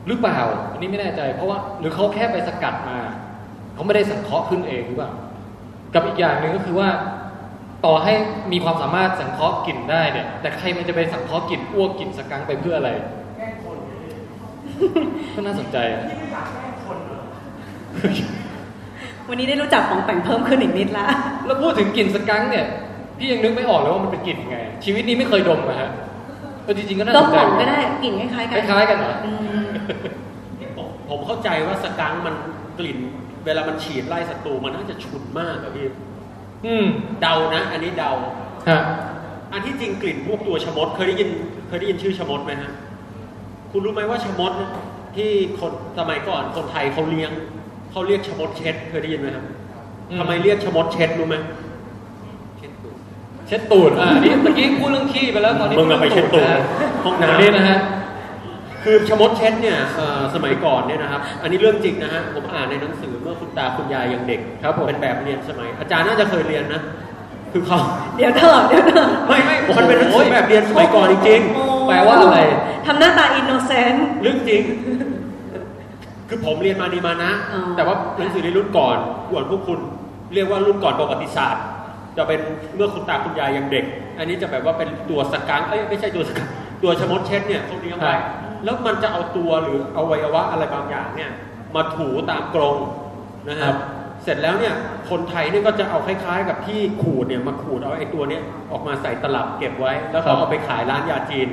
Speaker 3: หรือเปล่า อันนี้ไม่แน่ใจ เพราะว่าหรือเขาแค่ไปสกัดมา เขาไม่ได้สังเคราะห์ขึ้นเองหรือเปล่า กับอีกอย่างหนึ่งก็คือว่า ต่อให้มีความสามารถสังเคราะห์กลิ่นได้เนี่ย แต่ใครมันจะไปสังเคราะห์กลิ่นอ้วกกลิ่นสกังไปเพื่ออะไร ก็น่าสนใจอะ
Speaker 4: วันนี้ได้รู้จักของแปงเพิ่มขึ้นอีกนิดละ
Speaker 3: แล้วพูดถึงกลิ่นสกังเนี่ย พี่ยังนึกไม่ออกเลยว่ามันเป็นกลิ่นยังไง ชีวิตนี้ไม่เคยดมนะฮะเออจริงๆก็น่า
Speaker 4: ต้
Speaker 3: ส
Speaker 4: ม
Speaker 3: น
Speaker 4: ห
Speaker 3: ใจ
Speaker 4: อมก็ได้กลิ่นคล้าย
Speaker 3: ค
Speaker 4: ๆกัน
Speaker 3: ล้ายๆกันเหรอ
Speaker 4: อืม
Speaker 5: ผมผมเข้าใจว่าสกังค์มันกลิ่น เวลามันฉีดไล่ศัตรูมันน่าจะฉุนมากอะพี่
Speaker 3: อืม
Speaker 5: เดานะ อันนี้เดา
Speaker 3: ฮะ
Speaker 5: อันที่จริงกลิ่นพวกตัวชะมดเคยได้ยินเคยได้ยินชื่อชะมดไหมฮะคุณรู้ไหมว่าชะมดเนี่ยที่คนสมัยก่อนคนไทยเขาเลี้ยงเขาเรียกชะมดเช็ดเคยได้ยินไหมครับทำไมเรียกชะมดเช็ดรู้ไหม
Speaker 3: เช็ดตูดอ่ะอันนี่เมื่อกี้พูดเรื่องขี้ไปแล้วตอนนี้
Speaker 5: มึงอะไปเช็ดตูดห้อง
Speaker 3: เดี๋ยว
Speaker 5: น้ำ
Speaker 3: นี้นะฮะ
Speaker 5: คือชะมดเช็ดเนี่ยเอ่อสมัยก่อนเนี่ยนะครับ อันนี้เรื่องจริงนะฮะผมอ่านในหนังสือเมื่อคุณตาคุณยายยังเด็ก
Speaker 3: ครับผม
Speaker 5: เป็นแบบเรียนสมัย อาจารย์น่าจะเคยเรียนนะ คือเขา
Speaker 4: เดี๋ยวเถอะเดี๋ยวเถอะ
Speaker 5: ไม่ไม่มันเป็นหนังสือแบบเรียนสมัยก่อนจริง
Speaker 3: แปลว่าอะไร
Speaker 4: ทำหน้าตาอินโนเซนต์
Speaker 5: ๆเรื่องจริง คือผมเรียนมานีมานะ แต่ว่าหนังสือในรุ่นก่อนก่อนพวกคุณ เรียกว่ารุ่นก่อนประวัติศาสตร์ จะเป็นเมื่อคุณตาคุณยายยังเด็ก อันนี้จะแบบว่าเป็นตัวสกังเอ้ยไม่ใช่ตัวสกังตัวชะมดเช็ดเนี่ยเขาเลี้ยง
Speaker 3: ค
Speaker 5: ไว้
Speaker 3: รับ
Speaker 5: แล้วมันจะเอาตัวหรืออวัยวะอะไรบางอย่างเนี่ย มาถูตามกรงนะครับ เสร็จแล้วเนี่ยคนไทยเนี่ยก็จะเอาคล้ายๆ กับที่ขูดเนี่ยมาขูดเอาไอ้ตัวเนี้ยออกมาใส่ตลับเก็บไว้ แล้วก็เอาไปขายร้านยาจีน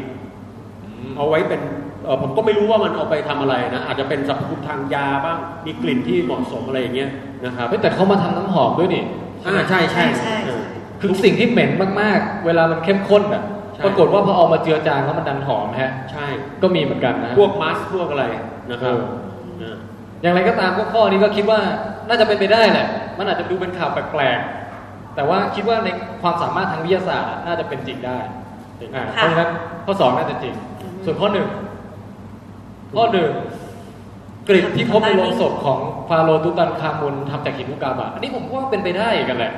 Speaker 5: เอาไว้เป็นเอ่อผมก็ไม่รู้ว่ามันเอาไปทำอะไรนะ อาจจะเป็นสรรพคุณทางยาบ้าง มีกลิ่นที่เหมาะสมอะไรอย่างเงี้ยนะครับ
Speaker 3: เฮ้ยแต่เขามาทำน้ำหอมด้วยนี่
Speaker 5: อ่าใช่ใช่
Speaker 4: ใช่
Speaker 5: เออ
Speaker 3: คือสิ่งที่เหม็นมากๆ เวลามันเข้มข้นอ่ะ
Speaker 5: ใช่
Speaker 3: ปรากฏว่าพอเอามาเจือจางแล้วมันดันหอมฮะ
Speaker 5: ใช่
Speaker 3: ก็มีเหมือนกันนะ
Speaker 5: พวกมัสพวกอะไรนะครับเออ
Speaker 3: อย่างไรก็ตามก็ข้อนี้ก็คิดว่าน่าจะเป็นไปได้แหละ มันอาจจะดูเป็นข่าวแปลกๆ แต่ว่าคิดว่าในความสามารถทางวิทยาศาสตร์น่าจะเป็นจริงได้อ่าเพ
Speaker 4: ค่ะ
Speaker 3: ราะฉะนั้นข้อสองน่าจะจริง ส่วนข้อหนึ่งข้อหนึ่งกริดที่พบในโลงศพของฟาโรห์ตุตันคามุนทำจากหินอุกาบาตอันนี้ผมว่าเป็นไปได้กันแหละ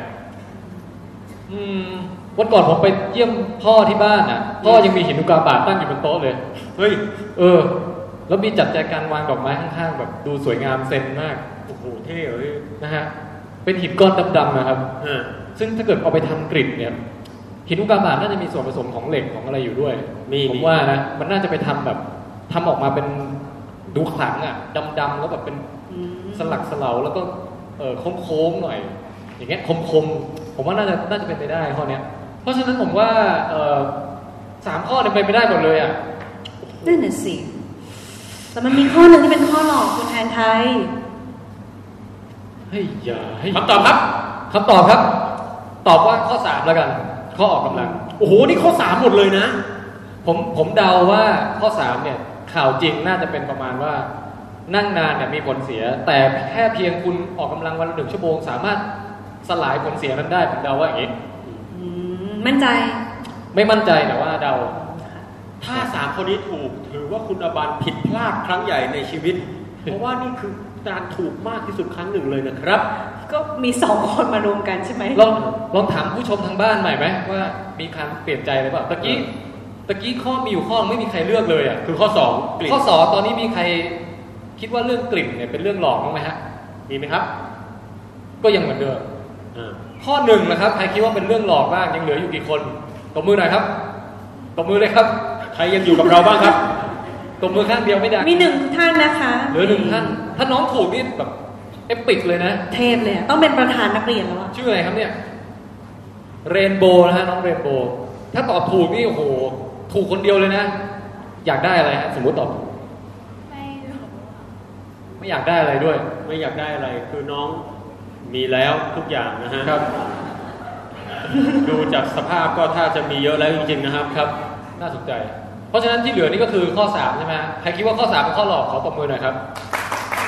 Speaker 3: อืมวันก่อนผมไปเยี่ยมพ่อที่บ้านอ่ะ พ่อยังมีหินอุกาบาตตั้งอยู่บนโต๊ะเลย
Speaker 5: เฮ้ย
Speaker 3: เออ แล้วมีจัดแจกันวางดอกไม้ข้างๆแบบดูสวยงามเซนมาก
Speaker 5: โอ้โหเท่เลย
Speaker 3: นะฮะ เป็นหินก้อนดำๆนะครับ
Speaker 5: เออ
Speaker 3: ซึ่งถ้าเกิดเอาไปทำกริดเนี่ย หินอุกาบาตน่าจะมีส่วนผสมของเหล็กของอะไรอยู่ด้วย
Speaker 5: มี
Speaker 3: ผมว่านะ มันน่าจะไปทำแบบทำออกมาเป็นดูขลังอะดำๆแล้วแบบเป็นสลักสลาแล้วก็เออโค้งๆหน่อย อย่างเงี้ยคมๆ ผมว่าน่าจะน่าจะเป็นไปได้ข้อเนี้ย เพราะฉะนั้นผมว่าเออสามข้อเนี่ยเป็นไปได้หมดเลยอะ
Speaker 4: นั่นน่ะสิ แต่มันมีข้อหนึ่งที่เป็นข้อหลอกคุณแทนไทย
Speaker 3: เฮ้ยอย่าให้คำตอบครับคำตอบครับ ตอบว่าข้อสามแล้วกัน ข้อออกกำลัง
Speaker 5: โอ้โหนี่ข้อสามหมดเลยนะ
Speaker 3: ผมผมเดาว่าข้อสามเนี่ยข่าวจริงน่าจะเป็นประมาณว่า นั่งนานเนี่ยมีผลเสีย แต่แค่เพียงคุณออกกำลังวันละหนึ่งชั่วโมง สามารถสลายผลเสียนั้นได้ผมเดาว่าอย่างนี้
Speaker 4: อืมมั่นใจ
Speaker 3: ไม่มั่นใจแต่ว่าเดา
Speaker 5: ถ้าสามคนนี้ถูกถือว่าคุณอบันผิดพลาดครั้งใหญ่ในชีวิต เพราะว่านี่คือการถูกมากที่สุดครั้งหนึ่งเลยนะครับ
Speaker 4: ก็มีสองคนมารวมกันใช่ไหม
Speaker 3: ลองลองถามผู้ชมทางบ้านใหม่ไหมว่ามีการเปลี่ยนใจหรือเปล่าตะกี้ตะกี้ข้อมีอยู่ข้อไม่มีใครเลือกเลยอ่ะ
Speaker 5: คือข้อสองกลิ่น
Speaker 3: ข้อสองตอนนี้มีใครคิดว่าเรื่องกลิ่นเนี่ยเป็นเรื่องหลอกบ้างไหมฮะ
Speaker 5: มีไหมครับ
Speaker 3: ก็ยังเหมือนเดิม
Speaker 5: อ่า
Speaker 3: ข้อหนึ่งนะครับใครคิดว่าเป็นเรื่องหลอกบ้างยังเหลืออยู่กี่คนตบมือหน่อยครับตบมือเลยครับ
Speaker 5: ใครยังอยู่กับเราบ้างครับ
Speaker 3: ตบมือข้างเดียวไม่ได้
Speaker 4: มีหนึ่งท่านนะคะ
Speaker 3: เหลือหนึ่งท่านถ้าน้องถูกนี่แบบเอปิกเลยนะ
Speaker 4: เทพเลยอะต้องเป็นประธานนักเรียนแล้วอะ
Speaker 3: ชื่ออะไรครับเนี่ยเรนโบว์นะฮะน้องเรนโบว์ถ้าตอบถูกนี่โอ้โหถูกคนเดียวเลยนะ อยากได้อะไรฮะสมมติตอบถูก
Speaker 6: ไม่รู้
Speaker 3: ไม่อยากได้อะไรด้วย
Speaker 5: ไม่อยากได้อะไรคือน้องมีแล้วทุกอย่างนะฮะ
Speaker 3: ครับ
Speaker 5: ดูจากสภาพก็ถ้าจะมีเยอะแล้วจริงๆนะครับครับ
Speaker 3: น่าสนใจ เพราะฉะนั้นที่เหลือนี่ก็คือข้อสามใช่ไหมฮะใครคิดว่าข้อสามเป็นข้อหลอกขอตบมือหน่อยครับ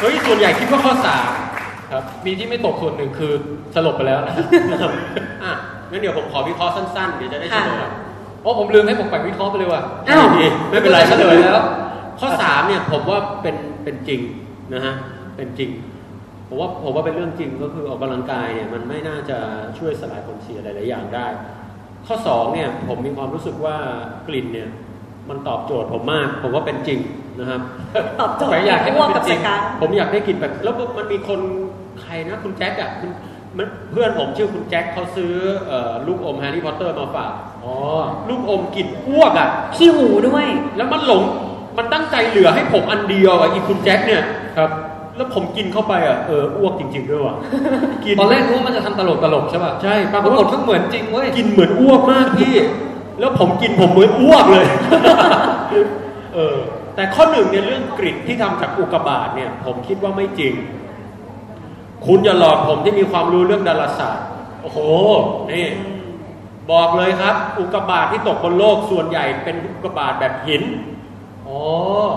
Speaker 5: เฮ้ยส่วนใหญ่คิดว่าข้อสาม
Speaker 3: ครับ มีที่ไม่ตกส่วนหนึ่งคือสลบไปแล้วนะ
Speaker 5: อ่ะงั้นเดี๋ยวผมขอวิเคราะห์สั้นๆเดี๋ยวจะได้เฉลย
Speaker 3: โอ้ผมลืมให้ผมแบ่งวิเคราะห์ไปเลยว่ะ
Speaker 4: อ้าว
Speaker 5: ดีๆไม่เป็นไร
Speaker 3: เฉลยแล้ว
Speaker 5: ข้อสามเนี่ยผมว่าเป็นเป็นจริงนะฮะเป็นจริงผมว่าผมว่าเป็นเรื่องจริงก็คือออกกำลังกายเนี่ยมันไม่น่าจะช่วยสลายผลเสียหลายๆอย่างได้ ข้อสองเนี่ยผมมีความรู้สึกว่ากลิ่นเนี่ยมันตอบโจทย์ผมมาก ผมว่าเป็นจริงนะครับ
Speaker 4: ตอบโจท
Speaker 3: แต่
Speaker 4: ย์
Speaker 3: อยากให้มัน
Speaker 4: ร่วม
Speaker 3: เป็น
Speaker 4: กับ
Speaker 3: จ
Speaker 4: ส
Speaker 3: ริง
Speaker 4: กัด
Speaker 5: ผมอยากได้กลิ่นแบบแล้วมันมีคนใครนะคุณแจ็คอ่ะคุณมันเพื่อนผมชื่อคุณแจ็คเขาซื้อเอ่อลูกอมแฮร์รี่พอตเตอร์มาฝาก
Speaker 3: อ๋อ
Speaker 5: ลูกอมกลิ่นอ้วกอ่ะ
Speaker 4: ขี้หูด้วย
Speaker 5: แล้วมันหลงมันตั้งใจเหลือให้ผมอันเดียวอ่ะอีคุณแจ็คเนี่ย
Speaker 3: ครับ
Speaker 5: แล้วผมกินเข้าไปอ่ะเอออ้วกจริง ๆ ด้วยว่ะกิน
Speaker 3: ตอนแรกรู้ว่ามันจะทำตลกตลกๆใช่ป่ะ
Speaker 5: ใช่ป
Speaker 3: ป
Speaker 5: รา
Speaker 3: าก ก
Speaker 5: รฏว่า
Speaker 3: ฏมันเหมือนจริงเว้ย
Speaker 5: กินเหมือนอ้วกมากพี่ แล้วผมกินผมเหมือนอ้วกเลย เออแต่ข้อหนึ่งเนี่ยเรื่องกริดที่ทำจากอุกกาบาตเนี่ย ผมคิดว่าไม่จริง คุณอย่าหลอกผมที่มีความรู้เรื่องดาราศาสตร์ โอ้โห นี่ บอกเลยครับ อุกกาบาตที่ตกบนโลกส่วนใหญ่เป็นอุกกาบาตแบบหิน
Speaker 3: อ๋อ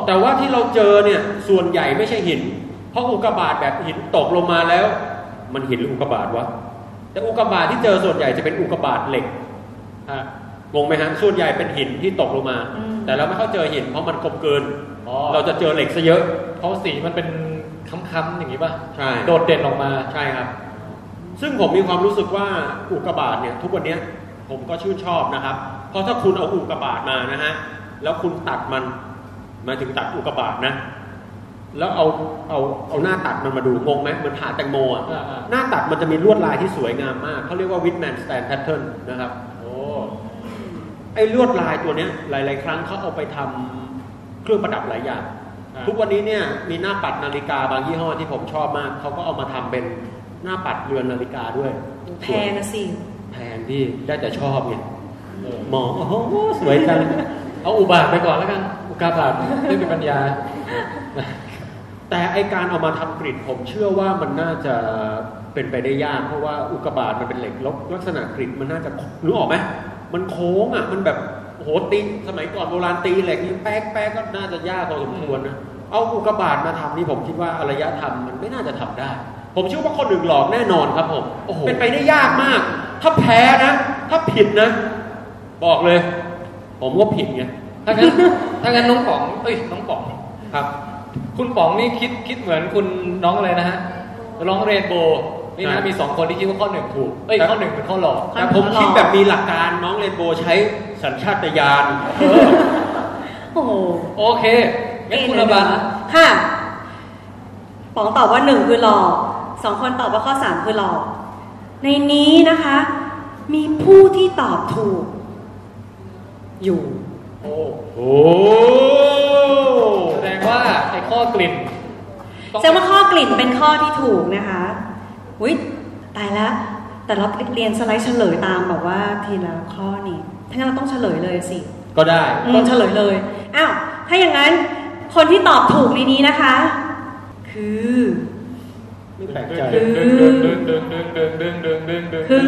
Speaker 5: แต่ว่าที่เราเจอเนี่ย ส่วนใหญ่ไม่ใช่หิน เพราะอุกกาบาตแบบหินตกลงมาแล้ว มันหินหรืออุกกาบาตวะ แต่อุกกาบาตที่เจอส่วนใหญ่จะเป็นอุกกาบาตเหล็กฮะงงไหมฮะส่วนใหญ่เป็นหินที่ตกลงมา
Speaker 4: อืม
Speaker 5: แต่เราไม่เข้าเจอหินเพราะมันกลมเกิน
Speaker 3: อ๋อ
Speaker 5: เราจะเจอเหล็กซะเยอะ
Speaker 3: เพราะสีมันเป็นค้ำๆอย่างนี้ป่ะ
Speaker 5: ใช่
Speaker 3: โดดเด่นออกมา
Speaker 5: ใช่ครับ ซึ่งผมมีความรู้สึกว่าอุกกาบาตเนี่ย ทุกวันเนี้ยผมก็ชื่นชอบนะครับ เพราะถ้าคุณเอาอุกกาบาตมานะฮะแล้วคุณตัดมันหมายถึงตัดอุกกาบาตนะ แล้วเอาเอาเอาหน้าตัดมันมาดูงงไหมเหมือนผ่าแตงโมอะ
Speaker 3: อ่า
Speaker 5: หน้าตัดมันจะมีลวดลายที่สวยงามมากเขาเรียกว่าวิดแมนสแตนแพทเทิร์นนะครับ
Speaker 3: โอ้
Speaker 5: ไอ้ลวดลายตัวเนี้ยหลาย ๆ ครั้งเขาเอาไปทำเครื่องประดับหลายอย่าง
Speaker 3: อ่า
Speaker 5: ทุกวันนี้เนี่ยมีหน้าปัดนาฬิกาบางยี่ห้อที่ผมชอบมาก เขาก็เอามาทำเป็นหน้าปัดเรือนนาฬิกาด้วย
Speaker 4: แพงนะสิ
Speaker 5: แพงพี่ได้แต่ชอบไงเออมองโอ้โหสวยจัง
Speaker 3: เอาอุบาทไปก่อนแล้วกัน อุกาบาทไม่เป็นปัญญา
Speaker 5: แต่ไอการเอามาทำกริดผมเชื่อว่ามันน่าจะเป็นไปได้ยาก เพราะว่าอุกกาบาตมันเป็นเหล็กแลบลักษณะกริดมันน่าจะนึกออกไหมมันโค้งอ่ะมันแบบ โหตีสมัยก่อนโบราณตีเหล็กนี่แป๊กแป๊กก็น่าจะยากพอสมควรนะเอาอุกกาบาตมาทำนี่ผมคิดว่าอารยธรรมมันไม่น่าจะทำได้ ผมเชื่อว่าคนอื่นหลอกแน่นอนครับผม
Speaker 1: โอ้โห
Speaker 5: เป็นไปได้ยากมาก ถ้าแพ้นะ ถ้าผิดนะ บอกเลย ผมว่าผิดไง
Speaker 3: ถ้างั้นถ้างั้นน้องป๋องเอ้ยน้องป๋องครับ คุณป๋องนี่คิดคิดเหมือนคุณน้องอะไรนะฮะร้องเรนโบว์นี่
Speaker 5: ใช่
Speaker 3: นะมีสองคนที่คิดว่าข้อหนึ่งถูกเอ้ยข้อหนึ่งเป็นข้อหลอก
Speaker 5: แต่ผมคิดแบบมีหลักการน้องเรนโบว์ใช้สัญชาตญาณ
Speaker 4: โอ้โห
Speaker 3: โอเคงั้นคุณระบาดนะ
Speaker 4: ค่ะป๋องตอบว่าหนึ่งคือหลอกสองคนตอบว่าข้อสามคือหลอก ในนี้นะคะ มีผู้ที่ตอบถูก อยู่
Speaker 3: โอ้
Speaker 5: โอ้
Speaker 3: แสดงว่าไอ้ข้อกลิ่นต้อง
Speaker 4: แสดงว่าข้อกลิ่นเป็นข้อที่ถูกนะคะ อุ๊ย ตายแล้ว แต่เราเรียนสไลด์เฉลยตามแบบว่าทีละข้อนี่ถ้างั้นเราต้องเฉลยเลยสิ
Speaker 5: ก็ได้
Speaker 4: ต้องเฉลยเลย อ้าว ถ้าอย่างนั้น คนที่ตอบถูกในนี้นะคะ คือ
Speaker 5: ไม่แปลกใจ
Speaker 3: ดึงดึงดึงดึงดึงดึงดึงดึงดึงดึง
Speaker 4: คื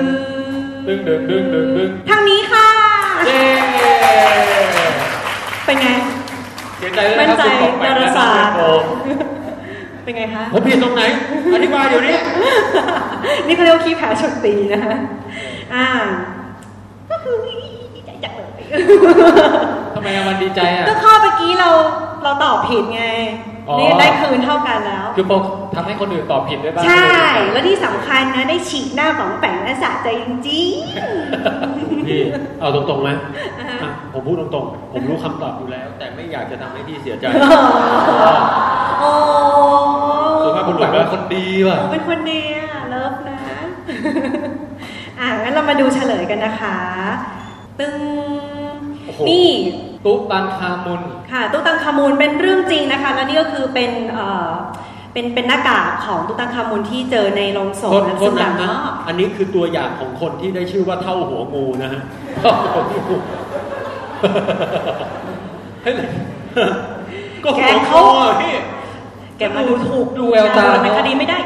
Speaker 3: ดึ
Speaker 4: อง
Speaker 3: ดึงดึงดึงดึงดึง
Speaker 4: ทางนี้ค่ะ
Speaker 3: เย้
Speaker 4: เป็นไง
Speaker 3: เสียใจด้วยนะครับ
Speaker 4: มั่นใจ
Speaker 3: คุณป๋องไป
Speaker 4: ดาราศาสตร์
Speaker 3: โอ้
Speaker 4: เป็นไงคะ
Speaker 5: ผมผิดตรงไหน อธิบายเดี๋ยวนี้
Speaker 4: นี่เขาเรียกว่าขี้แพ้ชนตีนะคะอ่า ก็คืออยากเลย
Speaker 3: ทำไมอะมันดีใจอ่ะ
Speaker 4: ก็ข้อเมื่อกี้เราเราตอบผิดไง
Speaker 3: อ๋อ
Speaker 4: นี่ได้คืนเท่ากันแล้ว
Speaker 3: คือปกทำให้คนอื่นตอบผิดได้บ้าง
Speaker 4: ใช่ แล้วที่สำคัญนะได้ฉีกหน้าของแปงและสะใจจริง
Speaker 5: พี่ เอาตรงๆไหมอ่ะผมพูดตรงๆ ผมรู้คำตอบอยู่แล้ว แต่ไม่อยากจะทำให้พี่เสียใจ
Speaker 4: ๆโอ้
Speaker 5: สุภาพบุรุษเป็นคนดีว่ะ
Speaker 4: เป็นคนเดียเลิฟนะ อ่ะงั้นเรามาดูเฉลยกันนะคะ ตึง
Speaker 5: โอ้โห
Speaker 4: นี่
Speaker 3: ตุ๊กตันคามุน
Speaker 4: ค่ะตุ๊กตังคามูลเป็นเรื่องจริงนะคะและนี่ก็คือเป็นเอ่อเป็นเป็นหน้ากากของตุ๊กตังคามูลที่เจอในโรงศพ
Speaker 5: โท
Speaker 4: ห
Speaker 5: ษ
Speaker 4: นัง
Speaker 5: โท
Speaker 4: สือ
Speaker 5: ษนะ
Speaker 4: ดำ
Speaker 5: นะ
Speaker 4: เนาะ
Speaker 5: อันนี้คือตัวอย่างของคนที่ได้ชื่อว่าเท่าหัวงูนะ ฮะเท่าหัวงูเฮ้ย ก็หัว
Speaker 4: แก
Speaker 5: งู
Speaker 4: เขา
Speaker 5: อ่ะพี่
Speaker 4: แกมาดูถูก
Speaker 3: ดูแววตา
Speaker 4: ดำเนินคดีไม่ได้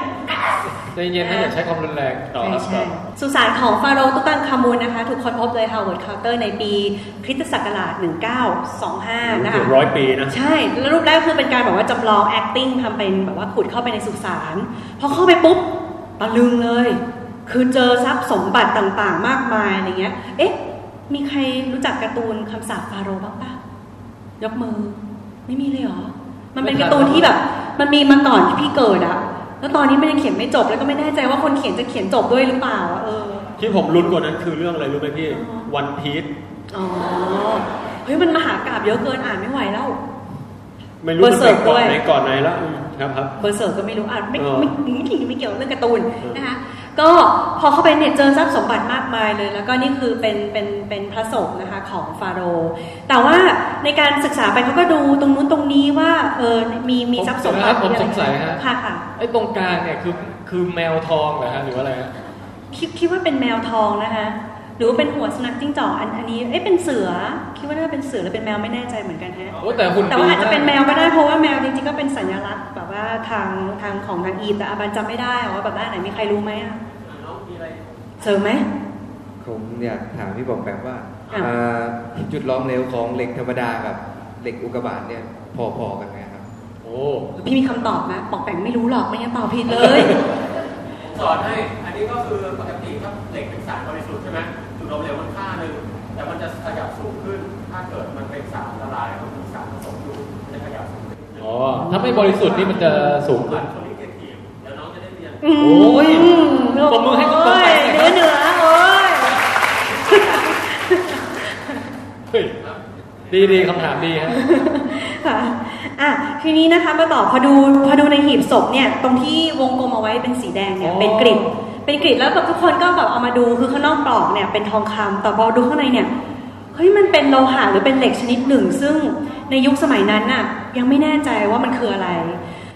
Speaker 3: ใจเย็นนะอย่าใช้ความรุนแรงต่อค
Speaker 4: ใช่
Speaker 3: รับ
Speaker 4: ใช่สุสานของฟาโรห์ตุตันคามูนนะคะ ถูกค้นพบโดยฮาวเวิร์ดคาร์เตอร์ในปีคริสตศักราช 1925 นะ
Speaker 5: เกื
Speaker 4: คะ
Speaker 5: อบร้อยปีนะ
Speaker 4: ใช่ แล้วรูปแรกคือเป็นการแบบว่าจำลอง acting ทำเป็นแบบว่าขุดเข้าไปในสุสาน พอเข้าไปปุ๊บตะลึงเลย คือเจอทรัพย์สมบัติต่างๆ มากมายอะไรเงี้ย เอ๊ะ มีใครรู้จักการ์ตูนคำสาปฟาโรห์บ้างปะยกมือ ไม่มีเลยเหรอ มันเป็นการ์ตูนที่แบบ มันมีมาก่อนที่พี่เกิดอะแล้วตอนนี้มันยังเขียนไม่จบ แล้วก็ไม่แน่ใจว่าคนเขียนจะเขียนจบด้วยหรือเปล่าอะเออ
Speaker 5: ที่ผมลุ้นกว่านั้นคือเรื่องอะไรรู้ไหมพี่
Speaker 4: อ๋อ
Speaker 5: วันพีช
Speaker 4: อ๋อ เฮ้ย มันมหากราบเยอะเกินอ่านไม่ไหวแล้ว
Speaker 5: ไม่รู้มันไปก่อนไหน
Speaker 4: Berserk
Speaker 5: ก่อนไหนแล้วอืมครับครับ
Speaker 4: เบอร์เซอร์ก็ไม่รู้อ่ะไม่
Speaker 5: เออ
Speaker 4: ไม่ไม่ถึงไม่เกี่ยวเรื่องการ์ตูนนะคะก็พอเข้าไปเนี่ยเจอทรัพย์สมบัติมากมายเลย แล้วก็นี่คือเป็นเป็นเป็นพระสงฆ์นะคะของฟาโรห์แต่ว่าในการศึกษาไปเขาก็ดูตรงนู้นตรงนี้ว่าเออมีมีทรัพย์สมบัติ
Speaker 3: ผม
Speaker 4: อะไร
Speaker 3: สงสัยฮะ
Speaker 4: ค่ะค่ะ
Speaker 3: ไอ้ตรงกลางเนี่ยคือคือแมวทองเหรอฮะหรือว่าอะไรฮะ
Speaker 4: คิดคิดว่าเป็นแมวทองนะคะหรือว่าเป็นหัวสุนัขจิ้งจอกอันอันนี้เอ๊ะเป็นเสือคิดว่าน่าจะเป็นเสือหรือเป็นแมวไม่แน่ใจเหมือนกันฮะ
Speaker 3: โอ้แต่หุ่น
Speaker 4: แต่
Speaker 3: ดี
Speaker 4: ว่าอาจ
Speaker 3: ม
Speaker 4: จะเป็น
Speaker 3: าก
Speaker 4: แมวก็ได้เพราะว่าแมวจริงๆก็เป็นสัญลักษณ์แบบว่าทางทางของทางอีฟแต่อาบันจำไม่ได้อะว่าแบบด้านไหนมีใครรู้ไหมอะเจอไหม
Speaker 10: ผมอยากถามพี่บอกแบบว่า
Speaker 4: อ่ะ
Speaker 10: อ่าจุดล้อมเหลวของเหล็กธรรมดากับเหล็กอุกกาบาตเนี่ยพอๆกันไหมครับ
Speaker 3: โอ้
Speaker 4: พี่มีคำตอบนะปอกแปงไม่รู้หรอกไม่งั้นตอบผิดเลย
Speaker 5: สอนให้ อันนี้ก็คือปกติถ้าเหล็กเป็นสารบริสุทธิ์ใช่ไหมจุดลมเหลวมันค่าหนึ่ง แต่มันจะขยับสูงขึ้น ถ้าเกิดมันเป็นสารละลายก็คือสารผสมอยู่มันจะขยับสูงขึ้น
Speaker 3: อ๋อถ้าไม่บริสุทธิ์นี่มันจะสูงขึ้น
Speaker 5: โซลิเกทีฟแล้วน้องจะได้เรียน
Speaker 4: อืม
Speaker 3: โอ้ยปรบมือให้คุณปอกแปงหน่อยครับ
Speaker 4: โยเหนือเหนือโอ้ย
Speaker 3: เฮ้ยดีดีคำถามดีฮะ
Speaker 4: ค่ะอ่ะทีนี้นะคะมาต่อพอดูพอดูในหีบศพเนี่ยตรงที่วงกลมเอาไว้เป็นสีแดงเนี่ย
Speaker 3: อ๋อ
Speaker 4: เป็นกริดเป็นกริดแล้วแบบทุกคนก็แบบเอามาดูคือข้างนอกปลอกเนี่ยเป็นทองคำแต่พอดูข้างในเนี่ย เฮ้ยมันเป็นโลหะหรือเป็นเหล็กชนิดหนึ่ง ซึ่งในยุคสมัยนั้นน่ะยังไม่แน่ใจว่ามันคืออะไร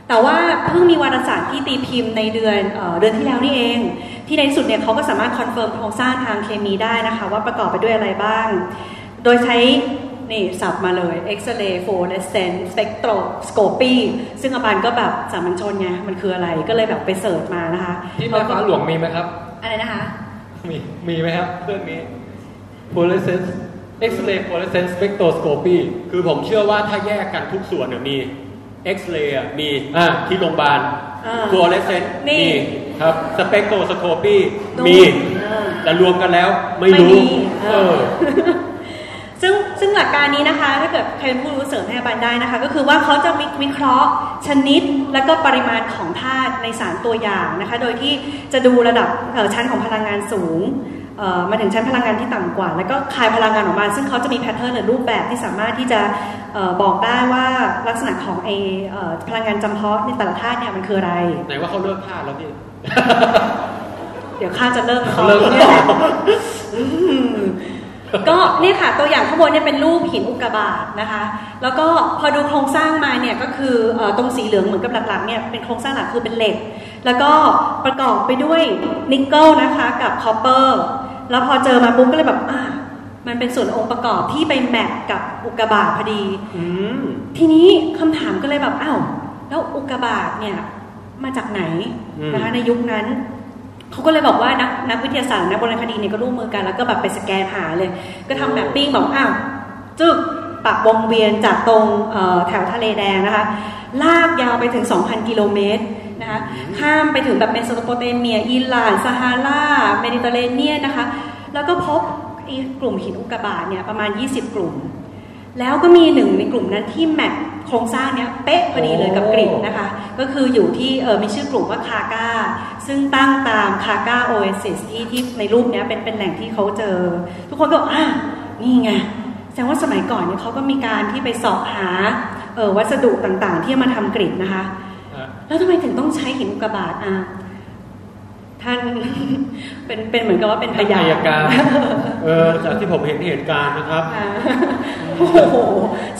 Speaker 4: แต่ว่าเพิ่งมีวารสารที่ตีพิมพ์ในเดือนเออเดือนที่แล้วนี่เอง ที่ในที่สุดเนี่ยเขาก็สามารถคอนเฟิร์มโครงสร้างทางเคมีได้นะคะ ว่าประกอบไปด้วยอะไรบ้าง โดยใช้ นี่สับมาเลยเอ็กซเรย์โฟลเซนสเปกโตรสโคปีซึ่งอาบานก็แบบสามัญชนไงมันคืออะไรก็เลยแบบไปเสิร์ชมานะคะ
Speaker 3: ที่แม่ฟ้าหลวงมีไหมครับ
Speaker 4: อะไรนะคะ
Speaker 3: มีมีไหมครับเรื่องนี้
Speaker 5: fluorescence เอ็กซเรย์ฟลูออเรสเซนต์สเปกโทรสโคปีคือผมเชื่อว่าถ้าแยกกันทุกส่วนเนี่ยมีเอ็กซเรย์มีอ่าที่โรงพยาบาล
Speaker 4: อ่า
Speaker 5: ฟลูออเรสเซนต์
Speaker 4: นี่
Speaker 5: มีครับสเปกโทรสโคปี
Speaker 4: ดู
Speaker 5: มี
Speaker 4: เออ
Speaker 5: แต่รวมกันแล้วไม่รู้
Speaker 4: มีเอ
Speaker 5: เอ
Speaker 4: อ
Speaker 5: อ
Speaker 4: ซึ่งซึ่งหลักการนี้นะคะ ถ้าเกิดใครเป็นผู้รู้เสริมให้อาบันได้นะคะ ก็คือว่าเขาจะวิเคราะห์ชนิดและก็ปริมาณของธาตุในสารตัวอย่างนะคะ โดยที่จะดูระดับเอ่อชั้นของพลังงานสูงเอ่อมาถึงชั้นพลังงานที่ต่ำกว่า แล้วก็คายพลังงานออกมา ซึ่งเขาจะมีแพทเทิร์นหรือรูปแบบที่สามารถที่จะเอ่อบอกได้ว่าลักษณะของไอเอ่อพลังงานจำเพาะในแต่ละธาตุเนี่ยมันคืออะไร
Speaker 5: ไหนว่าเขาเลิกพลาดแล้วพี่
Speaker 4: เดี๋ยวข้าจะเริ่ม
Speaker 5: เริ่ม
Speaker 4: นี่ยแหละอืมก็เนี่ยค่ะตัวอย่างข้างบนเนี่ยเป็นรูปหินอุกกาบาตนะคะ แล้วก็พอดูโครงสร้างมาเนี่ยก็คือเอ่อตรงสีเหลืองเหมือนกับหลักๆเนี่ยเป็นโครงสร้างหลักคือเป็นเหล็ก แล้วก็ประกอบไปด้วยนิกเกิลนะคะกับคอปเปอร์แล้วพอเจอมาปุ๊บก็เลยแบบอ่ามันเป็นส่วนองค์ประกอบที่ไปแมทกับอุกกาบาตพอดี
Speaker 5: อืม
Speaker 4: ทีนี้คำถามก็เลยแบบอ้าวแล้วอุกกาบาตเนี่ยมาจากไหน
Speaker 5: อืม
Speaker 4: นะคะในยุคนั้น เขาก็เลยบอกว่านักนักวิทยาศาสตร์นักโบราณคดีเนี่ยก็ร่วมมือกันแล้วก็แบบไปสแกนหาเลย ก็ทำแมปปิ้งบอกอ้าวจึกปักวงเวียนจากตรงเอ่อแถวทะเลแดงนะคะ ลากยาวไปถึง 2,000 กิโลเมตรนะคะข้ามไปถึงแบบเมโสโตโปเตเมีย อิหร่านซาฮาราเมดิเตอร์เรเนียนนะคะ แล้วก็พบไอ้กลุ่มหินอุกกาบาตเนี่ยประมาณ 20 กลุ่ม แล้วก็มีหนึ่งในกลุ่มนั้นที่แมทโครงสร้างเนี้ยเป๊ะพอดีเลยกับกรีกนะคะ ก็คืออยู่ที่เออมีชื่อกลุ่มว่าคาก้า ซึ่งตั้งตามคาก้าโอเอซิสที่ที่ในรูปเนี้ยเป็นเป็นแหล่งที่เขาเจอ ทุกคนก็บอกอ่ะนี่ไง แสดงว่าสมัยก่อนเนี่ยเขาก็มีการที่ไปเสอบหาเออวัสดุต่างๆ ที่เอามาทำกริดนะคะ แล้วทำไมถึงต้องใช้หินอุกกาบาตอ่ะท่าน เป็นเป็นเหมือนกับว่าเป็นพยาน
Speaker 5: อาย การ เออจากที่ผมเห็นเหตุการณ์นะครับ
Speaker 4: อ่า โอ้โห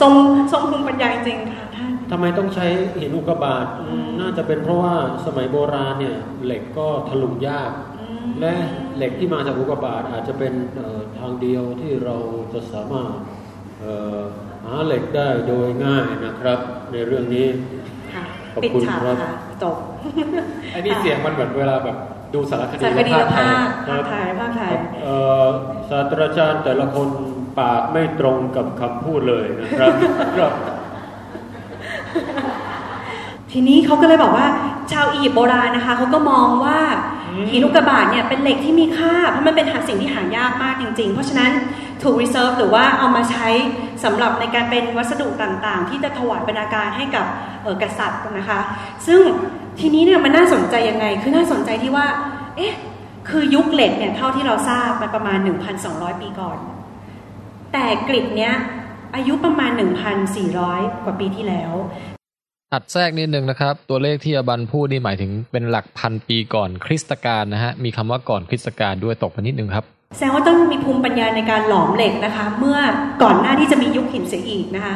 Speaker 4: ทรงทรงภูมิปัญญาจริงๆค่ะท่าน
Speaker 5: ทำไมต้องใช้หินอุกกาบาตอืมน่าจะเป็นเพราะว่าสมัยโบราณเนี่ยเหล็กก็ถลุงยาก และเหล็กที่มาจากอุกกาบาตอาจจะเป็นเอ่อทางเดียวที่เราจะสามารถเอ่อหาเหล็กได้โดยง่ายนะครับ ในเรื่องนี้
Speaker 4: ค่ะ
Speaker 5: ขอบ
Speaker 4: ปิด
Speaker 5: คุณ
Speaker 4: ฉาก
Speaker 5: ครับ
Speaker 4: ค่ะจบ
Speaker 3: ไอ้นี่เสียงมันเหมือนเวลาแบบดูสารคดี
Speaker 4: สารคดี
Speaker 3: แล้ว
Speaker 4: ภาพ
Speaker 3: ครั
Speaker 4: ภาพ
Speaker 3: บ
Speaker 4: ถ่ายภาพถ่าย
Speaker 5: เอ่อศาสตราจารย์แต่ละคนปากไม่ตรงกับคำพูดเลยนะครับ ครับ
Speaker 4: ทีนี้เขาก็เลยบอกว่า ชาวอียิปต์โบราณนะคะเขาก็มองว่าหินอุกกาบาตเนี่ยเป็นเหล็กที่มีค่าเพราะมันเป็นหาสิ่งที่หายากมากจริง ๆ เพราะฉะนั้นถูก reserve หรือว่าเอามาใช้สำหรับในการเป็นวัสดุต่างๆ ที่จะถวายบรรณาการให้กับเอ่อกษัตริย์นะคะ ซึ่งทีนี้เนี่ยมันน่าสนใจยังไง คือน่าสนใจที่ว่า เอ๊ะ คือยุคเหล็กเนี่ยเท่าที่เราทราบมันประมาณ 1,200 ปีก่อน แต่กรีกเนี้ยอายุประมาณ 1,400 กว่าปีที่แล้ว
Speaker 1: อัดแทรกนิดนึงนะครับ ตัวเลขที่อบันพูดนี่หมายถึงเป็นหลักพันปีก่อนคริสตกาลนะฮะ มีคำว่าก่อนคริสตกาลด้วยตกมานิดนึงครับ
Speaker 4: แสดงว่าต้องมีภูมิปัญญาในการหลอมเหล็กนะคะ เมื่อก่อนหน้าที่จะมียุคหินเสียอีกนะคะ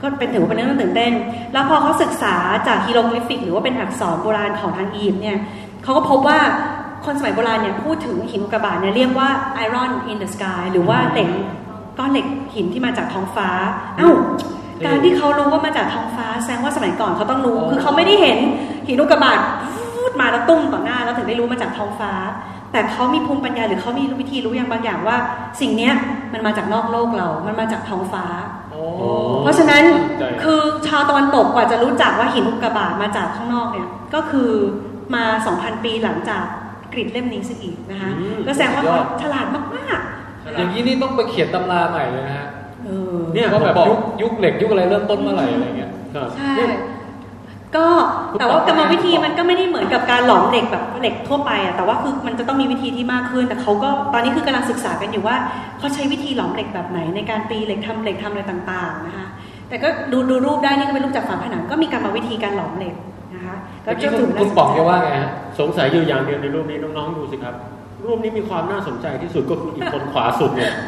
Speaker 4: ก็เป็นถือว่าเป็นเรื่องตื่นเต้น แล้วพอเขาศึกษาจากฮีโรกลิฟิก หรือว่าเป็นอักษรโบราณของทางอียิปต์เนี่ยเขาก็พบว่าคนสมัยโบราณเนี่ยพูดถึงหินอุกกาบาตเนี่ยเรียกว่า iron in the sky หรือว่าเหล็กก้อนเหล็กหินที่มาจากท้องฟ้า เอ้า การที่เขารู้ว่ามาจากท้องฟ้าแสดงว่าสมัยก่อนเขาต้องรู้ คือเขาไม่ได้เห็นหินอุกกาบาตฟูดมาแล้วตุ้มต่อหน้าแล้วถึงได้รู้มาจากท้องฟ้า แต่เขามีภูมิปัญญาหรือเขามีวิธีรู้อย่างบางอย่างว่า สิ่งเนี้ยมันมาจากนอกโลกเรา มันมาจากท้องฟ้า เพราะฉะนั้น
Speaker 5: ใจ
Speaker 4: คือชาวตะวันตกกว่าจะรู้จักว่าหินอุกกาบาตมาจากข้างนอกเนี่ยก็คือมา 2,000 ปีหลังจากกรีดเล่มนี้ซะอีกนะคะ
Speaker 3: อืม
Speaker 4: ก็แสดงว่า
Speaker 3: สุดยอ
Speaker 4: เขา
Speaker 3: ด
Speaker 4: ฉลาดมาก
Speaker 3: อย่างนี้นี่ต้องไปเขียนตำราใหม่เลยนะฮะ
Speaker 4: ๆเออ
Speaker 5: เนี่ย
Speaker 3: ว่าแบบ
Speaker 5: ผมบอก
Speaker 3: ยุคยุคเหล็กยุคอะไรเริ่มต้นเมื่อไหร่อะไรเงี้ย
Speaker 5: ครับ
Speaker 4: ใช่ ก็แต่ว่ากรรมวิธีมันก็ไม่ได้เหมือนกับการหลอมเหล็กแบบเหล็กทั่วไปอ่ะแต่ว่าคือมันจะต้องมีวิธีที่มากขึ้น แต่เขาก็ตอนนี้คือกำลังศึกษากันอยู่ว่าเขาใช้วิธีหลอมเหล็กแบบไหน ในการตีเหล็กทำเหล็กทำอะไรต่างๆนะคะแต่ก็ดูดูรูปได้นี่ก็เป็นรูปจากฝาผนังก็มีกรรมวิธีการหลอมเหล็กนะคะก็
Speaker 3: เมื่อกี้
Speaker 4: จะ
Speaker 3: คุณ
Speaker 4: น่าสนใจ
Speaker 3: คุณป๋องจะว่าไงฮะ
Speaker 5: สงสัยอยู่อย่างเดียวในรูปนี้น้องๆดูสิครับ รูปนี้มีความน่าสนใจที่สุดก็คืออีกคนขวาสุดเนี่ย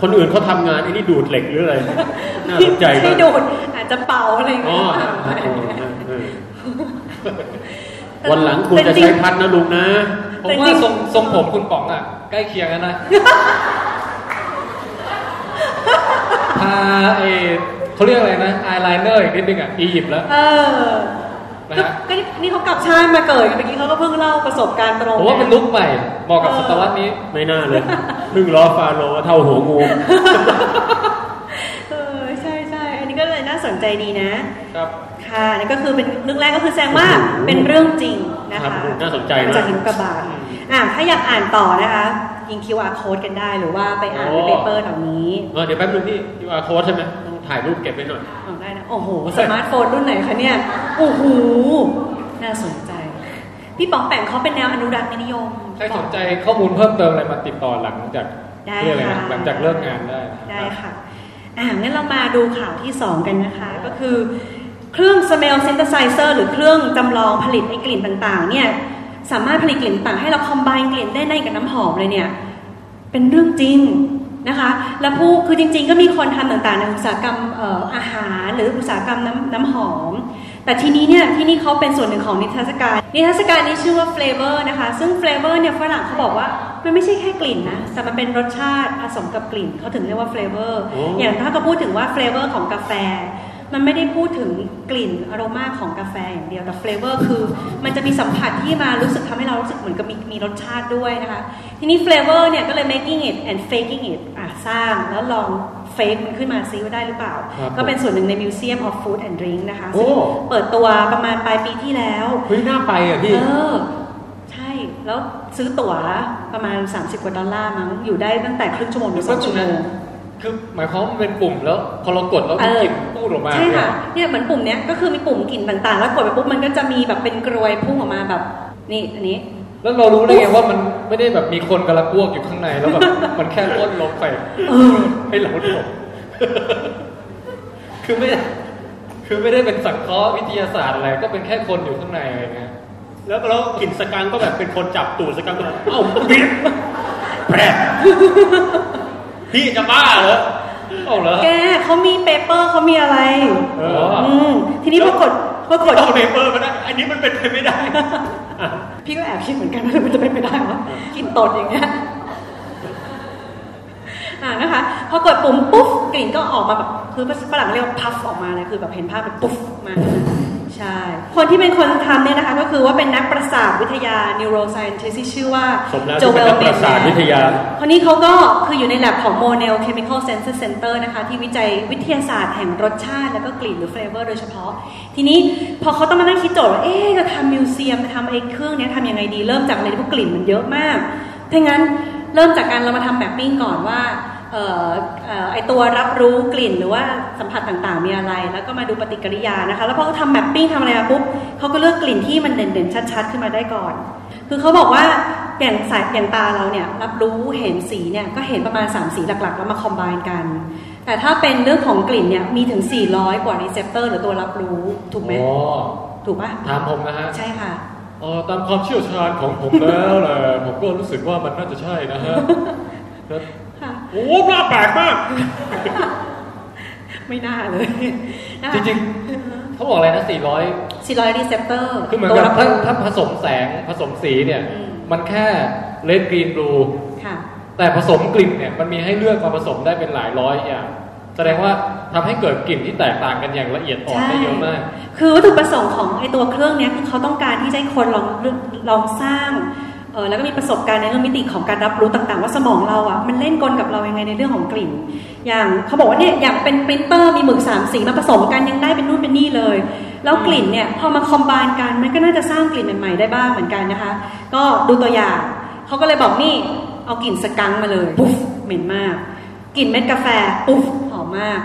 Speaker 5: คนอื่นเขาทำงานไอ้นี่ดูดเหล็กหรืออะไร น่าสนใจ
Speaker 4: ไม่
Speaker 5: มาก
Speaker 4: ดูดอาจจะเป่าอะไรอย่าง
Speaker 5: อ๋อ
Speaker 4: เงี้ย
Speaker 5: เออวันหลังคุณจะใช้พัดนะลุงนะ
Speaker 3: ผมว่าทรงทรงผมคุณป๋องอ่ะ ใกล้เคียงกัน นะพาเอเขาเรียกอะไรนะอายไลเนอร์อีกนิดนึงอ่ะ อียิปต์แล้ว
Speaker 4: เออ
Speaker 3: นะ
Speaker 4: ก็
Speaker 3: ฮะ
Speaker 4: ก็นี่เขากลับชาติมาเกิดเมื่อกี้เขาก็เพิ่งเล่าประสบการณ์ตรง
Speaker 3: ผมว่าเป็นลุกใหม่เหมาะกับศตวรรษนี้
Speaker 5: ไม่น่าเลย พึ่งล้อฟาโลเท่าหัวงู
Speaker 4: เออใช่ใช่อันนี้ก็เลยน่าสนใจดีนะครับ ค่ะนั่นก็คือเป็นเรื่องแรกก็คือแสดงว่าเป็นเรื่องจริงนะ
Speaker 5: ครั
Speaker 4: คะ
Speaker 5: บน่าสนใจ
Speaker 4: มาจาม
Speaker 5: าก ก
Speaker 4: หินกระบาดอ่ะถ้าอยากอ่านต่อนะคะยิง QR code กันได้หรือว่าไปอ่านในเปเปอร์เหล่านี้
Speaker 5: เออเดี๋ยวแป๊บนึงพี่ที่ว่าโค้ดใช่ไหมต้องถ่ายรูปเก็บไว้หน่อย
Speaker 4: เอาได้นะโอ้โหสมาร์ทโฟนรุ่นไหนคะเนี่ยโอ้โหน่าสนใจ พี่ป๋องแป่งเขาเป็นแนวอนุรักษ์นิยม
Speaker 3: ใครสนใจข้อมูลเพิ่มเติมอะไรมาติดต่อหลังจาก
Speaker 4: ได้
Speaker 3: เรียกอะไรนะ
Speaker 4: ค่ะ
Speaker 3: หลังจากเลิกงานได้นะ
Speaker 4: ได้ค่ะ อ่างั้นเรามาดูข่าวที่ 2 กันนะคะ ก็คือเครื่อง smell synthesizer หรือเครื่องจำลองผลิตไอกลิ่นต่างๆ เนี่ย สามารถผลิตกลิ่นต่างให้เราคอมไบน์กลิ่นได้ในกับน้ำหอมเลยเนี่ย เป็นเรื่องจริงนะคะ แล้วผู้คือจริงๆ ก็มีคนทำต่างๆ ในอุตสาหกรรมเอ่ออาหารหรืออุตสาหกรรมน้ำน้ำหอม แต่ทีนี้เนี่ยที่นี่เขาเป็นส่วนหนึ่งของนิทรรศการ นิทรรศการนี้ชื่อว่า flavor นะคะ ซึ่ง flavor เนี่ยฝรั่งเขาบอกว่ามันไม่ใช่แค่กลิ่นนะ แต่มันเป็นรสชาติผสมกับกลิ่นเขาถึงเรียกว่า flavor
Speaker 6: โอ้
Speaker 4: อย่างถ้าก็พูดถึงว่า flavor ของกาแฟ มันไม่ได้พูดถึงกลิ่นอารมาของกาแฟอย่างเดียวแต่ flavor คือ มันจะมีสัมผัสที่มารู้สึกทำให้เรารู้สึกเหมือนกับมีมีรสชาติด้วยนะคะ ทีนี้ flavor เนี่ยก็เลย making it and faking it อ่ะสร้างแล้วลอง fake มันขึ้นมาซิว่าได้หรือเปล่า
Speaker 5: ครับ
Speaker 4: ก็เป็นส่วนหนึ่งใน Museum of Food and Drink นะคะ
Speaker 5: โอ้
Speaker 4: ซึ่งเปิดตัวประมาณปลายปีที่แล้ว
Speaker 5: เฮ้ยน่าไปอ่ะพี่
Speaker 4: เออ ใช่ แล้วซื้อตั๋วประมาณ 30 กว่าดอลลาร์มั้งอยู่ได้ตั้งแต่ครึ่งชั่วโมงหรือสองชั่วโมง
Speaker 3: คือหมายความว่ามันเป็นปุ่มแล้วพอเรากดแล้ว
Speaker 4: เออ
Speaker 3: กลิ่นพูดออกมา
Speaker 4: ใช่ค่ะ
Speaker 3: เนี่ย
Speaker 4: เนี่ยเหมือนปุ่มเนี้ยก็คือมีปุ่มกลิ่นต่างๆ แล้วกดไปปุ๊บมันก็จะมีแบบเป็นกรวยพุ่งออกมาแบบนี่อันนี้
Speaker 3: แล้วเรารู้ได้ไงว่ามันไม่ได้แบบมีคนกำลังอ้วกอยู่ข้างใน แล้วแบบ มันแค่พ่นลมไป
Speaker 4: เออ
Speaker 3: ให้เราหล บ คือไม่ได้คือไม่ได้เป็นสังเคราะห์วิทยาศาสตร์อะไร ก็เป็นแค่คนอยู่ข้างในอะไรเงี้ย
Speaker 5: แล้วแล้วกลิ่นสกังก็แบบเป็นคนจับตูดสกังก็แบบเอ้าพี่แปรพี่จะบ้าเหรอ
Speaker 3: เอาเหรอ
Speaker 4: แกเขามีเปเปอร์เขามีอะไร
Speaker 5: เออ
Speaker 4: อืมทีนี้ปรากฏปรากฏ
Speaker 5: ต้องเปเปอร์มาได้ อันนี้มันเป็นไปไม่ได้
Speaker 4: พี่ก็แอบคิดเหมือนกันว่ามันจะเป็นไปได้วะกินตดอย่างเงี้ยอ่านะคะ พอกดปุ่มปุ๊บกลิ่นก็ออกมาแบบคือฝรั่งเรียกว่าพัฟออกมาเลยคือแบบเห็นภาพแบบปุ๊บมา ใช่ คนที่เป็นคนทำเนี่ยนะคะ ก็คือว่าเป็นนักประสาทวิทยา neuroscientist ที่ชื่อว่า
Speaker 5: สมแล้ว
Speaker 4: โจ
Speaker 5: ที่
Speaker 4: เว
Speaker 5: เป็น
Speaker 4: ลเบ
Speaker 5: นักประสาทวิทยา
Speaker 4: คนนี้เขาก็คืออยู่ใน lab ของ Monell Chemical Senses Center นะคะ ที่วิจัยวิทยาศาสตร์แห่งรสชาติ แล้วก็กลิ่นหรือ flavor โดยเฉพาะ ทีนี้พอเขาต้องมานั่งคิดโจทย์ว่าเอ๊ะจะทำมิวเซียมจะทำไอ้เครื่องเนี้ยทำยังไงดี เริ่มจากอะไรเพราะกลิ่นมันเยอะมากถ้างั้นเริ่มจากการเรามาทำแมปปิ้งก่อนว่าเอ่อเอ่อไอตัวรับรู้กลิ่นหรือว่าสัมผัสต่างๆมีอะไร แล้วก็มาดูปฏิกิริยานะคะ แล้วพอเขาทำแมปปิ้งทำอะไรมาปุ๊บเขาก็เลือกกลิ่นที่มันเด่นๆชัด ๆ ขึ้นมาได้ก่อน คือเขาบอกว่าอย่างสายอย่างตาเราเนี่ยรับรู้เห็นสีเนี่ยก็เห็นประมาณ 3 สีหลักๆ แล้วมาคอมไบน์กัน แต่ถ้าเป็นเรื่องของกลิ่นเนี่ยมีถึง 400 กว่ารีเซพเตอร์หรือตัวรับรู้ถูกไหม
Speaker 3: อ๋อ
Speaker 4: ถูกปะ
Speaker 3: ถามผมนะฮะ
Speaker 4: ใช่ค่ะ
Speaker 3: เออตามความเชี่ยวชาญของผมแล้วแหละผมก็รู้สึกว่ามันน่าจะใช่นะฮะแล้ว
Speaker 4: ค่ะ
Speaker 5: โอ้บ้าแปลกมาก
Speaker 4: ไม่น่าเลย
Speaker 3: จริงๆเขาบอกอะไรนะ 400
Speaker 4: 400รีเซพเตอร์
Speaker 3: คือเหมือน
Speaker 4: ตัว
Speaker 3: กับ
Speaker 4: รับ
Speaker 3: ถ้า
Speaker 4: รู้
Speaker 3: ถ้าผสมแสงผสมสีเนี่ย
Speaker 4: อืม
Speaker 3: มันแค่เลดกรีนบลู
Speaker 4: ค่ะ
Speaker 3: แต่ผสมกลิ่นเนี่ยมันมีให้เลือกมาผสมได้เป็นหลายร้อยอย่าง แสดงว่าทำให้เกิดกลิ่นที่แตกต่างกันอย่างละเอียดอ่อนได้เยอะมาก
Speaker 4: คือวัตถุประสงค์ของไอตัวเครื่องเนี้ยคือเขาต้องการที่จะให้คนลองเลือกลองสร้างเออแล้วก็มีประสบการณ์ในเรื่องมิติของการรับรู้ต่างๆ ว่าสมองเราอ่ะมันเล่นกลกับเรายังไงในเรื่องของกลิ่น อย่างเขาบอกว่าเนี่ยอย่างเป็นปรินเตอร์มีหมึกสามสีมาผสมกันยังได้เป็นนู่นเป็นนี่เลย แล้วกลิ่นเนี่ยพอมาคอมบานกันมันก็น่าจะสร้างกลิ่นใหม่ๆได้บ้างเหมือนกันนะคะ ก็ดูตัวอย่างเขาก็เลยบอกนี่เอากลิ่นสกังค์มาเลยปุ๊บเหม็นมาก กลิ่นเม็ดกาแฟปุ๊บหอมมาก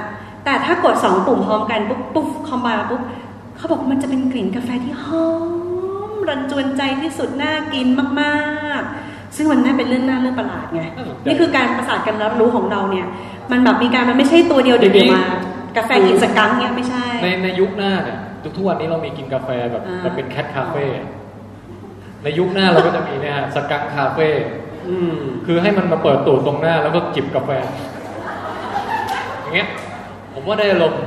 Speaker 4: แต่ถ้ากดสองปุ่มพร้อมกันปุ๊บปุ๊บคอมบายมาปุ๊บเขาบอกมันจะเป็นกลิ่นกาแฟที่หอมรันจวนใจที่สุดน่ากินมากๆ ซึ่งมันน่าเป็นเรื่องน่าเรื่องประหลาดไง นี่คือการประสาทการรับรู้ของเราเนี่ย มันแบบมีการมันไม่ใช่ตัวเดียวเดียวมา กาแฟกลิ่นสกังค์เนี่ยไม่ใช่
Speaker 3: ในในยุคหน้าเนี่ยทุกทุกวันนี้เรามีกินกาแฟแบบ
Speaker 4: อ่า
Speaker 3: แบบเป็นแคทคาเฟ่ในยุคหน้าเราก็จะมีเนี่ยฮะสกังคาเฟ่
Speaker 5: อืม
Speaker 3: คือให้มันมาเปิดตูดตรงหน้าแล้วก็จิบกาแฟ อย่างเงี้ยผมว่าได้อารมณ์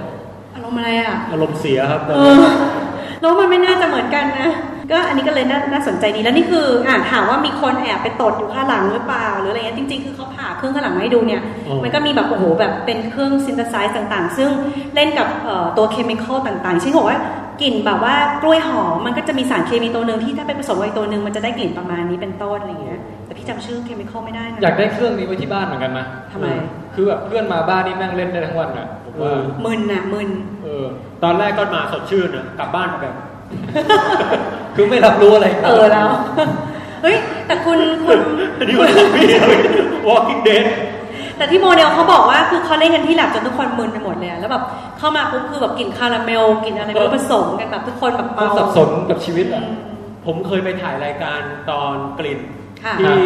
Speaker 4: อารมณ์อะไรอ่ะ
Speaker 5: อารมณ์เสียครับ
Speaker 4: เออแล้วมันไม่น่าจะเหมือนกันนะ ก็อันนี้ก็เลยน่าน่าสนใจดีแล้วนี่คืออ่าถามว่ามีคนแอบไปตดอยู่ข้างหลังหรือเปล่า หรืออะไรเงี้ยจริงๆ คือเขาผ่าเครื่องข้างหลังมาให้ดูเนี่ย
Speaker 6: อ๋อ
Speaker 4: มันก็มีแบบโอ้โหแบบเป็นเครื่องซินเทไซส์ต่างๆ ซึ่งเล่นกับเอ่อตัวเคมีคอลต่างๆเช่นบอกว่ากลิ่นแบบว่ากล้วยหอมมันก็จะมีสารเคมีตัวหนึ่งที่ถ้าไปผสมกับอีกตัวหนึ่งมันจะได้กลิ่นประมาณนี้เป็นต้นอะไรเงี้ย แต่ แต่พี่จำชื่อเคมีคอลไม่ได้นะ
Speaker 3: อยากได้เครื่องนี้ไว้ที่บ้านเหมือนกันนะ
Speaker 4: ทำไม
Speaker 3: คือแบบเพื่อนมาบ้านนี่นั่งเล่นได้ทั้งวันอ่ะผมว่า
Speaker 4: มึนนะมึน
Speaker 3: เออ ตอนแรกก็มาสดชื่นนะกลับบ้านแบบ คือไม่รับรู้อะไร
Speaker 4: เออแล้ว เฮ้ย แต่คุณคุณ
Speaker 5: นี่มันพี่ Walking Dead
Speaker 4: แต่ที่โมเดลเขาบอกว่าคือเขาเล่นกันที่หลับจนทุกคนมึนไปหมดเลยอะแล้วแบบเข้ามาปุ๊บคือแบบกลินคาราเมลกลินอะไรไม่รู้ผสมกันแบบทุกคนแบบเมา
Speaker 3: สับสนกับชีวิตอ่ะ
Speaker 5: ผมเคยไปถ่ายรายการตอนกลิ่น
Speaker 4: ค่ะ
Speaker 5: ที่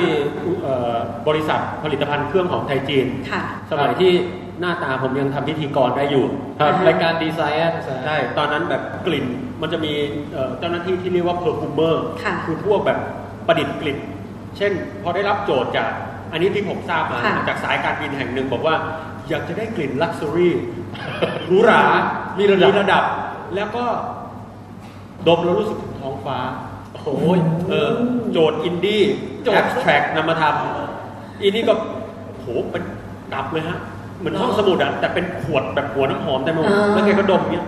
Speaker 5: เอ่อบริษัทผลิตภัณฑ์เครื่องหอมไทยจีน
Speaker 4: ค่ะ
Speaker 5: สมัยที่หน้าตาผมยังทำพิธีกรได้อยู่
Speaker 3: ครับ
Speaker 5: อ่ฮะ
Speaker 3: รายการดีไซน์
Speaker 5: ใช่ตอนนั้นแบบกลิ่นมันจะมีเอ่อเจ้าหน้าที่ที่เรียกว่าเพอร์ฟูเมอร์
Speaker 4: ค่ะ
Speaker 5: คือพวกแบบประดิษฐ์กลิ่น เช่น พอได้รับโจทย์จากอันนี้ที่ผมทราบมา
Speaker 4: ค่ะ
Speaker 5: จากสายการบินแห่งหนึ่งบอกว่า อยากจะได้กลิ่นลักซ์ r y รี่หรูหรามีระดับระดับ แล้วก็ ดมแล้วรู้สึกถึงท้องฟ้า โอ้โหเออ โจทย์อินดี้
Speaker 3: โจทย์
Speaker 5: แอ t แทรกนำมาทำอีนี่ก็โหเป็นดับเลยฮะ เหมือนห้องสมุดอะแต่เป็นขวดแบบหัวน้ำหอมแต่มด
Speaker 4: อ่า
Speaker 5: แล้วแกก็ดมเนี้ย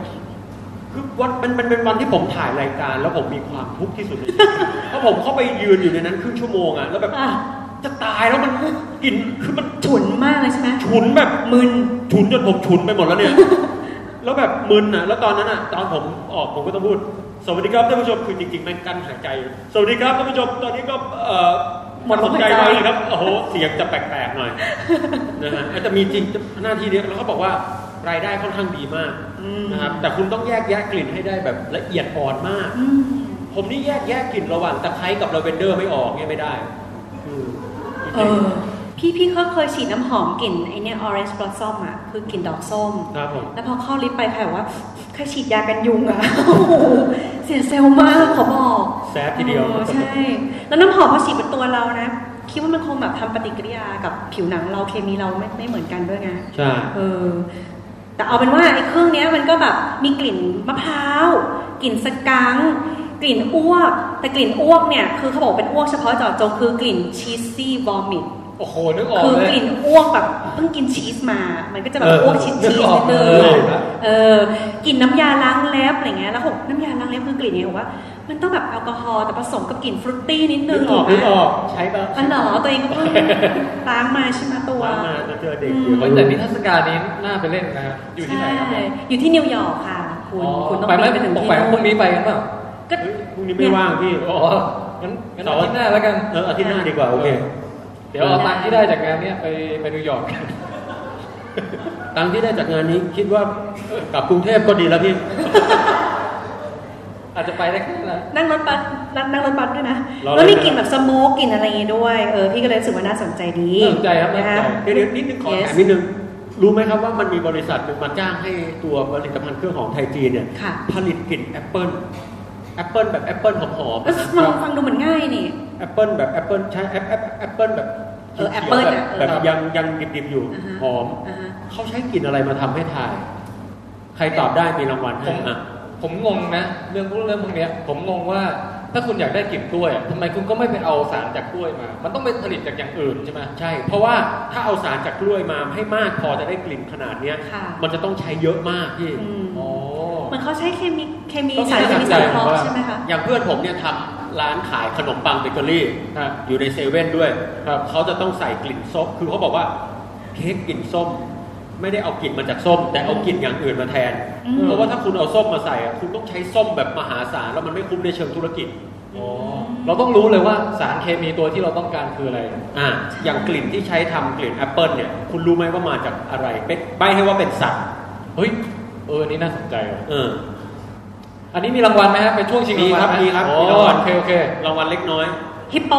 Speaker 5: คือวันมันมันเป็นวันที่ผมถ่ายรายการ แล้วผมมีความทุกข์ที่สุดในชีวิต เพราะผมเข้าไปยืนอยู่ในนั้นครึ่งชั่วโมงอะแล้วแบบ
Speaker 4: อ่ะ
Speaker 5: จะตายแล้วมันกลิ่นคือมัน
Speaker 4: ฉุนมากเลยใช่ไหม
Speaker 5: ฉุนแบบ
Speaker 4: มึน
Speaker 5: ฉุนจนผมฉุนไปหมดแล้ว เนี่ย แล้วแบบมึนอ่ะ แล้วตอนนั้นอ่ะ ตอนผมออกผมก็ต้องพูด สวัสดีครับท่านผู้ชม คือจริงๆแม่งกั้นหายใจ สวัสดีครับท่านผู้ชม ตอนนี้ก็เอ่อหมดลมใจไปเลยครับ โอ้โห เสียงจะแปลกๆหน่อย นะฮะแต่มีจริงหน้าที่เนี้ยแล้วเขาบอกว่ารายได้ค่อนข้างดีมาก
Speaker 4: อืม
Speaker 5: นะครับ แต่คุณต้องแยกแยะกลิ่นให้ได้แบบละเอียดอ่อนมาก
Speaker 4: อืม
Speaker 5: ผมนี่แยกแยะกลิ่นระหว่างตะไคร้กับลาเวนเดอร์ไม่ออกเนี่ยไม่ได้อืม
Speaker 4: เออ พี่พี่เขาเคยฉีดน้ำหอมกลิ่นไอเนี้ย orange blossom อะคือกลิ่นดอกส้ม
Speaker 5: ครับผม
Speaker 4: แล้วพอเข้าลิฟต์ไปแผ่ว่าใครฉีดยากันยุงอะ โอ้โหเสียเซลล์มากขอบอก
Speaker 5: แซ่บทีเดียว
Speaker 4: ออใช่ แล้วน้ำหอมพอฉีดบนตัวเรานะ คิดว่ามันคงแบบทำปฏิกิริยากับผิวหนังเราเคมีเราไม่ไม่เหมือนกันด้วยไง
Speaker 5: ใช่
Speaker 4: เออ แต่เอาเป็นว่าไอ้เครื่องเนี้ยมันก็แบบมีกลิ่นมะพร้าว กลิ่นสกังกลิ่นอ้วก แต่กลิ่นอ้วกเนี่ย คือเขาบอกเป็นอ้วกเฉพาะเจาะจงคือกลิ่นชีสซี่วอมิต
Speaker 3: โอ้โห นึกออก
Speaker 4: คือ
Speaker 3: เลย
Speaker 4: กลิ่นอ้วกแบบเพิ่งกินชีสมา มันก็จะแบ
Speaker 3: เอบ อ
Speaker 4: อ้วกชีส
Speaker 3: นึ
Speaker 4: ชี
Speaker 3: ก
Speaker 4: ส
Speaker 3: ออ
Speaker 4: นิ
Speaker 3: ก
Speaker 4: ด
Speaker 3: เอ
Speaker 4: นึ
Speaker 3: อ
Speaker 4: งเออกลิ่นน้ำยาล้างเล็บอะไรเงี้ย แล้วผมน้ำยาล้างเล็บคือกลิ่นเนี่ยบอกว่า มันต้องแบบแอลกอฮอล์แต่ผสมกับกลิ่นฟรุตตี้นิดนึ
Speaker 5: นึ
Speaker 4: ง
Speaker 5: กออก
Speaker 4: ไหม
Speaker 5: นึกออก ใช้บ้าง
Speaker 4: อ๋อเหรอตัวเองก็เพิ่งล้างมาใช่ไหมตัว
Speaker 5: ว่ามาจะเจอเด็ก
Speaker 4: อืม
Speaker 5: เดี๋ยว
Speaker 3: เฮ้ยแต่นิทรรศการนี้น่าไปเล่นนะครับอยู่ที่ไหนครับ
Speaker 4: ใช่อยู่ที่นิวยอร์กค่ะ คุณคุณต้อง
Speaker 3: ไปไหม
Speaker 4: บินไปถึง
Speaker 3: ตก
Speaker 4: ที่
Speaker 3: ไปพรุ่งนี้ไปกันเปล่า
Speaker 4: ก็
Speaker 5: เฮ้ยพรุ่งนี้ไม่ว่างพี่
Speaker 3: อ๋องั้นงั้นเอา
Speaker 5: เสาร์
Speaker 3: ที่หน้าแล้วกัน
Speaker 5: เอออาทิตย์หน้าดีกว่า โอเค
Speaker 3: เดี๋ยวเอาตังค์ที่ได้จากงานเนี้ยไปไปนิวยอร์กกัน
Speaker 5: ตังค์ที่ได้จากงานนี้คิดว่าเออกลับกรุงเทพก็ดีแล้วพี่
Speaker 3: อาจจะไปได้แค่นั้น
Speaker 4: นั่งรถบัสนั่งนั่งรถบัสด้วยนะ
Speaker 5: รอเลย
Speaker 4: แล้วมีกลิ่นแบบสโมกกลิ่นอะไรอย่างงี้ด้วย เออ พี่ก็เลยรู้สึกว่าน่าสนใจดี
Speaker 3: น่าสนใจครับน่าสนใจ
Speaker 4: ะ
Speaker 5: เดี๋ยวเดี๋ยวนิดนึงขอ
Speaker 4: Yes
Speaker 5: แถมนิดนึง รู้ไหมครับว่ามันมีบริษัทหนึ่งมาจ้างให้ตัวผลิตภัณฑ์เครื่องหอมไทยจีนเนี่ย
Speaker 4: ค่ะ
Speaker 5: ผลิตกลิ่นแอปเปิลแอปเปิลแบบแอปเปิลหอมๆ
Speaker 4: เอ้ยฟังฟั งดูเหมือนง่ายนี่
Speaker 5: แอปเปิลแบบแอปเปิลใช้แอปแอปแอปเปิลแบบ
Speaker 4: เออแอปเปิ้ล
Speaker 5: แบ
Speaker 4: อะ
Speaker 5: บ
Speaker 4: เออ
Speaker 5: แบบยังยังดิบๆอยู่
Speaker 4: อ่าฮะ
Speaker 5: หอม
Speaker 4: อ่าฮะ
Speaker 5: เขาใช้กลิ่นอะไรมาทำให้ทาย ใครตอบได้มีรางวัล
Speaker 3: ผ
Speaker 5: ให้
Speaker 3: ม
Speaker 5: อ่ะ
Speaker 3: ผมงงนะ เรื่องพวกเรื่องพวกเนี้ย ผมงงว่าถ้าคุณอยากได้กลิ่นกล้วยอะทำไมคุณก็ไม่ไปเอาสารจากกล้วยมา มันต้องไปผลิตจากอย่างอื่นใช่ไหม
Speaker 5: ใช่ เพราะว่าถ้าเอาสารจากกล้วยมาให้มากพอจะได้กลิ่นขนาดเนี้ย
Speaker 4: ค่ะ
Speaker 5: มันจะต้องใช้เยอะมากพี่
Speaker 4: อืม
Speaker 3: อ๋อ
Speaker 4: เหมือนเขาใช้เคมีเคมี
Speaker 3: ต้อง
Speaker 4: สารเคมี
Speaker 3: ใช้
Speaker 4: สั
Speaker 3: สาร
Speaker 4: งเคราะ
Speaker 3: ว่า
Speaker 4: ห์ใช่ไหมคะ
Speaker 5: อย่างเพื่อนผมเนี่ยทำร้านขายขนมปังเบเกอรี่
Speaker 3: ฮะ
Speaker 5: อยู่ในเซเว่นด้วย
Speaker 3: ครับ
Speaker 5: เขาจะต้องใส่กลิ่นส้ม คือเขาบอกว่าเค้กกลิ่นส้ม ไม่ได้เอากลิ่นมาจากส้ม แต่เอากลิ่นอย่างอื่นมาแทน
Speaker 4: อืม
Speaker 5: เพราะว่าถ้าคุณเอาส้มมาใส่อะคุณต้องใช้ส้มแบบมหาศาลแล้วมันไม่คุ้มในเชิงธุรกิจ
Speaker 3: อ๋อ เราต้องรู้เลยว่าสารเคมีตัวที่เราต้องการคืออะไร
Speaker 5: อ่าอย่างกลิ่นที่ใช้ทำกลิ่นแอปเปิลเนี่ยคุณรู้ไหมว่ามาจากอะไรเป็นใบให้ว่าเป็นสัตว์
Speaker 3: เฮ้ย เออ อันนี้น่าสนใจว่ะ
Speaker 5: เออ
Speaker 3: อันนี้มีรางวัลไหมฮะ เป็นช่วงชิงรางวัลไห
Speaker 5: มีครับมี
Speaker 3: โอ้
Speaker 5: ครับมีรางวัล
Speaker 3: โอเคโอเค
Speaker 5: รางวัลเล็กน้อย
Speaker 4: ฮิปโป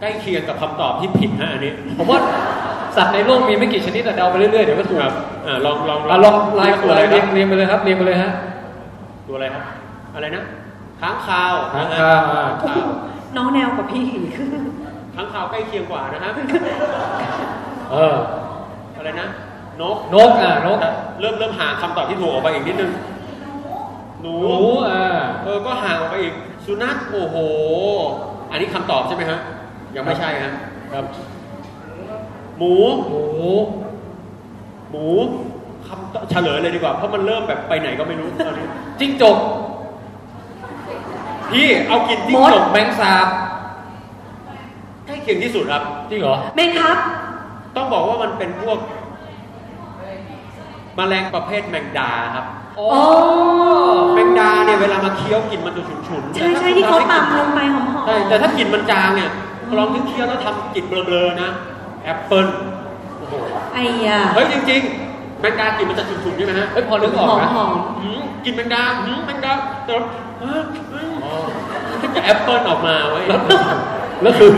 Speaker 5: ใกล้เคียงกับคำตอบที่ผิดนะอันนี้
Speaker 3: ผมว่าสัตว์ในโลกมีไม่กี่ชนิดอะเดาไปเรื่อยๆ เดี๋ยวก็ถูก
Speaker 5: ครับอ่าลองลอง
Speaker 3: อ่ะลองลาย
Speaker 5: ตั
Speaker 3: ตัว ว
Speaker 5: อะไร
Speaker 3: ลาย
Speaker 5: ค
Speaker 3: เรีย
Speaker 5: รับ
Speaker 3: งเรียงไปเลยครับเรียงไปเลยฮะ
Speaker 5: ตัวอะไรครับ อะไรนะค้างคาว
Speaker 3: ค้างคาวอ่า
Speaker 5: ค้างคาว
Speaker 4: น้องแนวกว่าพี่ อีก
Speaker 5: ค้างคาวใกล้เคียงกว่านะฮะ
Speaker 3: เออ
Speaker 5: อะไรนะนก
Speaker 3: นกอ่ะนก
Speaker 5: แต่เริ่มเริ่มห่างคำตอบที่ถูกออกไปอีกนิดนึงหนู
Speaker 3: หนูอ่า
Speaker 5: เออ ก็ห่างออกไปอีก สุนัข โอ้โห อันนี้คำตอบใช่ไหมฮะ ยังไม่ใช่ฮะ ครับ หมู
Speaker 3: หมู
Speaker 5: หมูคำตอบเฉลยเลยดีกว่า เพราะมันเริ่มแบบไปไหนก็ไม่รู้ตอนนี้
Speaker 3: จิ้งจก
Speaker 5: พี่ เอากินจิ้
Speaker 3: ม
Speaker 5: ง
Speaker 3: ด
Speaker 5: จก
Speaker 3: แมงสาบ
Speaker 5: ใกล้ เคียงที่สุดครับ
Speaker 3: จริงเหรอ
Speaker 4: เมนครับ
Speaker 5: ต้องบอกว่ามันเป็นพวกแมลงประเภทแมงดาครับ
Speaker 4: โอ้
Speaker 5: แมงดาเนี่ยเวลามาเคี้ยวกลิ่นมันจะฉุนๆ
Speaker 4: ใช่
Speaker 5: แต่ถ้
Speaker 4: ใช่ที่เขา
Speaker 5: คุณ
Speaker 4: ตำ
Speaker 5: ทำให้
Speaker 4: ลงไปหอม
Speaker 5: ใช่แต่ถ้ากลิ่นมันจางเนี่ยลองทึกเคี้ยวแล้วทำกลิ่นเบลอๆนะแอปเปิ้ลโอ้โห
Speaker 4: ๆไอ้ยา
Speaker 5: เฮ้ยจริงๆแมงดากลิ่นมันจะฉุนๆใช่ไหมฮะ
Speaker 3: เฮ้ยพอนึกอ
Speaker 4: ห
Speaker 3: อก
Speaker 4: อม
Speaker 3: นะ
Speaker 4: หอม
Speaker 5: หืมกลิ่นแมงดาหืมแมงดาแต่ว่าเฮ้ยเฮ้ยมันจะแอปเปิ้ลออกมาเว้ย
Speaker 3: แล้วคือ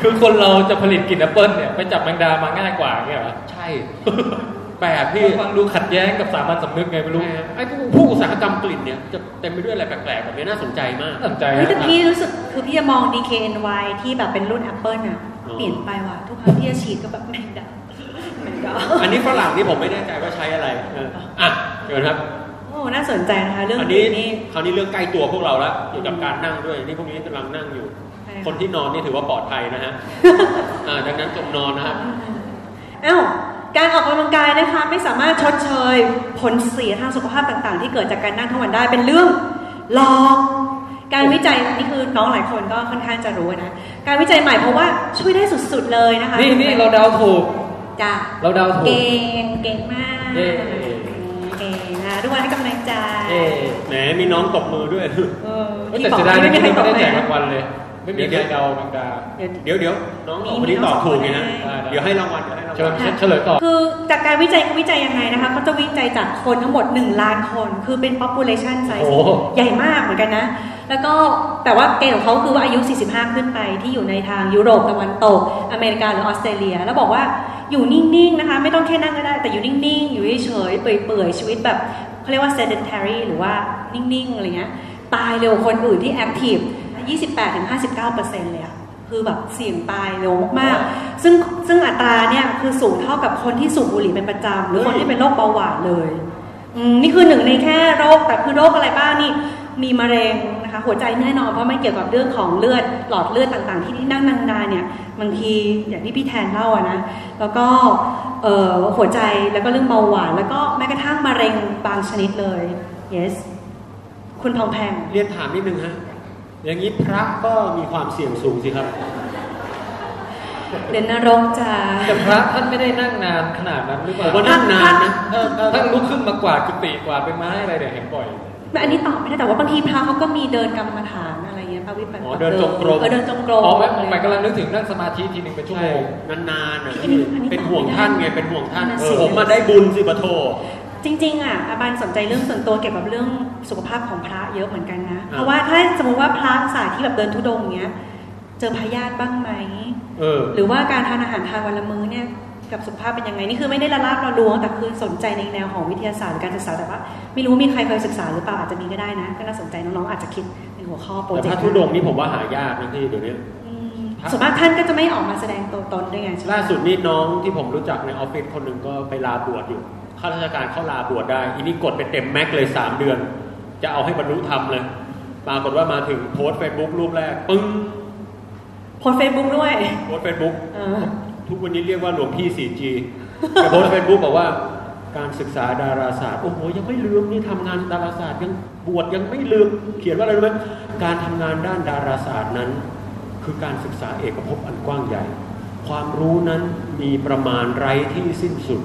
Speaker 3: คือคนเราจะผลิตกลิ่นแอปเปิลเนี่ยไปจับแมงดามาง่ายกว่าเงี้ยเหรอ
Speaker 5: ใช่
Speaker 3: แปลกพี่ฟังดูขัดแย้งกับสามัญสำนึกไงไม่รู้
Speaker 5: ไอ้พวกผู้อุตสาหกรรมกลิ่นเนี่ยจะเต็มไปด้วยอะไรแปลกๆแบบนี้น่าสนใจมาก
Speaker 3: น่าสนใจ
Speaker 4: ๆเฮ้ย
Speaker 3: นะ
Speaker 4: แต่พี่รู้สึกคือพี่จะมอง DKNY ที่แบบเป็นรุ่น Apple น่ะ
Speaker 5: อ๋อ
Speaker 4: เปลี่ยนไปว่ะทุกครั้งที่จะฉีดก็แบบแม งดาแมงดา
Speaker 5: อันนี้ฝรั่งที่ผมไม่แน่ใจว่าใช้อะไรเอออ่ะเดี๋ยวนะครับ
Speaker 4: โอ้น่าสนใจนะคะ เรื่อง
Speaker 5: อัน
Speaker 4: นี้
Speaker 5: นี้
Speaker 4: นี่
Speaker 5: คราวนี้เรื่องใกล้ตัวพวกเราละเกี่ยวกับการนั่งด้วยนี่พวกนี้กำลังนั่งอยู่
Speaker 4: ใช่ค่ะ
Speaker 5: คนที่นอนนี่ถือว่าปลอดภัยนะ ฮะ อ่าดังนั้นจงนอนนะครับ
Speaker 4: เอ้าการออกกำลังกายนะคะไม่สามารถชดเชย ผลเสียทางสุขภาพต่างๆ ที่เกิดจากการนั่งทั้งวันได้เป็นเรื่องหลอก การวิจัยนี่คือน้องหลายคนก็ค่อนข้างจะรู้นะการวิจัยใหม่เพราะว่าช่วยได้สุดๆเลยนะคะ
Speaker 3: นี่นี่เราเดาถูก
Speaker 4: จ้ะ
Speaker 3: เราเดาถูก
Speaker 4: เก่งเก่งมาก
Speaker 3: เย้
Speaker 4: เก่งนะทุกคนให้กำลังใจ
Speaker 3: เอ๊ะ
Speaker 5: แหมมีน้องตบมือด้วย
Speaker 4: เออ
Speaker 3: เฮ้ยแต่เสียดายนะ
Speaker 4: ที่
Speaker 3: ที่เรา
Speaker 4: บอ
Speaker 3: ไม่
Speaker 4: ก
Speaker 3: ได้แจ
Speaker 4: ไม่มี
Speaker 3: กราง
Speaker 4: ใครตอบ
Speaker 3: วัลเลย ไม่มีใครเดาแมงดา
Speaker 4: เดี๋ยว
Speaker 5: เดี๋ยวเดี๋ยวน้องคนนี้ตอบถูกไงนะเดี๋ยวให้รางวัลเดี๋ยวให้ราง
Speaker 3: เชิ
Speaker 5: วั
Speaker 3: ญ
Speaker 5: ล
Speaker 3: เชิญเฉลยต่อ
Speaker 4: คือจากการวิจัยเขาวิจัยยังไงนะคะเขาจะวิจัยจากคนทั้งหมด 1 ล้านคน คือเป็น population size
Speaker 3: โอ้โห
Speaker 4: ใหญ่มากเหมือนกันนะ แล้วก็แต่ว่าเกณฑ์ของเขาคือว่าอายุ 45 ขึ้นไปที่อยู่ในทางยุโรปตะวันตก อเมริกาหรือออสเตรเลีย แล้วบอกว่าอยู่นิ่ง ๆ นะคะ ไม่ต้องแค่นั่งก็ได้ แต่อยู่นิ่ง ๆ อยู่เฉยๆเปื่อยๆ ชีวิตแบบเขาเรียกว่า sedentary หรือว่านิ่ง ๆ อะไรเงี้ยตายเร็วกว่าคนอื่นที่ active 28-59%เลยอะคือแบบเสี่ยงตายเร็วมากๆซึ่งซึ่งอัตราเนี่ยคือสูงเท่ากับคนที่สูบบุหรี่เป็นประจำหรือคนที่เป็นโรคเบาหวานเลย อืมนี่คือหนึ่งในแค่โรคแต่คือโรคอะไรบ้างนี่มีมะเร็งนะคะ หัวใจแน่นอนเพราะมันเกี่ยวกับเรื่องของเลือดหลอดเลือดต่างๆ ที่นั่งนานๆเนี่ยบางทีอย่างที่พี่แทนเล่าอะนะแล้วก็เอ่อหัวใจแล้วก็เรื่องเบาหวาน แล้วก็แม้กระทั่งมะเร็งบางชนิดเลย yes คุณทองแพง
Speaker 5: เรียนถามนิดนึงฮะอย่างนี้พระก็มีความเสี่ยงสูงสิครับ
Speaker 4: เดนนรกจะ
Speaker 3: แต่พระท่านไม่ได้นั่งนานขนาดนั้นหรือเปล่า
Speaker 5: ผมว่านั่งนานนะ
Speaker 3: เออเออท่านลุกขึ้นมากวาดกุฏิกวาดใบไม้อะไรเนี่ยเห็นบ่อย
Speaker 4: อันนี้ตอบไม่ได้แต่ว่าบางทีพระเขาก็มีเดินกรรมฐานอะไรเงี้ยพระวิปัสส
Speaker 5: อ๋
Speaker 4: นา
Speaker 5: อเดินจงกรม
Speaker 4: เออเดินจงกรม
Speaker 3: อ๋อแม่ผมหมายกำลังนึกถึงนั่งสมาธิทีหนึ่งเป็นชั่ว
Speaker 5: ใช่
Speaker 3: โมง
Speaker 5: นานๆนะ
Speaker 4: อันนี้อันนี้
Speaker 5: เป็นห่วงท่านไงเป็นห่วงท่าน
Speaker 4: นั่น
Speaker 5: เอ
Speaker 4: สิ
Speaker 5: อผมมาได้บุญสิปะโท
Speaker 4: จริงๆอ่ะอาบานสนใจเรื่องส่วนตัวเกี่ยวกับเรื่องสุขภาพของพระเยอะเหมือนกันนะ
Speaker 5: อ่า
Speaker 4: เพราะว่าถ้าสมมติว่าพระสายที่แบบเดินธุดงค์เงี้ย เจอพยาธิบ้างไหม
Speaker 5: เออ
Speaker 4: หรือว่าการทานอาหารทานวันละมื้อเนี่ยกับสุขภาพเป็นยังไงนี่คือไม่ได้ละลาบละลวงแต่คือสนใจในแนวของวิทยาศาสตร์หรือการศึกษาแต่ว่า ไม่รู้ว่ามีใครเคยศึกษาหรือเปล่าอาจจะมีก็ได้นะก็น่าสนใจน้องๆอาจจะคิดเป็นหัวข้อโปร
Speaker 5: แต่
Speaker 4: เจก
Speaker 5: พระ
Speaker 4: ต์
Speaker 5: ธุดงค์นี่ผมว่าหายากนะที่เดี๋ยวนี้
Speaker 4: อืมส่วนมากท่านก็จะไม่ออกมาแสดงตัวตนด้วยไงใช่ไหม
Speaker 5: ล่าสุดนี่น้องที่ผมรู้จักในออฟฟิศคนหนึ่งก็ไปลาบวชอยู่ข้าราชการเข้าลาบวชได้ อีนี่กดไปเต็มแม็กเลย 3 เดือน จะเอาให้บรรลุธรรมเลยปรากฏว่ามาถึงโพสเฟซบุ๊กรูปแรก ปึ้ง
Speaker 4: โพสเฟซบุ๊กด้วย
Speaker 5: โพสเฟซบุ๊ก
Speaker 4: เออ
Speaker 5: ทุกวันนี้เรียกว่าหลวงพี่ 4G แต่โพสเฟซบุ๊กบอกว่า การศึกษาดาราศาสตร์ โอ้โห ยังไม่ลืมนี่ทำงานดาราศาสตร์ยังบวชยังไม่ลืม เขียนว่าอะไรรู้ไหมการทำงานด้านดาราศาสตร์นั้น คือการศึกษาเอกภพอันกว้างใหญ่ ความรู้นั้นมีประมาณไร้ที่สิ้นสุด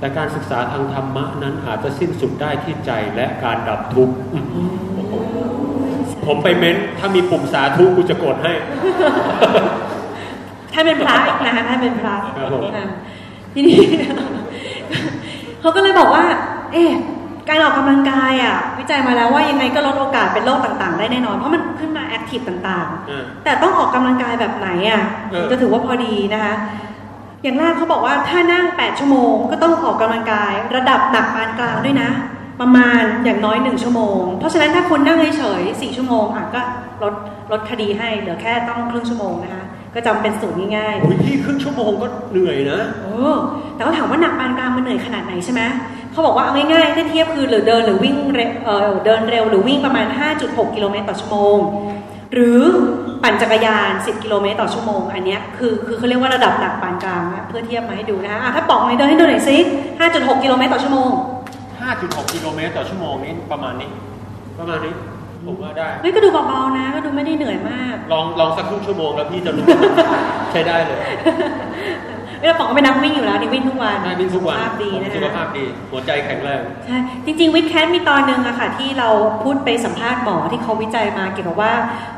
Speaker 5: แต่การศึกษาทางธรรมะนั้นอาจจะสิ้นสุดได้ที่ใจและการดับทุกข์ อื้อหือผมไปเม้นถ้ามีปุ่มสาธุกูจะกดให้
Speaker 4: ท่านเป็นพระนะคะท่านเป็นพระ
Speaker 5: ครับผม
Speaker 4: อ่ะทีนี้ เขาก็เลยบอกว่า เอ๊ะการออกกำลังกายอ่ะ วิจัยมาแล้วว่ายังไงก็ลดโอกาสเป็นโรคต่างๆ ได้แน่นอนเพราะมันขึ้นมาแอคทีฟต่าง
Speaker 5: อ่า
Speaker 4: ๆ แต่ต้องออกกำลังกายแบบไหนอ่ะ
Speaker 5: เออ
Speaker 4: ถึงจะถือว่าพอดีนะคะ อย่างแรกเขาบอกว่าถ้านั่ง 8 ชั่วโมง ก็ต้องออกกำลังกาย ระดับหนักปานกลางด้วยนะ ประมาณอย่างน้อย 1 ชั่วโมง เพราะฉะนั้นถ้าคุณนั่งเฉยๆ4ชั่วโมงอ่ะก็ลดลดคดีให้เหลือแค่ต้องครึ่งชั่วโมงนะคะก็จำเป็นสูตรง่ายๆ
Speaker 5: โอ้ยพี่ครึ่งชั่วโมงก็เหนื่อยนะ
Speaker 4: โอ้แต่ก็ถามว่าหนักปานกลางมันเหนื่อยขนาดไหนใช่ไหมเขาบอกว่าเอาง่ายๆถ้าเทียบคือหรือเดินหรือวิ่งเร็วเออเดินเร็วหรือวิ่งประมาณ 5.6 กิโลเมตรต่อชั่วโมง หรือปั่นจักรยาน 10 กิโลเมตรต่อชั่วโมง อันเนี้ยคือคือเขาเรียกว่าระดับหนักปานกลางนะเพื่อเทียบมาให้ดูนะอ่ะถ้าป๋องไหนเดินให้ดูหน่อยสิ5.6 กิโลเมตรต่อชั่วโมง
Speaker 5: 5.6 กิโลเมตรต่อชั่วโมงนี้ประมาณนี้ ประมาณนี้ ผมว่าได้
Speaker 4: เฮ้ยก็ดูเบาๆนะ ก็ดูไม่ได้เหนื่อยมาก
Speaker 5: ลองลองสักครึ่งชั่วโมงแล้วพี่จะรู้ ใช้ได้เลย
Speaker 4: เอ้ยเราปองก็เป็นนักวิ่งอยู่แล้วนี่วิ่งทุกวัน
Speaker 5: ได้วิ่งทุกวัน
Speaker 4: สุขภาพดีนะ
Speaker 5: สุขภา
Speaker 4: คะ
Speaker 5: พดี หัวใจแข็งแรง
Speaker 4: ใช่จริง ๆ วิดแคทมีตอนหนึงอะค่ะ ที่เราพูดไปสัมภาษณ์หมอที่เขาวิจัยมาเกี่ยวกับว่า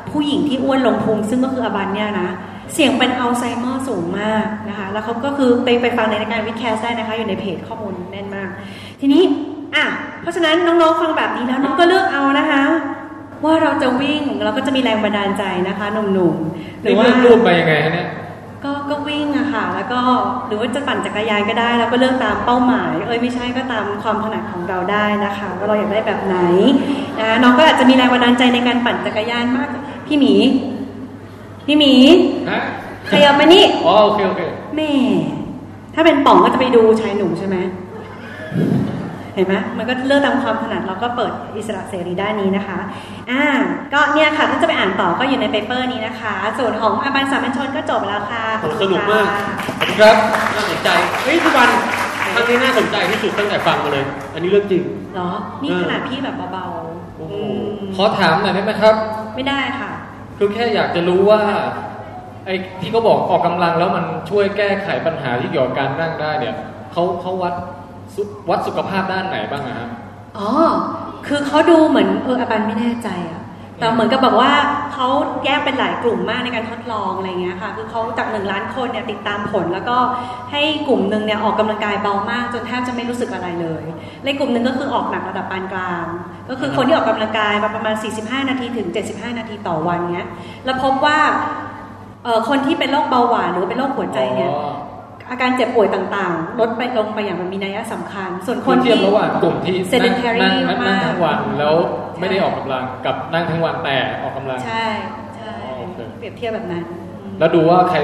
Speaker 4: ผู้หญิงที่อ้วนลงพุงซึ่งก็คืออบันเนี่ยนะ เสี่ยงเป็นอัลไซเมอร์สูงมากนะคะ แล้วเขาก็คือไปไปฟังในรายการวิดแคสได้นะคะ อยู่ในเพจข้อมูลแน่นมาก ทีนี้อ่ะเพราะฉะนั้นน้องๆฟังแบบนี้แล้วน้องก็เลือกเอานะคะ ว่าเราจะวิ่งเราก็จะมีแรงบันดาลใจนะคะหนุ่มๆหรื
Speaker 3: นี่
Speaker 4: อว่า
Speaker 3: เลือกรูปไปยังไงฮะเนี่ย
Speaker 4: ก็ก็วิ่งอะค่ะ แล้วก็หรือว่าจะปั่นจักรยานก็ได้ แล้วก็เลือกตามเป้าหมาย เอ้ยไม่ใช่ก็ตามความถนัดของเราได้นะคะ ว่าเราอยากได้แบบไหนนะน้องก็อาจจะมีแรงบันดาลใจในการปั่นจักรยานมาก พี่หมี พี่หมี
Speaker 3: ฮะ
Speaker 4: ขยับมานี่
Speaker 3: อ๋อโอเคโอเค
Speaker 4: แหม่ ถ้าเป็นป๋องก็จะไปดูชายหนุ่มใช่ไหมเห็นไหมมันก็เลือกตามความถนัดเราก็เปิดอิสระเสรีด้านนี้นะคะอ่าก็เนี่ยค่ะถ้าจะไปอ่านต่อก็อยู่ในเปเปอร์นี้นะคะ ส่วนของอาบันสามัญชนก็จบแล้วค่ะขอบคุณ
Speaker 5: สนุกมาก
Speaker 4: ค่ะ
Speaker 5: ขอบคุณครับ น่าสนใจ เฮ้ยทุกวันครั้งนี้น่าสนใจที่สุดตั้งแต่ฟังมาเลย อันนี้เรื่องจริง
Speaker 4: เหรอ นี่
Speaker 5: เออ
Speaker 4: ขนาดพี่แบบเบาๆอืม
Speaker 3: ขอถามหน่อยได้ไหมครับ
Speaker 4: ไม่ได้ค่ะ
Speaker 3: คือแค่อยากจะรู้ว่าไอ้ที่เขาบอกออกกำลังแล้วมันช่วยแก้ไขปัญหาที่เกี่ยวกับการนั่งได้เนี่ยเขาเขาวัดสุวัดสุขภาพด้านไหนบ้างอะฮะ
Speaker 4: อ๋อ คือเขาดูเหมือนเอออาบันไม่แน่ใจอะแต่เหมือนกับแบบว่าเขาแยกเป็นหลายกลุ่มมากในการทดลองอะไรเงี้ยค่ะ คือเขาจากหนึ่งล้านคนเนี่ยติดตามผล แล้วก็ให้กลุ่มหนึ่งเนี่ยออกกำลังกายเบามาก จนแทบจะไม่รู้สึกอะไรเลยในกลุ่มหนึ่งก็คือออกหนักระดับปานกลาง ก็คือคนที่ออกกำลังกายมาประมาณ 45 นาทีถึง 75 นาทีต่อวันเงี้ย แล้วพบว่าเอ่อคนที่เป็นโรคเบาหวานหรือเป็นโรคหัวใจเนี่ย อาการเจ็บป่วยต่างๆ ลดไปลงไปอย่างมันมีนัยสำคัญ ส่วนคน
Speaker 3: เทีย
Speaker 4: ที่
Speaker 3: บระหว่างกลุ่มที่นั่ง
Speaker 4: sedentary
Speaker 3: นั่งนั่งนั่ง
Speaker 4: มาก
Speaker 3: ทั้งวันแล้วไม่ได้ออกกำลังกับนั่งทั้งวันแต่ออกกำลัง
Speaker 4: ใช่ใช่
Speaker 3: อ๋อโอเค
Speaker 4: เปรียบเทียบแบบนั้น
Speaker 3: แล้วดูว่าใคร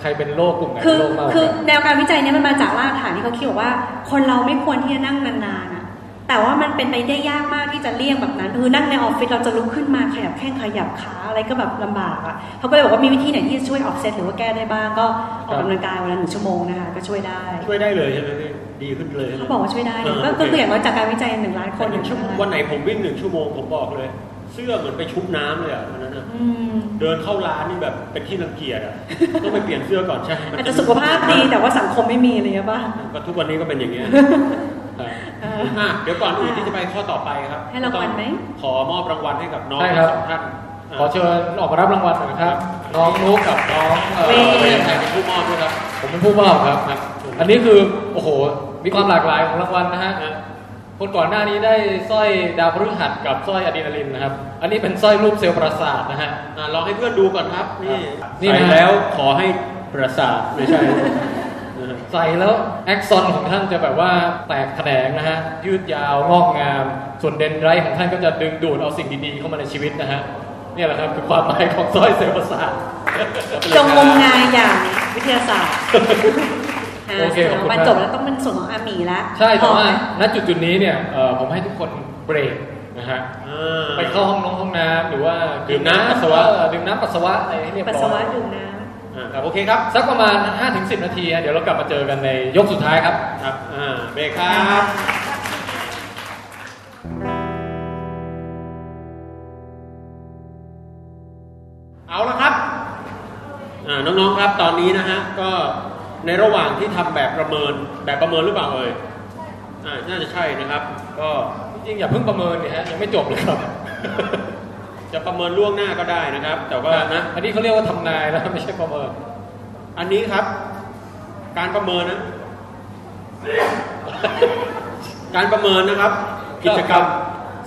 Speaker 3: ใครเป็นโรคกลุ่มไหน
Speaker 4: คื
Speaker 3: เป็น
Speaker 4: อ
Speaker 3: โรคมากก
Speaker 4: คือ
Speaker 3: ว่ากัน
Speaker 4: แนวการวิจัยเนี้มันมาจากรากฐานที่เขาคิดบอกว่า คนเราไม่ควรที่จะนั่งนานๆนะแต่ว่ามันเป็นไปได้ยากมากที่จะเลี่ยงแบบนั้นคือนั่งในออฟฟิศเราจะลุกขึ้นมาขยับแข้งขยับขาอะไรก็แบบลำบากอ่ะเขาก็เลยบอกว่ามีวิธีไหนที่จะช่วยออกเซตหรือว่าแก้ได้บ้างก็ออกกำลังกายวันละหนึ่งชั่วโมงนะคะก็ช่วยได้
Speaker 5: ช่วยได้เลยใช่ไหมพี่ ดีขึ้นเลย
Speaker 4: เขาบอกว่าช่วยได้ก็ก็คืออย่างน้อยจากการวิจัยหนึ่งล้านคน
Speaker 5: หนึ่งชั่วโมงวันไหนผมวิ่งหนึ่งชั่วโมงผมบอกเลย เสื้อเหมือนไปชุบน้ำเลยอ่ะวันนั้นอะ
Speaker 4: อืม
Speaker 5: เดินเข้าร้านนี่แบบเป็นที่รังเกียจอ่ะ ต้องไปเปลี่ยนเสื้อก่อนใช่ไหมมัน
Speaker 4: อาจจะสุขภาพดีแต่ว่าสังคมไม่มีอะไรอย่างเงี้ยป่ะ
Speaker 5: ก็ทุกวันนี้ก็เป็นอย่างเงี้ ย อ่ะเดี๋ยวก่อนอื่นที่จะไปข้อต่อไปครับ
Speaker 4: ให้รางวัลไหม
Speaker 5: ขอมอบรางวัลให้กับน้อง
Speaker 3: ใช่
Speaker 5: ทั้ง
Speaker 3: ครับ
Speaker 5: สองท่านอ่ะ
Speaker 3: ขอเชิญออกมารับรางวัลหน่อยครับ น้องนุ๊กกับน้องเอ่อ
Speaker 4: เว
Speaker 5: เวทไทยเป็นผู้มอบด้วยครับ
Speaker 3: ผมเป็นผู้มอบครับครับ อันนี้คือโอ้โหมีความหลากหลายของรางวัลนะฮะคนก่อนหน้านี้ได้สร้อยดาวพฤหัสกับสร้อยอะดรีนาลินนะครับ อันนี้เป็นสร้อยรูปเซลล์ประสาทนะฮะ
Speaker 5: อ่ะลองให้เพื่อนดูก่อนครับนี่
Speaker 3: นี่
Speaker 5: ใส่
Speaker 3: นะ
Speaker 5: แล้วขอให้ประสาทไม่ใช่
Speaker 3: ใส่แล้วแอคซอนของท่านจะแบบว่าแตกแขนงนะฮะ ยืดยาวงอกงาม ส่วนเดนไรท์ของท่านก็จะดึงดูดเอาสิ่งดีๆเข้ามาในชีวิตนะฮะเนี่ยแหละครับคือความหมายของสร้อยเซลล์ประสาท
Speaker 4: จงงมงายอย่างวิทยาศาสตร์
Speaker 3: โอเคขอบคุณ
Speaker 4: มัน
Speaker 3: ครับ
Speaker 4: จบแล้วต้องเป็นส่วนของอาหมีละ
Speaker 3: ใช่แต่ว่า
Speaker 4: พอไหม
Speaker 3: ณจุดจุดๆนี้เนี่ยเอ่อผมให้ทุกคนเบรกนะฮะ
Speaker 5: อ่า
Speaker 3: ไปเข้าห้องน้องห้องน้ำหรือว่า
Speaker 5: ดื่มน้ำปัสสาวะ
Speaker 3: เออดื่มน้ำปัสสาวะอะไรให้เรียบร้อย
Speaker 4: ปัสสาวะดื่มน้
Speaker 5: อ่ะค
Speaker 3: ค
Speaker 5: รั
Speaker 3: รั
Speaker 5: บบ โอเคครับ
Speaker 3: สักประมาณ 5-10 นาทีฮะเดี๋ยวเรากลับมาเจอกันในยกสุดท้ายครับ
Speaker 5: ครับอ่าเบรกครับเอาละครับอ่าน้องๆครับตอนนี้นะฮะก็ในระหว่างที่ทำแบบประเมินแบบประเมินหรือเปล่าเอ่ยอ่าน่าจะใช่นะครับ ก็
Speaker 3: จริงๆอย่าเพิ่งประเมินดิฮะยังไม่จบเลยครับ
Speaker 5: จะประเมินล่วงหน้าก็ได้นะครับ แต่ว่านะ
Speaker 3: อันนี้เขาเรียกว่าทำนาย แล้วไม่ใช่ประเมิน
Speaker 5: อันนี้ครับ การประเมินนะ การประเมินนะครับ กิจกรรม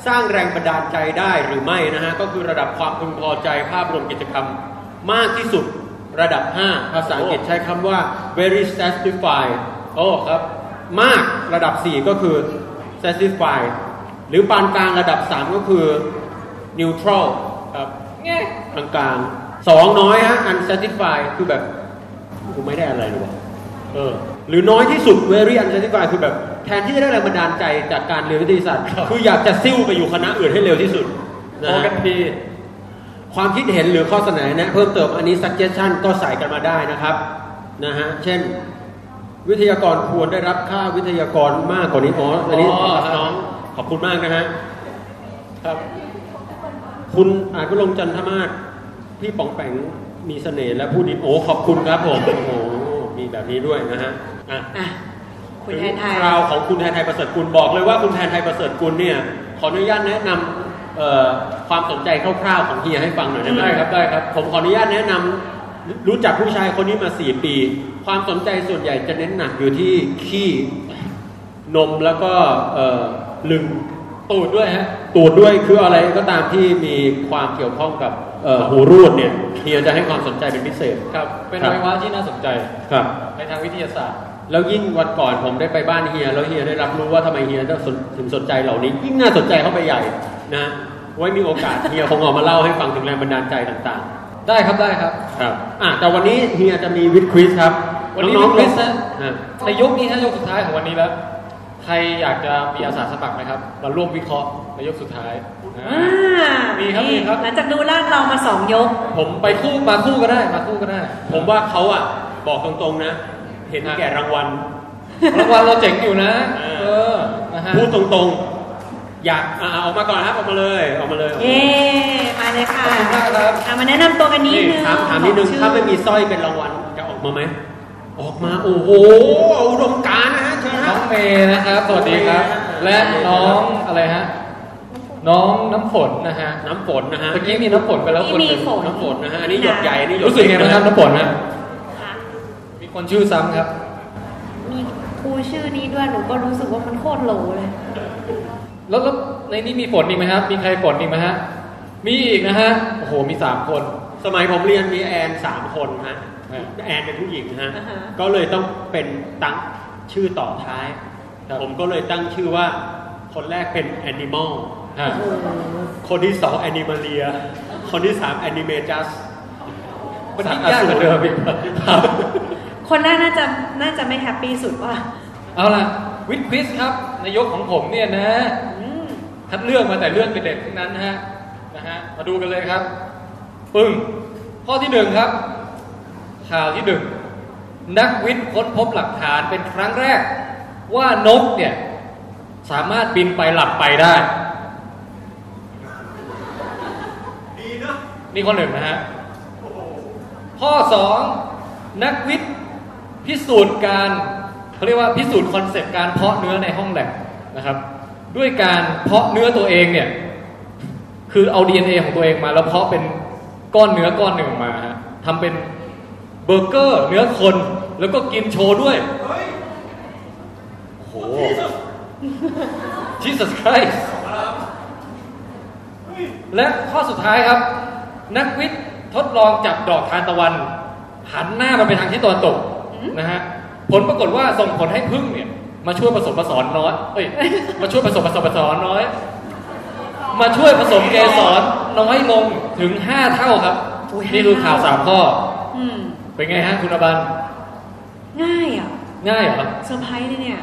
Speaker 5: สร้างแรงบันดาลใจได้หรือไม่นะฮะก็คือระดับความพึงพอใจภาพรวมกิจกรรมมากที่สุดระดับ 5 ภาษาอังกฤษใช้คำว่า very satisfied โอ้ครับ มากระดับ 4 ก็คือ satisfied หรือปานกลางระดับ 3 ก็คือ neutral ครับกลางกลางๆสองน้อยฮะ unsatisfied คือแบบ กูไม่ได้อะไรเลยวะเออ หรือน้อยที่สุด very unsatisfied คือแบบแทนที่จะได้แรงบันดาลใจจากการเรียนวิทยาศาสตร์ คืออยากจะซิ่วไปอยู่คณะอื่นให้เร็วที่สุดนะ
Speaker 3: โอกัน
Speaker 5: ฮะ
Speaker 3: ที
Speaker 5: ความคิดเห็นหรือข้อเสนอแนะเพิ่มเติมอันนี้ suggestion ก็ใส่กันมาได้นะครับ นะฮะ เช่น วิทยากรควรได้รับค่าวิทยากรมากกว่านี้อ๋ออันนี้น้อง ขอบคุณมากนะฮะ ครับ คุณอาจก็ลงจันทมาศพี่ป๋องแปงมีเสน่ห์และพูดดีโอ้ขอบคุณครับผมโอ้โหมีแบบนี้ด้วยนะฮะอ่ะ
Speaker 4: คุณแทนไทย
Speaker 5: คราวของคุณแทนไทยประเสริฐกุลบอกเลยว่าคุณแทนไทยประเสริฐกุลเนี่ยขออนุญาตแนะนำเอ่อความสนใจคร่าวๆของเฮียให้ฟังหน่อยได้ไหม
Speaker 3: ได้ครับได้ครับ
Speaker 5: ผมขออนุญาตแนะนำรู้จักผู้ชายคนนี้มา 4 ปี ความสนใจส่วนใหญ่จะเน้นหนักอยู่ที่ขี้นมแล้วก็เอ่อลึงตูดด้วยฮะตูดด้วยคืออะไรก็ตามที่มีความเกี่ยวข้องกับเอ่อหูรูดเนี่ยเฮียจะให้ความสนใจเป็นพิเศษ
Speaker 3: ครับ เป็น
Speaker 5: ครั
Speaker 3: อบ วัยวะที่น่าสนใจ
Speaker 5: ครับ
Speaker 3: ในทางวิทยาศาสตร์
Speaker 5: แล้วยิ่งวันก่อนผมได้ไปบ้านเฮีย แล้วเฮียได้รับรู้ว่าทำไมเฮียต้องสนถึงสนใจเหล่านี้ ยิ่งน่าสนใจเข้าไปใหญ่นะไว้มีโอกาส เฮียคงออกมาเล่าให้ฟังถึงแรงบันดาลใจต่าง
Speaker 3: ได้ครับได้ครับ
Speaker 5: ๆ ครับอ่ะแต่วันนี้เฮียจะมีวิดควิสครับ
Speaker 3: วันนี้
Speaker 5: องๆ
Speaker 3: วิดควิสนะ
Speaker 5: อ่ะ
Speaker 3: ในยกนี้ฮะยกสุดท้ายของวันนี้แล้ว ใครอยากจะมีอาสาสมัครไหมครับ มาร่วมวิเคราะห์ในยกสุดท้าย
Speaker 4: อ่า
Speaker 3: อ่า มีครับมีครับ
Speaker 4: หลังจากดูลาดเรามาสองยก
Speaker 3: ผมไปคู่มาคู่ก็ได้มาคู่ก็ได้
Speaker 5: ผมว่าเขาอ่ะบอกตรงๆนะ เห็นแก่รางวัล
Speaker 3: รางวัลเราเจ๋งอยู่นะ
Speaker 5: เออ
Speaker 3: เออนะฮะ
Speaker 5: พูดตรงๆ อยากอ่ะเอาออกมาก่อนครับออกมาเลยออกมาเลย
Speaker 4: เย้มาเลยค่ะ
Speaker 3: ขอบคุณมากครับ
Speaker 4: อ่ะมาแนะนำตัวกันนิด
Speaker 5: นี่
Speaker 4: นึง
Speaker 5: ถามถามนิดนึง
Speaker 4: ชื่อ
Speaker 5: ถ้าไม่มีสร้อยเป็นรางวัลจะออกมาไหมออกมาโอ้โหเอาอุดมการณ์นะฮะเชิญค
Speaker 3: น้
Speaker 5: รั
Speaker 3: อบ งเมย์นะครับ สวัสดีครับ และน้องอะไรฮะ น้องน้ำฝนนะฮะ
Speaker 5: น้ำฝนนะฮะ
Speaker 3: เมื่อกี้มีน้ำฝนไปแล้ว
Speaker 4: ที่
Speaker 3: คน
Speaker 4: มี
Speaker 3: หนึ่ง
Speaker 4: ฝน
Speaker 5: น้ำฝนนะฮะอันนี้หยดใหญ่อันนี่หยด
Speaker 3: รู้สึกไงบ้างครับน้ำฝนฮะ
Speaker 6: ค่ะ
Speaker 3: มีคนชื่อซ้ำครับ
Speaker 6: มีครูชื่อนี้ด้วยหนูก็รู้สึกว่ามันโคตรโหลเลย
Speaker 3: แล้วแล้วในนี้มีฝนอีกไหมครับ มีใครฝนอีกไหมฮะ มีอีกนะฮะ โอ้โห มีสามคน
Speaker 5: สมัยผมเรียนมีแอนสามคนฮะ
Speaker 3: อ่า
Speaker 5: แอนเป็นผู้หญิงฮะ
Speaker 4: อ่าฮะ
Speaker 5: ก็เลยต้องเป็นตั้งชื่อต่อท้าย ผมก็เลยตั้งชื่อว่า คนแรกเป็นแอนิมอล
Speaker 3: อ่ะ
Speaker 5: คนที่สองแอนิมาเลีย คนที่สามแอนิเมจัส
Speaker 3: มันยิ่งยากกว่าเดิมอีก
Speaker 5: ครับ
Speaker 4: คนแรกน่าจะน่าจะไม่แฮปปี้สุดว่า
Speaker 3: เอาล่ะ วิดควิสครับ นายกของผมเนี่ยนะฮะคัดเลือกมาแต่เรื่องเด็ดๆทั้งนั้นนะฮะ นะฮะ มาดูกันเลยครับ ปึ้ง ข้อที่หนึ่งครับ ข่าวที่หนึ่ง นักวิทย์ค้นพบหลักฐานเป็นครั้งแรก ว่านกเนี่ย สามารถบินไปหลับไปได้
Speaker 5: ดีเนอะ
Speaker 3: นี่ข้อหนึ่งนะฮะ ข้อสองนักวิทย์พิสูจน์การเขาเรียกว่าพิสูจน์คอนเซปต์การเพาะเนื้อในห้องแลบนะครับ ด้วยการเพาะเนื้อตัวเองเนี่ย คือเอา DNA ของตัวเองมา แล้วเพาะเป็นก้อนเนื้อก้อนหนึ่งออกมาฮะทำเป็นเบอร์เกอร์ เนื้อคน แล้วก็กินโชว์ด้วยโอ้โห Jesus Christ และข้อสุดท้ายครับ นักวิทย์ทดลองจับดอกทานตะวัน หันหน้ามาไปทางทิศตะวันตกนะฮะผลปรากฏว่าส่งผลให้พึ่งเนี่ย มาช่วยผสมผสานน้อยเอ้ยมาช่วยผสมผสมผสานน้อย มาช่วยผสมเกสรน้อยลงถึง 5 เท่าครับ
Speaker 4: อุ๊ย
Speaker 3: นี่คือข่าว
Speaker 4: ห้า
Speaker 3: 3
Speaker 4: เท่า
Speaker 3: ข้อ
Speaker 4: อืม
Speaker 3: เป็นไงฮะคุณอบัน
Speaker 4: ง่ายอ่ะ
Speaker 3: ง่ายเหรอ
Speaker 4: เซอร์ไพรส์เลยเนี่ย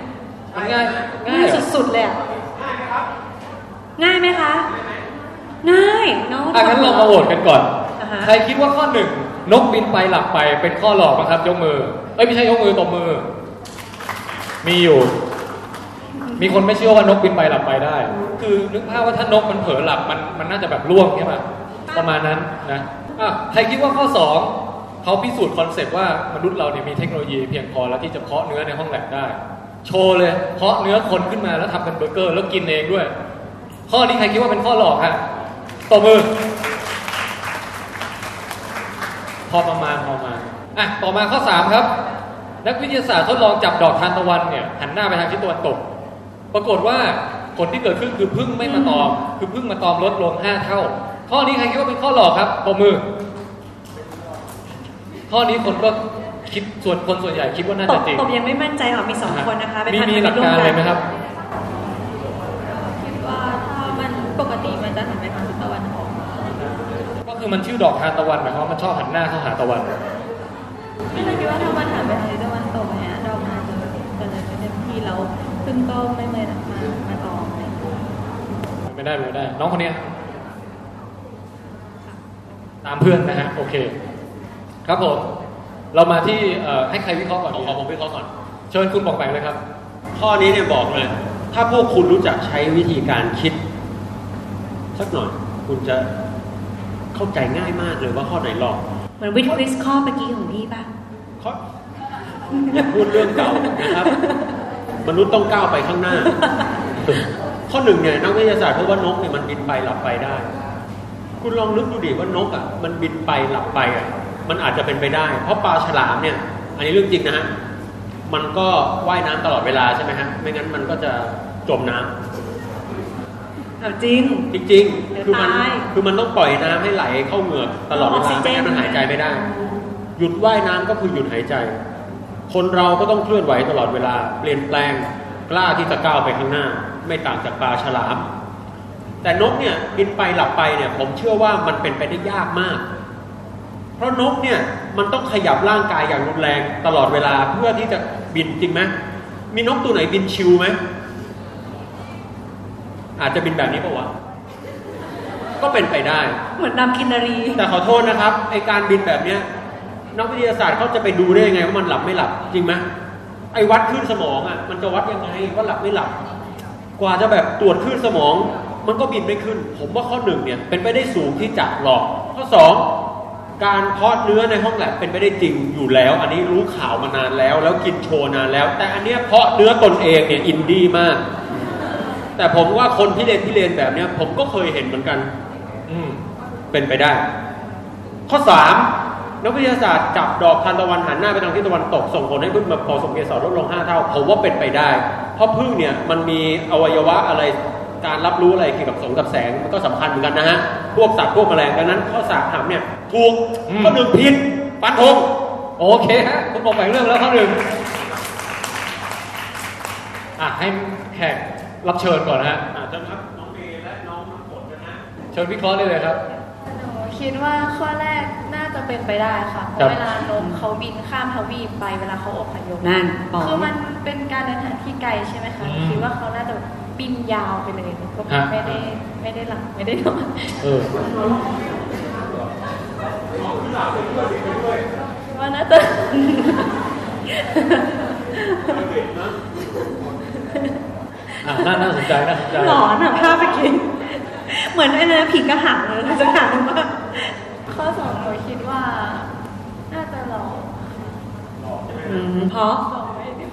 Speaker 3: มันง่ายง่า
Speaker 4: ง่าย ย
Speaker 3: เหรอ
Speaker 4: สุดๆเลยอะง่ายไหมคะ ง่ายเนาะ
Speaker 3: อ่ะงั้นเรามาโหวตกันก่อน
Speaker 4: อ่าฮะ
Speaker 3: ใครคิดว่าข้อหนึ่งนกบินไปหลับไปเป็นข้อหลอกบ้างครับยกมือ เอ้ยไม่ใช่ยกมือตบมือ มีอยู่ มีคนไม่เชื่อว่านกบินไปหลับไปได้ คือนึกภาพว่าถ้านกมันเผลอหลับมันมันน่าจะแบบล่วงใช่ไหมประมาณนั้นนะอ่ะใครคิดว่าข้อสองเขาพิสูจน์คอนเซปต์ว่ามนุษย์เราเนี่ยมีเทคโนโลยีเพียงพอแล้วที่จะเพาะเนื้อในห้องแลบได้ โชว์เลยเพาะเนื้อคนขึ้นมาแล้วทำเป็นเบอร์เกอร์ แล้วกินเองด้วย ข้อนี้ใครคิดว่าเป็นข้อหลอกฮะตบมือ พอประมาณพอประมาณอ่ะต่อมาข้อสามครับ นักวิทยาศาสตร์ทดลองจับดอกทานตะวันเนี่ยหันหน้าไปทางทิศตะวันตก ปรากฏว่าผลที่เกิดขึ้นคือพึ่งไม่มาตอม คือพึ่งมาตอมลดลงห้าเท่า ข้อนี้ใครคิดว่าเป็นข้อหลอกครับปรบมือ ข้อนี้คนก็คิดส่วนคนส่วนใหญ่คิดว่าน่า
Speaker 4: ต
Speaker 3: จะ
Speaker 4: บ
Speaker 3: จริง
Speaker 4: ตบยังไม่มั่นใจออกมีสองคนนะคะเป็น
Speaker 3: มี
Speaker 4: พันธ
Speaker 3: มี
Speaker 4: มิต
Speaker 3: หลัก
Speaker 4: ร่ว
Speaker 3: การ
Speaker 4: ม
Speaker 3: อะไร
Speaker 4: กัน
Speaker 3: ไหมครับ
Speaker 6: คิดว่าถ้ามันปกติมันจะหันไปทางทิศตะวันออก
Speaker 3: ก็คือมันชื่อดอกทานตะวันหมายความว่ามันชอบหันหน้าเข้าหาตะวัน
Speaker 6: ไม่เราคิดว่าถ้ามันหันไปทางทิศตะวันตกเนี่ยดอกมันจะจะเลยไปเต็มที่แล้วซึ่งก็ไม่เลยนะมามาตอมเลย
Speaker 3: ไม่ได้ไม่ได้ น้องคนเนี้ยตามเพื่อนนะฮะ โอเค ครับผม เรามาที่เอ่อให้ใครวิเคราะห์ก่อนขอผมวิเคราะห์ก่อน เชิญคุณบอกแบ่งเลยครับ
Speaker 5: ข้อนี้เนี่ยบอกเลย ถ้าพวกคุณรู้จักใช้วิธีการคิด สักหน่อย คุณจะ เข้าใจง่ายมากเลยว่าข้อไหนหลอก
Speaker 4: เหมือนวิดคริสข้อเมื่อกี้ของพี่ป่ะ
Speaker 5: อย่าพูดเรื่องเก่านะครับ มนุษย์ต้องก้าวไปข้างหน้า ข้อหนึ่งเนี่ยนักวิทยาศาสตร์พบว่านกเนี่ยมันบินไปหลับไปได้ คุณลองนึกดูดิว่านกอ่ะมันบินไปหลับไปอ่ะ มันอาจจะเป็นไปได้ เพราะปลาฉลามเนี่ย อันนี้เรื่องจริงนะฮะมันก็ว่ายน้ำตลอดเวลาใช่ไหมฮะไม่งั้นมันก็จะจมน้ำ
Speaker 4: เอาจริง
Speaker 5: จริงๆคือมัน
Speaker 4: ตาย
Speaker 5: คือมันต้องปล่อยน้ำให้ไหลเข้าเหงือกตลอดเวลาไม่งั้นมันหายใจไม่ได้ หยุดว่ายน้ำก็คือหยุดหายใจ คนเราก็ต้องเคลื่อนไหวตลอดเวลา เปลี่ยนแปลงกล้าที่จะก้าวไปข้างหน้า ไม่ต่างจากปลาฉลาม แต่นกเนี่ยบินไปหลับไปเนี่ย ผมเชื่อว่ามันเป็นไปได้ยากมาก เพราะนกเนี่ยมันต้องขยับร่างกายอย่างรุนแรงตลอดเวลาเพื่อที่จะบินจริงไหมมีนกตัวไหนบินชิวไหมอาจจะบินแบบนี้ปะวะก็เป็นไปได้
Speaker 4: เหมือนนำกินนารี
Speaker 5: แต่ขอโทษนะครับไอการบินแบบเนี้ยนักวิทยาศาสตร์เขาจะไปดูได้ยังไงว่ามันหลับไม่หลับจริงไหมไอวัดคลื่นสมองอ่ะมันจะวัดยังไงว่าหลับไม่หลับ กว่าจะแบบตรวจคลื่นสมอง มันก็บินไม่ขึ้น ผมว่าข้อหนึ่งเนี่ยเป็นไปได้สูงที่จะหลอก ข้อสองการเพาะเนื้อในห้องแลบเป็นไปได้จริงอยู่แล้ว อันนี้รู้ข่าวมานานแล้ว แล้วกินโชว์นานแล้ว แต่อันเนี้ยเพาะเนื้อตนเองเนี่ยอินดี้มาก แต่ผมว่าคนที่เรียนที่เรียนแบบเนี้ยผมก็เคยเห็นเหมือนกัน อืม เป็นไปได้ ข้อ 3 นักวิทยาศาสตร์จับดอกทานตะวันหันหน้าไปทางทิศตะวันตกส่งผลให้พึ่งมาผสมเกสรลดลง 5 เท่าผมว่าเป็นไปได้ เพราะพึ่งเนี่ยมันมีอวัยวะอะไรการรับรู้อะไรเกี่ยวกับสงกับแสง มันก็สำคัญเหมือนกันนะฮะ พวกสัตว์พวกแมลงดังนั้น ข้อสามถามเนี่ย ถูกข้อหนึ่งผิดปันธงโอเคฮะคุณบอกแบ่งเรื่องแล้วข้อหนึ่งอ่ะให้แขกรับเชิญก่อนนะฮะอ่ะเชิญครับน้องเมย์และน้องน้ำฝนนะฮะเชิญวิเคราะห์ได้เลยครับ
Speaker 9: หนูคิดว่าข้อแรกน่าจะเป็นไปได้ค่ะเพ
Speaker 5: ครั
Speaker 9: ราะ
Speaker 5: บ
Speaker 9: เวลานมเขาบินข้ามทวีปไปเวลาเขาอพยพ
Speaker 4: นั่นบอก
Speaker 9: คือมันเป็นการเดินทางที่ไกลใช่ไหมคะ
Speaker 5: อืม
Speaker 9: คิดว่าเขาน่าจะบินยาวไปเลยแล้วก็
Speaker 5: ฮะ
Speaker 9: ไม่ได้ไม่ได้หลับไม่ได้นอน
Speaker 5: เออ
Speaker 9: คิดว่าน่าจะ
Speaker 5: อ่ะน่าน่าสนใจน่าสนใจ
Speaker 4: หลอนอะภาพเมื่อกี้ เหมือนไอ้นะผีกระหังเลยนะจะหังว่า
Speaker 9: ข้อสองหนูคิดว่า น่าจะหลอก
Speaker 4: อืมเพราะ
Speaker 9: หลอกไม่ได้
Speaker 5: ยัง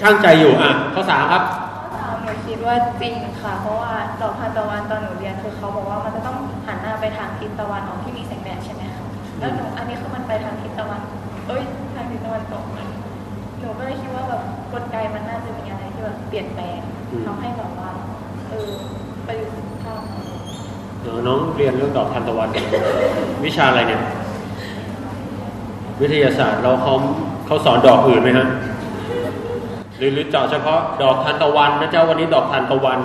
Speaker 5: ช่างใจอยู่อ่ะข้อสามครับ
Speaker 9: ข้อสามหนูคิดว่าจริงค่ะ เพราะว่าดอกทานตะวันตอนหนูเรียนคือเขาบอกว่ามันจะต้องหันหน้าไปทางทิศตะวันออกที่มีแสงแดดใช่ไหมคะแล้วหนูอันนี้คือมันไปทางทิศตะวัน เอ้ยทางทิศตะวันตกหนูก็เลยคิดว่าแบบกลไกมันน่าจะมีอะไรที่แบบเปลี่ยนแปลง
Speaker 5: อืม
Speaker 9: ทำให้แบบว่าเออไปอยู่ข้าง
Speaker 5: เออน้องเรียนเรื่องดอกทานตะวัน วิชาอะไรเนี่ย วิทยาศาสตร์เราเขาเขาสอนดอกอื่นไหมฮะหรือหรือเจาะเฉพาะดอกทานตะวันนะเจ้าวันนี้ดอกทานตะวัน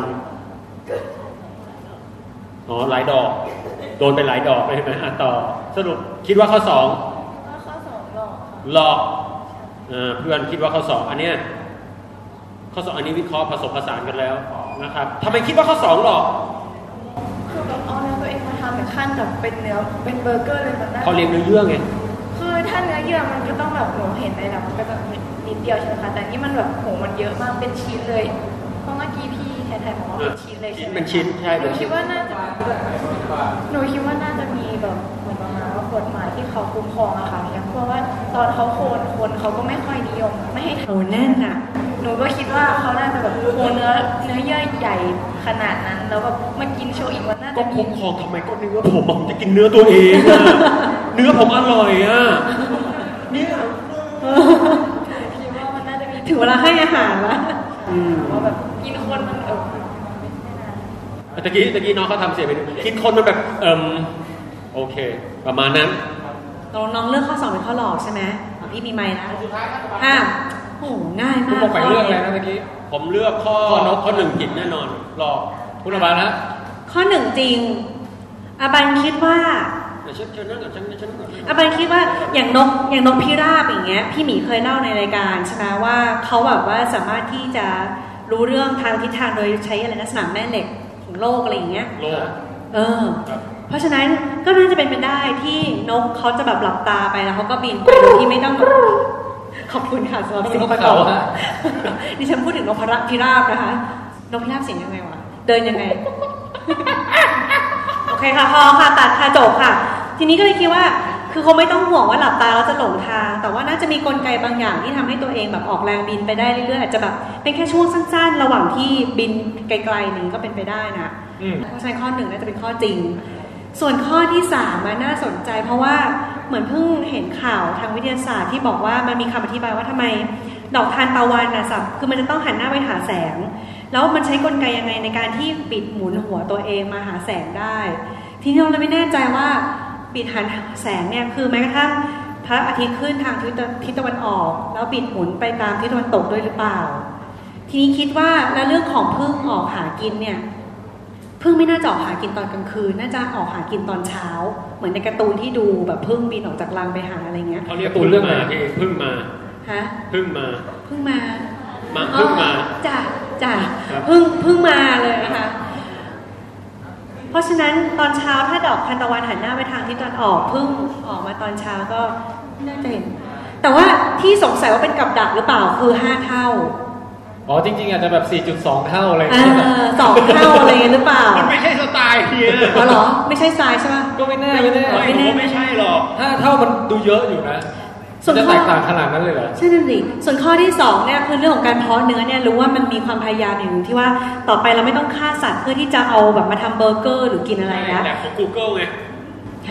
Speaker 5: อ๋อหลายดอก โดนไปหลายดอกไปใช่ไหมอ่ะต่อ สรุปคิดว่าข้อสอง
Speaker 9: ว่าข้อสองหลอกค่ะ
Speaker 5: หลอกเอ่อเพื่อนคิดว่าข้อสองอันเนี้ยข้อสองอันนี้วิเคราะห์ผสมผสานกันแล้วนะครับทำไมคิดว่าข้อสองหลอก
Speaker 9: คือแบบเอาเนื้อตัวเองมาทำแบบขั้นแบบเป็นเนื้อเป็นเบอร์เกอร์เลยมันได้
Speaker 5: เขาเรียนเนื้อเยื่อไง
Speaker 9: คือถ้าเนื้อเยื่อมันก็ต้องแบบหนูเห็นในแบบมันก็จะนิดเดียวใช่ไหมคะแต่นี่มันแบบโหมันเยอะมากเป็นชิ้นเลย เพราะเมื่อกี้พี่แทนไทยบอกว่าเป็นชิ้นเลยใช่ไหม
Speaker 5: เป็นชิ้นใช่
Speaker 9: ห
Speaker 5: เป็น
Speaker 9: นูคิ
Speaker 5: ชิ้
Speaker 9: ด
Speaker 5: น
Speaker 9: ว่าน่าจะหนูคิดว่าน่าจะมีแบบเหมือนประมาณว่ากฎหมายที่เขาคุ้มครองอะค่ะอย่างเพราะว่าตอนเขาโคนคนเขาก็ไม่ค่อยนิยมไม่ให้
Speaker 4: โหแน่นอะ
Speaker 9: หนูก็คิดว่าเขาน่าจะแบบโคนเนื้อเนื้อเยื่อใหญ่ขนาดนั้นแล้วแบบมากินโชว์อีกมันน่า
Speaker 5: ก็
Speaker 9: จะมี
Speaker 5: คุ้มครองทำไมก็เนื้อผมอะผมจะกินเนื้อตัวเองอะเนื้อผมอร่อยอ่ะเนี่ย
Speaker 9: คิดว่ามันน่าจะมี
Speaker 4: ถึงเวลาให้อาหารละ
Speaker 5: อืม
Speaker 9: ว่าแบบกินคนมันเออไม่นาน
Speaker 5: ตะกี้ตะกี้น้องเขาทำเสียงไปดูคิดคนมันแบบเอิมโอเค ประมาณนั้น
Speaker 4: ตกลงน้องเลือกข้อสองเป็นข้อหลอกใช่ไหมของพี่มีไม้นะอ่ะโหง่ายมาก
Speaker 3: คุณบอกไปเรื่องอะไรนะเมื่อกี้
Speaker 5: ผมเลือกข้อ
Speaker 3: ข้อนก
Speaker 5: ข้อหนึ่งผิดแน่นอนหลอก
Speaker 3: คุณอบาลนะ
Speaker 4: ข้อหนึ่งจริงอาบันคิดว่า
Speaker 5: เดี๋ยวฉันเชิญนั่งก่อนฉันฉันนั่งก่อน
Speaker 4: อาบันคิดว่าอย่างนกอย่างนกพิราบอย่างเงี้ยพี่หมีเคยเล่าในรายการใช่ไหมว่าเขาแบบว่าสามารถที่จะรู้เรื่องทางทิศทางโดยใช้อะไรนะสนามแม่เหล็กของโลกอะไรอย่างเงี้ย
Speaker 5: โลก
Speaker 4: เออ
Speaker 5: ครับ
Speaker 4: เพราะฉะนั้นก็น่าจะเป็นไปได้ที่นกเขาจะแบบหลับตาไปแล้วเขาก็บินไปโดยที่ไม่ต้องแบบขอบคุณค่ะสำ หรับเสิ่งประกอบ
Speaker 3: นกเขาฮะ
Speaker 4: ดิฉันพูดถึงนกพระ พิราบนะคะ นกพิราบเสียงยังไงวะ เดินยังไง น เคค่ะพอค่ะตัดค่ะจบค่ะ ทีนี้ก็เลยคิดว่า คือคงไม่ต้องห่วงว่าหลับตาแล้วจะหลงทาง แต่ว่าน่าจะมีกลไกบางอย่างที่ทำให้ตัวเองแบบออกแรงบินไปได้เรื่อยๆอาจจะแบบเป็นแค่ช่วงสั้น ๆ ระหว่างที่บินไกลๆหนึ่งก็เป็นไปได้นะ เพราะฉะนั้นข้อหนึ่งน่าจะเป็นข้อจริง ส่วนข้อที่สามอะน่าสนใจ เพราะว่าเหมือนเพิ่งเห็นข่าวทางวิทยาศาสตร์ที่บอกว่ามันมีคำอธิบายว่าทำไมดอกทานตะวันนะสับคือมันจะต้องหันหน้าไปหาแสง แล้วมันใช้กลไกยังไงในการที่ปิดหมุนหัวตัวเองมาหาแสงได้ ทีนี้เราเลยไม่แน่ใจว่าปิดหันหาแสงเนี่ยคือแม้กระทั่งพระอาทิตย์ขึ้นทางทิศตะทิศตะวันออก แล้วปิดหมุนไปตามทิศตะวันตกด้วยหรือเปล่า ทีนี้คิดว่าแล้วเรื่องของพึ่งออกหากินเนี่ย พึ่งไม่น่าจะออกหากินตอนกลางคืน น่าจะออกหากินตอนเช้า เหมือนในการ์ตูนที่ดูแบบพึ่งบินออกจากรังไปหาอะไรเงี้ย
Speaker 5: เขาเรียกพึ่งมาพี่พึ่งมา
Speaker 4: ฮะ
Speaker 5: พึ่งมา
Speaker 4: พึ่งมา
Speaker 5: มาพึ่งมา
Speaker 4: อ๋อจ้ะจ้ะ
Speaker 5: ครับ
Speaker 4: พึ่งพึ่งมาเลยนะคะ เพราะฉะนั้นตอนเช้าถ้าดอกทานตะวันหันหน้าไปทางทิศตะวันออกพึ่งออกมาตอนเช้าก็น่าจะเห็น แต่ว่าที่สงสัยว่าเป็นกับดักหรือเปล่าคือห้าเท่า
Speaker 3: อ๋อจริงๆอาจจะแบบ 4.2 เท่าอะไรอย่าง
Speaker 4: เอ
Speaker 3: เงี้ย
Speaker 4: อสองเท่าอะไรเงี้ยหรือเปล่า
Speaker 5: มันไม่ใช่สไตล์เฮีย
Speaker 4: อ๋อเหรอไม่ใช่ทรายใช่ปะ
Speaker 3: ก็ไม่แน่ไม่แน่
Speaker 4: ไม่แน่
Speaker 5: ผมไม่ใช่หรอก
Speaker 3: ห้าเท่ามันดูเยอะอยู่นะ
Speaker 4: ส่วน
Speaker 3: จะ
Speaker 4: ข้
Speaker 3: แต
Speaker 4: อ
Speaker 3: กต่างขนาดนั้นเลยเหรอ
Speaker 4: ใช่นั่นสิส่วนข้อที่สองเนี่ยคือเรื่องของการเพาะเนื้อเนี่ยรู้ว่ามันมีความพยายามอยู่ที่ว่าต่อไปเราไม่ต้องฆ่าสัตว์เพื่อที่จะเอาแบบมาทำเบอร์เกอร์หรือกินอะไรนะ
Speaker 5: แลบของ Google ไง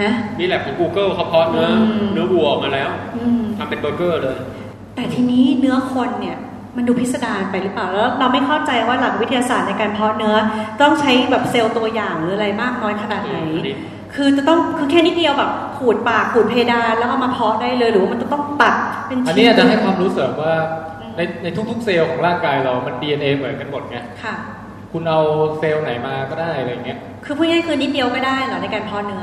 Speaker 4: ฮะ
Speaker 5: มีแลบของ Google เขาเพาะเนื้ออ
Speaker 4: ม
Speaker 5: เนื้อวัวออกมาแล้ว
Speaker 4: อืม
Speaker 5: ทำเป็นเบอร์เกอร์เลย
Speaker 4: แต่ทีนี้เนื้อคนเนี่ยมันดูพิสดารไปหรือเปล่าแล้วเราไม่เข้าใจว่าหลักวิทยาศาสตร์ในการเพาะเนื้อต้องใช้แบบเซลล์ตัวอย่างหรืออะไรมากน้อยขนาดไหน
Speaker 5: อืมดิ
Speaker 4: คือจะต้องคือแค่นิดเดียวแบบขูดปากขูดเพดานแล้วเอามาเพาะได้เลยหรือว่ามันจะต้องปักเป็นชิ้น
Speaker 3: อันนี้อาจจะให้ความรู้เสริมว่าในในทุกๆเซลล์ของร่างกายเรามัน DNA เหมือนกันหมดไง
Speaker 4: ค่ะ
Speaker 3: คุณเอาเซลล์ไหนมาก็ได้อะไรเงี้ย
Speaker 4: คือพูดง่ายๆคือนิดเดียวก็ได้เหรอในการเพาะเนื้อ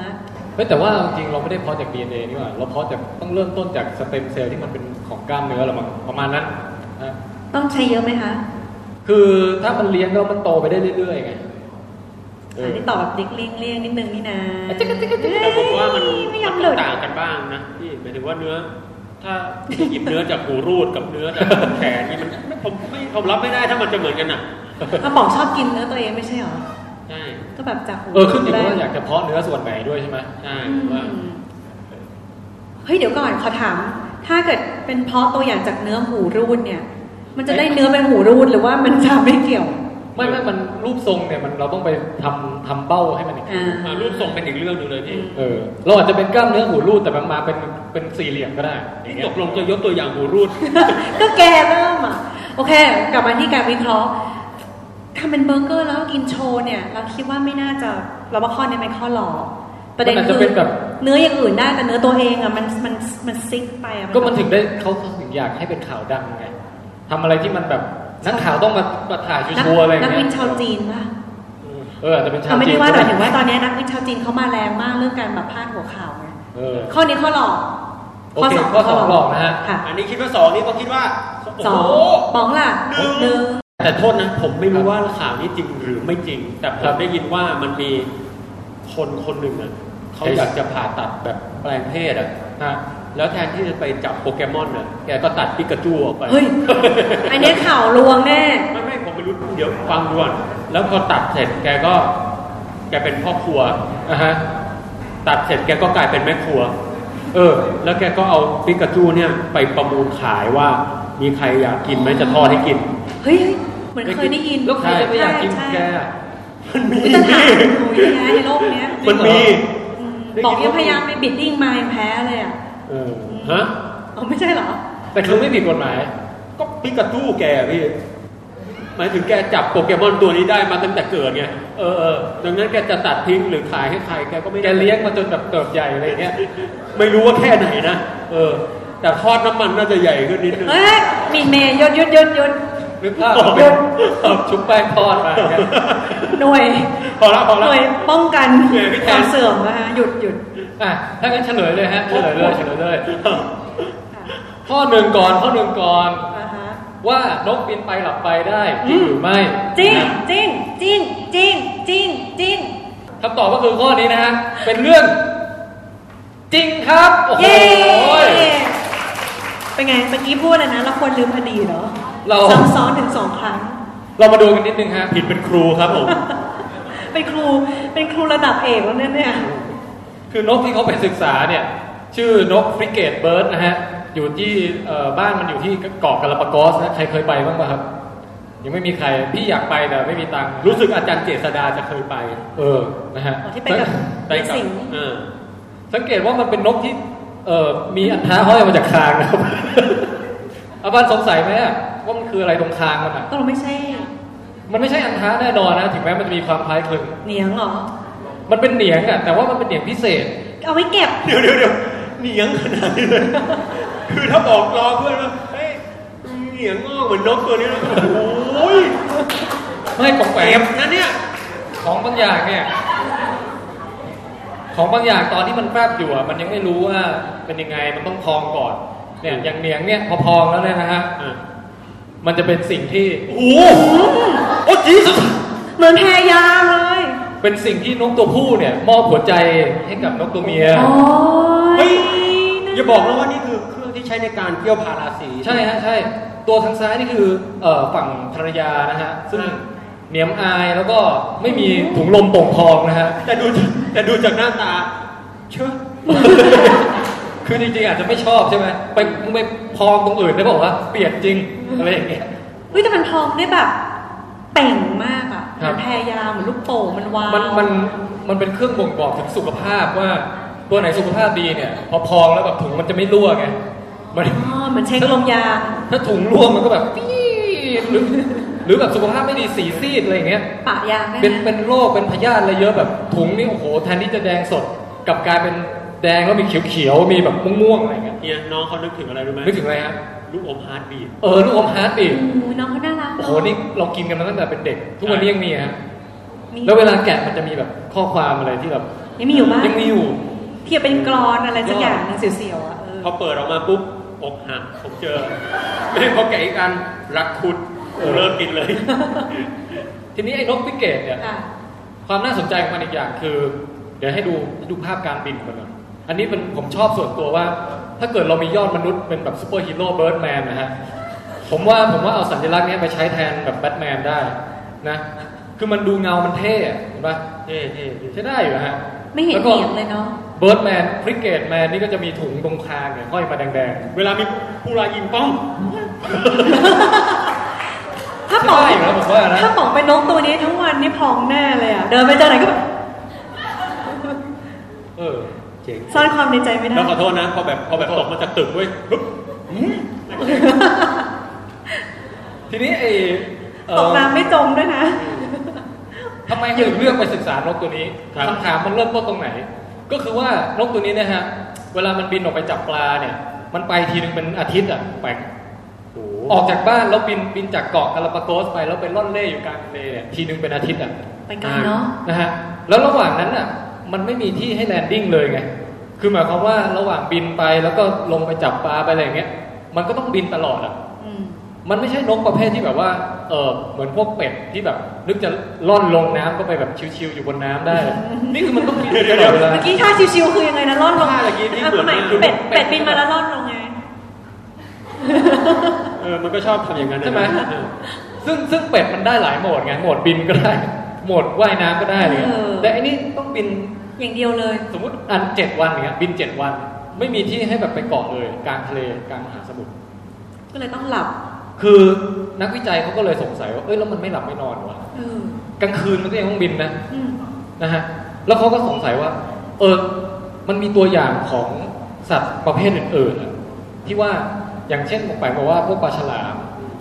Speaker 3: เฮ้ยแต่ว่าจริงๆเราไม่ได้เพาะจาก DNA นี่หว่าเราเพาะจากต้องเริ่มต้นจากสเต็มเซลล์ที่มันเป็นของกล้ามเนื้อเรามั้งประมาณนั้นนะ
Speaker 4: ต้องใช้เยอะไหมคะ
Speaker 3: คือถ้ามันเลี้ยงแล้วมันโตไปได้เรื่อยๆไงเอ
Speaker 4: อั
Speaker 3: อน
Speaker 4: นี้ตอบแบบดิกเลี่ยงเลี่ยงนิดนึงนี่นะ
Speaker 5: แต่ผมว่ามัน
Speaker 4: เอ้ยไม่ยอม
Speaker 5: มัน
Speaker 4: หลุด
Speaker 5: ต่างกันบ้างนะพี่หมายถึงว่าเนื้อ ถ้าหยิบเนื้อจากหูรูดกับเนื้อจากแขนนี่มันไม่ผมไม่ผมรับไม่ได้ถ้ามันจะเหมือนกันอ่ะ
Speaker 4: กระป๋องชอบกินเนื้อตัวเองไม่ใช่หรอ
Speaker 5: ใช่
Speaker 4: ก็แบบจากหู
Speaker 3: เออขึ้นอยู่ว่าอยากจะเพาะเนื้อส่วนไหนด้วยใช่ไหม
Speaker 5: ใช่
Speaker 4: อืม
Speaker 5: ว่า
Speaker 4: เฮ้ยเดี๋ยวก่อนขอถาม ถ้าเกิดเป็นเพาะตัวอย่างจากเนื้อหูรูดเนี่ย มันจะได้เนื้อเป็นหูรูดหรือว่ามันจะไม่เกี่ยว
Speaker 3: ไม่ไม่มันรูปทรงเนี่ยมันเราต้องไปทำทำเบ้าให้มันอีก
Speaker 4: อ่า
Speaker 5: อ่ารูปทรงเป็นอีกเรื่องหนึงเลยพี่
Speaker 3: เออเราอาจจะเป็นกล้ามเนื้อหูรูดแต่มันมาเป็นเป็นสี่เหลี่ยมก็ได้อย่างเงี้
Speaker 5: ต
Speaker 3: ย
Speaker 5: กลงจะยกตัวอย่างหูรูด
Speaker 4: ก็แกเริ่มอ่ะ โอเค กลับมาที่การวิเคราะห์ทำเป็นเบอร์เกอร์แล้วกินโชว์เนี่ย เราคิดว่าไม่น่าจะเราว่าข้อนี้เป็นข้อหลอกประเด็น
Speaker 3: มันอาจ
Speaker 4: คื
Speaker 3: จะเป็นแบบ
Speaker 4: เนื้ออย่างอื่นได้แต่เนื้อตัวเองอ่ะมันมันมันซิกไปอ่ะ
Speaker 3: ก็มันถึงได้เขาถึงอยากให้เป็นข่าวดังไงทำอะไรที่มันแบบนักข่าวต้องมามาถ่าย
Speaker 4: นัก
Speaker 3: ชัวร์ๆอะไรอย่าง
Speaker 4: นัก
Speaker 3: เงี้ย
Speaker 4: วินชาวจีนป่ะ
Speaker 3: เอออาจจะเป็นชาว
Speaker 4: เขาไม่
Speaker 3: จีน
Speaker 4: ได้ว่าแต่ถึงว่าตอนนี้นักวินชาวจีนเขามาแรงมากเรื่องการแบบพาดหัวข่าวไง
Speaker 3: เออ
Speaker 4: ข้อนี้ข้อหลอก
Speaker 3: โอเคข้อสองหลอกนะฮะ
Speaker 4: ค่ะ
Speaker 5: อันนี้คิดว่าสองนี่ก็คิดว่าโอ้
Speaker 4: สอง
Speaker 5: โห
Speaker 4: ป๋องล่ะ
Speaker 5: หนึ่ง
Speaker 4: หนึ่ง
Speaker 5: แต่โทษนะ ผมไม่รู้ว่าข่าวนี้จริงหรือไม่จริง แต่ผ
Speaker 3: ครั
Speaker 5: ม
Speaker 3: บ
Speaker 5: ได้ยินว่ามันมีคนคนหนึ่งอ่ะเขา
Speaker 3: เอ๊ะ
Speaker 5: อยากจะผ่าตัดแบบแปลงเพศอ่ะ
Speaker 3: ฮะ
Speaker 5: แล้วแทนที่จะไปจับโปเกมอนอ่ะแกก็ตัดปิกาจูออกไป
Speaker 4: เฮ้ยอันเนี้ยข่าวลวงแน่
Speaker 5: ไม่ไม่ผมไม่รู้เดี๋ยวฟังด่วน แล้วพอตัดเสร็จแกก็ แกเป็นพ่อครัว
Speaker 3: อ่ะฮะ
Speaker 5: ตัดเสร็จแกก็กลายเป็นแม่ครัว
Speaker 3: เออ
Speaker 5: แล้วแกก็เอาปิกาจูเนี่ยไปประมูลขายว่า มีใครอยากกินไหมจะทอดให้กิน
Speaker 4: เฮ้ย เหมือนเคยได้ยิน
Speaker 3: แล้วใครจะไปอยากกินแกอะ
Speaker 5: มันมี
Speaker 4: อุตส่าห์อยู่เยอะแยะในโลกเนี้ย
Speaker 5: มันมี
Speaker 4: อืมบอกยังพยายามไปบิดดิ้งมายังแพ้เลยอ่ะ
Speaker 3: เออ
Speaker 5: ฮะ
Speaker 4: อ๋อไม่ใช่เหรอ
Speaker 3: แต่คือไม่ผิดกฎหมาย
Speaker 5: ก็ปิกาจูแกพี่หมายถึงแกจับโปเกมอนตัวนี้ได้มาตั้งแต่เกิดไง
Speaker 3: เออเออ
Speaker 5: ดังนั้นแกจะตัดทิ้งหรือขายให้ใครแกก็ไม่
Speaker 3: แก
Speaker 5: ได้
Speaker 3: เลี้ยงมาจนแบบเติบใหญ่อะไรเงี้ย
Speaker 5: ไม่รู้ว่าแค่ไหนนะเออ แต่ทอดน้ำมันน่าจะใหญ่ขึ้นนิดนึง
Speaker 4: เฮ้ยหมีเมย์ยศยศยศยศ
Speaker 3: นึกภาพมันเป็นชุบแป้งทอดมาอย่างเงี้ย
Speaker 4: หน่วย
Speaker 5: พอละพอ
Speaker 4: ห
Speaker 5: ละ
Speaker 4: น่วยป้องกัน
Speaker 5: เหนื่อยพี่แทน
Speaker 4: การเสื่อมนะฮะหยุดหยุด
Speaker 3: อ่ะถ้างั้นเฉลยเลยฮะเฉลยเลยเฉลยเลยข้อหนึ่งก่อนข้อหนึ่งก่อน
Speaker 4: อ่าฮะ
Speaker 3: ว่านกบินไปหลับไปได้จริงหรือไม่
Speaker 4: จริง
Speaker 3: นะ
Speaker 4: จริงจริงจริงจริงจริง
Speaker 3: คำตอบก็คือข้อนี้นะฮะเป็นเรื่อง จริงครับ โอ้โห
Speaker 4: เย้ เป็นไงเมื่อกี้พูดแล้วนะเราควรลืมอดีตเหรอ
Speaker 3: เรา
Speaker 4: ซ้ำซ้อนถึงสองครั้ง
Speaker 3: เรามาดูกันนิดนึงฮะ
Speaker 5: ผิดเป็นครูครับผม
Speaker 4: เป็นครูเป็นครูระดับเอกแล้วเนี่ย
Speaker 3: คือนกที่เขาไปศึกษาเนี่ยชื่อนกฟริเกตเบิร์ดนะฮะอยู่ที่เอ่อบ้านมันอยู่ที่เกาะกาลาปากอสนะใครเคยไปบ้างป่ะครับ ยังไม่มีใครพี่อยากไปแต่ไม่มีตังค์รู้สึกอาจารย์เจษดาจะเคยไป เออนะฮะ
Speaker 4: อ๋อที่ไปกับ
Speaker 3: ไป
Speaker 4: สิงห์
Speaker 3: เออสังเกตว่ามันเป็นนกที่เอ่อมีอันท้าห้อยมาจากคางนะครับ อาบานสงสัยไหมอะว่ามันคืออะไรตรงคางมันอะ
Speaker 4: ก็เราไม่ใช่
Speaker 3: มันไม่ใช่อันท้าแน่นอนนะถึงแม้มันจะมีความคล้ายคลึง
Speaker 4: เหนียงเหรอ
Speaker 3: มันเป็นเหนียงอะแต่ว่ามันเป็นเหนียงพิเศษ
Speaker 4: เอาไว้เก็บ
Speaker 5: เดี๋ยวเดี๋ยวเดี๋ยวเหนียงขนาดนี้เลย คือถ้าบอกรอเพื่อนว่าเฮ้ยเหนียงงอกเหมือนนกตัวนี้นะโอ้ย
Speaker 3: ไม่ปกแป
Speaker 5: เจ็
Speaker 3: ม
Speaker 5: บนะเนี่ย
Speaker 3: ของบางอย่างเนี่ย ของบางอย่างตอนที่มันแป๊บอยู่อะมันยังไม่รู้ว่าเป็นยังไงมันต้องพองก่อน เนี่ยอย่างเหนียงเนี่ยพอพองแล้วเนี่ยนะฮะ
Speaker 5: อ่ะ
Speaker 3: มันจะเป็นสิ่งที่
Speaker 5: โอ้โหโอ้จีสุด
Speaker 4: เหมือนแพรยางเลย
Speaker 3: เป็นสิ่งที่นกตัวผู้เนี่ย มอบหัวใจให้กับนกตัวเมีย
Speaker 4: โอ้
Speaker 5: เฮ้
Speaker 4: ย
Speaker 5: ยอย่าบอกนะว่านี่คือเครื่องที่ใช้ในการเกี่ยวพาราสี
Speaker 3: ใช่ฮะใช่ ตัวทางซ้ายนี่คือเอ่อฝั่งภรรยานะฮะซึ่งเหนียมอายแล้วก็ไม่มีถุงลมโป่งพองนะฮะ
Speaker 5: แต่ดูแต่ดูจากหน้าตา เชื่อ
Speaker 3: คือจริงๆอาจจะไม่ชอบใช่ไหมไปมึงไปพองตรงอื่นได้บอกว่าเปลี่ยนจริงอะไรอย่างเงี้ย
Speaker 4: เฮ้ยแต่มันทองได้แบบเป่งมากอ่ะเห
Speaker 3: ครับ
Speaker 4: มือนแพรยางเหมือนลูกโป่งมันวาว
Speaker 3: มันมันมันเป็นเครื่องบ่งบอกถึงสุขภาพว่าตัวไหนสุขภาพดีเนี่ย พอพองแล้วแบบถุงมันจะไม่รั่วไงมัน
Speaker 4: อ๋อเหมือนเช็คลมยาง
Speaker 3: ถ้าถุงรั่วมันก็แบบ ปี๊ดหรือหรือแบบสุขภาพไม่ดีสีซีดอะไรอย่างเงี้ย
Speaker 4: ปะยางได้ไหม
Speaker 3: เป็นเป็นโรคเป็นพยาธิอะไรเยอะแบบถุงนี่โอ้โหแทนที่จะแดงสดกลับกลายเป็นแดงแล้วมีเขียวๆมีแบบม่วงๆอะไรอย่างเงี้ย
Speaker 5: เนี่ยน้องเขานึกถึงอะไรรู้ไหม
Speaker 3: นึกถึงอะไรฮะ
Speaker 5: ลูกอมฮาร์ดบีท
Speaker 3: เออลูกอมฮาร์ดอีก
Speaker 4: อุ้ยน้องเขาน่ารักเะ
Speaker 3: โอ้โหนี่เรากินกันมาตั้งแต่เป็นเด็ก ทุกวัน
Speaker 5: ใช่
Speaker 3: นี้ยังมีฮะ
Speaker 4: มี
Speaker 3: แล้วเวลาแกะมันจะมีแบบข้อความอะไรที่แบบ
Speaker 4: ยังมีอยู่บ้าง
Speaker 3: ยังมีอยู่
Speaker 4: ที่เป็นกรอนอะไรสักอย่างหนึงเสียวๆอ่ะเออ
Speaker 5: พอเปิดออกมาปุ๊บอกหักผมเจอ ไม่ให้พอแก่อีกอันรักคุณเริ่มกินเลย
Speaker 3: ทีนี้ไอ้นกพิเกตเนี่ย
Speaker 4: ค่ะ
Speaker 3: ความน่าสนใจของมันอีกอย่างคือ เดี๋ยวให้ดูให้ดูภาพการบินมันก่อนอันนี้เป็นผมชอบส่วนตัวว่า ถ้าเกิดเรามียอดมนุษย์เป็นแบบซูเปอร์ฮีโร่เบิร์ดแมนนะฮะ ผมว่าผมว่าเอาสัญลักษณ์เนี้ยไปใช้แทนแบบแบทแมนได้นะ คือมันดูเงา มันเท่อะเห็นปะเท่เท่ใช้ได้อยู่นะฮะ
Speaker 4: ไม่เห็น
Speaker 3: แล้ว
Speaker 4: เห
Speaker 3: ก็
Speaker 4: นียงเลยเนาะ
Speaker 3: เบิร์ดแมนคริกเกตแมนนี่ก็จะมีถุงตรงคางเนี่ยห้อยมาแดง
Speaker 5: เวลามีผู้รายยิงป้อง
Speaker 4: ถ้าป๋อง
Speaker 3: ใช่ครับผมว่านะ
Speaker 4: ถ้าป๋องเป็นนกตัวนี้ทั้งวันนี่พองแน่เลยอ่ะ เดินไปเจอไหนก็แบบ
Speaker 3: ๆ เออ
Speaker 5: เจ๋ง
Speaker 4: ซ่อนความในใจไม่ได้
Speaker 5: แล้วขอโทษนะ พอแบบพอแบบตกมาจากตึกเว้ยปุ๊บ
Speaker 3: ทีนี้ไอ้เอ่อ
Speaker 4: ตกน้ำไม่จมด้วยนะ
Speaker 3: ทำไมถึงเลือกไปศึกษานกตัวนี้คำถามมันเริ่มต้นตรงไหน ก็คือว่านกตัวนี้เนะฮะ เวลามันบินออกไปจับปลาเนี่ย มันไปทีนึงเป็นอาทิตย์อ่ะแปลก
Speaker 5: โอ้โห
Speaker 3: ออกจากบ้านแล้วบินบินจากเกาะกาลาปากอสไปแล้วไปล่อนเล่อยู่กลางทะเลเนี่ยทีนึงเป็นอาทิตย์อ่ะ
Speaker 4: ไปไกันเนาะ
Speaker 3: นะฮะแล้วระหว่างนั้นอ่ะมันไม่มีที่ให้แลนดิ้งเลยไงคือหมายความว่าระหว่างบินไปแล้วก็ลงไปจับปลาไปอะไรอย่างเงี้ยมันก็ต้องบินตลอดอ่ะ
Speaker 4: อืม
Speaker 3: มันไม่ใช่นกประเภทที่แบบว่าเออเหมือนพวกเป็ดที่แบบ นึกจะล่อนลงน้ำก็ไปแบบชิวๆอยู่บนน้ำได้ นี่คือมันต้องบินตลอดเวลา
Speaker 4: เมื่อกี้ท่าชิวๆคือยังไงนะล่อนลง
Speaker 3: ท่าเมื่อกี้ที่เหมือน
Speaker 4: ทำไมเป็ดเป็ดบินมาแล้วล่อนลงไง
Speaker 5: เออมันก็ชอบทำอย่างนั้นนะ
Speaker 3: ใช่ไหม
Speaker 5: เออ
Speaker 3: ซึ่งซึ่งเป็ดมันได้หลายโหมดไงโหมดบินก็ได้โหมดว่ายน้ำก็ได้อะไรเลย
Speaker 4: เออ
Speaker 3: แต่อันนี้ต้องบิน
Speaker 4: อย่างเดียวเลย
Speaker 3: สมมติอันเจ็ดวันอย่างเงี้ยบินเจ็ดวัน ไม่มีที่ให้แบบไปเกาะเลยกลางทะเลกลางมหาสมุทร
Speaker 4: ก็เลยต้องหลับ
Speaker 3: คือนักวิจัยเขาก็เลยสงสัยว่า เอ้ยแล้วมันไม่หลับไม่นอนวะ
Speaker 4: เออก
Speaker 3: ลางคืนมันก็ยังต้องบินนะ
Speaker 4: อืม
Speaker 3: นะฮะ แล้วเขาก็สงสัยว่า เออ มันมีตัวอย่างของสัตว์ประเภทอื่นๆอะที่ว่าอย่างเช่นผมไปบอกว่าพวกปลาฉลาม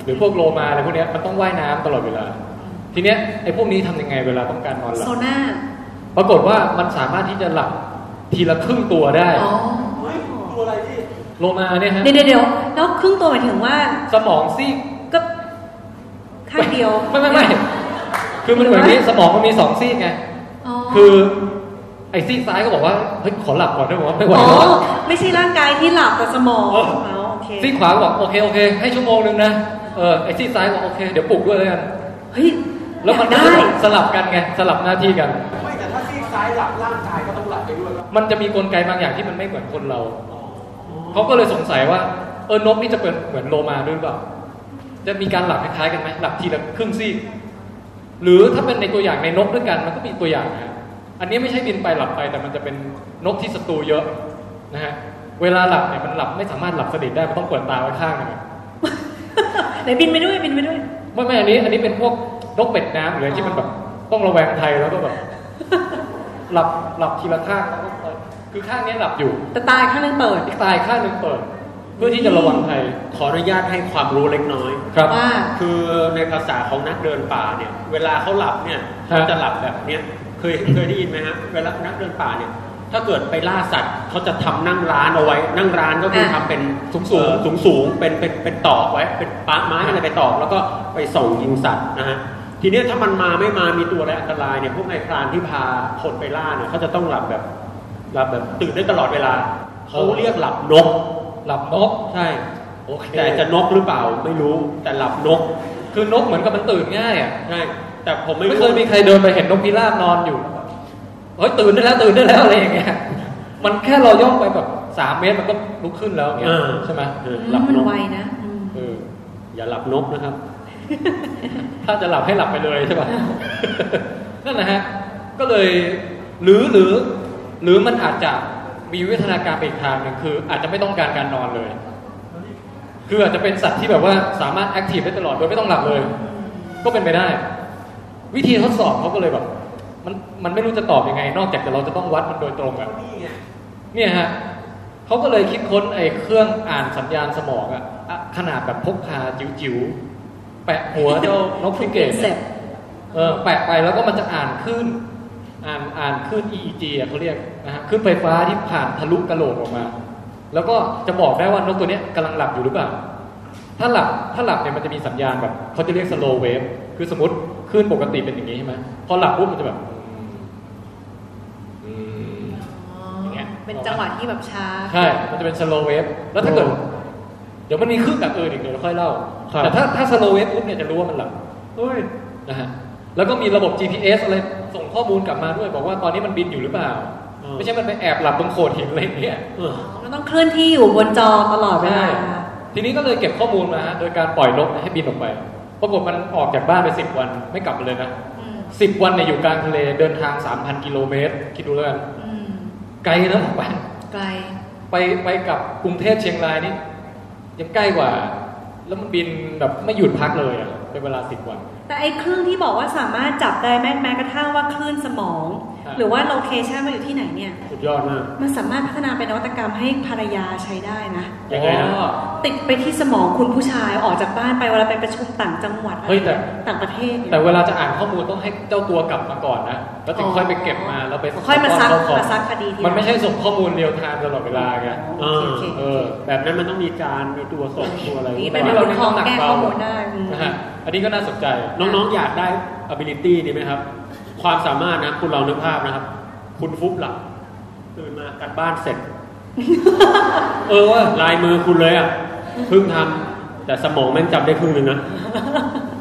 Speaker 3: หรือพวกโลมาอะไรพวกเนี้ยมันต้องว่ายน้ำตลอดเวลา ทีเนี้ยไอ้พวกนี้ทำยังไงเวลาต้องการนอนหลั
Speaker 4: โซ
Speaker 3: บ
Speaker 4: น่า
Speaker 3: ปรากฏว่ามันสามารถที่จะหลับทีละครึ่งตัวได้
Speaker 4: อ๋อ
Speaker 3: โลมาเนี่ยฮะ
Speaker 4: เดี๋ยวเดี๋ยวเดี๋ยวแล้วครึ่งตัวหมายถึงว่า
Speaker 3: สมองซีก
Speaker 4: ก็ข้างเดียว
Speaker 3: ไม่ไม่ไม่คือมันเหมือนนี้สมองมันมีสองซีกไง
Speaker 4: อ๋อ
Speaker 3: คือไอ้ซีกซ้ายก็บอกว่าเฮ้ยขอหลับก่อนได้ไหมว่าไม่ไหว
Speaker 4: อ๋อ
Speaker 3: แล้วอะ
Speaker 4: ไม่ใช่ร่างกายที่หลับแต่สมองอ๋อโอเค
Speaker 3: ซีกขวาก็บอกโอเคโอเค ให้ชั่วโมงนึงนะเออไอ้ซีกซ้ายบอกโอเคเดี๋ยวปลุกด้วยแล้วกัน
Speaker 4: เฮ้ย
Speaker 3: แล้วมัน
Speaker 4: อยาก
Speaker 3: ก็
Speaker 4: ได้
Speaker 3: สลับกันไงสลับหน้าที่กัน
Speaker 7: ไม่แต่ถ้าซีกซ้ายหลับร่างกายก็ต้องหลับไปด้วยครับ
Speaker 3: มันจะมีกลไกบางอย่างที่มันไม่เหมือนคนเราเขาก็เลยสงสัยว่าเออนกนี่จะเป็นเหมือนโลมาด้วยหรือเปล่าจะมีการหลับคล้ายๆกันไหมหลับทีละครึ่งซีก หรือถ้าเป็นในตัวอย่างในนกด้วยกันมันก็มีตัวอย่างนะฮะอันนี้ไม่ใช่บินไปหลับไปแต่มันจะเป็นนกที่ศัตรูเยอะนะฮะเวลาหลับเนี่ยมันหลับไม่สามารถหลับสนิทได้มันต้องเปิดตาไว้ข้างหนึงอะ
Speaker 4: ไหนบินไปด้วยบินไปด้วย
Speaker 3: ไม่ไม่อันนี้อันนี้เป็นพวกนกเป็ดน้ำหรืออะไรที่มันแบบต้องระแวงไทยแล้วก็แบบ หลับหลับทีละข้างแล้วก็เปิดคือข้างเนี้ยหลับอยู่
Speaker 4: แต่ตายข้างหนึงเปิด
Speaker 3: อีกตายข้างหนึงเปิด เพื่อที่จะระวังไทย
Speaker 5: ขออนุญาตให้ความรู้เล็กน้อย
Speaker 3: ครับ
Speaker 4: ว่า
Speaker 5: คือในภาษาของนักเดินป่าเนี่ย เวลาเขาหลับเนี่ยเขาจะหลับแบบเนี้ยเคยเคยได้ยินไหมฮะเวลานักเดินป่าเนี่ย ถ้าเกิดไปล่าสัตว์เขาจะทำนั่งร้านเอาไว้ นั่งร้านก็คือ
Speaker 4: อ่ะ
Speaker 5: ทำเป็นสูงสูงสูงสูงๆเป็นเป็นเป็นตอกไว้เป็นปะไม้อะไรไปตอกแล้วก็ไปส่องยิงสัตว์นะฮะทีเนี้ยถ้ามันมาไม่มามีตัวอะไรอันตรายเนี่ยพวกนายพรานที่พาคนไปล่าเนี่ยเขาจะต้องหลับแบบหลับแบบตื่นได้ตลอดเวลาเขาเรียกหลับนก
Speaker 3: หลับนก
Speaker 5: ใช่
Speaker 3: โอเค
Speaker 5: แต่จะนกหรือเปล่าไม่รู้แต่หลับนก
Speaker 3: คือนกเหมือนกับมันตื่นง่ายอ่ะ
Speaker 5: ใช่แต่ผมไม่
Speaker 3: ไม่
Speaker 5: รู้
Speaker 3: เคยมีใครเดินไปเห็นนกพิราบนอนอยู่เฮ้ยตื่นได้แล้วตื่นได้แล้วอะไรอย่างเงี้ย มันแค่เราย่องไปแบบสามเมตรมันก็ลุกขึ้นแล้วอย่างเงี้
Speaker 5: เอย อ
Speaker 3: ใช่ไหม
Speaker 5: เออ
Speaker 4: อืม
Speaker 5: หลับ
Speaker 4: มัน
Speaker 5: นก
Speaker 4: ไวนะอืม
Speaker 3: เออ
Speaker 5: อย่าหลับนกนะครับ
Speaker 3: ถ้าจะหลับให้หลับไปเลยใช่ป่ะ นั่นนะฮะ ก็เลยหรือหรือ หรือมันอาจจะมีวิทยาการไปอีกทางหนึ่งคือ อาจจะไม่ต้องการการนอนเลย คืออาจจะเป็นสัตว์ที่แบบว่าสามารถแอคทีฟได้ตลอดโดยไม่ต้องหลับเลย ก็เป็นไปได้ วิธีทดสอบเขาก็เลยแบบ มันมันไม่รู้จะตอบยังไง นอกจากแต่เราจะต้องวัดมันโดยตรงอะเนี่ยฮะเขาก็เลยคิดค้นไอ้เครื่องอ่านสัญญาณสมองอะอะขนาดแบบพกพาจิ๋วๆแปะหัวเจ้านกพิเกต
Speaker 4: เส
Speaker 3: เนี่
Speaker 4: ร็
Speaker 3: ย
Speaker 4: จ
Speaker 3: เออแปะไปแล้วก็มันจะอ่านคลื่นอ่านอ่านคลื่น EEG อ่ะเขาเรียกนะฮะคลื่นไฟฟ้าที่ผ่านทะลุกระโหลกออกมา แล้วก็จะบอกได้ว่านกตัวเนี้ยกำลังหลับอยู่หรือเปล่า ถ้าหลับถ้าหลับเนี่ยมันจะมีสัญญาณแบบเขาจะเรียก slow wave คือสมมติคลื่นปกติเป็นอย่างนี้ใช่ไหมพอหลับปุ๊บมันจะแบบ
Speaker 4: อ๋ออย่าง
Speaker 3: เงี้ย
Speaker 4: เป็นจังหวะที่แบบช้า
Speaker 3: ใช่ มันจะเป็น slow wave แล้วถ้าเกิด เดี๋ยวมันมีคลื่นแบบอื่นอีกเดี๋ยวเราค่อยเล่า
Speaker 5: ครับ
Speaker 3: แต่ถ้าถ้า slow wave ปุ๊บเนี่ยจะรู้ว่ามันหลับ
Speaker 5: เฮ้ย
Speaker 3: นะฮะแล้วก็มีระบบ GPS อะไรส่งข้อมูลกลับมาด้วย บอกว่าตอนนี้มันบินอยู่หรือเปล่า ไม่ใช่มันไปแอบหลับบนโขดหินอะไรเนี่ย
Speaker 5: เออ
Speaker 4: มันต้องเคลื่อนที่อยู่บนจอตลอดเวลา
Speaker 3: ใช่ ทีนี้ก็เลยเก็บข้อมูลมาฮะโดยการปล่อยนกให้บินออกไป ปรากฏมันออกจากบ้านไปสิบวันไม่กลับมาเลยนะ
Speaker 4: อืม
Speaker 3: สิบวันเนี่ยอยู่กลางทะเลเดินทาง 3,000 กิโลเมตร คิดดูแล้วกัน
Speaker 4: อืม
Speaker 3: ไกลนะผมไป
Speaker 4: ไกล
Speaker 3: ไปไปกลับกรุงเทพเชียงรายนี่ยังใกล้กว่า แล้วมันบินแบบไม่หยุดพักเลยอะเป็นเวลาสิบวัน
Speaker 4: แต่ไอ้เครื่องที่บอกว่าสามารถจับได้แม้แม้กระทั่งว่าคลื่นสมอง
Speaker 3: ครับ
Speaker 4: หรือว่าโลเคชันมาอยู่ที่ไหนเนี่ย
Speaker 5: สุดยอดมาก
Speaker 4: มันสามารถพัฒนาเป็นนวัตกรรมให้ภรรยาใช้ได้นะ
Speaker 5: ยังไงนะ
Speaker 3: อ๋อ
Speaker 4: ติดไปที่สมองคุณผู้ชายออกจากบ้านไปเวลาไปประชุมต่างจังหวัด
Speaker 3: เฮ้ยแต่
Speaker 4: ต่างประเทศเนี่ย
Speaker 3: แต่เวลาจะอ่านข้อมูลต้องให้เจ้าตัวกลับมาก่อนนะแล้วถึง
Speaker 4: อ๋อ
Speaker 3: ค่อยไปเก็บมาแล้วไป
Speaker 4: ค่อยมาซัก
Speaker 3: เของ
Speaker 4: มาซักคดีทีหลัง
Speaker 3: มันไม่ใช่ส่งข้อมูลเรียลไทม์ตลอดเวลาไง
Speaker 5: เออ
Speaker 4: โอเค
Speaker 3: เอ
Speaker 4: โอ
Speaker 3: อ
Speaker 5: แบ
Speaker 3: แบบ
Speaker 5: บนั้นมันต้องมีการมีตัวส่งตัวอะไร
Speaker 4: เคนี่
Speaker 5: ด้ว
Speaker 4: เป็
Speaker 5: ย
Speaker 3: ะ
Speaker 4: นคนของแก้ข้อมูลได้อืม
Speaker 3: นะฮะอันนี้ก็น่าสนใจ
Speaker 5: น้องๆอยากได้ ability ดีไหมครับ ความสามารถนะคุณลองนึกภาพนะครับ คุณฟุบหลับตื่นมากันบ้านเส ร็จ เออว่าลายมือคุณเลยอ่ะเพิ่งทำแต่สมองแม่งจำได้ครึ่งหนึงนะ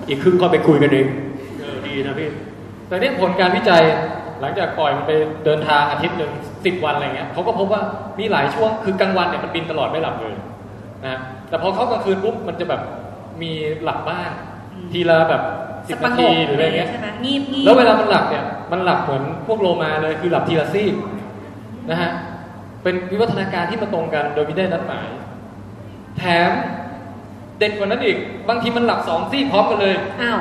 Speaker 5: อีกครึ่งก็ไปคุยกันเองเออดีนะพี่
Speaker 3: แต่เนี่ยผลการวิจัยหลังจากปล่อยมันไปเดินทางอาทิตย์หนึ่งสิบวันอะไรเงี้ยเขาก็พบว่ามีหลายช่วงคือกลางวันเนี่ยมันบินตลอดไม่หลับเลยนะฮะแต่พอเข้ากลางคืนปุ๊บมันจะแบบมีหลับบ้างทีละแบบสิบนาทีหรืออะไรเงี้ย
Speaker 4: ใช่ไหมงีบงีบ
Speaker 3: แล้วเวลามันหลับเนี่ย มันหลับเหมือนพวกโลมาเลย คือหลับทีละซีกนะฮะ เป็นวิวัฒนาการที่มาตรงกันโดยไม่ได้นัดหมาย แถมเด็ดกว่านั้นอีก บางทีมันหลับสองซี่พร้อมกันเลย
Speaker 4: อ้าว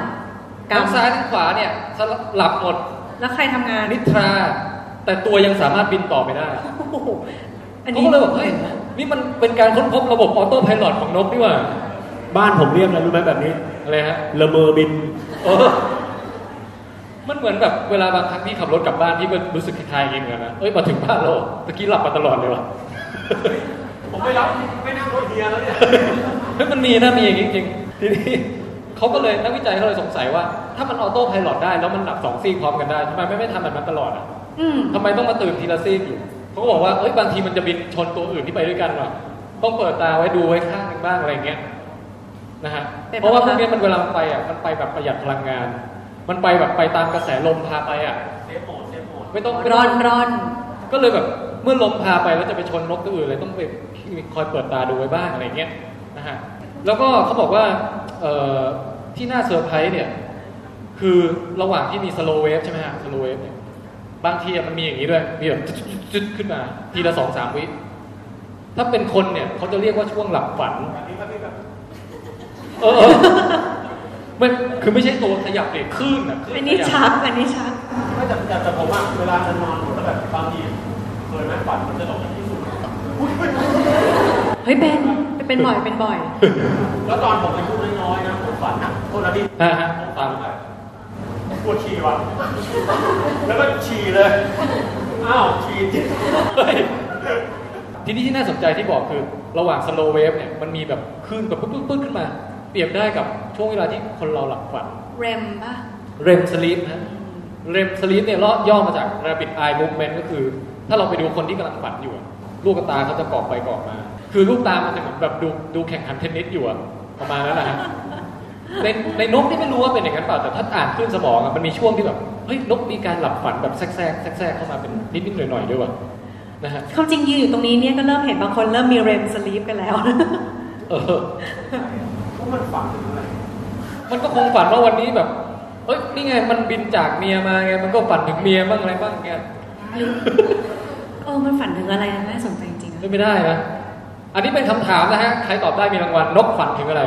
Speaker 4: ก
Speaker 3: ทั้งซ้ายทั้งขวาเนี่ยถ้าหลับหมด
Speaker 4: ำแล้วใครทำงาน
Speaker 3: นิทรา แต่ตัวยังสามารถบินต่อไปได้
Speaker 4: โอ้โหอัน
Speaker 3: เขา
Speaker 4: นี้
Speaker 3: ก็เลยบอกเฮ้ย นี่มันเป็นการค้นพบระบบออโต้ไพลอตของนกนี่หว่า
Speaker 5: บ้านผมเรียกอะไรรู้ไหมแบบนี้
Speaker 3: อะไรฮะ
Speaker 5: ละเมอบิน
Speaker 3: เออมันเหมือนแบบเวลาบางครั้งพี่ขับรถกลับบ้านพี่ก็รู้สึกคล้ายๆอย่างนี้เหมือนกันนะ เอ้ยมาถึงบ้านแล้วตะกี้หลับมาตลอดเลยว่ะ
Speaker 5: ผมไม่รับไม่นั่งรถเฮียแล้วเนี่ย
Speaker 3: เฮ้ยมันมีนะมีอย่างนี้จริงทีนี้เขาก็เลยนักวิจัยเขาเลยสงสัยว่า ถ้ามันออโต้ไพายโลอตได้แล้วมันหลับสองซีกพร้อมกันได้ทำไมไม่ไม่ทำแบบนั้นตลอดอ่ะ
Speaker 4: อืม
Speaker 3: ทำไมต้องมาตื่นทีละซีกอยู่เขาก็บอกว่าเอ้ยบางทีมันจะบินชนตัวอื่นที่ไปด้วยกันว่ะต้องเปิดตาไว้ดูไว้ข้างหนึ่งบ้างอะไรอย่างเงี้ยนะฮะ
Speaker 4: เป็น
Speaker 3: เพราะว่าพ
Speaker 4: เพ
Speaker 3: วก
Speaker 4: ราะว่า
Speaker 3: เนี้ยมันเวลามันไปอ่ะมันไปแบบประหยัดพลังงาน มันไปแบบไปตามกระแสลมพาไปอ่ะไม่ต้องไม่ต้
Speaker 4: ร้
Speaker 3: ง
Speaker 4: อนร้อน
Speaker 3: ก็เลยแบบเมื่อลมพาไปแล้วจะไปชนนกตัวอื่นเลยต้องไปคอยเปิดตาดูไว้บ้างอะไรเงี้ยนะฮะแล้วก็เขาบอกว่าเอ่อที่น่าเซอร์ไพรส์เนี่ย คือระหว่างที่มีสโลเวฟใช่ไหมฮะสโลเวฟเนี่ยบางทีอะมันมีอย่างนี้ด้วย มีแบบจุดๆๆขึ้นมา ทีละสองสามวิ ถ้าเป็นคนเนี่ยเขาจะเรียกว่าช่วงหลับฝัน เออเออไมันคือไม่ใช่ตัวขยับเลยคลื่นอ่ะคลื่
Speaker 4: อันนี้
Speaker 3: ขยับ
Speaker 4: ชักอันนี้ชัก
Speaker 11: ไม่แต่แต่แต่ผมว่าเวลาจะนอนผมก็แบบบางทีเคยไหมฝันมันจะหลงที่สุด
Speaker 4: เฮ้ยเป็นเป็นบ่อยเป็น บ่อย
Speaker 11: แล้วตอนผมอายุน้อยๆนะผมฝันนะโทษนะพี่
Speaker 3: ฮะฮะ
Speaker 11: ผมฝันแบบปวดฉี่ว่ะ แล้วก็ฉี่เลยอ้าวฉี่จริง
Speaker 3: ทีนี้ที่น่าสนใจที่บอกคือระหว่างสโลเวฟเนี่ยมันมีแบบคลื่นแบบปึ๊บปึ๊บขึ้นมา เปรียบได้กับช่วงเวลาที่คนเราหลับฝัน
Speaker 4: เรมป่ะ
Speaker 3: REM sleep นะ REM sleep เนี่ยล่อย่อมาจาก rapid eye movement ก็คือ ถ้าเราไปดูคนที่กำลังฝันอยู่อะลูกตาเขาจะกรอกไปกรอกมา คือลูกตามันจะเหมือนแบบดูดูแข่งขันเทนนิสอยู่อะประมาณนั้นแหละ ฮะในในนกที่ไม่รู้ว่าเป็นอย่างนั้นเปล่าแต่ถ้าอ่านขึ้นสมองอะมันมีช่วงที่แบบเฮ้ยนกมีการหลับฝันแบบแทรกแทรกแทรกแทรกเข้ามาเป็นนิดนิดหน่อยหน่อยๆด้วยว่ะนะฮะ
Speaker 4: ความจริงยืนอยู่ตรงนี้เนี่ยก็เริ่มเห็นบางคนเริ่มมีเรมสลีปกันแล้ว
Speaker 3: เออ
Speaker 11: พวกมันฝันถึงอะไร
Speaker 3: มันก็คงฝันว่าวันนี้แบบ เอ้ย นี่ไง มันบินจากเมียมาไง มันก็ฝันถึงเมียบ้างอะไรบ้างเงี้ย
Speaker 4: เออมันฝันถึงอะไรนะน่าสนใจจริงๆนะ
Speaker 3: ไม่ได้นะ อันนี้เป็นคำถามนะฮะ ใครตอบได้มีรางวัล นกฝันถึงอะไร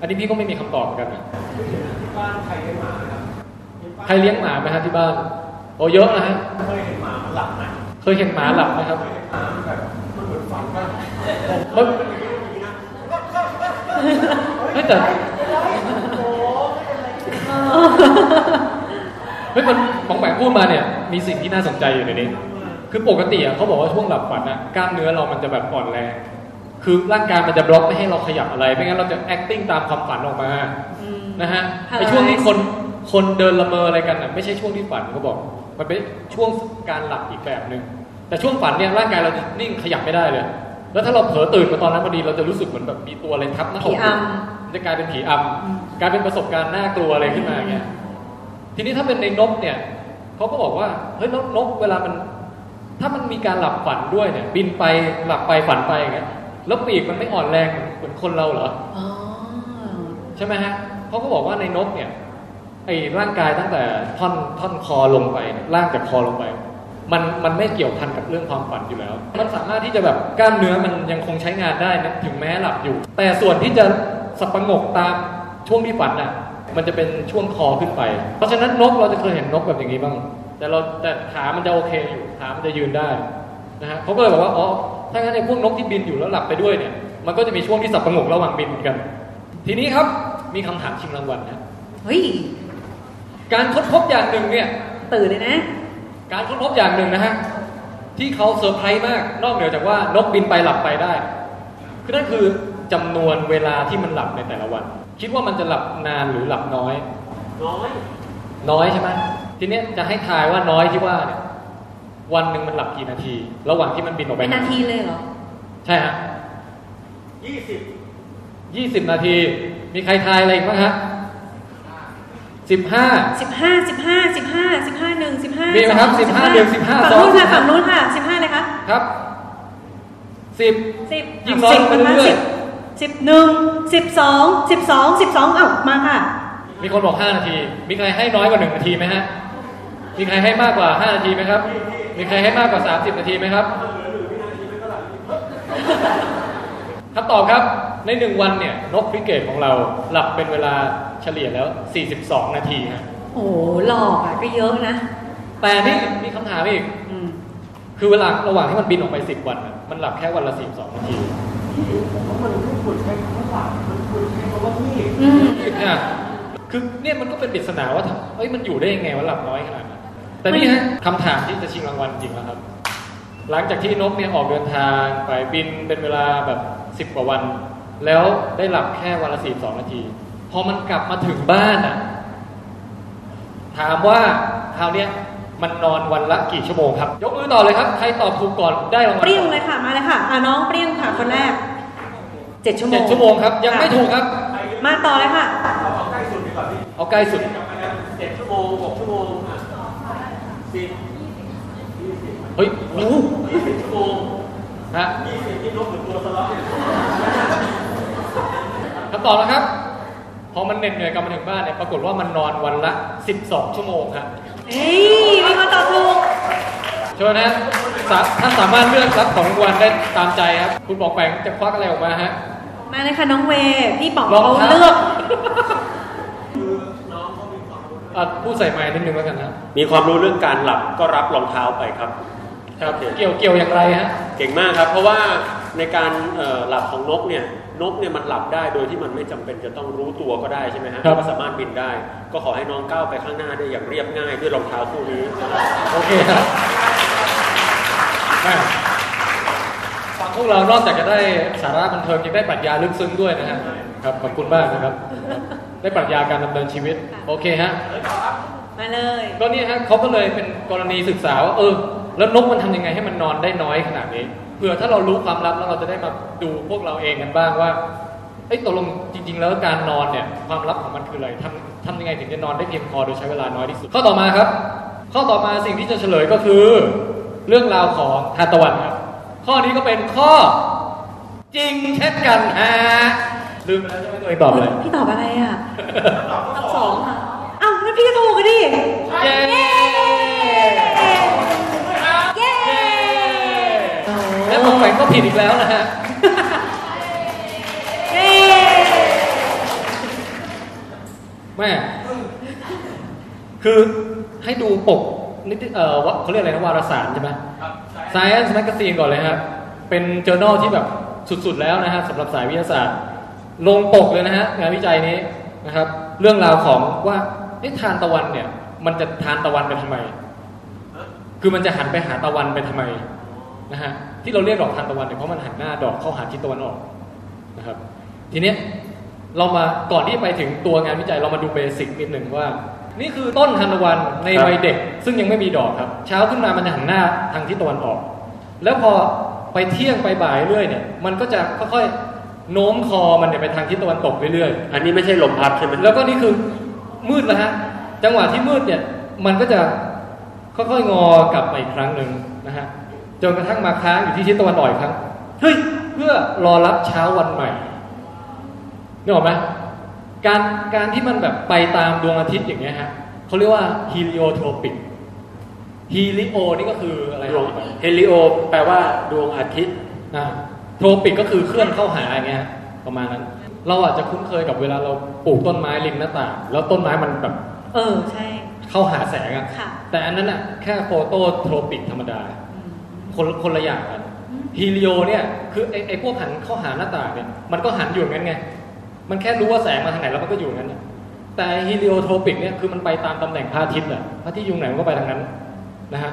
Speaker 3: อันนี้พี่ก็ไม่มีคำตอบเหมือนกันนะ
Speaker 11: บ้านใครเลี้ยงหมาครับ
Speaker 3: ใครเลี้ยงหมาไหมฮะที่บ้าน โอ้เยอะนะฮะ
Speaker 11: เคยเห็นหมามันหลับไหม
Speaker 3: เคยเห็นหมาหลับไหมครับ
Speaker 11: หมามันแบบมันเหมือนฝันว่า
Speaker 3: มันเฮ้ยแต่เฮ้ยมันของแหมพูดมาเนี่ย มีสิ่งที่น่าสนใจอยู่ในนี้ คือปกติอะเขาบอกว่าช่วงหลับฝันอะกล้ามเนื้อเรามันจะแบบอ่อนแรง คือร่างกายมันจะบล็อกไม่ให้เราขยับอะไร ไม่งั้นเราจะ acting ตามความฝันออกมา
Speaker 4: อืม
Speaker 3: นะฮะ
Speaker 4: Paralyzed
Speaker 3: ไอช่วงที่คนคนเดินละเมออะไรกันน่ะไม่ใช่ช่วงที่ฝันเขาบอก มันเป็นช่วงการหลับอีกแบบหนึ่งแต่ช่วงฝันเนี่ยร่างกายเราจะนิ่งขยับไม่ได้เลย แล้วถ้าเราเผลอตื่นมาตอนนั้นพอดีเราจะรู้สึกเหมือนแบบมีตัวอะไรทับหน้าอก
Speaker 4: ผีอำ
Speaker 3: มันจะกลายเป็นผีอำกลายเป็นประสบการณ์น่ากลัวอะไรขึ้นมาเงี้ยทีนี้ถ้าเป็นในนกเนี่ยเขาก็บอกว่าเฮ้ยแล้วนกเวลามัน ถ้ามันมีการหลับฝันด้วยเนี่ย บินไปหลับไปฝันไปอย่างเงี้ยแล้วปีกมันไม่อ่อนแรงเหมือนคนเราเหรอ
Speaker 4: อ๋อ
Speaker 3: ใช่ไหมฮะเขาก็บอกว่าในนกเนี่ย ไอ้ร่างกายตั้งแต่ท่อนท่อนคอลงไปเนี่ยล่างจากคอลงไป มันมันไม่เกี่ยวพันกับเรื่องความฝันอยู่แล้ว มันสามารถที่จะแบบกล้ามเนื้อมันยังคงใช้งานได้นะถึงแม้หลับอยู่ แต่ส่วนที่จะสปะงกตามช่วงที่ฝันน่ะ มันจะเป็นช่วงคอขึ้นไป เพราะฉะนั้นนกเราจะเคยเห็นนกแบบอย่างนี้บ้าง แต่เราแต่ขามันจะโอเคอยู่ ขามันจะยืนได้นะฮะเขาก็เลยบอกว่าอ๋อ ถ้างั้นไอ้พวกนกที่บินอยู่แล้วหลับไปด้วยเนี่ย มันก็จะมีช่วงที่สับประงกระหว่างบินเหมือนกัน ทีนี้ครับ มีคำถามชิงรางวัลนะ
Speaker 4: เฮ้ย
Speaker 3: การค้นพบอย่างหนึ่งเนี่ย
Speaker 4: ตื่นเลยนะ
Speaker 3: การค้นพบอย่างหนึ่งนะฮะ ที่เขาเซอร์ไพรส์มาก นอกเหนือจากว่านกบินไปหลับไปได้ คือนั่นคือจำนวนเวลาที่มันหลับในแต่ละวัน คิดว่ามันจะหลับนานหรือหลับน้อย
Speaker 11: น้อย
Speaker 3: น้อยใช่ไหมทีเนี้ยจะให้ทายว่าน้อยที่ว่าเนี่ย วันหนึ่งมันหลับกี่นาที ระหว่างที่มันบินออกไป
Speaker 4: เป็นนาทีเลยเหรอ
Speaker 3: ใช่ฮะ
Speaker 11: ยี่สิบ
Speaker 3: ยี่สิบนาที มีใครทายอะไรอีกบ้างฮะสิบห้า
Speaker 4: สิบห้าสิบห้าสิบห้าสิบห้าหนึ่งสิบห้า
Speaker 3: มีไหมครับ
Speaker 4: อง
Speaker 3: 15เดือน15
Speaker 4: ฝั่ง
Speaker 3: สอ
Speaker 4: นู้นค่ะ
Speaker 3: ง
Speaker 4: ฝั่งนู้นค่ะสิบห้าเลยคะ
Speaker 3: ครับสิบ
Speaker 4: สิบ
Speaker 3: ยิ่งน้อย
Speaker 4: สิบ
Speaker 3: ลงไปเรื่อย
Speaker 4: สิบหนึ่งสิบสองสิบสองสิบสองเอ้ามาค่ะ
Speaker 3: มีคนบอก 5 นาที มีใครให้น้อยกว่า 1 นาทีไหมฮะ มีใครให้มากกว่า 5 นาทีไหมครับ มีใครให้มากกว่า 30 นาทีไหมครับคำตอบครับ ใน 1 วันเนี่ย นกพิเกตของเราหลับเป็นเวลาเฉลี่ยแล้ว 42 นาทีฮะ
Speaker 4: โอ้โหหลอกอ่ะก็เยอะนะ
Speaker 3: แต่นี่มีคำถามอีก
Speaker 4: อืม
Speaker 3: คือเวลาระหว่างที่มันบินออกไป 10 วันน่ะมันหลับแค่วันละ 42 นาที
Speaker 11: ผมว่ามันไม่ควรใช้คำว่าหลับมันควรใช้คำว่างีบ
Speaker 4: อืม
Speaker 3: เนี่ยคือเนี่ยมันก็เป็นปริศนาว่าทำเอ้ยมันอยู่ได้ยังไงว่าหลับน้อยขนาดนั้น แต่นี่ฮะคำถามที่จะชิงรางวัลจริงแล้วครับ หลังจากที่นกเนี่ยออกเดินทางไปบินเป็นเวลาแบบสิบ10 กว่าวัน แล้วได้หลับแค่วันละสี่สองนาที พอมันกลับมาถึงบ้านอ่ะ ถามว่าคราวเนี้ยมันนอนวันละกี่ชั่วโมงครับ ยกมือต่อเลยครับ ใครตอบถูกก่อนได้รางวัล
Speaker 4: เปรี้ยงเลยค่ะมาเลยค่ะอ่ะน้องเปรี้ยงค่ะคนแรกเจ็ดชั่วโมง
Speaker 3: เจ็ดชั่วโมงครับ ยังไม่ถูกครับ
Speaker 4: มาต่อเลยค่ะ
Speaker 3: เอาใกล้สุด
Speaker 11: เจ็ดชั่วโมงหกชั่วโมงอ่ะสิบ
Speaker 3: เฮ้ยมี
Speaker 11: ยี่สิบชั่วโมง
Speaker 3: ฮะ
Speaker 11: ยี่สิบนี่ลบหรือตัวสล็อตเนี่ย
Speaker 3: คำตอบนะครับ พอมันเหน็ดเหนื่อยกลับมาถึงบ้านเนี่ยปรากฏว่ามันนอนวันละ 12 ชั่วโมงครับ
Speaker 4: เฮ้ยมีคนตอบถูก
Speaker 3: ใช่ไหมฮะสาถ้าสามารถเลือกรับของรางวันได้ตามใจครับ คุณบอกแปงจะควักอะไรออกมาฮะ
Speaker 4: มาเลยค่ะน้องเวย์พี่ป๋อง
Speaker 3: ลอง
Speaker 4: เขา
Speaker 3: ครับ
Speaker 4: เลือก
Speaker 3: อ่ะพูดใส่ไมค์นิดนึงแล้วกันนะ
Speaker 5: มีความรู้เรื่องการหลับก็รับรองเท้าไปครับ
Speaker 3: ครับเกี่ยวเกี่ยวอย่างไรฮะ
Speaker 5: เก่งมากครับ เพราะว่าในการเอ่อหลับของนกเนี่ยนกเนี่ยมันหลับได้โดยที่มันไม่จำเป็นจะต้องรู้ตัวก็ได้ใช่ไหมฮะ
Speaker 3: ครับ
Speaker 5: ก็สามารถบินได้ ก็ขอให้น้องก้าวไปข้างหน้าได้อย่างเรียบง่ายด้วยรองเท้าคู่นี้
Speaker 3: โอเคครับแม่ฟังพวกเรานอกจากจะได้สาระบันเทิงยังได้ปรัชญาลึกซึ้งด้วยนะฮะครับขอบคุณมากนะครับ ได้ปรัชญาการดำเนินชีวิต โอเคฮะ
Speaker 4: มาเลย
Speaker 3: ก็เนี่ยฮะเขาก็เลยเป็นกรณีศึกษาว่าเออ แล้วนกมันทำยังไงให้มันนอนได้น้อยขนาดนี้เผื่อถ้าเรารู้ความลับแล้วเราจะได้มาดูพวกเราเองกันบ้างว่าไอ้ยตกลงจริง ๆ แล้วการนอนเนี่ยความลับของมันคืออะไรทำทำยังไงถึงจะนอนได้เพียงพอโดยใช้เวลาน้อยที่สุดข้อต่อมาครับ ข้อต่อมาสิ่งที่จะเฉลยก็คือ เรื่องราวของทานตะวันครับ ข้อนี้ก็เป็นข้อจริงเช่นกันฮะลืมไปแล้วใช่ไหมตัวเองตอบเลย
Speaker 4: พี่ตอบอะไรอ่ะ ตอบสองค่ะอ้าวแล้วพี่ก็ถูกกันดิ
Speaker 3: เย้
Speaker 4: เย้
Speaker 3: และผมแฝงก็ผิดอีกแล้วนะฮะ
Speaker 4: เย้
Speaker 3: แม่ คือให้ดูปกนิติเอ่อวะเขาเรียกอะไรนะวารสารใช่ไหม Science Magazine ก่อนเลยครับ เป็นเจอ r n a l ที่แบบสุดๆแล้วนะฮะสำหรับสายวิทยาศาสตร์ ลงปกเลยนะฮะงานวิจัยนี้นะครับ เรื่องราวของว่าเอ๊ะทานตะวันเนี่ย มันจะทานตะวันไปทำไม คือมันจะหันไปหาตะวันไปทำไมนะฮะที่เราเรียกดอกทานตะวันเนี่ยเพราะมันหันหน้าดอกเข้าหาทิศตะวันออกนะครับ ทีเนี้ยเรามาก่อนที่ไปถึงตัวงานวิจัยเรามาดูเบสิกนิดหนึ่งว่า นี่คือต้นทานตะวันใน
Speaker 5: ครับ
Speaker 3: วัยเด็ก ซึ่งยังไม่มีดอกครับ เช้าขึ้นมามันจะหันหน้าทางทิศตะวันออก แล้วพอไปเที่ยงไปบ่ายเรื่อยเนี่ยมันก็จะค่อยๆโน้มคอมันเนี่ยไปทางทิศตะวันตกเรื่อย
Speaker 5: อันนี้ไม่ใช่ลมพัดใช่ไหม
Speaker 3: ๆแล้วก็นี่คือมืดแล้วฮะจังหวะที่มืดเนี่ยมันก็จะค่อยๆงอกลับมาอีกครั้งหนึ่งนะฮะจนกระทั่งมาค้างอยู่ที่ทิศตะวันออกอีกครั้งเฮ้ยเพื่อรอรับเช้าวันใหม่ นึกออกไหมการการที่มันแบบไปตามดวงอาทิตย์อย่างเงี้ยฮะเขาเรียกว่าฮ e ลิโอโทปิกฮ e ลิโอนี่ก็คืออะไร
Speaker 5: ดวงเฮลิโอแปลว่าดวงอาทิตย์
Speaker 3: อ่าโทปิกก็คือเคลื่อนเข้าหาอย่างเงี้ยฮะประมาณนั้น เราอาจจะคุ้นเคยกับเวลาเราปลูกต้นไม้ริมหน้าต่างแล้วต้นไม้มันแบบ
Speaker 4: เออ ใช่
Speaker 3: เข้าหาแสงอะ
Speaker 4: ค่ะ
Speaker 3: แต่อันนั้นอะแค่โฟโตโทปิกธรรมดา คนละคนละอย่างกันฮีลิโอเนี่ยคือไอไอพวกหันเข้าหาหน้าต่างเนี่ยมันก็หันอยู่อย่างนั้นไง มันแค่รู้ว่าแสงมาทางไหนแล้วมันก็อยู่อย่างนั้นน่ะแต่ฮีลิโอโทปิกเนี่ยคือมันไปตามตำแหน่งพระอาทิตย์อะพระอาทิตย์อยู่ไหนมันก็ไปทางนั้นนะฮะ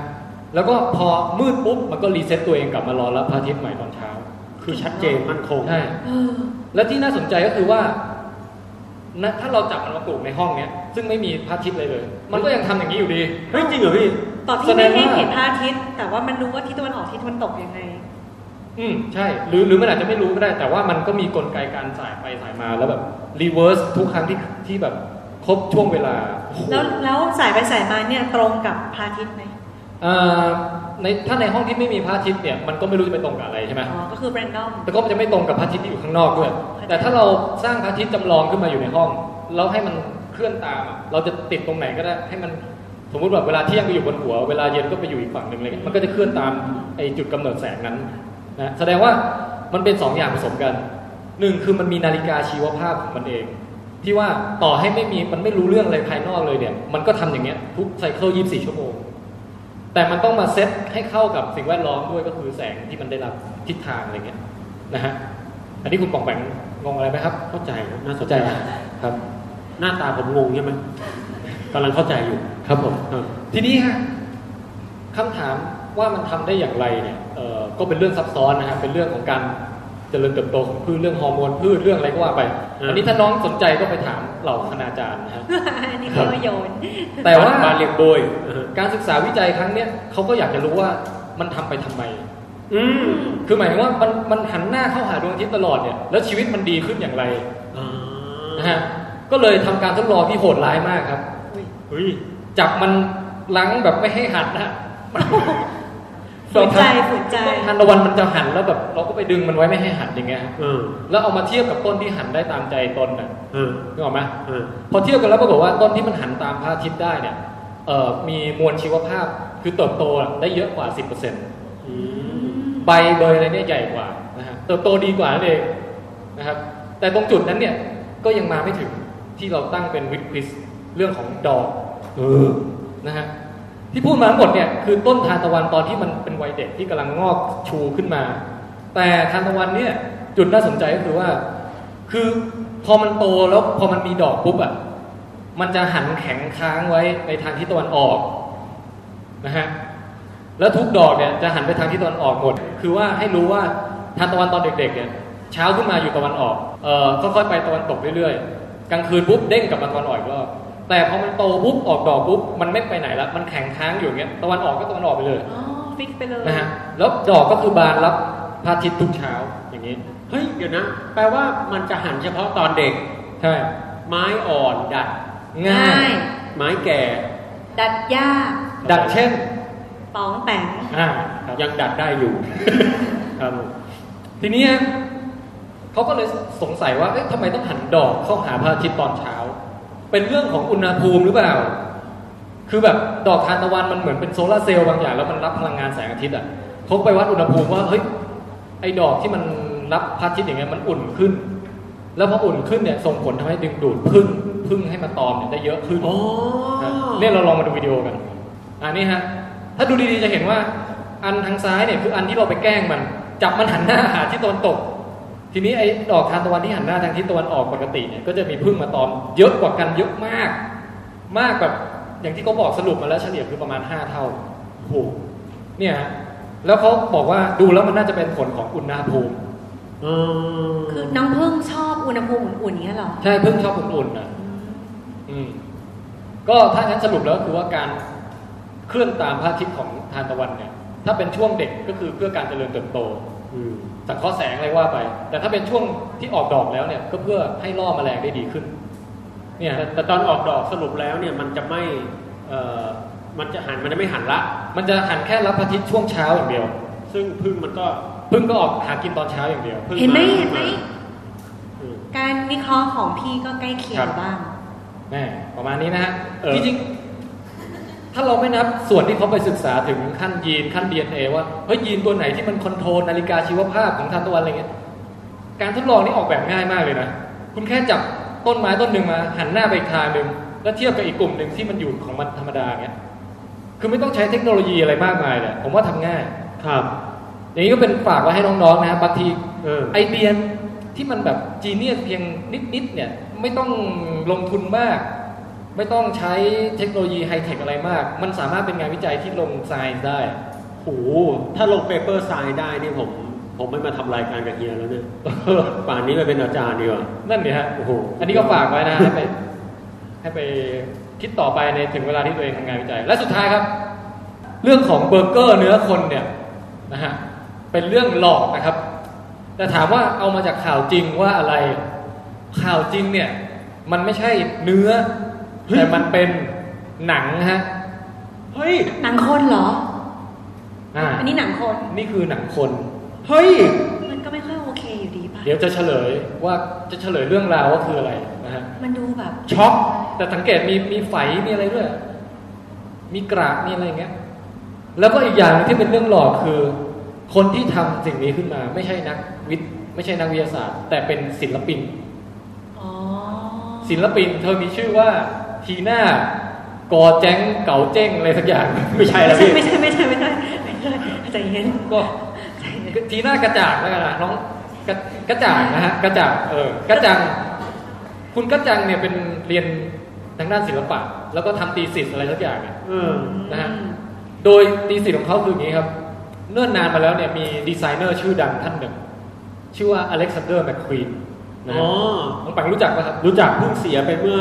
Speaker 3: แล้วก็พอมืดปุ๊บมันก็รีเซ็ตตัวเองกลับมารอรับพระอาทิตย์ใหม่ตอนเช้า
Speaker 5: คือชัดเจนมั่นคง
Speaker 3: ใช่
Speaker 4: เออ
Speaker 3: แล้วที่น่าสนใจก็คือว่านะถ้าเราจับมันมาปลูกในห้องเนี้ยซึ่งไม่มีพระอาทิตย์เลยเลย มันก็ยังทำอย่างนี้อยู่ดี
Speaker 5: เฮ้ยจริงเหรอพี่
Speaker 4: ตอบที่ไม่ให้เห็นพระอาทิตย์ แต่ว่ามันรู้ว่าทิศตะวันออกทิศตะวันตกยังไง
Speaker 3: อืมใช่ หรือหรือมันอาจจะไม่รู้ก็ได้ แต่ว่ามันก็มีกลไกการสายไปสายมาแล้วแบบรีเวิร์สทุกครั้งที่ที่แบบครบช่วงเวลา
Speaker 4: แล้วแล้วสายไปสายมาเนี่ยตรงกับพระอาทิตย์ไหม
Speaker 3: เอ่อในถ้าในห้องที่ไม่มีพระอาทิตย์เนี่ยมันก็ไม่รู้จะไปตรงกับอะไรใช่ไหม
Speaker 4: อ๋อ ก็คือ random
Speaker 3: แต่ก็จะไม่ตรงกับพระอาทิตย์ที่อยู่ข้างนอกด้วย แต่ถ้าเราสร้างพระอาทิตย์จำลองขึ้นมาอยู่ในห้องแล้วให้มันเคลื่อนตามอะเราจะติดตรงไหนก็ได้ให้มันสมมติแบบเวลาเที่ยงก็อยู่บนหัว เวลาเย็นก็ไปอยู่อีกฝั่งหนึ่งอะไรเงี้ยมันก็จะเคลื่อนตามไอจุดกำเนิดแสงนั้นนะแสดงว่ามันเป็นสองอย่างผสมกัน หนึ่งคือมันมีนาฬิกาชีวภาพของมันเอง ที่ว่าต่อให้ไม่มีมันไม่รู้เรื่องอะไรภายนอกเลยเนี่ย มันก็ทำอย่างเงี้ยทุกไซเคิล24 ชั่วโมง แต่มันต้องมาเซตให้เข้ากับสิ่งแวดล้อมด้วยก็คือแสงที่มันได้รับทิศทางอะไรเงี้ยนะฮะอันนี้คุณปองแปงงงอะไรไหมครับ
Speaker 5: เข้าใจนะน่าส
Speaker 3: เข้าน ใจ
Speaker 5: ใจ
Speaker 3: นะ
Speaker 5: นะครับ หน้าตาผมงงใช่ไหมกำลังเข้าใจอยู่
Speaker 3: ครับผม
Speaker 5: เออ
Speaker 3: ทีนี้ฮะคำถามว่ามันทำได้อย่างไรเนี่ยเอ่อก็เป็นเรื่องซับซ้อนนะฮะเป็นเรื่องของการเจริญเติบโตของพืชเรื่องฮอร์โมนพืชเรื่องอะไรก็ว่าไป อันนี้ถ้าน้องสนใจก็ไปถามเหล่าคณาจารย์นะฮะ
Speaker 4: อันนี้เขาโยน
Speaker 3: แต่ว่า
Speaker 5: บ้นเรียงโบยเออ
Speaker 3: การศึกษาวิจัยครั้งเนี้ยเขาก็อยากจะรู้ว่ามันทำไปทำไม
Speaker 5: อืม
Speaker 3: คือหมายถึงว่ามันมันหันหน้าเข้าหาดวงอาทิตย์ตลอดเนี่ย แล้วชีวิตมันดีขึ้นอย่างไร
Speaker 5: อ่า
Speaker 3: นะฮะ ก็เลยทำการทดลองที่โหดร้ายมากครับ
Speaker 5: เฮ้ย
Speaker 3: จับมันล้างแบบไม่ให้หัดนะ
Speaker 4: ฝืนใจฝืนใจ
Speaker 3: ทานตะวันมันจะหันแล้วแบบเราก็ไปดึงมันไว้ไม่ให้หันอย่างเงี้ยแล้วเอามาเทียบกับต้นที่หันได้ตามใจตนน่ะนึกออกไหมพอเทียบกันแล้วปรากฏว่าต้นที่มันหันตามพระอาทิตย์ได้เนี่ยเอ่อมีมวลชีวภาพคือเติบโตได้เยอะกว่า 10%ใบเบยอะไรเนี่ยใหญ่กว่านะฮะเติบโตดีกว่านั่นเองนะครับ แต่ตรงจุดนั้นเนี่ยก็ยังมาไม่ถึงที่เราตั้งเป็นวิดควิสเรื่องของดอกนะฮะ ที่พูดมาทั้งหมดเนี่ยคือต้นทานตะวันตอนที่มันเป็นวัยเด็กที่กำลังงอกชูขึ้นมา แต่ทานตะวันเนี่ยจุดน่าสนใจก็คือว่า คือพอมันโตแล้วพอมันมีดอกปุ๊บอ่ะมันจะหันแข็งค้างไว้ในทางที่ตะวันออกนะฮะแล้วทุกดอกเนี่ยจะหันไปทางที่ตะวันออกหมด คือว่าให้รู้ว่าทานตะวันตอนเด็กๆเนี่ยเช้าขึ้นมาอยู่ตะวันออกเอ่อค่อยๆไปตะวันตกเรื่อยๆกลางคืนปุ๊บเด้งกลับมาตะวันออกอีกรอบ แต่พอมันโตปุ๊บออกดอกปุ๊บมันไม่ไปไหนละมันแข็งค้างอยู่อย่างเงี้ยตะวันออกก็ตะวันออกไปเลย
Speaker 4: อ๋อฟิกไปเลย
Speaker 3: นะฮะแล้วดอกก็คือบานรับพระอาทิตย์ทุกเช้าอย่างนี้
Speaker 5: เฮ้ยเดี๋ยวนะ แปลว่ามันจะหันเฉพาะตอนเด็ก
Speaker 3: ใช่
Speaker 5: ไม้อ่อนดัด
Speaker 4: ง่าย
Speaker 5: ไม้แก่
Speaker 4: ดัดยาก
Speaker 3: ดัดเช่น
Speaker 4: ป๋องแปง
Speaker 3: อ่ายังดัดได้ อยู่ ครับผมทีเนี้ยเขาก็เลยสงสัยว่าเอ๊ะทำไมต้องหันดอกเข้าหาพระอาทิตย์ตอนเช้า เป็นเรื่องของอุณหภูมิหรือเปล่า คือแบบดอกทานตะวันมันเหมือนเป็นโซลาร์เซลล์บางอย่างแล้วมันรับพลังงานแสงอาทิตย์อ่ะเขาไปวัดอุณหภูมิว่าเฮ้ยไอ้ดอกที่มันรับพระอาทิตย์อย่างเงี้ยมันอุ่นขึ้น แล้วพออุ่นขึ้นเนี่ยส่งผลทำให้ดึงดูดพึ่งพึ่งให้มาตอมเนี่ยได้เยอะขึ้นครับเนี่ยเราลองมาดูวิดีโอกันอันนี้ฮะถ้าดูดีๆจะเห็นว่า อันทางซ้ายเนี่ยคืออันที่เราไปแกล้งมัน จับมันหันหน้าหาที่ตะวันตก ทีนี้ไอ้ดอกทานตะวันที่หันหน้าทางทิศตะวันออกปกติเนี่ยก็จะมีพึ่งมาตอมเยอะกว่ากันเยอะมาก มากแบบอย่างที่เขาบอกสรุปมาแล้วเฉลี่ยคือประมาณ 5 เท่าโอ้โหเนี่ยฮะแล้วเขาบอกว่าดูแล้วมันน่าจะเป็นผลของอุณหภูมิ
Speaker 4: คือน้องพึ่งชอบอุณหภูมิอุ่นๆอย่างเงี้ยเหรอ
Speaker 3: ใช่พึ่งชอบอุ่นๆนะอืมก็ถ้างั้นสรุปแล้วคือว่าการเคลื่อนตามพระอาทิตย์ของทานตะวันเนี่ย ถ้าเป็นช่วงเด็กก็คือเพื่อการเจริญเติบโต สังเคราะห์แสงอะไรว่าไป แต่ถ้าเป็นช่วงที่ออกดอกแล้วเนี่ยก็เพื่อให้ล่อแมลงได้ดีขึ้น เนี่ย
Speaker 5: แต่แต่ตอนออกดอกสรุปแล้วเนี่ยมันจะไม่เอ่อมันจะหันมันจะไม่หันละ
Speaker 3: มันจะหันแค่รับพระอาทิตย์ช่วงเช้าอย่างเดียว
Speaker 5: ซึ่งพึ่งมันก็
Speaker 3: พึ่งก็ออกหากินตอนเช้าอย่างเดียว
Speaker 4: เห็นไหมเห็นไหม การวิเคราะห์ของพี่ก็ใกล้เคียงบ้าง
Speaker 3: แน่ประมาณนี้นะฮะจริงๆ ถ้าเราไม่นับส่วนที่เขาไปศึกษาถึงขั้นยีนขั้น DNA ว่าเฮ้ยยีนตัวไหนที่มันคอนโทรลนาฬิกาชีวภาพของทานตะวันอะไรเงี้ยการทดลองนี่ออกแบบง่ายมากเลยนะ คุณแค่จับต้นไม้ต้นหนึ่งมา หันหน้าไปอีกทางหนึ่งแล้วเทียบกับอีกกลุ่มหนึ่งที่มันอยู่ของมันธรรมดาเงี้ยคือไม่ต้องใช้เทคโนโลยีอะไรมากมายเลยผมว่าทำง่าย
Speaker 5: ครับ
Speaker 3: อย่างนี้ก็เป็นฝากไว้ให้น้องๆนะบางทีไอเดียที่มันแบบจีเนียสเพียงนิดๆเนี่ยไม่ต้องลงทุนมาก ไม่ต้องใช้เทคโนโลยีไฮเทคอะไรมาก มันสามารถเป็นงานวิจัยที่ลงไซน์ได้
Speaker 5: โหถ้าลงเปเปอร์ไซน์ได้นี่ผมผมไม่มาทำรายการกับเฮียแล้วเนี่ย ป่านนี้ไปเป็นอาจารย์ดีกว่า
Speaker 3: นั่นเนี่ยฮะโอ้โหอันนี้ก็ฝากไว้นะให้ไปให้ไปคิดต่อไปในถึงเวลาที่ตัวเองทำงานวิจัย และสุดท้ายครับ เรื่องของเบอร์เกอร์เนื้อคนเนี่ยนะฮะเป็นเรื่องหลอกนะครับ แต่ถามว่าเอามาจากข่าวจริงว่าอะไร ข่าวจริงเนี่ย มันไม่ใช่เนื้อ แต่มันเป็นหนังฮะ
Speaker 5: เฮ้ย
Speaker 4: หนังคนเหรอ
Speaker 3: อ่า
Speaker 4: อันนี้หนังคน
Speaker 3: นี่คือหนังคน
Speaker 5: เฮ้ย
Speaker 4: มันก็ไม่ค่อยโอเคอยู่ดีป่ะ
Speaker 3: เดี๋ยวจะเฉลยว่าจะเฉลยเรื่องราวว่าคืออะไรนะฮะ
Speaker 4: มันดูแบบ
Speaker 3: ช็อกแต่สังเกตมีมีไฝมีอะไรด้วย มีกระมีอะไรอย่างเงี้ย แล้วก็อีกอย่างหนึ่งที่เป็นเรื่องหลอกคือ คนที่ทำสิ่งนี้ขึ้นมา ไม่ใช่นักวิทย์ไม่ใช่นักวิทยาศาสตร์ แต่เป็นศิลปินศิลปิน เธอมีชื่อว่าทีน่ากอแจ้งเก๋าเจ้งอะไรสักอย่าง ไม่ใช่แล้วพี่
Speaker 4: ไม่ใช่ไม่ใช่ไม่ใช่ไม่ใช่ใจเย็น
Speaker 3: ก็ทีน่ากระจ่างแล้วกันนะน้องกระกระจ่างนะฮะกระจ่างเออกระจ่าง คุณกัจจังเนี่ยเป็นเรียนทางด้านศิลปะ แล้วก็ทำตีสิทธ์อะไรสักอย่างเนี่ยนะฮะโดยตีสิทธ์ของเขาคืออย่างนี้ครับ เนื่อนนานมาแล้วเนี่ยมีดีไซเนอร์ชื่อดังท่านหนึ่ง ชื่อว่าอเล็กซานเดอร์แมคควีนนะฮะ
Speaker 5: อ๋อ
Speaker 3: น้องปังรู้จักป่ะครับ
Speaker 5: รู้จักเพิ่งเสียไปเมื่อ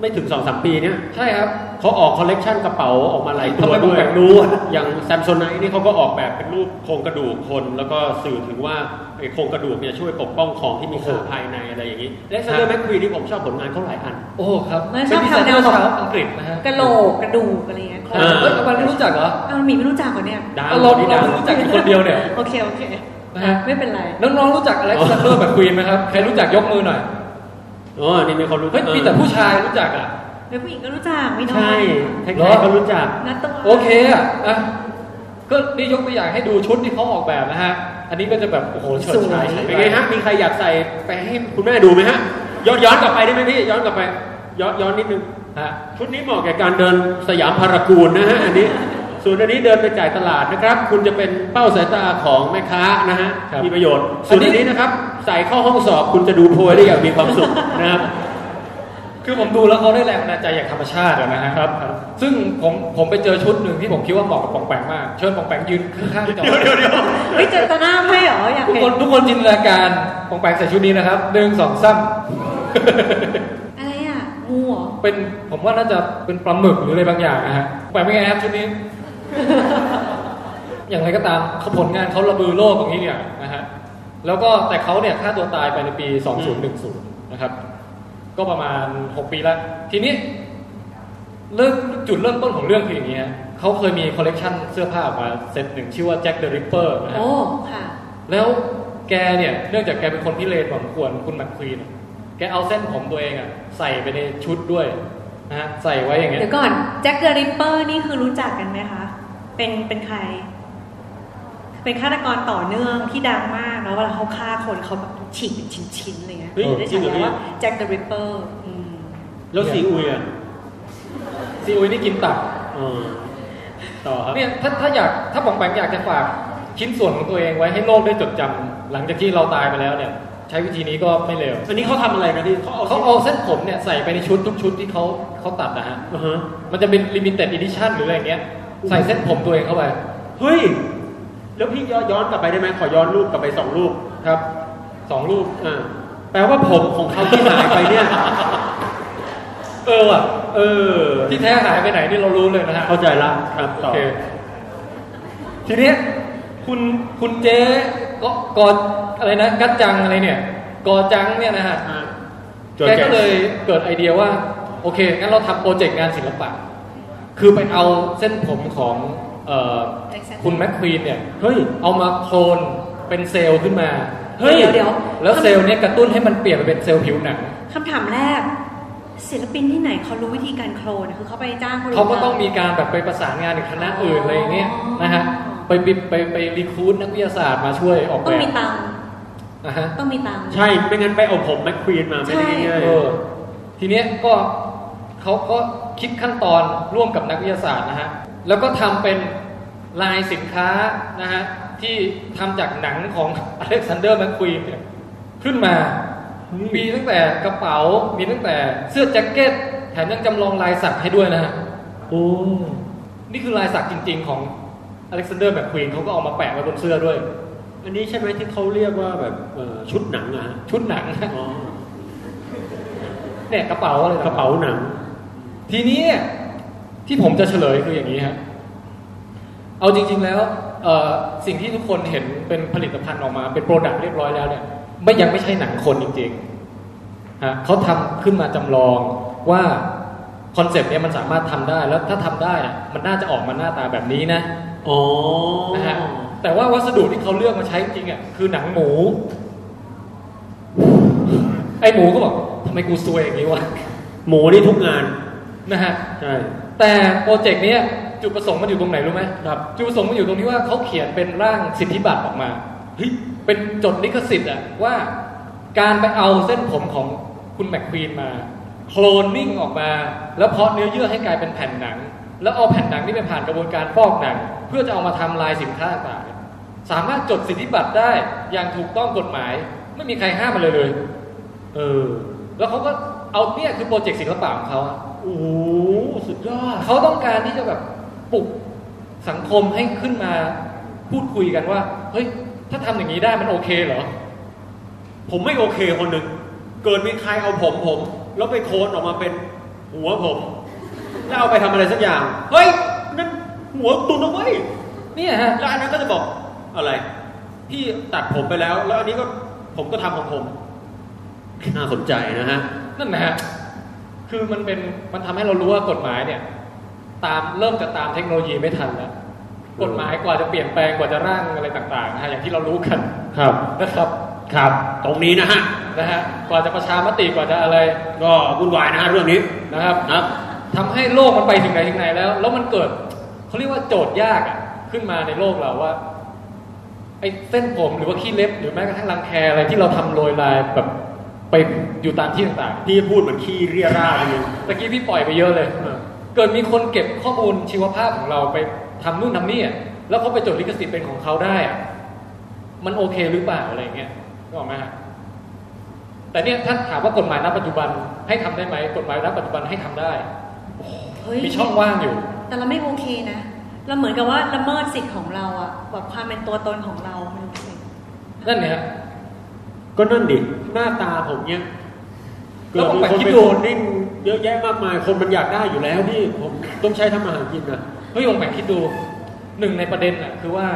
Speaker 5: ไม่ถึงสองสามปีเนี่ย
Speaker 3: ใช่ครับ
Speaker 5: เขาออกคอลเลกชันกระเป๋าออกมาหลายตั
Speaker 3: ทำ
Speaker 5: ว
Speaker 3: ไมผม
Speaker 5: ด้วย
Speaker 3: แบบรู้อะ
Speaker 5: อย่างแซม s ซ n ไนนี่เขาก็ออกแบบเป็นรูปโครงกระดูกคน แล้วก็สื่อถึงว่า ไอ้โครงกระดูกเนี่ยช่วยปกป้องของที่มีค่าภายในอะไรอย่างนี้ และเซอร์แมคควีนี่ผมชอบผลงานเขาหลายอัน
Speaker 3: โอ้ครับ
Speaker 4: ไม่ชอบทำแนว
Speaker 3: ชาว
Speaker 4: ของ
Speaker 3: อังกฤษนะฮะ
Speaker 4: กระโหลกกระดูกอะไรเงี้ย
Speaker 3: เออเอ้ยอภันไม่รู้จักเหรอ
Speaker 4: เอาหมีไม่รู้จักเหรอเนี่ย
Speaker 3: ดังเราเราเพิ่งรู้จักอยู่คนเดียวเนี่ย
Speaker 4: โอเคโอเค
Speaker 3: นะฮะ
Speaker 4: ไม่เป็นไร
Speaker 3: น้องๆรู้จักอเล็กซานเด อร์แบบควีนไหมครับ ใครรู้จักยกมือหน่อย
Speaker 5: อ๋อนี่มีคนรู้
Speaker 3: เฮ้ยมีแต่ผู้ชายรู้จักอ่ะ
Speaker 4: เดี๋ยวผู้หญิงก็รู้จักไม่น้อย
Speaker 3: ใช่
Speaker 5: ใครๆก็รู้จัก
Speaker 4: นัดตะวัน
Speaker 3: โอเคอ่ะอ่ะก็นี่ยกตัวอย่างให้ดูชุดที่เขาออกแบบนะฮะ อันนี้ก็จะแบบโอ้โหเฉดฉาย
Speaker 5: เป็นไงฮะ มีใครอยากใส่ไปให้คุณแม่ดูไหมฮะ ย้อนย้อนกลับไปได้ไหมพี่ ย้อนกลับไป ย้อนย้อนนิดนึงฮะชุดนี้เหมาะแก่การเดินสยามพารากอนนะฮะ อันนี้ ส่วนอันนี้เดินไปจ่ายตลาดนะครับ คุณจะเป็นเป้าสายตาของแม่ค้านะฮะ มีประโยชน์ ส่วนอันนี้นะครับ ใส่เข้าห้องสอบคุณจะดูโพยได้อย่างมีความสุ ขนะครับ
Speaker 3: คือผมดูแล้วเขาได้แรงบันดาลใจจากธรรมชาติอะนะฮะครับ ซึ่งผมผมไปเจอชุดหนึ่งที่ผมคิดว่าเหมาะกับปองแปงมาก เชิญปองแปงยืนข้างๆจอ
Speaker 4: เฮ้ยเจอตาหน้าให้เหรออยาก
Speaker 3: ทุก
Speaker 4: เห็น
Speaker 3: คนทุกคนจินตนาการปองแปงใส่ชุดนี้นะครับหนึ่งสองสาม
Speaker 4: อะไรอ่ะงูเหรอ
Speaker 3: เป็นผมว่าน่าจะเป็นปลาหมึกหรืออะไรบางอย่างนะฮะปองแปงเป็นไงครับชุดนี้ อย่างไรก็ตามเขาผลงานเขาระบือโลกอย่างนี้เนี่ยนะฮะแล้วก็แต่เขาเนี่ยฆ่าตัวตายไปในปี 2010 นะครับ ก็ประมาณ 6 ปีแล้ว ทีนี้เริ่มจุดเริ่มต้นของเรื่องคืออย่างนี้ฮะเขาเคยมีคอลเลกชันเสื้อผ้าออกมาเซตหนึ่งชื่อว่าแจ็คเดอะริปเปอร์นะฮะ
Speaker 4: โอ้ค่ะ
Speaker 3: แล้วแกเนี่ยเนื่องจากแกเป็นคนพิเรนพอสมควรคุณแมคควีนอะแกเอาเส้นผมตัวเองอะใส่ไปในชุดด้วยนะฮะใส่ไว้อย่างเงี้ย
Speaker 4: เดี๋ยวก่อนแจ็คเดอะริปเปอร์นี่คือรู้จักกันไหมคะ เป็นเป็นใคร เป็นฆาตกรต่อเนื่องที่ดังมากแล้วเวลาเขาฆ่าคนเขาแบบฉีกเป็นชิ้นๆอะไรเงี้ย
Speaker 5: เฮ้ย
Speaker 4: ได้
Speaker 5: จริ
Speaker 4: ฉา
Speaker 5: เหรอย
Speaker 4: งาว่า
Speaker 5: เนี่ย
Speaker 4: แจ็คเดอะริปเปอร์
Speaker 5: แล้วซีอุยอ่ะ
Speaker 3: ซีอุยนี่กินตับ
Speaker 5: อืมต่อครับ
Speaker 3: เนี่ยถ้าถ้าอยากถ้าปองแปงอยากจะฝากชิ้นส่วนของตัวเองไว้ให้โลกได้จดจำหลังจากที่เราตายไปแล้วเนี่ย ใช้วิธีนี้ก็ไม่เลว
Speaker 5: อันนี้เขาทำอะไรนะพี่เขาเอา
Speaker 3: เขาเอาเส้นผมเนี่ยใส่ไปในชุดทุกชุดที่เขาเขาตัดนะฮะมันจะเป็นลิมิเต็ดอีดิชั่นหรืออะไรเงี้ยใส่เส้นผมตัวเองเข้าไป
Speaker 5: เฮ้ย แล้วพี่ย้อนย้อนกลับไปได้ไหมขอย้อนรูปกลับไปสองรูป
Speaker 3: ครับสองรูป
Speaker 5: อ่าแปลว่าผมของเขาที่หายไป เนี่ย
Speaker 3: เออว่ะ
Speaker 5: เออ
Speaker 3: ที่แท้หายไปไหนนี่เรารู้เลยนะฮะ
Speaker 5: เข้าใจละครับ
Speaker 3: โอ
Speaker 5: ต่อ
Speaker 3: เคทีเนี้ยคุณคุณเจ๊ก็กอดอะไรนะกัดจังอะไรเนี่ย กอจังเนี่ยนะฮะ
Speaker 5: จน
Speaker 3: แกก็เลยเกิดไอเดียว่า โอเคงั้นเราทำโปรเจกต์งานศิลปะ คือไปเอาเส้นผมของเอ่อคุณแมคควีนเนี่ย
Speaker 5: เฮ้ย
Speaker 3: เอามาโคลนเป็นเซลล์ขึ้นมา
Speaker 4: เฮ้ยเดี๋ยวๆ
Speaker 3: แล้วเซลล์เนี่ยกระตุ้นให้มันเปลี่ยนไปเป็นเซลล์ผิวหนัง
Speaker 4: คำถามแรก ศิลปินที่ไหนเขารู้วิธีการโคลนอะคือเขาไปจ้างคน
Speaker 3: เขาก็ต้องมีการแบบไปประสานงานกับคณะอื่นอะไรอย่างเงี้ยนะฮะไปบิไปไปรีคูดนักวิทยาศาสตร์มาช่วยออกแบ
Speaker 4: ต้อง
Speaker 3: บ
Speaker 4: มีตังค์
Speaker 3: นะฮะ
Speaker 4: ต้องมีตังค์
Speaker 5: ใช่ ไม่งั้นไปเอาผมแมคควีนมาไม่ได้ง่าย
Speaker 3: เออทีเนี้ยก็เขาก็คิดขั้นตอนร่วมกับนักวิทยาศาสตร์นะฮะแล้วก็ทำเป็นลายสินค้านะฮะที่ทำจากหนังของ อเล็กซานเดอร์แมคควีนเนี่ยขึ้นมา มีตั้งแต่กระเป๋า มีตั้งแต่เสื้อแจ็คเก็ต แถมยังจำลองลายสักให้ด้วยนะฮะ
Speaker 5: โอ้
Speaker 3: นี่คือลายสักจริง ๆ ของอเล็กซานเดอร์แมคควีนเขาก็เอามาแปะไว้บนเสื้อด้วย
Speaker 5: อันนี้ใช่ไหมที่เขาเรียกว่าแบบเอ่อชุดหนังอะฮะ
Speaker 3: ชุดหนัง
Speaker 5: อ๋อ
Speaker 3: เนี่ยกระเป๋าอะไรต่งๆ
Speaker 5: กระเป๋าหนัง
Speaker 3: ทีนี้เนี่ยที่ผมจะเฉลยคืออย่างนี้ฮะ เอาจริง ๆ แล้วเอ่อสิ่งที่ทุกคนเห็นเป็นผลิตภัณฑ์ออกมา เป็นโปรดักต์เรียบร้อยแล้วเนี่ยไม่ยังไม่ใช่หนังคนจริงๆฮะเขาทำขึ้นมาจำลองว่าคอนเซปต์เนี่ยมันสามารถทำได้แล้วถ้าทำได้น่ะมันน่าจะออกมาหน้าตาแบบนี้นะ
Speaker 5: อ๋อ
Speaker 3: นะฮะแต่ว่าวัสดุที่เขาเลือกมาใช้จริงๆอ่ะคือหนังหมู ไอหมูก็บอกทำไมกูซวยอย่างนี้วะ
Speaker 5: หมูนี่ทุกงาน
Speaker 3: นะฮะ
Speaker 5: ใช่
Speaker 3: แต่โปรเจกต์เนี้ยจุดประสงค์มันอยู่ตรงไหนรู้ไหมครับจุดประสงค์มันอยู่ตรงที่ว่าเขาเขียนเป็นร่างสิทธิบัตรออกมาเฮ้ยเป็นจดลิขสิทธิ์อ่ะว่าการไปเอาเส้นผมของคุณแมคควีนมา โคลนนิ่งออกมา แล้วเพาะเนื้อเยื่อให้กลายเป็นแผ่นหนัง แล้วเอาแผ่นหนังนี่ไปผ่านกระบวนการฟอกหนัง เพื่อจะเอามาทำลายสินค้าต่างๆ สามารถจดสิทธิบัตรได้อย่างถูกต้องกฎหมาย ไม่มีใครห้ามมันเลยเลย
Speaker 5: เออ
Speaker 3: แล้วเขาก็เอาเนี่ยคือโปรเจกต์ศิลปะของเขาอะ
Speaker 5: โอ้โหสุดยอด
Speaker 3: เขาต้องการที่จะแบบปลุกสังคมให้ขึ้นมาพูดคุยกันว่า เฮ้ย ถ้าทำอย่างนี้ได้มันโอเคเหรอ
Speaker 5: ผมไม่โอเคคนหนึ่ง เกิดมีใครเอาผมผม แล้วไปโคนออกมาเป็นหัวผม แล้วเอาไปทำอะไรสักอย่าง เฮ้ย นั่นหัวตุนเอาไว้ย
Speaker 3: เนี่ยฮะ
Speaker 5: แล้วอันนั้นก็จะบอกอะไร พี่ตัดผมไปแล้ว แล้วอันนี้ก็ผมก็ทำของผม น่าสนใจนะฮะ
Speaker 3: นั่นนะฮะ คือมันเป็น มันทำให้เรารู้ว่ากฎหมายเนี่ย ตามเริ่มจะตามเทคโนโลยีไม่ทันแล้ว กฎหมายกว่าจะเปลี่ยนแปลงกว่าจะร่างอะไรต่างๆนะฮะอย่างที่เรารู้กัน
Speaker 5: ครับ
Speaker 3: นะครับ
Speaker 5: ครับ ตรงนี้นะฮะ
Speaker 3: นะฮะ กว่าจะประชามติกว่าจะอะไร
Speaker 5: ก็วุ่นวายนะฮะเรื่องนี้
Speaker 3: นะครับ
Speaker 5: ครับ
Speaker 3: ทำให้โลกมันไปถึงไหนถึงไหนแล้ว แล้วมันเกิดเขาเรียกว่าโจทย์ยากอะขึ้นมาในโลกเราว่าไอ้เส้นผมหรือว่าขี้เล็บหรือแม้กระทั่งรังแคอะไรที่เราทำโรยลายแบบไปอยู่ตามที่ต่าง
Speaker 5: ๆพี่พูดเหมือนขี้เรียราดเลย
Speaker 3: ตะกี้พี่ปล่อยไปเยอะเลย เกิดมีคนเก็บข้อมูลชีวภาพของเราไปทำนู่นทำนี่อะแล้วเขาไปจดลิขสิทธิ์เป็นของเขาได้อะมันโอเคหรือเปล่าอะไรอย่างเงี้ยนึกออกไหมฮะ แต่เนี่ยถ้าถามว่ากฎหมายณปัจจุบันให้ทำได้ไหมกฎหมายณปัจจุบันให้ทำได้
Speaker 4: เฮ้ย
Speaker 3: มีช่องว่างอยู่
Speaker 4: แต่เราไม่โอเคนะ เราเหมือนกับว่าละเมิดสิทธิ์ของเราอะแบบความเป็นตัวตนของเราไม่รู้สิ
Speaker 3: นั่นเนี่ยฮะ
Speaker 5: ก็นั่นดิ หน้าตาผมเนี่ย
Speaker 3: แล้
Speaker 5: เกิด
Speaker 3: วผมไป
Speaker 5: มีคน
Speaker 3: คิด
Speaker 5: ไป
Speaker 3: ดู
Speaker 5: โดนดิ้นเยอะแยะมากมาย คนมันอยากได้อยู่แล้วพี่ ผมต้องใช้ทำมาหากินนะ
Speaker 3: เฮ้ยลองแบ่งคิดดูหนึ่งในประเด็นน่ะคือว่า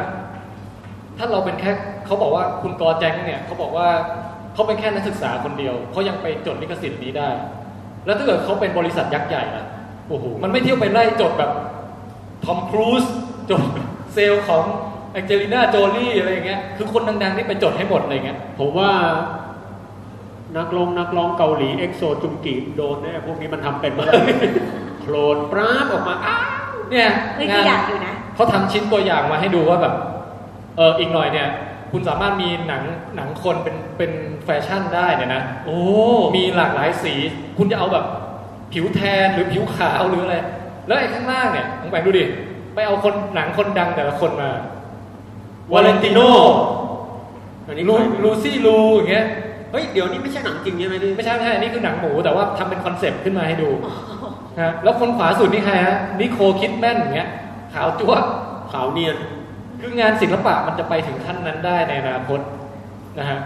Speaker 3: ถ้าเราเป็นแค่เขาบอกว่าคุณกอแจ้งเนี่ยเขาบอกว่าเขาเป็นแค่นักศึกษาคนเดียวเขายังไปจดลิขสิทธิ์นี้ได้ แล้วถ้าเกิดเขาเป็นบริษัทยักษ์ใหญ่ล่ะโอ้โหมันไม่เที่ยวไปไล่จดแบบทอมครูซจดเซลล์ของแองเจลิน่าโจลี่อะไรอย่างเงี้ยคือคนดังๆนี่ไปจดให้หมดอะไรอย่างเงี้ย
Speaker 5: ผมว่านักลงนักร้องเกาหลีเอ็กโซจุงกีโดนแน่พว กนี้มันทำเป็นเมื่อไหร่โคลนปราบออกมาอ้าว
Speaker 3: เนี่ย
Speaker 4: เฮ้ย
Speaker 3: งา
Speaker 4: ก็
Speaker 3: น
Speaker 4: อยากอยู่นะ
Speaker 3: เขาทำชิ้นตัวอย่างมาให้ดูว่าแบบ เอออีกหน่อยเนี่ย คุณสามารถมีหนังหนังคนเป็นเป็นแฟชั่นได้เนี่ยนะ
Speaker 5: โอ้
Speaker 3: มีหลากหลายสี คุณจะเอาแบบผิวแทนหรือผิวขาวหรืออะไร แล้วไอ้ข้างล่างเนี่ยลองแบ่งดูดิ ไปเอาคนหนังคนดังแต่ละคนมา
Speaker 5: วาเลนติโน อันนี้
Speaker 3: ลู
Speaker 5: ใคร
Speaker 3: ลูซี่ลูอย่างเงี้ย
Speaker 5: เฮ้ย เดี๋ยวนี้ไม่ใช่หนังจริงใช่ไหมพี่
Speaker 3: ไม่ใช่ไม่ใช่อันนี่คือหนังหมูแต่ว่าทำเป็นคอนเซปต์ขึ้นมาให้ดูฮะแล้วคนขวาสุดนี่ใครฮะ นิโคลคิดแมนอย่างเงี้ย ขาวจั๊วะ
Speaker 5: ขาวเนียน
Speaker 3: คืองานศิลปะมันจะไปถึงขั้นนั้นได้ในอนาคตนะฮะ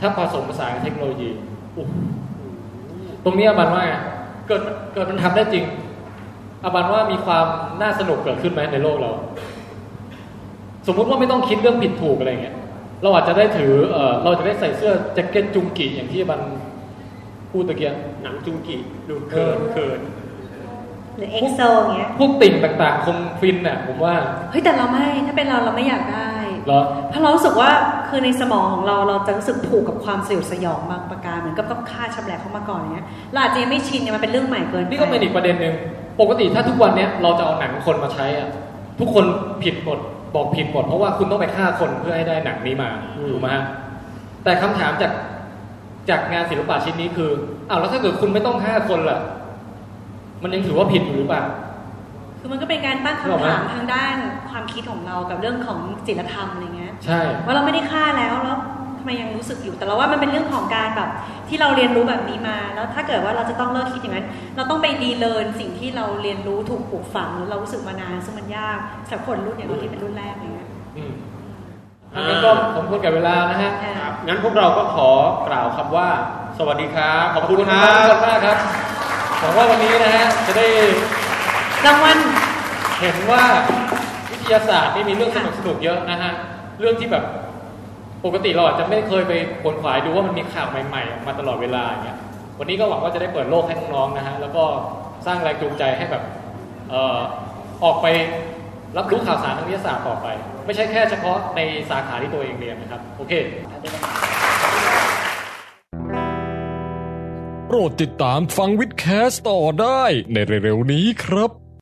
Speaker 3: ถ้าผสมผสานกับเทคโนโลยีโอ้โหตรงนี้อาบันว่าไงเกิดเกิดมันทำได้จริงอาบันว่ามีความน่าสนุกเกิดขึ้นไหมในโลกเรา สมมุติว่าไม่ต้องคิดเรื่องผิดถูกอะไรอย่างเงี้ยเราอาจจะได้ถือเออเราจะได้ใส่เสื้อแจ็คเก็ตจุงกิอย่างที่อาบันพูดตะเกียบ
Speaker 5: หนังจุงกีดูเขินเขิน
Speaker 4: หรือเอ็กโซอย่างเงี้ย
Speaker 3: พวกติ่งต่างๆ คงฟินน่ะผมว่า
Speaker 4: เฮ้ยแต่เราไม่ ถ้าเป็นเราเราไม่อยากได้
Speaker 3: เหรอ
Speaker 4: เพราะเรารู้สึกว่าคือในสมองของเราเราจะรู้สึกผูกกับความสยดสยองบางประการเหมือนกับต้องฆ่าชำแหละเขามาก่อนอย่างเงี้ยเราอาจจะยังไม่ชินเนี่ยมันเป็นเรื่องใหม่เกินไป
Speaker 3: นี่ก็เป็นอีกประเด็นหนึ่ง ปกติถ้าทุกวันเนี้ยเราจะเอาหนังคนมาใช้อะทุกคนผิดหมด บอกผิดหมด เพราะว่าคุณต้องไปฆ่าคนเพื่อให้ได้หนังนี้มาถูกไหมฮะแต่คำถามจากจากงานศิลปะชิ้นนี้คืออ้าวแล้วถ้าเกิดคุณไม่ต้องฆ่าคนล่ะ มันยังถือว่าผิดอยู่หรือเปล่า
Speaker 4: คือมันก็เป็นการตั้ง
Speaker 3: หรอ
Speaker 4: คำ
Speaker 3: วะ
Speaker 4: ถามทางด้านความคิดของเรากับเรื่องของศีลธรรมอะไรเงี้ย
Speaker 3: ใช่
Speaker 4: ว่าเราไม่ได้ฆ่าแล้วแล้วทำไมยังรู้สึกอยู่แต่เราว่ามันเป็นเรื่องของการแบบ ที่เราเรียนรู้แบบนี้มา แล้วถ้าเกิดว่าเราจะต้องเลิกคิดอย่างนั้น เราต้องไปดีเลินสิ่งที่เราเรียนรู้ถูกปลูกฝังหรือเรารู้สึกมานานซึ่งมันยากสำหรับคนรุ่นเนี่ยบางทีเป็นรุ่นแรกอะไรเงี้ย
Speaker 3: อืมอันนี้นก็สมควรกับเวลานะฮะ
Speaker 5: งั้นพวกเราก็ขอกล่าวคำว่า สวัสดีครับขอบคุณค
Speaker 3: ข
Speaker 5: รั
Speaker 3: อบคุ
Speaker 5: บ
Speaker 3: ณมากครับหวังว่าวันนี้นะฮะจะได้
Speaker 4: รางวัล
Speaker 3: เห็นว่าวิทยาศาสตร์นี่มีเรื่องสนุกสนุกๆเยอะนะฮะ เรื่องที่แบบปกติเราอาจจะไม่เคยไปขวนขวายดูว่ามันมีข่าวใหม่ๆออกมาตลอดเวลาอย่างเงี้ย วันนี้ก็หวังว่าจะได้เปิดโลกให้น้องๆนะฮะ แล้วก็สร้างแรงจูงใจให้แบบเอ่อออกไปรับรู้ข่าวสารทางวิทยาศาสตร์ต่อไป ไม่ใช่แค่เฉพาะในสาขาที่ตัวเองเรียนนะครับ โอเค
Speaker 12: โปรดติดตามฟังวิดแคสต์ต่อได้ในเร็วๆนี้ครับ